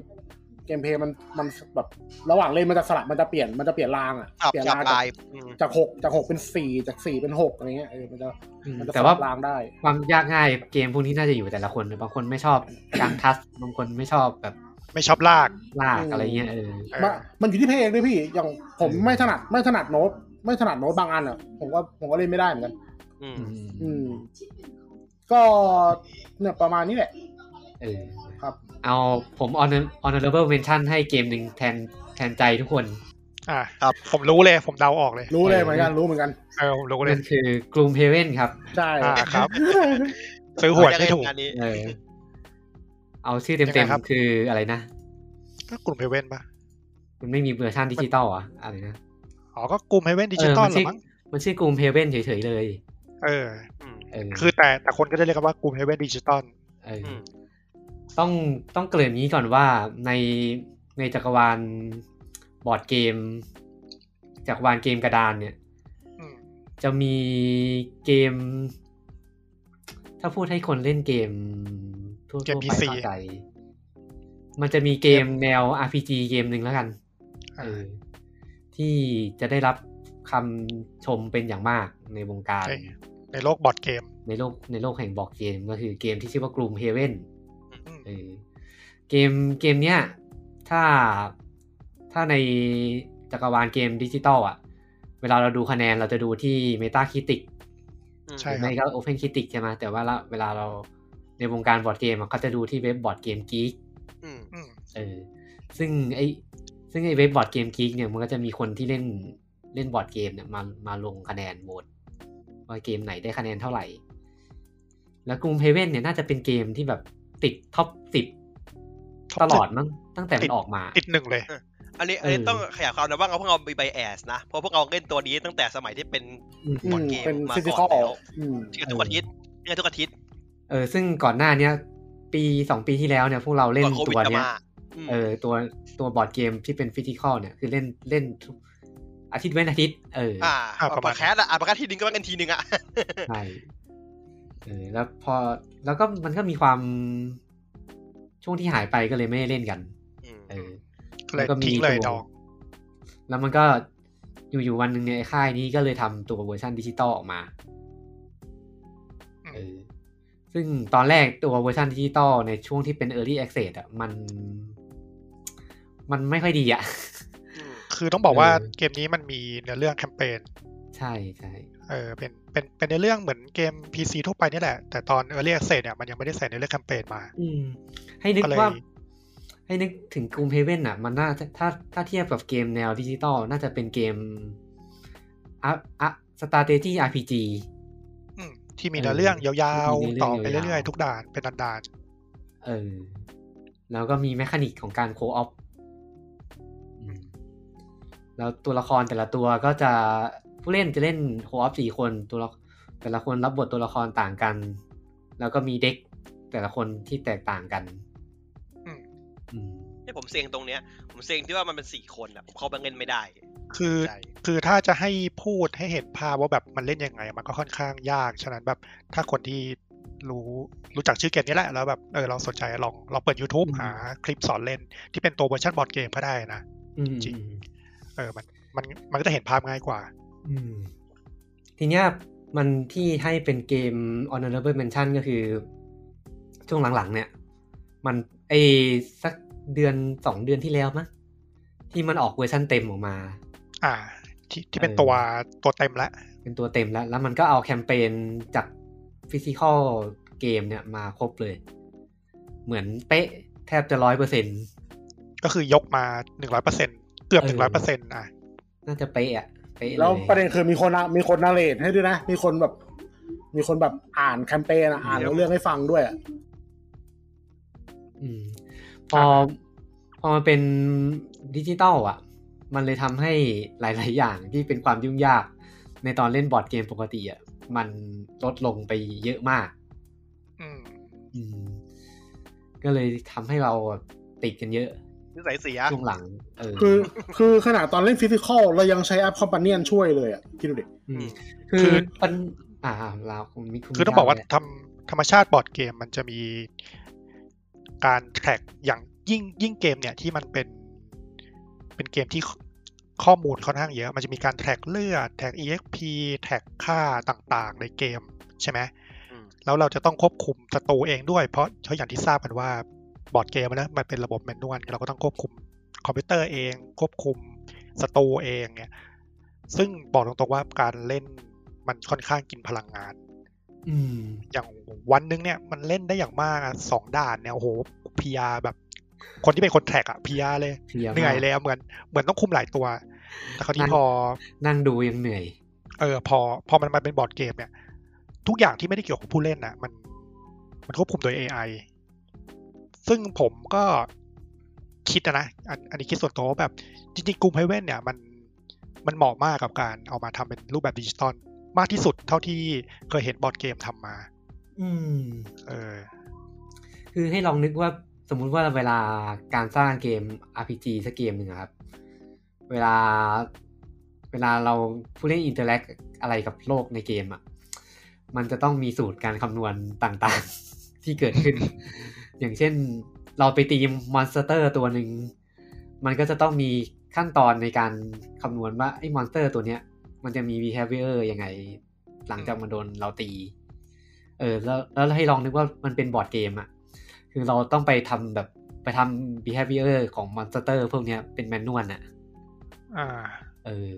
Speaker 2: เกมเพลย์มันมันแบบระหว่างเล่นมันจะสลับมันจะเปลี่ยนมันจะเปลี่ยนรางอ่ะ
Speaker 3: จับ
Speaker 2: เปลี่ยน
Speaker 3: จับ
Speaker 2: ราง
Speaker 3: ลา
Speaker 2: จาย ก
Speaker 3: อืม
Speaker 2: จากหกจากหกเป็นสี่จากสี่เป็นหกอะไรเงี้ยเออมันจะ
Speaker 1: อืม
Speaker 2: มันจะ
Speaker 1: แต่
Speaker 2: ส
Speaker 1: ว่า
Speaker 2: ลับรางได้
Speaker 1: ความยากง่ายเกมพวกนี้น่าจะอยู่แต่ละคนบางคนไม่ชอบการทัสบางคนไม่ชอบแบบ
Speaker 4: ไม่ชอบลาก
Speaker 1: ลาก
Speaker 2: อืม
Speaker 1: อะไรเงี้ยเออ
Speaker 4: เออ
Speaker 2: มันมันอยู่ที่เพลงด้วยพี่อย่างผม
Speaker 1: อืม
Speaker 2: ไม่ถนัดไม่ถนัดโน้ตไม่ถนัดโน้ตบางอันอ่ะผมก็ผมก็เล่นไม่ได้เหมือนกัน
Speaker 3: อืม
Speaker 1: อืม
Speaker 2: อืม ก็เนี่ยประมาณนี้แหละ
Speaker 1: เออ
Speaker 2: ครับ
Speaker 1: เอาผม honor- honorable mention ให้เกมหนึ่งแทนแทนใจทุกคน
Speaker 4: อ่ะครับ ผมรู้เลย ผมเดาออกเลย
Speaker 2: รู้เลยเหมือนกันรู้เหมือนกัน
Speaker 4: เออผมรู้เลย
Speaker 1: นั่นคือกลุ่มเพเว่นครับ
Speaker 2: ใช่
Speaker 4: อ่าครับ ซื้อหวยไม่ถูก
Speaker 3: งานนี้
Speaker 1: เออ เอาชื่อ
Speaker 4: ยัง
Speaker 1: เต็ม
Speaker 4: ไงครับ
Speaker 1: ๆคืออะไรนะ
Speaker 4: ก็กลุ่มเพเว่นปะ
Speaker 1: มันไม่มีเวอร์ชันดิจิตอลอะอะไรนะ
Speaker 4: อ๋อก็กลุ่มเพเว่นดิจิตอล
Speaker 1: เออมันชื่อ
Speaker 4: หรอมั้ง
Speaker 1: มันชื่อกลุ่มเพเว่นเฉยๆเลย
Speaker 4: เออ
Speaker 3: อืม
Speaker 1: เออ
Speaker 4: คือแต่แต่คนก็จะเรียกกันว่ากลุ่มเพเว่นดิจิตอล
Speaker 1: เอออ
Speaker 3: ม
Speaker 1: ต้องต้องเกริ่นนี้ก่อนว่าในในจักรวาลบอร์ดเกม จักรวาลเกมกระดานเนี่ย
Speaker 4: อืม
Speaker 1: จะมีเกม ถ้าพูดให้คนเล่นเกมทั่วๆไปเข้าใจ มันจะมีเกมแนว RPG เกมหนึ่งแล้วกัน เออ
Speaker 4: อ่า
Speaker 1: ที่จะได้รับคำชมเป็นอย่างมากในวงการ
Speaker 4: ใช่ ในโลกบอร์ดเกม
Speaker 1: ในโลกในโลกแห่งบอร์ดเกมก็คือเกมที่ชื่อว่ากลุ่มเฮเว่น
Speaker 4: อืม
Speaker 1: เออเกมเกมเนี้ยถ้าถ้าในจักรวาลเกมดิจิตอลอ่ะ เวลาเราดูคะแนนเราจะดูที่ Meta Critic
Speaker 3: อืม
Speaker 4: ใช่
Speaker 1: หรือ
Speaker 4: ครับ
Speaker 1: ไม่ก็ Open Critic ใช่ไหมแต่ว่าละเวลาเราในวงการบอร์ดเกมอะเขาจะดูที่เว็บบอร์ดเกมกี k
Speaker 3: อืม
Speaker 4: อืม
Speaker 1: เออซึ่งไอซึ่งไอเว็บบอร์ดเกมกีกเนี่ยมันก็จะมีคนที่เล่นเล่นบอร์ดเกมเนี่ยมามาลงคะแนนโหวตว่าเกมไหนได้คะแนนเท่าไหร่ แล้วกรุงเฮเว่นเนี่ยน่าจะเป็นเกมที่แบบติดท็อปสิบตลอดมั้งตั้งแต่มันออกมา
Speaker 4: ติดหนึ่งเลย
Speaker 3: อันนี้อันนี้
Speaker 1: เออ
Speaker 3: ต้องขยายความนะว่าเราพวกเรามีไบแอสนะ เพราะพวกเราเล่นตัวนี้ตั้งแต่สมัยที่เป็น
Speaker 1: อืม
Speaker 2: อื
Speaker 3: บอร์ด
Speaker 2: ม
Speaker 3: เกม
Speaker 2: เป็น
Speaker 3: มาก่อน
Speaker 2: ฟิสิกอล
Speaker 3: แล้ว
Speaker 2: อืม
Speaker 3: เล่นทุกอาทิตย์เล่นทุกอาทิตย์
Speaker 1: เออซึ่งก่อนหน้าเนี้ยปีสองปีที่แล้วเนี่ยพวกเราเล่น
Speaker 3: ก่อนโค
Speaker 1: ตั
Speaker 3: วิด
Speaker 1: ว
Speaker 3: จะ
Speaker 1: เนี้ย
Speaker 3: มาอืม
Speaker 1: เออตัวตัวบอร์ดเกมที่เป็นฟิสิกอลเนี่ยคือเล่นเล่นทุกอาทิตย์เว้นอาทิตย์เอออ
Speaker 3: อ่า
Speaker 4: อ่าประมาณ
Speaker 3: ปาแคสอะอ่าปาแคสทีนึงก็ว่ากันทีนึงอะ
Speaker 1: ใช่เออแล้วพอแล้วก็มันก็มีความช่วงที่หายไปก็เลยไม่ได้เล่นกัน
Speaker 3: อืม
Speaker 1: เออ
Speaker 4: เลย
Speaker 1: ก็
Speaker 4: ทิ้งเลยดอง
Speaker 1: แล้วมันก็อยู่ๆวันหนึ่งเนี่ยไอ้ค่ายนี้ก็เลยทำตัวเวอร์ชันดิจิตอลออกมาเออซึ่งตอนแรกตัวเวอร์ชันดิจิตอลในช่วงที่เป็น Early Access อ่ะมัน มันไม่ค่อยดีอ่ะ
Speaker 3: อืม
Speaker 4: คือต้องบอกว่า
Speaker 1: เออ
Speaker 4: เกมนี้มันมีเนื้อเรื่องแคมเปญ
Speaker 1: ใช่ใช่
Speaker 4: เออเป็นเป็นเป็นในอเรื่องเหมือนเกม PC ทั่วไปนี่แหละ แต่ตอน Early Access เนี่ยมันยังไม่ได้ใส่ในอเรื่องแคมเปญมา
Speaker 1: อืม ให้นึก
Speaker 4: ก็เลย
Speaker 1: ว่า ให้นึกถึงกรุงเฮเว่นอ่ะ มันน่าจะถ้าถ้าเทียบกับเกมแนวดิจิตอลน่าจะเป็นเกมอะอะสตาเตจี้อาร์พีจี
Speaker 4: อืมที่มี
Speaker 1: เออ
Speaker 4: เนื้อเรื่องยาว
Speaker 1: มีเนื้อเรื่อง
Speaker 4: ๆ ต่อไป
Speaker 1: ยา
Speaker 4: เรื่อ
Speaker 1: วย ๆ
Speaker 4: ๆ ทุกด่านเป็นด่าน
Speaker 1: เออ แล้วก็มีแมคานิกของการโคออฟแล้วตัวละครแต่ละตัวก็จะผู้เล่นจะเล่นโคออฟสี่คนตัวละแต่ละคนรับบทตัวละครต่างกัน แล้วก็มีเด็กแต่ละคนที่แตกต่างกัน
Speaker 4: อืม
Speaker 1: อืม
Speaker 3: ที่ผมเซ็งตรงเนี้ย ผมเซ็งที่ว่ามันเป็นสี่คนอ่ะผมเข้าไปเล่นไม่ได้
Speaker 4: คือ
Speaker 3: ใจ
Speaker 4: คือถ้าจะให้พูดให้เห็นภาพว่าแบบมันเล่นยังไง มันก็ค่อนข้างยาก ฉะนั้นแบบถ้าคนที่รู้รู้จักชื่อเกมนี้แหละ แล้วแบบเออเราสนใจลองลองเปิด YouTube หาคลิปสอนเล่นที่เป็นตัวเวอร์ชันบอร์ดเกมก็ได้นะ
Speaker 1: อืม
Speaker 4: จริง
Speaker 1: อืม
Speaker 4: เออมันมันมันก็จะเห็นภาพง่ายกว่า
Speaker 1: อืมทีเนี้ยมันที่ให้เป็นเกม honorable mention ก็คือ ช่วงหลังๆ เนี่ย มันไอสักเดือนสองเดือนที่แล้วมั้งที่มันออกเวอร์ชันเต็มออกมา
Speaker 4: อ่า ที่ที่เป็น
Speaker 1: เออ
Speaker 4: ตัวตัวเต็มละ
Speaker 1: เป็นตัวเต็มแล้ว แล้วมันก็เอาแคมเปญจากฟิสิกอลเกมเนี่ยมาครบเลย เหมือนเป๊ะแทบจะร้อยเปอร์เซ็น
Speaker 4: ก็คือยกมาหนึ่งร้อยเปอร์เซ็นเกือบ
Speaker 1: เอ
Speaker 4: หนึ่งร้อยเปอร์เซ็
Speaker 1: อ
Speaker 4: นต์อ่ะ
Speaker 1: น่าจะเป๊ะอะเป๊ะเลย
Speaker 2: แล้วประเด็นคือมีคนอะมีคนนาเลทให้ด้วยนะ มีคนแบบ มีคนแบบอ่านแคมเปญอะอ่านแล้วเรื่องให้ฟังด้วยอะ
Speaker 1: อืมพอพอมันเป็นดิจิตอลอ่ะ มันเลยทำให้หลาย ๆ อย่างที่เป็นความยุ่งยาก ในตอนเล่นบอร์ดเกมปกติอ่ะมันลดลงไปเยอะมาก
Speaker 4: อืม
Speaker 1: อืม ก็เลยทำให้เราแบบติดกันเยอะ
Speaker 3: นิสัยเสีย
Speaker 1: ช่วงหลัง เออ
Speaker 2: คือ คือขนาดตอนเล่นฟิสิกอลเรายังใช้แอปคอมพาเนียนช่วยเลยอะคิดดูดิ
Speaker 1: อืม
Speaker 4: คื
Speaker 1: คือ อปัญอ่าเราคุณมิคุณ
Speaker 4: คือต้องบอกว่าทำธรรมชาติบอร์ดเกมมันจะมีการแทร็กอย่างยิ่งยิ่งเกมเนี่ยที่มันเป็นเป็นเกมที่ข้อมูลค่อนข้างเยอะ มันจะมีการแทร็กเลือดแทร็ก exp แทร็กค่าต่างๆ ในเกมใช่ไหม
Speaker 3: อืม
Speaker 4: แล้วเราจะต้องควบคุมศัตรูเองด้วยเพราะเพราะอย่างที่ทราบกันว่าบอร์ดเกมนะมันเป็นระบบแมนนวลเราก็ต้องควบคุมคอมพิวเตอร์เอง ควบคุมศัตรูเองเนี่ยซึ่งบอกตรงๆว่าการเล่นมันค่อนข้างกินพลังงาน
Speaker 1: อืม
Speaker 4: อย่างวันหนึงเนี่ยมันเล่นได้อย่างมากอะสองด่านเนี่ยโอ้โหพียแบบ คนที่เป็นคนแทร็กอะพียเลย
Speaker 1: เพลียมาก
Speaker 4: เหนื่อยเลยอะเหมือนเหมือนต้องคุมหลายตัว แต่คราวนี้พอ
Speaker 1: นั่งดูยังเหนื่อย
Speaker 4: เออพอพอมันมาเป็นบอร์ดเกมเนี่ย ทุกอย่างที่ไม่ได้เกี่ยวกับผู้เล่นนะมันมันควบคุมโดย AI ซึ่งผมก็คิดนะนะอันอันนี้คิดส่วนตัวว่าแบบจริงๆกลุ่มไฮเว่นเนี่ยมันมันเหมาะมากกับการเอามาทำเป็นรูปแบบดิจิตอลมากที่สุดเท่าที่เคยเห็นบอร์ดเกมทำมา
Speaker 1: อืม
Speaker 4: เออ
Speaker 1: คือให้ลองนึกว่าสมมุติว่าเวลาการสร้างเกม RPG สักเกมหนึ่งอะครับ เวลา เวลาเราผู้เล่นอินเตอร์แอคอะไรกับโลกในเกมอะ่ะมันจะต้องมีสูตรการคำนวณต่างๆ ที่เกิดขึ้น อย่างเช่นเราไปตีมอนสเตอร์ตัวหนึ่งมันก็จะต้องมีขั้นตอนในการคำนวณว่าไอ้มอนสเตอร์ตัวเนี้ย มันจะมี behavior ยังไง หลังจากมันโดนเราตี เออ แล้วแล้วให้ลองนึกว่ามันเป็นบอร์ดเกมอะคือเราต้องไปทำแบบไปทำ behavior ของมอนสเตอร์พวกเนี้ยเป็นแมนนวลอะ
Speaker 4: อ่า
Speaker 1: เออ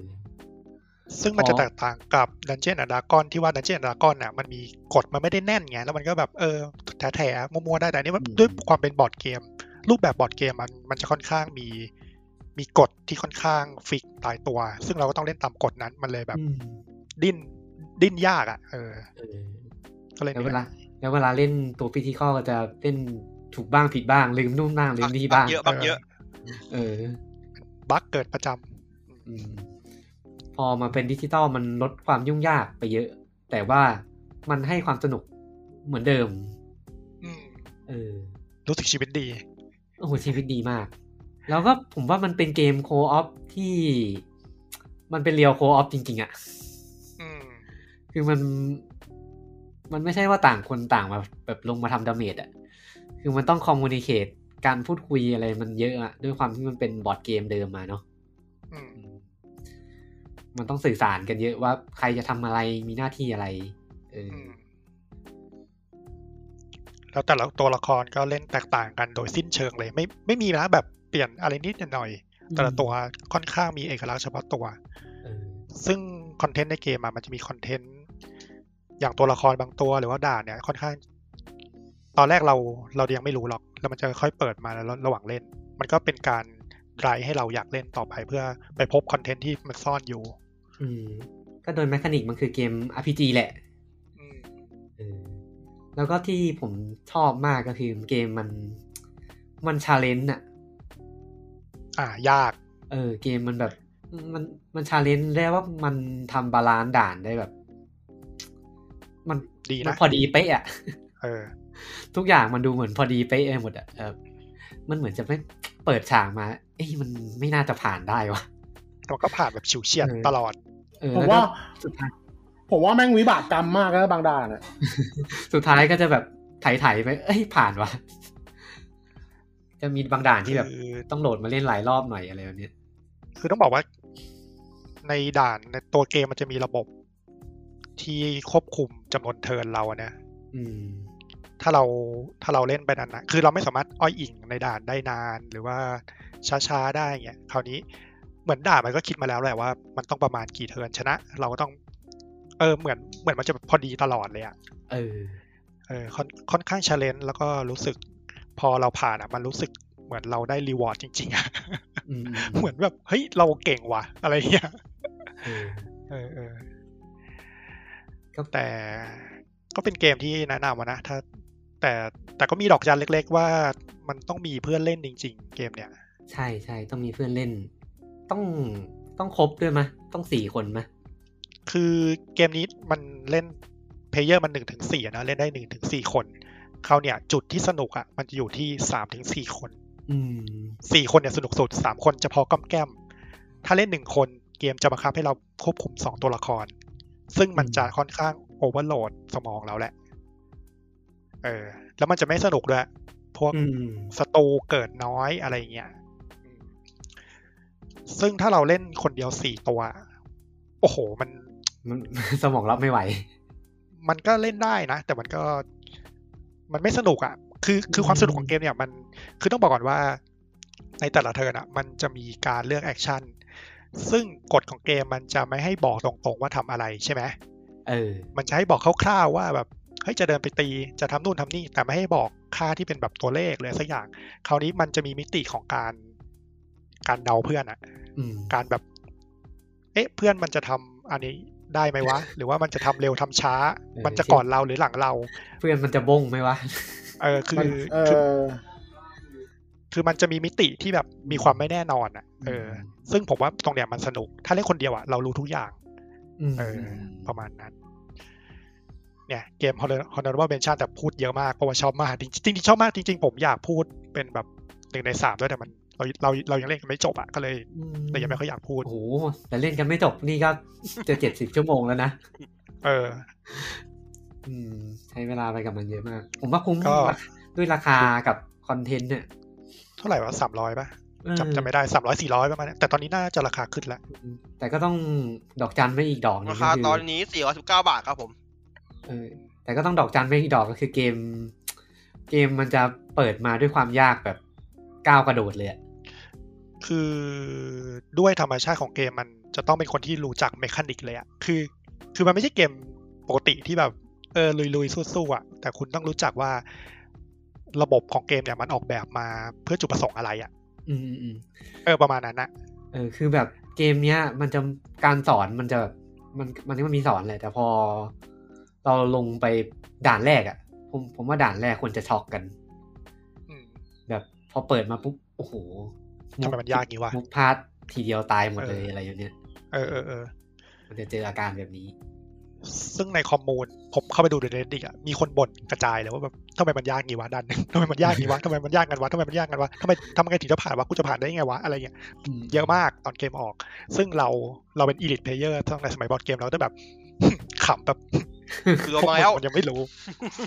Speaker 4: ซึ่งมัน
Speaker 1: อ๋อ
Speaker 4: จะแตกต่างกับดันเจียนอดากอนที่ว่าดันเจียนอดากอนน่ะมันมีกฎมันไม่ได้แน่นไงแล้วมันก็แบบเออแถะๆมัวๆได้แต่อันนี่มัน
Speaker 1: อืม
Speaker 4: ด้วยความเป็นบอร์ดเกม รูปแบบบอร์ดเกมมันมันจะค่อนข้างมีมีกฎที่ค่อนข้างฟิกตายตัว ซึ่งเราก็ต้องเล่นตามกฎนั้นมันเลยแบบ
Speaker 1: อืม
Speaker 4: ดิ้นดิ้นยากอ่ะเออ
Speaker 1: เออ
Speaker 4: ก็เลย
Speaker 1: แล้ว
Speaker 4: ห
Speaker 1: เว
Speaker 4: นื่อย
Speaker 1: ลาแล้วเวลาเล่นตัวพิธีข้อก็จะเล่นถูกบ้างผิดบ้าง ลืมนู่นบ้างลืมนี่
Speaker 3: บั
Speaker 1: บ้าก ง
Speaker 3: เยอะบักเยอะ
Speaker 1: เออ
Speaker 4: บั๊กเกิดประจำ
Speaker 1: อืมพอมาเป็นดิจิตอลมันลดความยุ่งยากไปเยอะ แต่ว่ามันให้ความสนุกเหมือนเดิม
Speaker 4: อืม
Speaker 1: เออ
Speaker 4: รู้สึกชีวิตดี
Speaker 1: โอ้โหชีวิตดีมาก แล้วก็ผมว่ามันเป็นเกมโคออฟที่ มันเป็นเรียวโคออฟจริง ๆอะ่ะ
Speaker 4: อืม
Speaker 1: คือมัน มันไม่ใช่ว่าต่างคนต่างมาแบบลงมาทำดาเมจอะคือมันต้องคอมมูนิเคตการพูดคุยอะไรมันเยอะอะด้วยความที่มันเป็นบอร์ดเกมเดิมมาเนาะ
Speaker 4: อืม
Speaker 1: มันต้องสื่อสารกันเยอะว่าใครจะทำอะไรมีหน้าที่อะไร เออ
Speaker 4: อื
Speaker 1: อ
Speaker 4: มแล้วแต่ละตัวละครก็เล่นแตกต่างกันโดยสิ้นเชิงเลย ไม่ไม่มีนะแบบเปลี่ยนอะไรนิดหน่อย แต่ละตัวค่อนข้างมีเอกลักษณ์เฉพาะตัว
Speaker 1: เออ
Speaker 4: ซึ่งคอนเทนต์ในเกมอะมันจะมีคอนเทนต์อย่างตัวละครบางตัวหรือว่าด่านเนี่ยค่อนข้าง ตอนแรกเราเรายังไม่รู้หรอก แล้วมันจะค่อยเปิดมาแล้วระหว่างเล่น มันก็เป็นการไดรฟ์ให้เราอยากเล่นต่อไปเพื่อไปพบคอนเทนต์ที่มันซ่อนอยู่
Speaker 1: อืม ก็โดยแมคานิกมันคือเกม RPG แหละ
Speaker 4: อืม
Speaker 1: เออแล้วก็ที่ผมชอบมากก็คือเกมมัน มันชาเลนจ์อะ
Speaker 4: อ่ายาก
Speaker 1: เออ เกมมันแบบ มันมันชาเลนจ์ได้ว่ามันทำบาลานซ์ด่านได้แบบ มัน
Speaker 4: ดีนะ
Speaker 1: มันพอดีเป๊ะอะ
Speaker 4: เออ
Speaker 1: ทุกอย่างมันดูเหมือนพอดีไปะเองหมดอะเออมันเหมือนจะไม่เปิดฉากมา เอ้ยมันไม่น่าจะผ่านได้วะ
Speaker 4: มันก็ผ่านแบบฉิวเฉียด
Speaker 1: เออ
Speaker 4: ตลอด
Speaker 1: เออ
Speaker 2: ผม
Speaker 1: แล้วก็
Speaker 2: ว่า
Speaker 1: สุดท้าย
Speaker 2: ผมว่าแม่งวิบากกรรมมากนะบางด่านอะ
Speaker 1: สุดท้ายก็จะแบบไถ่ๆไป เอ้ยผ่านวะจะมีบางด่านที่แบบ
Speaker 4: คือ
Speaker 1: ต้องโหลดมาเล่นหลายรอบหน่อยอะไรแบบเนี้ย
Speaker 4: คือต้องบอกว่า ในด่านในตัวเกมมันจะมีระบบ ที่ควบคุมจำนวนเทิร์นเราอะนะ
Speaker 1: อืม
Speaker 4: ถ้าเราถ้าเราเล่นไปนานๆคือเราไม่สามารถอ้อยอิงในด่านได้นานหรือว่าช้าๆได้เงี้ยคราวนี้เหมือนด่านมันก็คิดมาแล้วแหละว่า มันต้องประมาณกี่เทิร์นชนะ เราก็ต้อง เออเหมือนเหมือนมันจะพอดีตลอดเลยอะ
Speaker 1: เออ
Speaker 4: เออค่อนค่อนข้างชาเลนจ์แล้วก็รู้สึก พอเราผ่านอะมันรู้สึกเหมือนเราได้รีวอร์ดจริงๆอะ
Speaker 1: อืม
Speaker 4: เหมือนแบบเฮ้ยเราเก่งว่ะอะไรเงี้ย
Speaker 1: เออ
Speaker 4: เออเออ
Speaker 1: ครับ
Speaker 4: แต่ก็เป็นเกมที่แนะนำอะนะถ้า แต่แต่ก็มีดอกจันเล็ก ๆ ว่ามันต้องมีเพื่อนเล่นจริง ๆ เกมเนี่ย
Speaker 1: ใช่ใช่ต้องมีเพื่อนเล่น ต้องต้องครบด้วยมะ ต้องสี่คนมะ
Speaker 4: คือเกมนี้มันเล่นเพลเยอร์มันหนึ่งถึงสี่นะเล่นได้หนึ่งถึงสี่คนเขาวเนี่ยจุดที่สนุกอ่ะมันจะอยู่ที่สามถึงสี่คน
Speaker 1: อืม
Speaker 4: สี่คนเนี่ยสนุกสุดสามคนจะพอก้อมแก้ม ถ้าเล่นหนึ่งคนเกมจะบังคับให้เราควบคุมสองตัวละคร ซึ่งมันจะค่อนข้างโอเวอร์โหลดสมองเราแหละเออแล้วมันจะไม่สนุกด้วยพวก
Speaker 1: อืม
Speaker 4: ศัตรูเกิดน้อยอะไรอย่างเงี้ยอืมซึ่งถ้าเราเล่นคนเดียวสี่ตัว โอ้โห มัน
Speaker 1: มัน สมองรับไม่ไหว
Speaker 4: มันก็เล่นได้นะ แต่มันก็ มันไม่สนุกอะ่ะ คือ คือ
Speaker 1: อืม
Speaker 4: ความสนุกของเกมเนี่ย มัน คือต้องบอกก่อนว่า ในแต่ละเทิร์นอะ่ะ มันจะมีการเลือกแอคชั่น ซึ่งกฎของเกมมันจะไม่ให้บอกตรงๆว่าทำอะไรใช่ไหม
Speaker 1: เออ
Speaker 4: มันจะให้บอกคร่าวๆว่าแบบเฮ้ยจะเดินไปตีจะทำนู่นทำนี่ แต่ไม่ให้บอกค่าที่เป็นแบบตัวเลขเลยสักอย่าง คราวนี้มันจะมีมิติของการการเดาเพื่อนอะ
Speaker 1: อืม
Speaker 4: การแบบ เอ๊ะเพื่อนมันจะทำอันนี้ได้ไหมวะ หรือว่ามันจะทำเร็วทำช้า
Speaker 1: ออ
Speaker 4: มันจะก่อนเราหรือหลังเรา
Speaker 1: เพื่อนมันจะบ้งไหมวะ
Speaker 4: เออคื
Speaker 2: มัน
Speaker 4: อ
Speaker 2: เอ
Speaker 4: คือ
Speaker 2: อ
Speaker 4: คือมันจะมีมิติที่แบบมีความไม่แน่นอนอะเออ ซึ่งผมว่าตรงเนี้ยมันสนุก ถ้าเล่นคนเดียวอะเรารู้ทุกอย่าง
Speaker 1: ม
Speaker 4: เออประมาณนั้น เนี่ยเกม Honor- Honorable Mention แต่พูดเยอะมาก เพราะว่าชอบมาก จริงจริงๆชอบมากจริง ๆ ผมอยากพูดเป็นแบบหนึ่งในสามด้วยแต่มัน เราเราเรายังเล่นกันไม่จบอ่ะก็เลย
Speaker 1: ม
Speaker 4: เลยยังไม่ค่อยอยากพูด
Speaker 1: โอ้โหแต่เล่นกันไม่จบนี่ก็จะเจ็ดสิบชั่วโมงแล้วนะ
Speaker 4: เออ
Speaker 1: อืม ใช้เวลาไปกับมันเยอะมาก ผมว่าคุ้ม
Speaker 4: ก็
Speaker 1: ด้วยราคากับคอนเทนต์เนี่ย
Speaker 4: เท่าไหร่วะสามร้อยป่ะ
Speaker 1: เออ
Speaker 4: จำจำไม่ได้สามร้อยสี่ร้อยประมาณเนี้ยแต่ตอนนี้น่าจะราคาขึ้นแล้ว
Speaker 1: แต่ก็ต้องดอกจันไม่อีกดอกหนึ
Speaker 3: ราง คา
Speaker 1: ก็คือ
Speaker 3: ตอนนี้ 419 บาทครับผม
Speaker 1: เออ แต่ก็ต้องดอกจันไม่อีกดอกก็คือเกม เกมมันจะเปิดมาด้วยความยากแบบก้าวกระโดดเลยอะ
Speaker 4: คือด้วยธรรมชาติของเกมมันจะต้องเป็นคนที่รู้จักเมคานิกเลยอะคือ คือมันไม่ใช่เกมปกติที่แบบเออลุยๆสู้ๆอะแต่คุณต้องรู้จักว่าระบบของเกมเนี่ยมันออกแบบมาเพื่อจุดประสงค์อะไรอะ
Speaker 1: อืมอืมอืม
Speaker 4: เออประมาณนั้นอะ
Speaker 1: เออคือแบบเกมเนี้ย มันจะการสอนมันจะแบบมันมันนี่มันมีสอนแหละแต่พอ เราลงไปด่านแรกอะ่ะ ผมผมว่าด่านแรกควรจะช็อกกัน
Speaker 4: อืม
Speaker 1: แบบพอเปิดมาปุ๊บโอ้โห
Speaker 4: ทำไมมันยากงี้วะ
Speaker 1: มุกพลาดทีเดียวตายหมดเลย
Speaker 4: เอออ
Speaker 1: อะไรอย่างเนี้ย
Speaker 4: เออเออเออ
Speaker 1: มันจะเจออาการแบบนี้
Speaker 4: ซึ่งในคอมมูนผมเข้าไปดูในเรดดิกอะมีคนบ่นกระจายเลยว่าแบบทำไมมันยากงี้วะดันหนึ่ง ทำไมมันยากงี้วะทำไมมันยากกันวะทำไมมันยากกันวะทำไมทำไงถึงจะผ่านวะกูจะผ่านได้ยังไงวะอะไรอย่างเงี้ย เยอะมากตอนเกมออก ซึ่งเราเราเป็น elite player ตั้งแต่สมัยบอร์ดเกมเราต้องแบบ ขำแบบ
Speaker 3: คือเอามาแล้ว
Speaker 4: พกนยังไม่รู้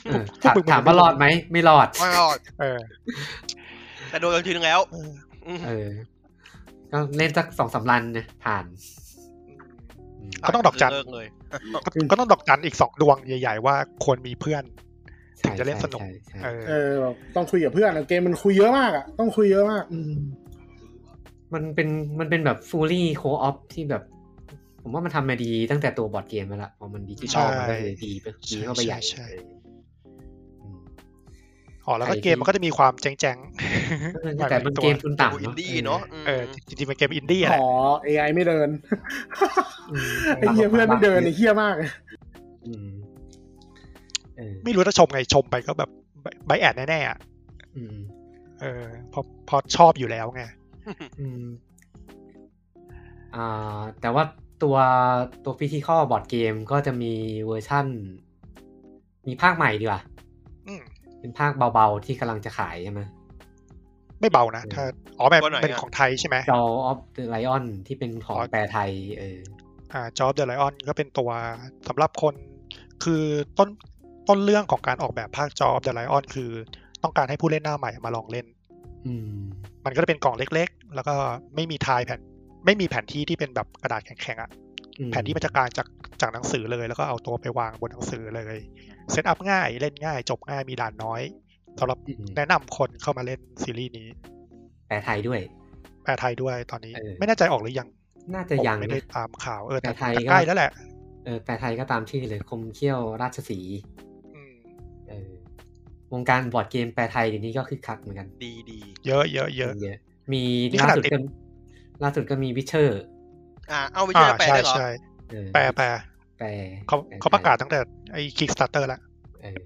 Speaker 1: เออถามถามว่ารอดไหมไม่รอด
Speaker 3: ไม่รอด
Speaker 4: เออ
Speaker 3: แต่โดนกันทีนึงแล้ว
Speaker 4: เออ
Speaker 3: อืม
Speaker 1: เออ ก็เล่นสักสองสามรันเนี่ยผ่านอืม
Speaker 4: ก็ต้องดอกจัน
Speaker 3: เลิเลย
Speaker 4: ก็ก็ต้องดอกจันอีกสองดวงใหญ่ ๆ ว่าควรมีเพื่อน ถึงจะเล่นสนุก
Speaker 1: ใช่ใช่ใช่
Speaker 4: เออ
Speaker 2: เออแบบต้องคุยกับเพื่อนอะเกมมันคุยเยอะมากอะต้องคุยเยอะมาก
Speaker 1: มมันเป็นมันเป็นแบบฟูลี่โคออฟที่แบบ ผมว่ามันทำมาดีตั้งแต่ตัวบอร์ดเกมแล้วล่ะพอมันดิจิตอลมันก็เลยดีไปดีเข้าไปใหญ่อืม
Speaker 4: อ๋อแล้วก็
Speaker 1: ใครที่
Speaker 4: เกมมันก็จะมีความแจ้ง ๆ
Speaker 1: แต่มัน
Speaker 4: หายถึง
Speaker 1: เกม
Speaker 4: ตัว
Speaker 1: ทุน
Speaker 3: แต่
Speaker 1: ต่ำ
Speaker 3: อิน
Speaker 1: เนาะ
Speaker 3: ดี้เนาะ
Speaker 4: เออจริงๆเป็นเกมอินดี้แห
Speaker 2: ข
Speaker 4: ละ
Speaker 2: อ AI ไม่เดิน
Speaker 1: อืม
Speaker 2: ไอ้เหี้ยเพื่อนไม่ เดินไอ้เหี้ยมาก
Speaker 1: อืมเออ
Speaker 4: ไม่รู้จะชมไงชมไปก็แบบใบแอดแน่ๆอะ
Speaker 1: อืม
Speaker 4: เออเพอพอชอบอยู่แล้วไง
Speaker 1: อืมอ่า แต่ว่าตัวตัวฟิสิกอบอร์ดเกมก็จะมีเวอร์ชั่น มีภาคใหม่ดีกว่า
Speaker 4: อื
Speaker 1: เป็นภาคเบาๆที่กำลังจะขายใช่ไหม
Speaker 4: ไม่เบานะถ้าอ๋อแบบ
Speaker 3: ตัวไหนอะ
Speaker 4: เป็นของไทยใช่ไหม
Speaker 1: จอออฟเดอะไลออนที่เป็นของ
Speaker 4: อ๋อ
Speaker 1: แปลไทย เออ
Speaker 4: อ่าจ็อบเดอะไลออนก็เป็นตัวสำหรับคนคือต้นต้นเรื่องของการออกแบบภาคจ็อบเดอะไลออนคือต้องการให้ผู้เล่นหน้าใหม่มาลองเล่น
Speaker 1: อืม
Speaker 4: มันก็จะเป็นกล่องเล็กๆ แล้วก็ไม่มีทายแผ่นไม่มีแผนที่ที่เป็นแบบกระดาษแข็งๆอะ
Speaker 1: อืม
Speaker 4: แผนที่มันจะการจากจากหนังสือเลย แล้วก็เอาตัวไปวางบนหนังสือเลยเซตอัพง่ายเล่นง่าย จบง่ายมีด่านน้อยสำหรับ
Speaker 1: อืม
Speaker 4: แนะนำคนเข้ามาเล่นซีรีส์นี้
Speaker 1: แปลไทยด้วย
Speaker 4: แปลไทยด้วยตอนนี้
Speaker 1: เออ
Speaker 4: ไม่แน่ใจออกหรือยัง
Speaker 1: น่าจะ
Speaker 4: ผม
Speaker 1: ยัง
Speaker 4: ไม่ได้
Speaker 1: นะ
Speaker 4: ตามข่าวเออ
Speaker 1: แปล
Speaker 4: แต่
Speaker 1: ไทย
Speaker 4: แต่ใกล้แล้วแหละ
Speaker 1: เออแปลไทยก็ตามชื่อเลยคมเขี้ยวราชสีห์
Speaker 4: อืม
Speaker 1: เออวงการบอร์ดเกมแปลไทยเดี๋ยวนี้ก็คึกคักเหมือนกัน
Speaker 3: ดีดี
Speaker 4: เยอะเยอะเยอะ
Speaker 1: เยอะมี
Speaker 4: นี่ข
Speaker 1: ล่า
Speaker 4: นาด
Speaker 1: สุด
Speaker 4: ติด
Speaker 1: ก็ล่าสุดก็มีวิเชอร์
Speaker 3: อ่าเอาไปเชื่อแปลได้เหรอ
Speaker 4: ใช่
Speaker 1: แป
Speaker 4: แปลแปล
Speaker 1: แปล
Speaker 4: เขา
Speaker 1: แปล
Speaker 4: เขาประกาศตั้งแต่ไอ้ Kickstarter แล้ว
Speaker 1: ไทยเออ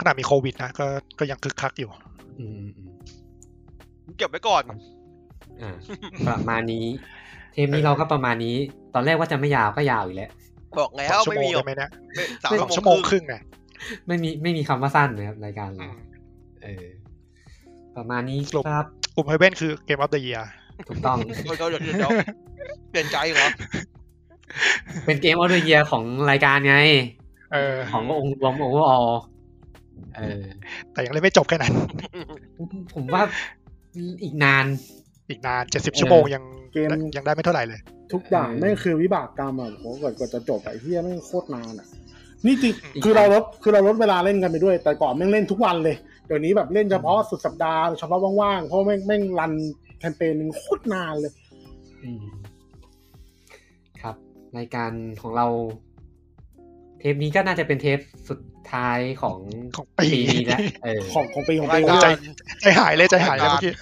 Speaker 4: ขนาดมีโควิดนะก็ก็ยังคึกคักอยู่
Speaker 1: อืมอืมอืม
Speaker 3: เก็บไว้ก่อน
Speaker 1: อ่าประมาณนี้ เทปนี้เราก็ประมาณนี้ ตอนแรกว่าจะไม่ยาวก็ยาวอีกแล้ว
Speaker 3: บอกแล้
Speaker 4: ส
Speaker 3: ว
Speaker 4: องชั่ว
Speaker 3: ไม่
Speaker 4: โมง
Speaker 3: มีหรอก
Speaker 4: ได้ไหมเนี่ย
Speaker 3: ไม่สาม
Speaker 4: สอง
Speaker 3: ชั่
Speaker 4: ชั่
Speaker 3: ว
Speaker 4: ว
Speaker 3: โมง
Speaker 4: โมง
Speaker 3: ค
Speaker 4: ค
Speaker 3: รึ่ง
Speaker 4: รึ่งเนี่ย
Speaker 1: ไม่มีไม่มีคำว่าสั้นนะครับรายการ
Speaker 4: อื
Speaker 1: เรา
Speaker 4: ม
Speaker 1: เออ ประมาณนี้
Speaker 4: สรุป
Speaker 1: ครับ
Speaker 4: กลุ่มไฮเว่นคือเกมอ f ฟเดอะเยีย
Speaker 1: ถูกต้อง
Speaker 3: เดี๋ยวเดี๋ยวเดี๋ยวเดี๋ยวเปลี่ยนใจเหรอ
Speaker 1: เป็นเกมออเดอร์เยียของรายการไง
Speaker 4: เออ
Speaker 1: ขององค์รวมโอเวอร์ออเออ
Speaker 4: แต่ยังเล่นไม่จบแค่นั้น
Speaker 1: ผมว่าอีกนาน
Speaker 4: อีกนานเจ็ดสิบ
Speaker 1: เออ
Speaker 4: ชั่วโมงยัง
Speaker 2: เกม
Speaker 4: ยังได้ไม่เท่าไหร่เลย
Speaker 2: ทุกอย่าง
Speaker 1: เออ
Speaker 2: แม่งคือวิบากกรรมอ่ะผมกว่ากว่าจะจบไอ้เฮียแม่งโคตรนานอ่ะ นี่จริง
Speaker 1: อีก
Speaker 2: คือเราลดคือเราลดเวลาเล่นกันไปด้วย แต่ก่อนแม่งเล่นทุกวันเลยเดี๋ยวนี้แบบเล่นเฉพาะสุดสัปดาห์เฉพาะว่างๆเพราะแม่งแม่งรันแคมเปญหนึ่งโคตรนานเลย
Speaker 1: อืม ครับ รายการของเรา เทปนี้ก็น่าจะเป็นเทปสุดท้ายของ
Speaker 4: ของปี
Speaker 1: นี้แล้วเออ
Speaker 2: ของของปีของ
Speaker 3: รา
Speaker 2: ปี
Speaker 3: ย
Speaker 2: ข
Speaker 3: กา
Speaker 2: อง
Speaker 3: ร
Speaker 4: ใจ ใจหายเลยใจหายเลยเมื่อกี้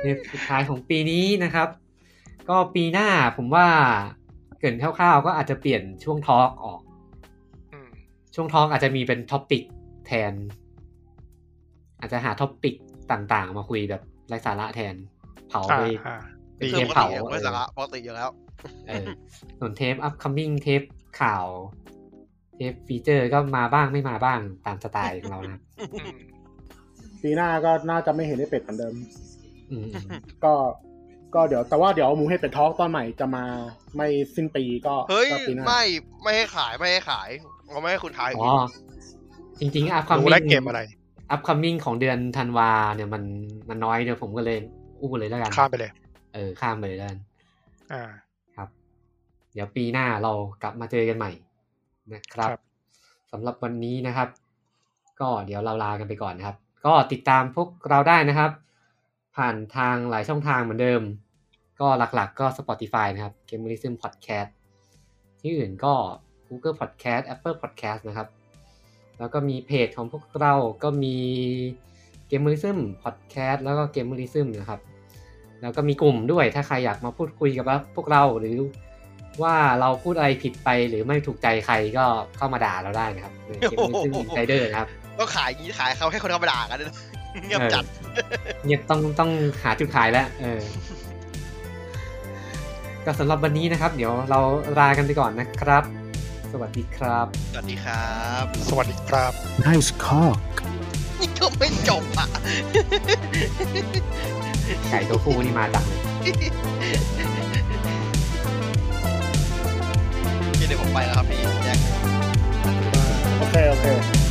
Speaker 1: เทปสุดท้ายของปีนี้นะครับ ก็ปีหน้าผมว่าเกรินคร่าวๆก็อาจจะเปลี่ยนช่วงทอล์กออก
Speaker 4: อืม
Speaker 1: ช่วงทอล์กอาจจะมีเป็นท็อปิกแทน อาจจะหาท็อปิกต่างๆ มาคุยแบบไร้สาระแทน เผา
Speaker 4: อ่า
Speaker 1: ไป
Speaker 4: อ่า
Speaker 1: เป็น
Speaker 3: คื
Speaker 1: เท
Speaker 3: อ
Speaker 1: ป
Speaker 3: ปก
Speaker 1: เผา
Speaker 3: ติอะไม่สาระปกติอยู่แล้ว
Speaker 1: เออส่วนเทป upcoming เทปข่าว เทปฟีเจอร์ก็มาบ้างไม่มาบ้างตามสไตล์ของเรานะครับ
Speaker 2: ปีหน้าก็น่าจะไม่เห็นได้เป็ดเหมือนเดิม
Speaker 1: อืม
Speaker 2: ก็ก็เดี๋ยวแต่ว่าเดี๋ยวหมูเห็ดเป็ดทอล์กตอนใหม่จะมาไม่สิ้นปีก็
Speaker 3: เฮ้ย
Speaker 2: ก็ปีหน้า
Speaker 3: ไม่ไม่ให้ขายไม่ให้ขายเราไม่ให้คุณขาย
Speaker 1: ๆอ๋อ จริงๆ
Speaker 4: รู้แล้ว
Speaker 1: upcoming
Speaker 4: เกมอะไร
Speaker 1: upcoming ของเดือนธันวาเนี่ยมันมันน้อยเดี๋ยวผมก็เลยอู้เลยแล้วกัน
Speaker 4: ข้ามไปเลย
Speaker 1: เออข้ามไปเลยแล้วกัน
Speaker 4: อ่า
Speaker 1: ครับ เดี๋ยวปีหน้าเรากลับมาเจอกันใหม่นะครับ
Speaker 4: ครับ
Speaker 1: สำหรับวันนี้นะครับ ก็เดี๋ยวเราลากันไปก่อนนะครับ ก็ติดตามพวกเราได้นะครับ ผ่านทางหลายช่องทางเหมือนเดิม ก็หลักๆก็ Spotify นะครับ Gamerism Podcast ที่อื่นก็ Google Podcast Apple Podcast นะครับ แล้วก็มีเพจของพวกเราก็มี Gamerism Podcast แล้วก็ Gamerism นะครับ แล้วก็มีกลุ่มด้วยถ้าใครอยากมาพูดคุยกับพวกเราหรือว่าเราพูดอะไรผิดไปหรือไม่ถูกใจใครก็เข้ามาด่าเราได้นะครับใน Gamerism Insider นะครับ
Speaker 3: ก็ขายอย่างนี้ขายเขาให้คนธรรมดากันเลยนะ เงียบจัด
Speaker 1: เงียบต้องต้องหาจุดขายแล้วเออ ก็สำหรับวันนี้นะครับ เดี๋ยวเราลากันไปก่อนนะครับ สวัสดีครับ
Speaker 3: สวัสดีครับ
Speaker 4: สวัสดีครับ
Speaker 5: Nice cock.
Speaker 3: นี่ก็ไม่จบอ่ะ
Speaker 1: ไก่ตัวคู่นี่มาจังเลย
Speaker 3: เดี๋ยวผมไปแล้วครับพี่แจ็ค
Speaker 2: โอเคโอเค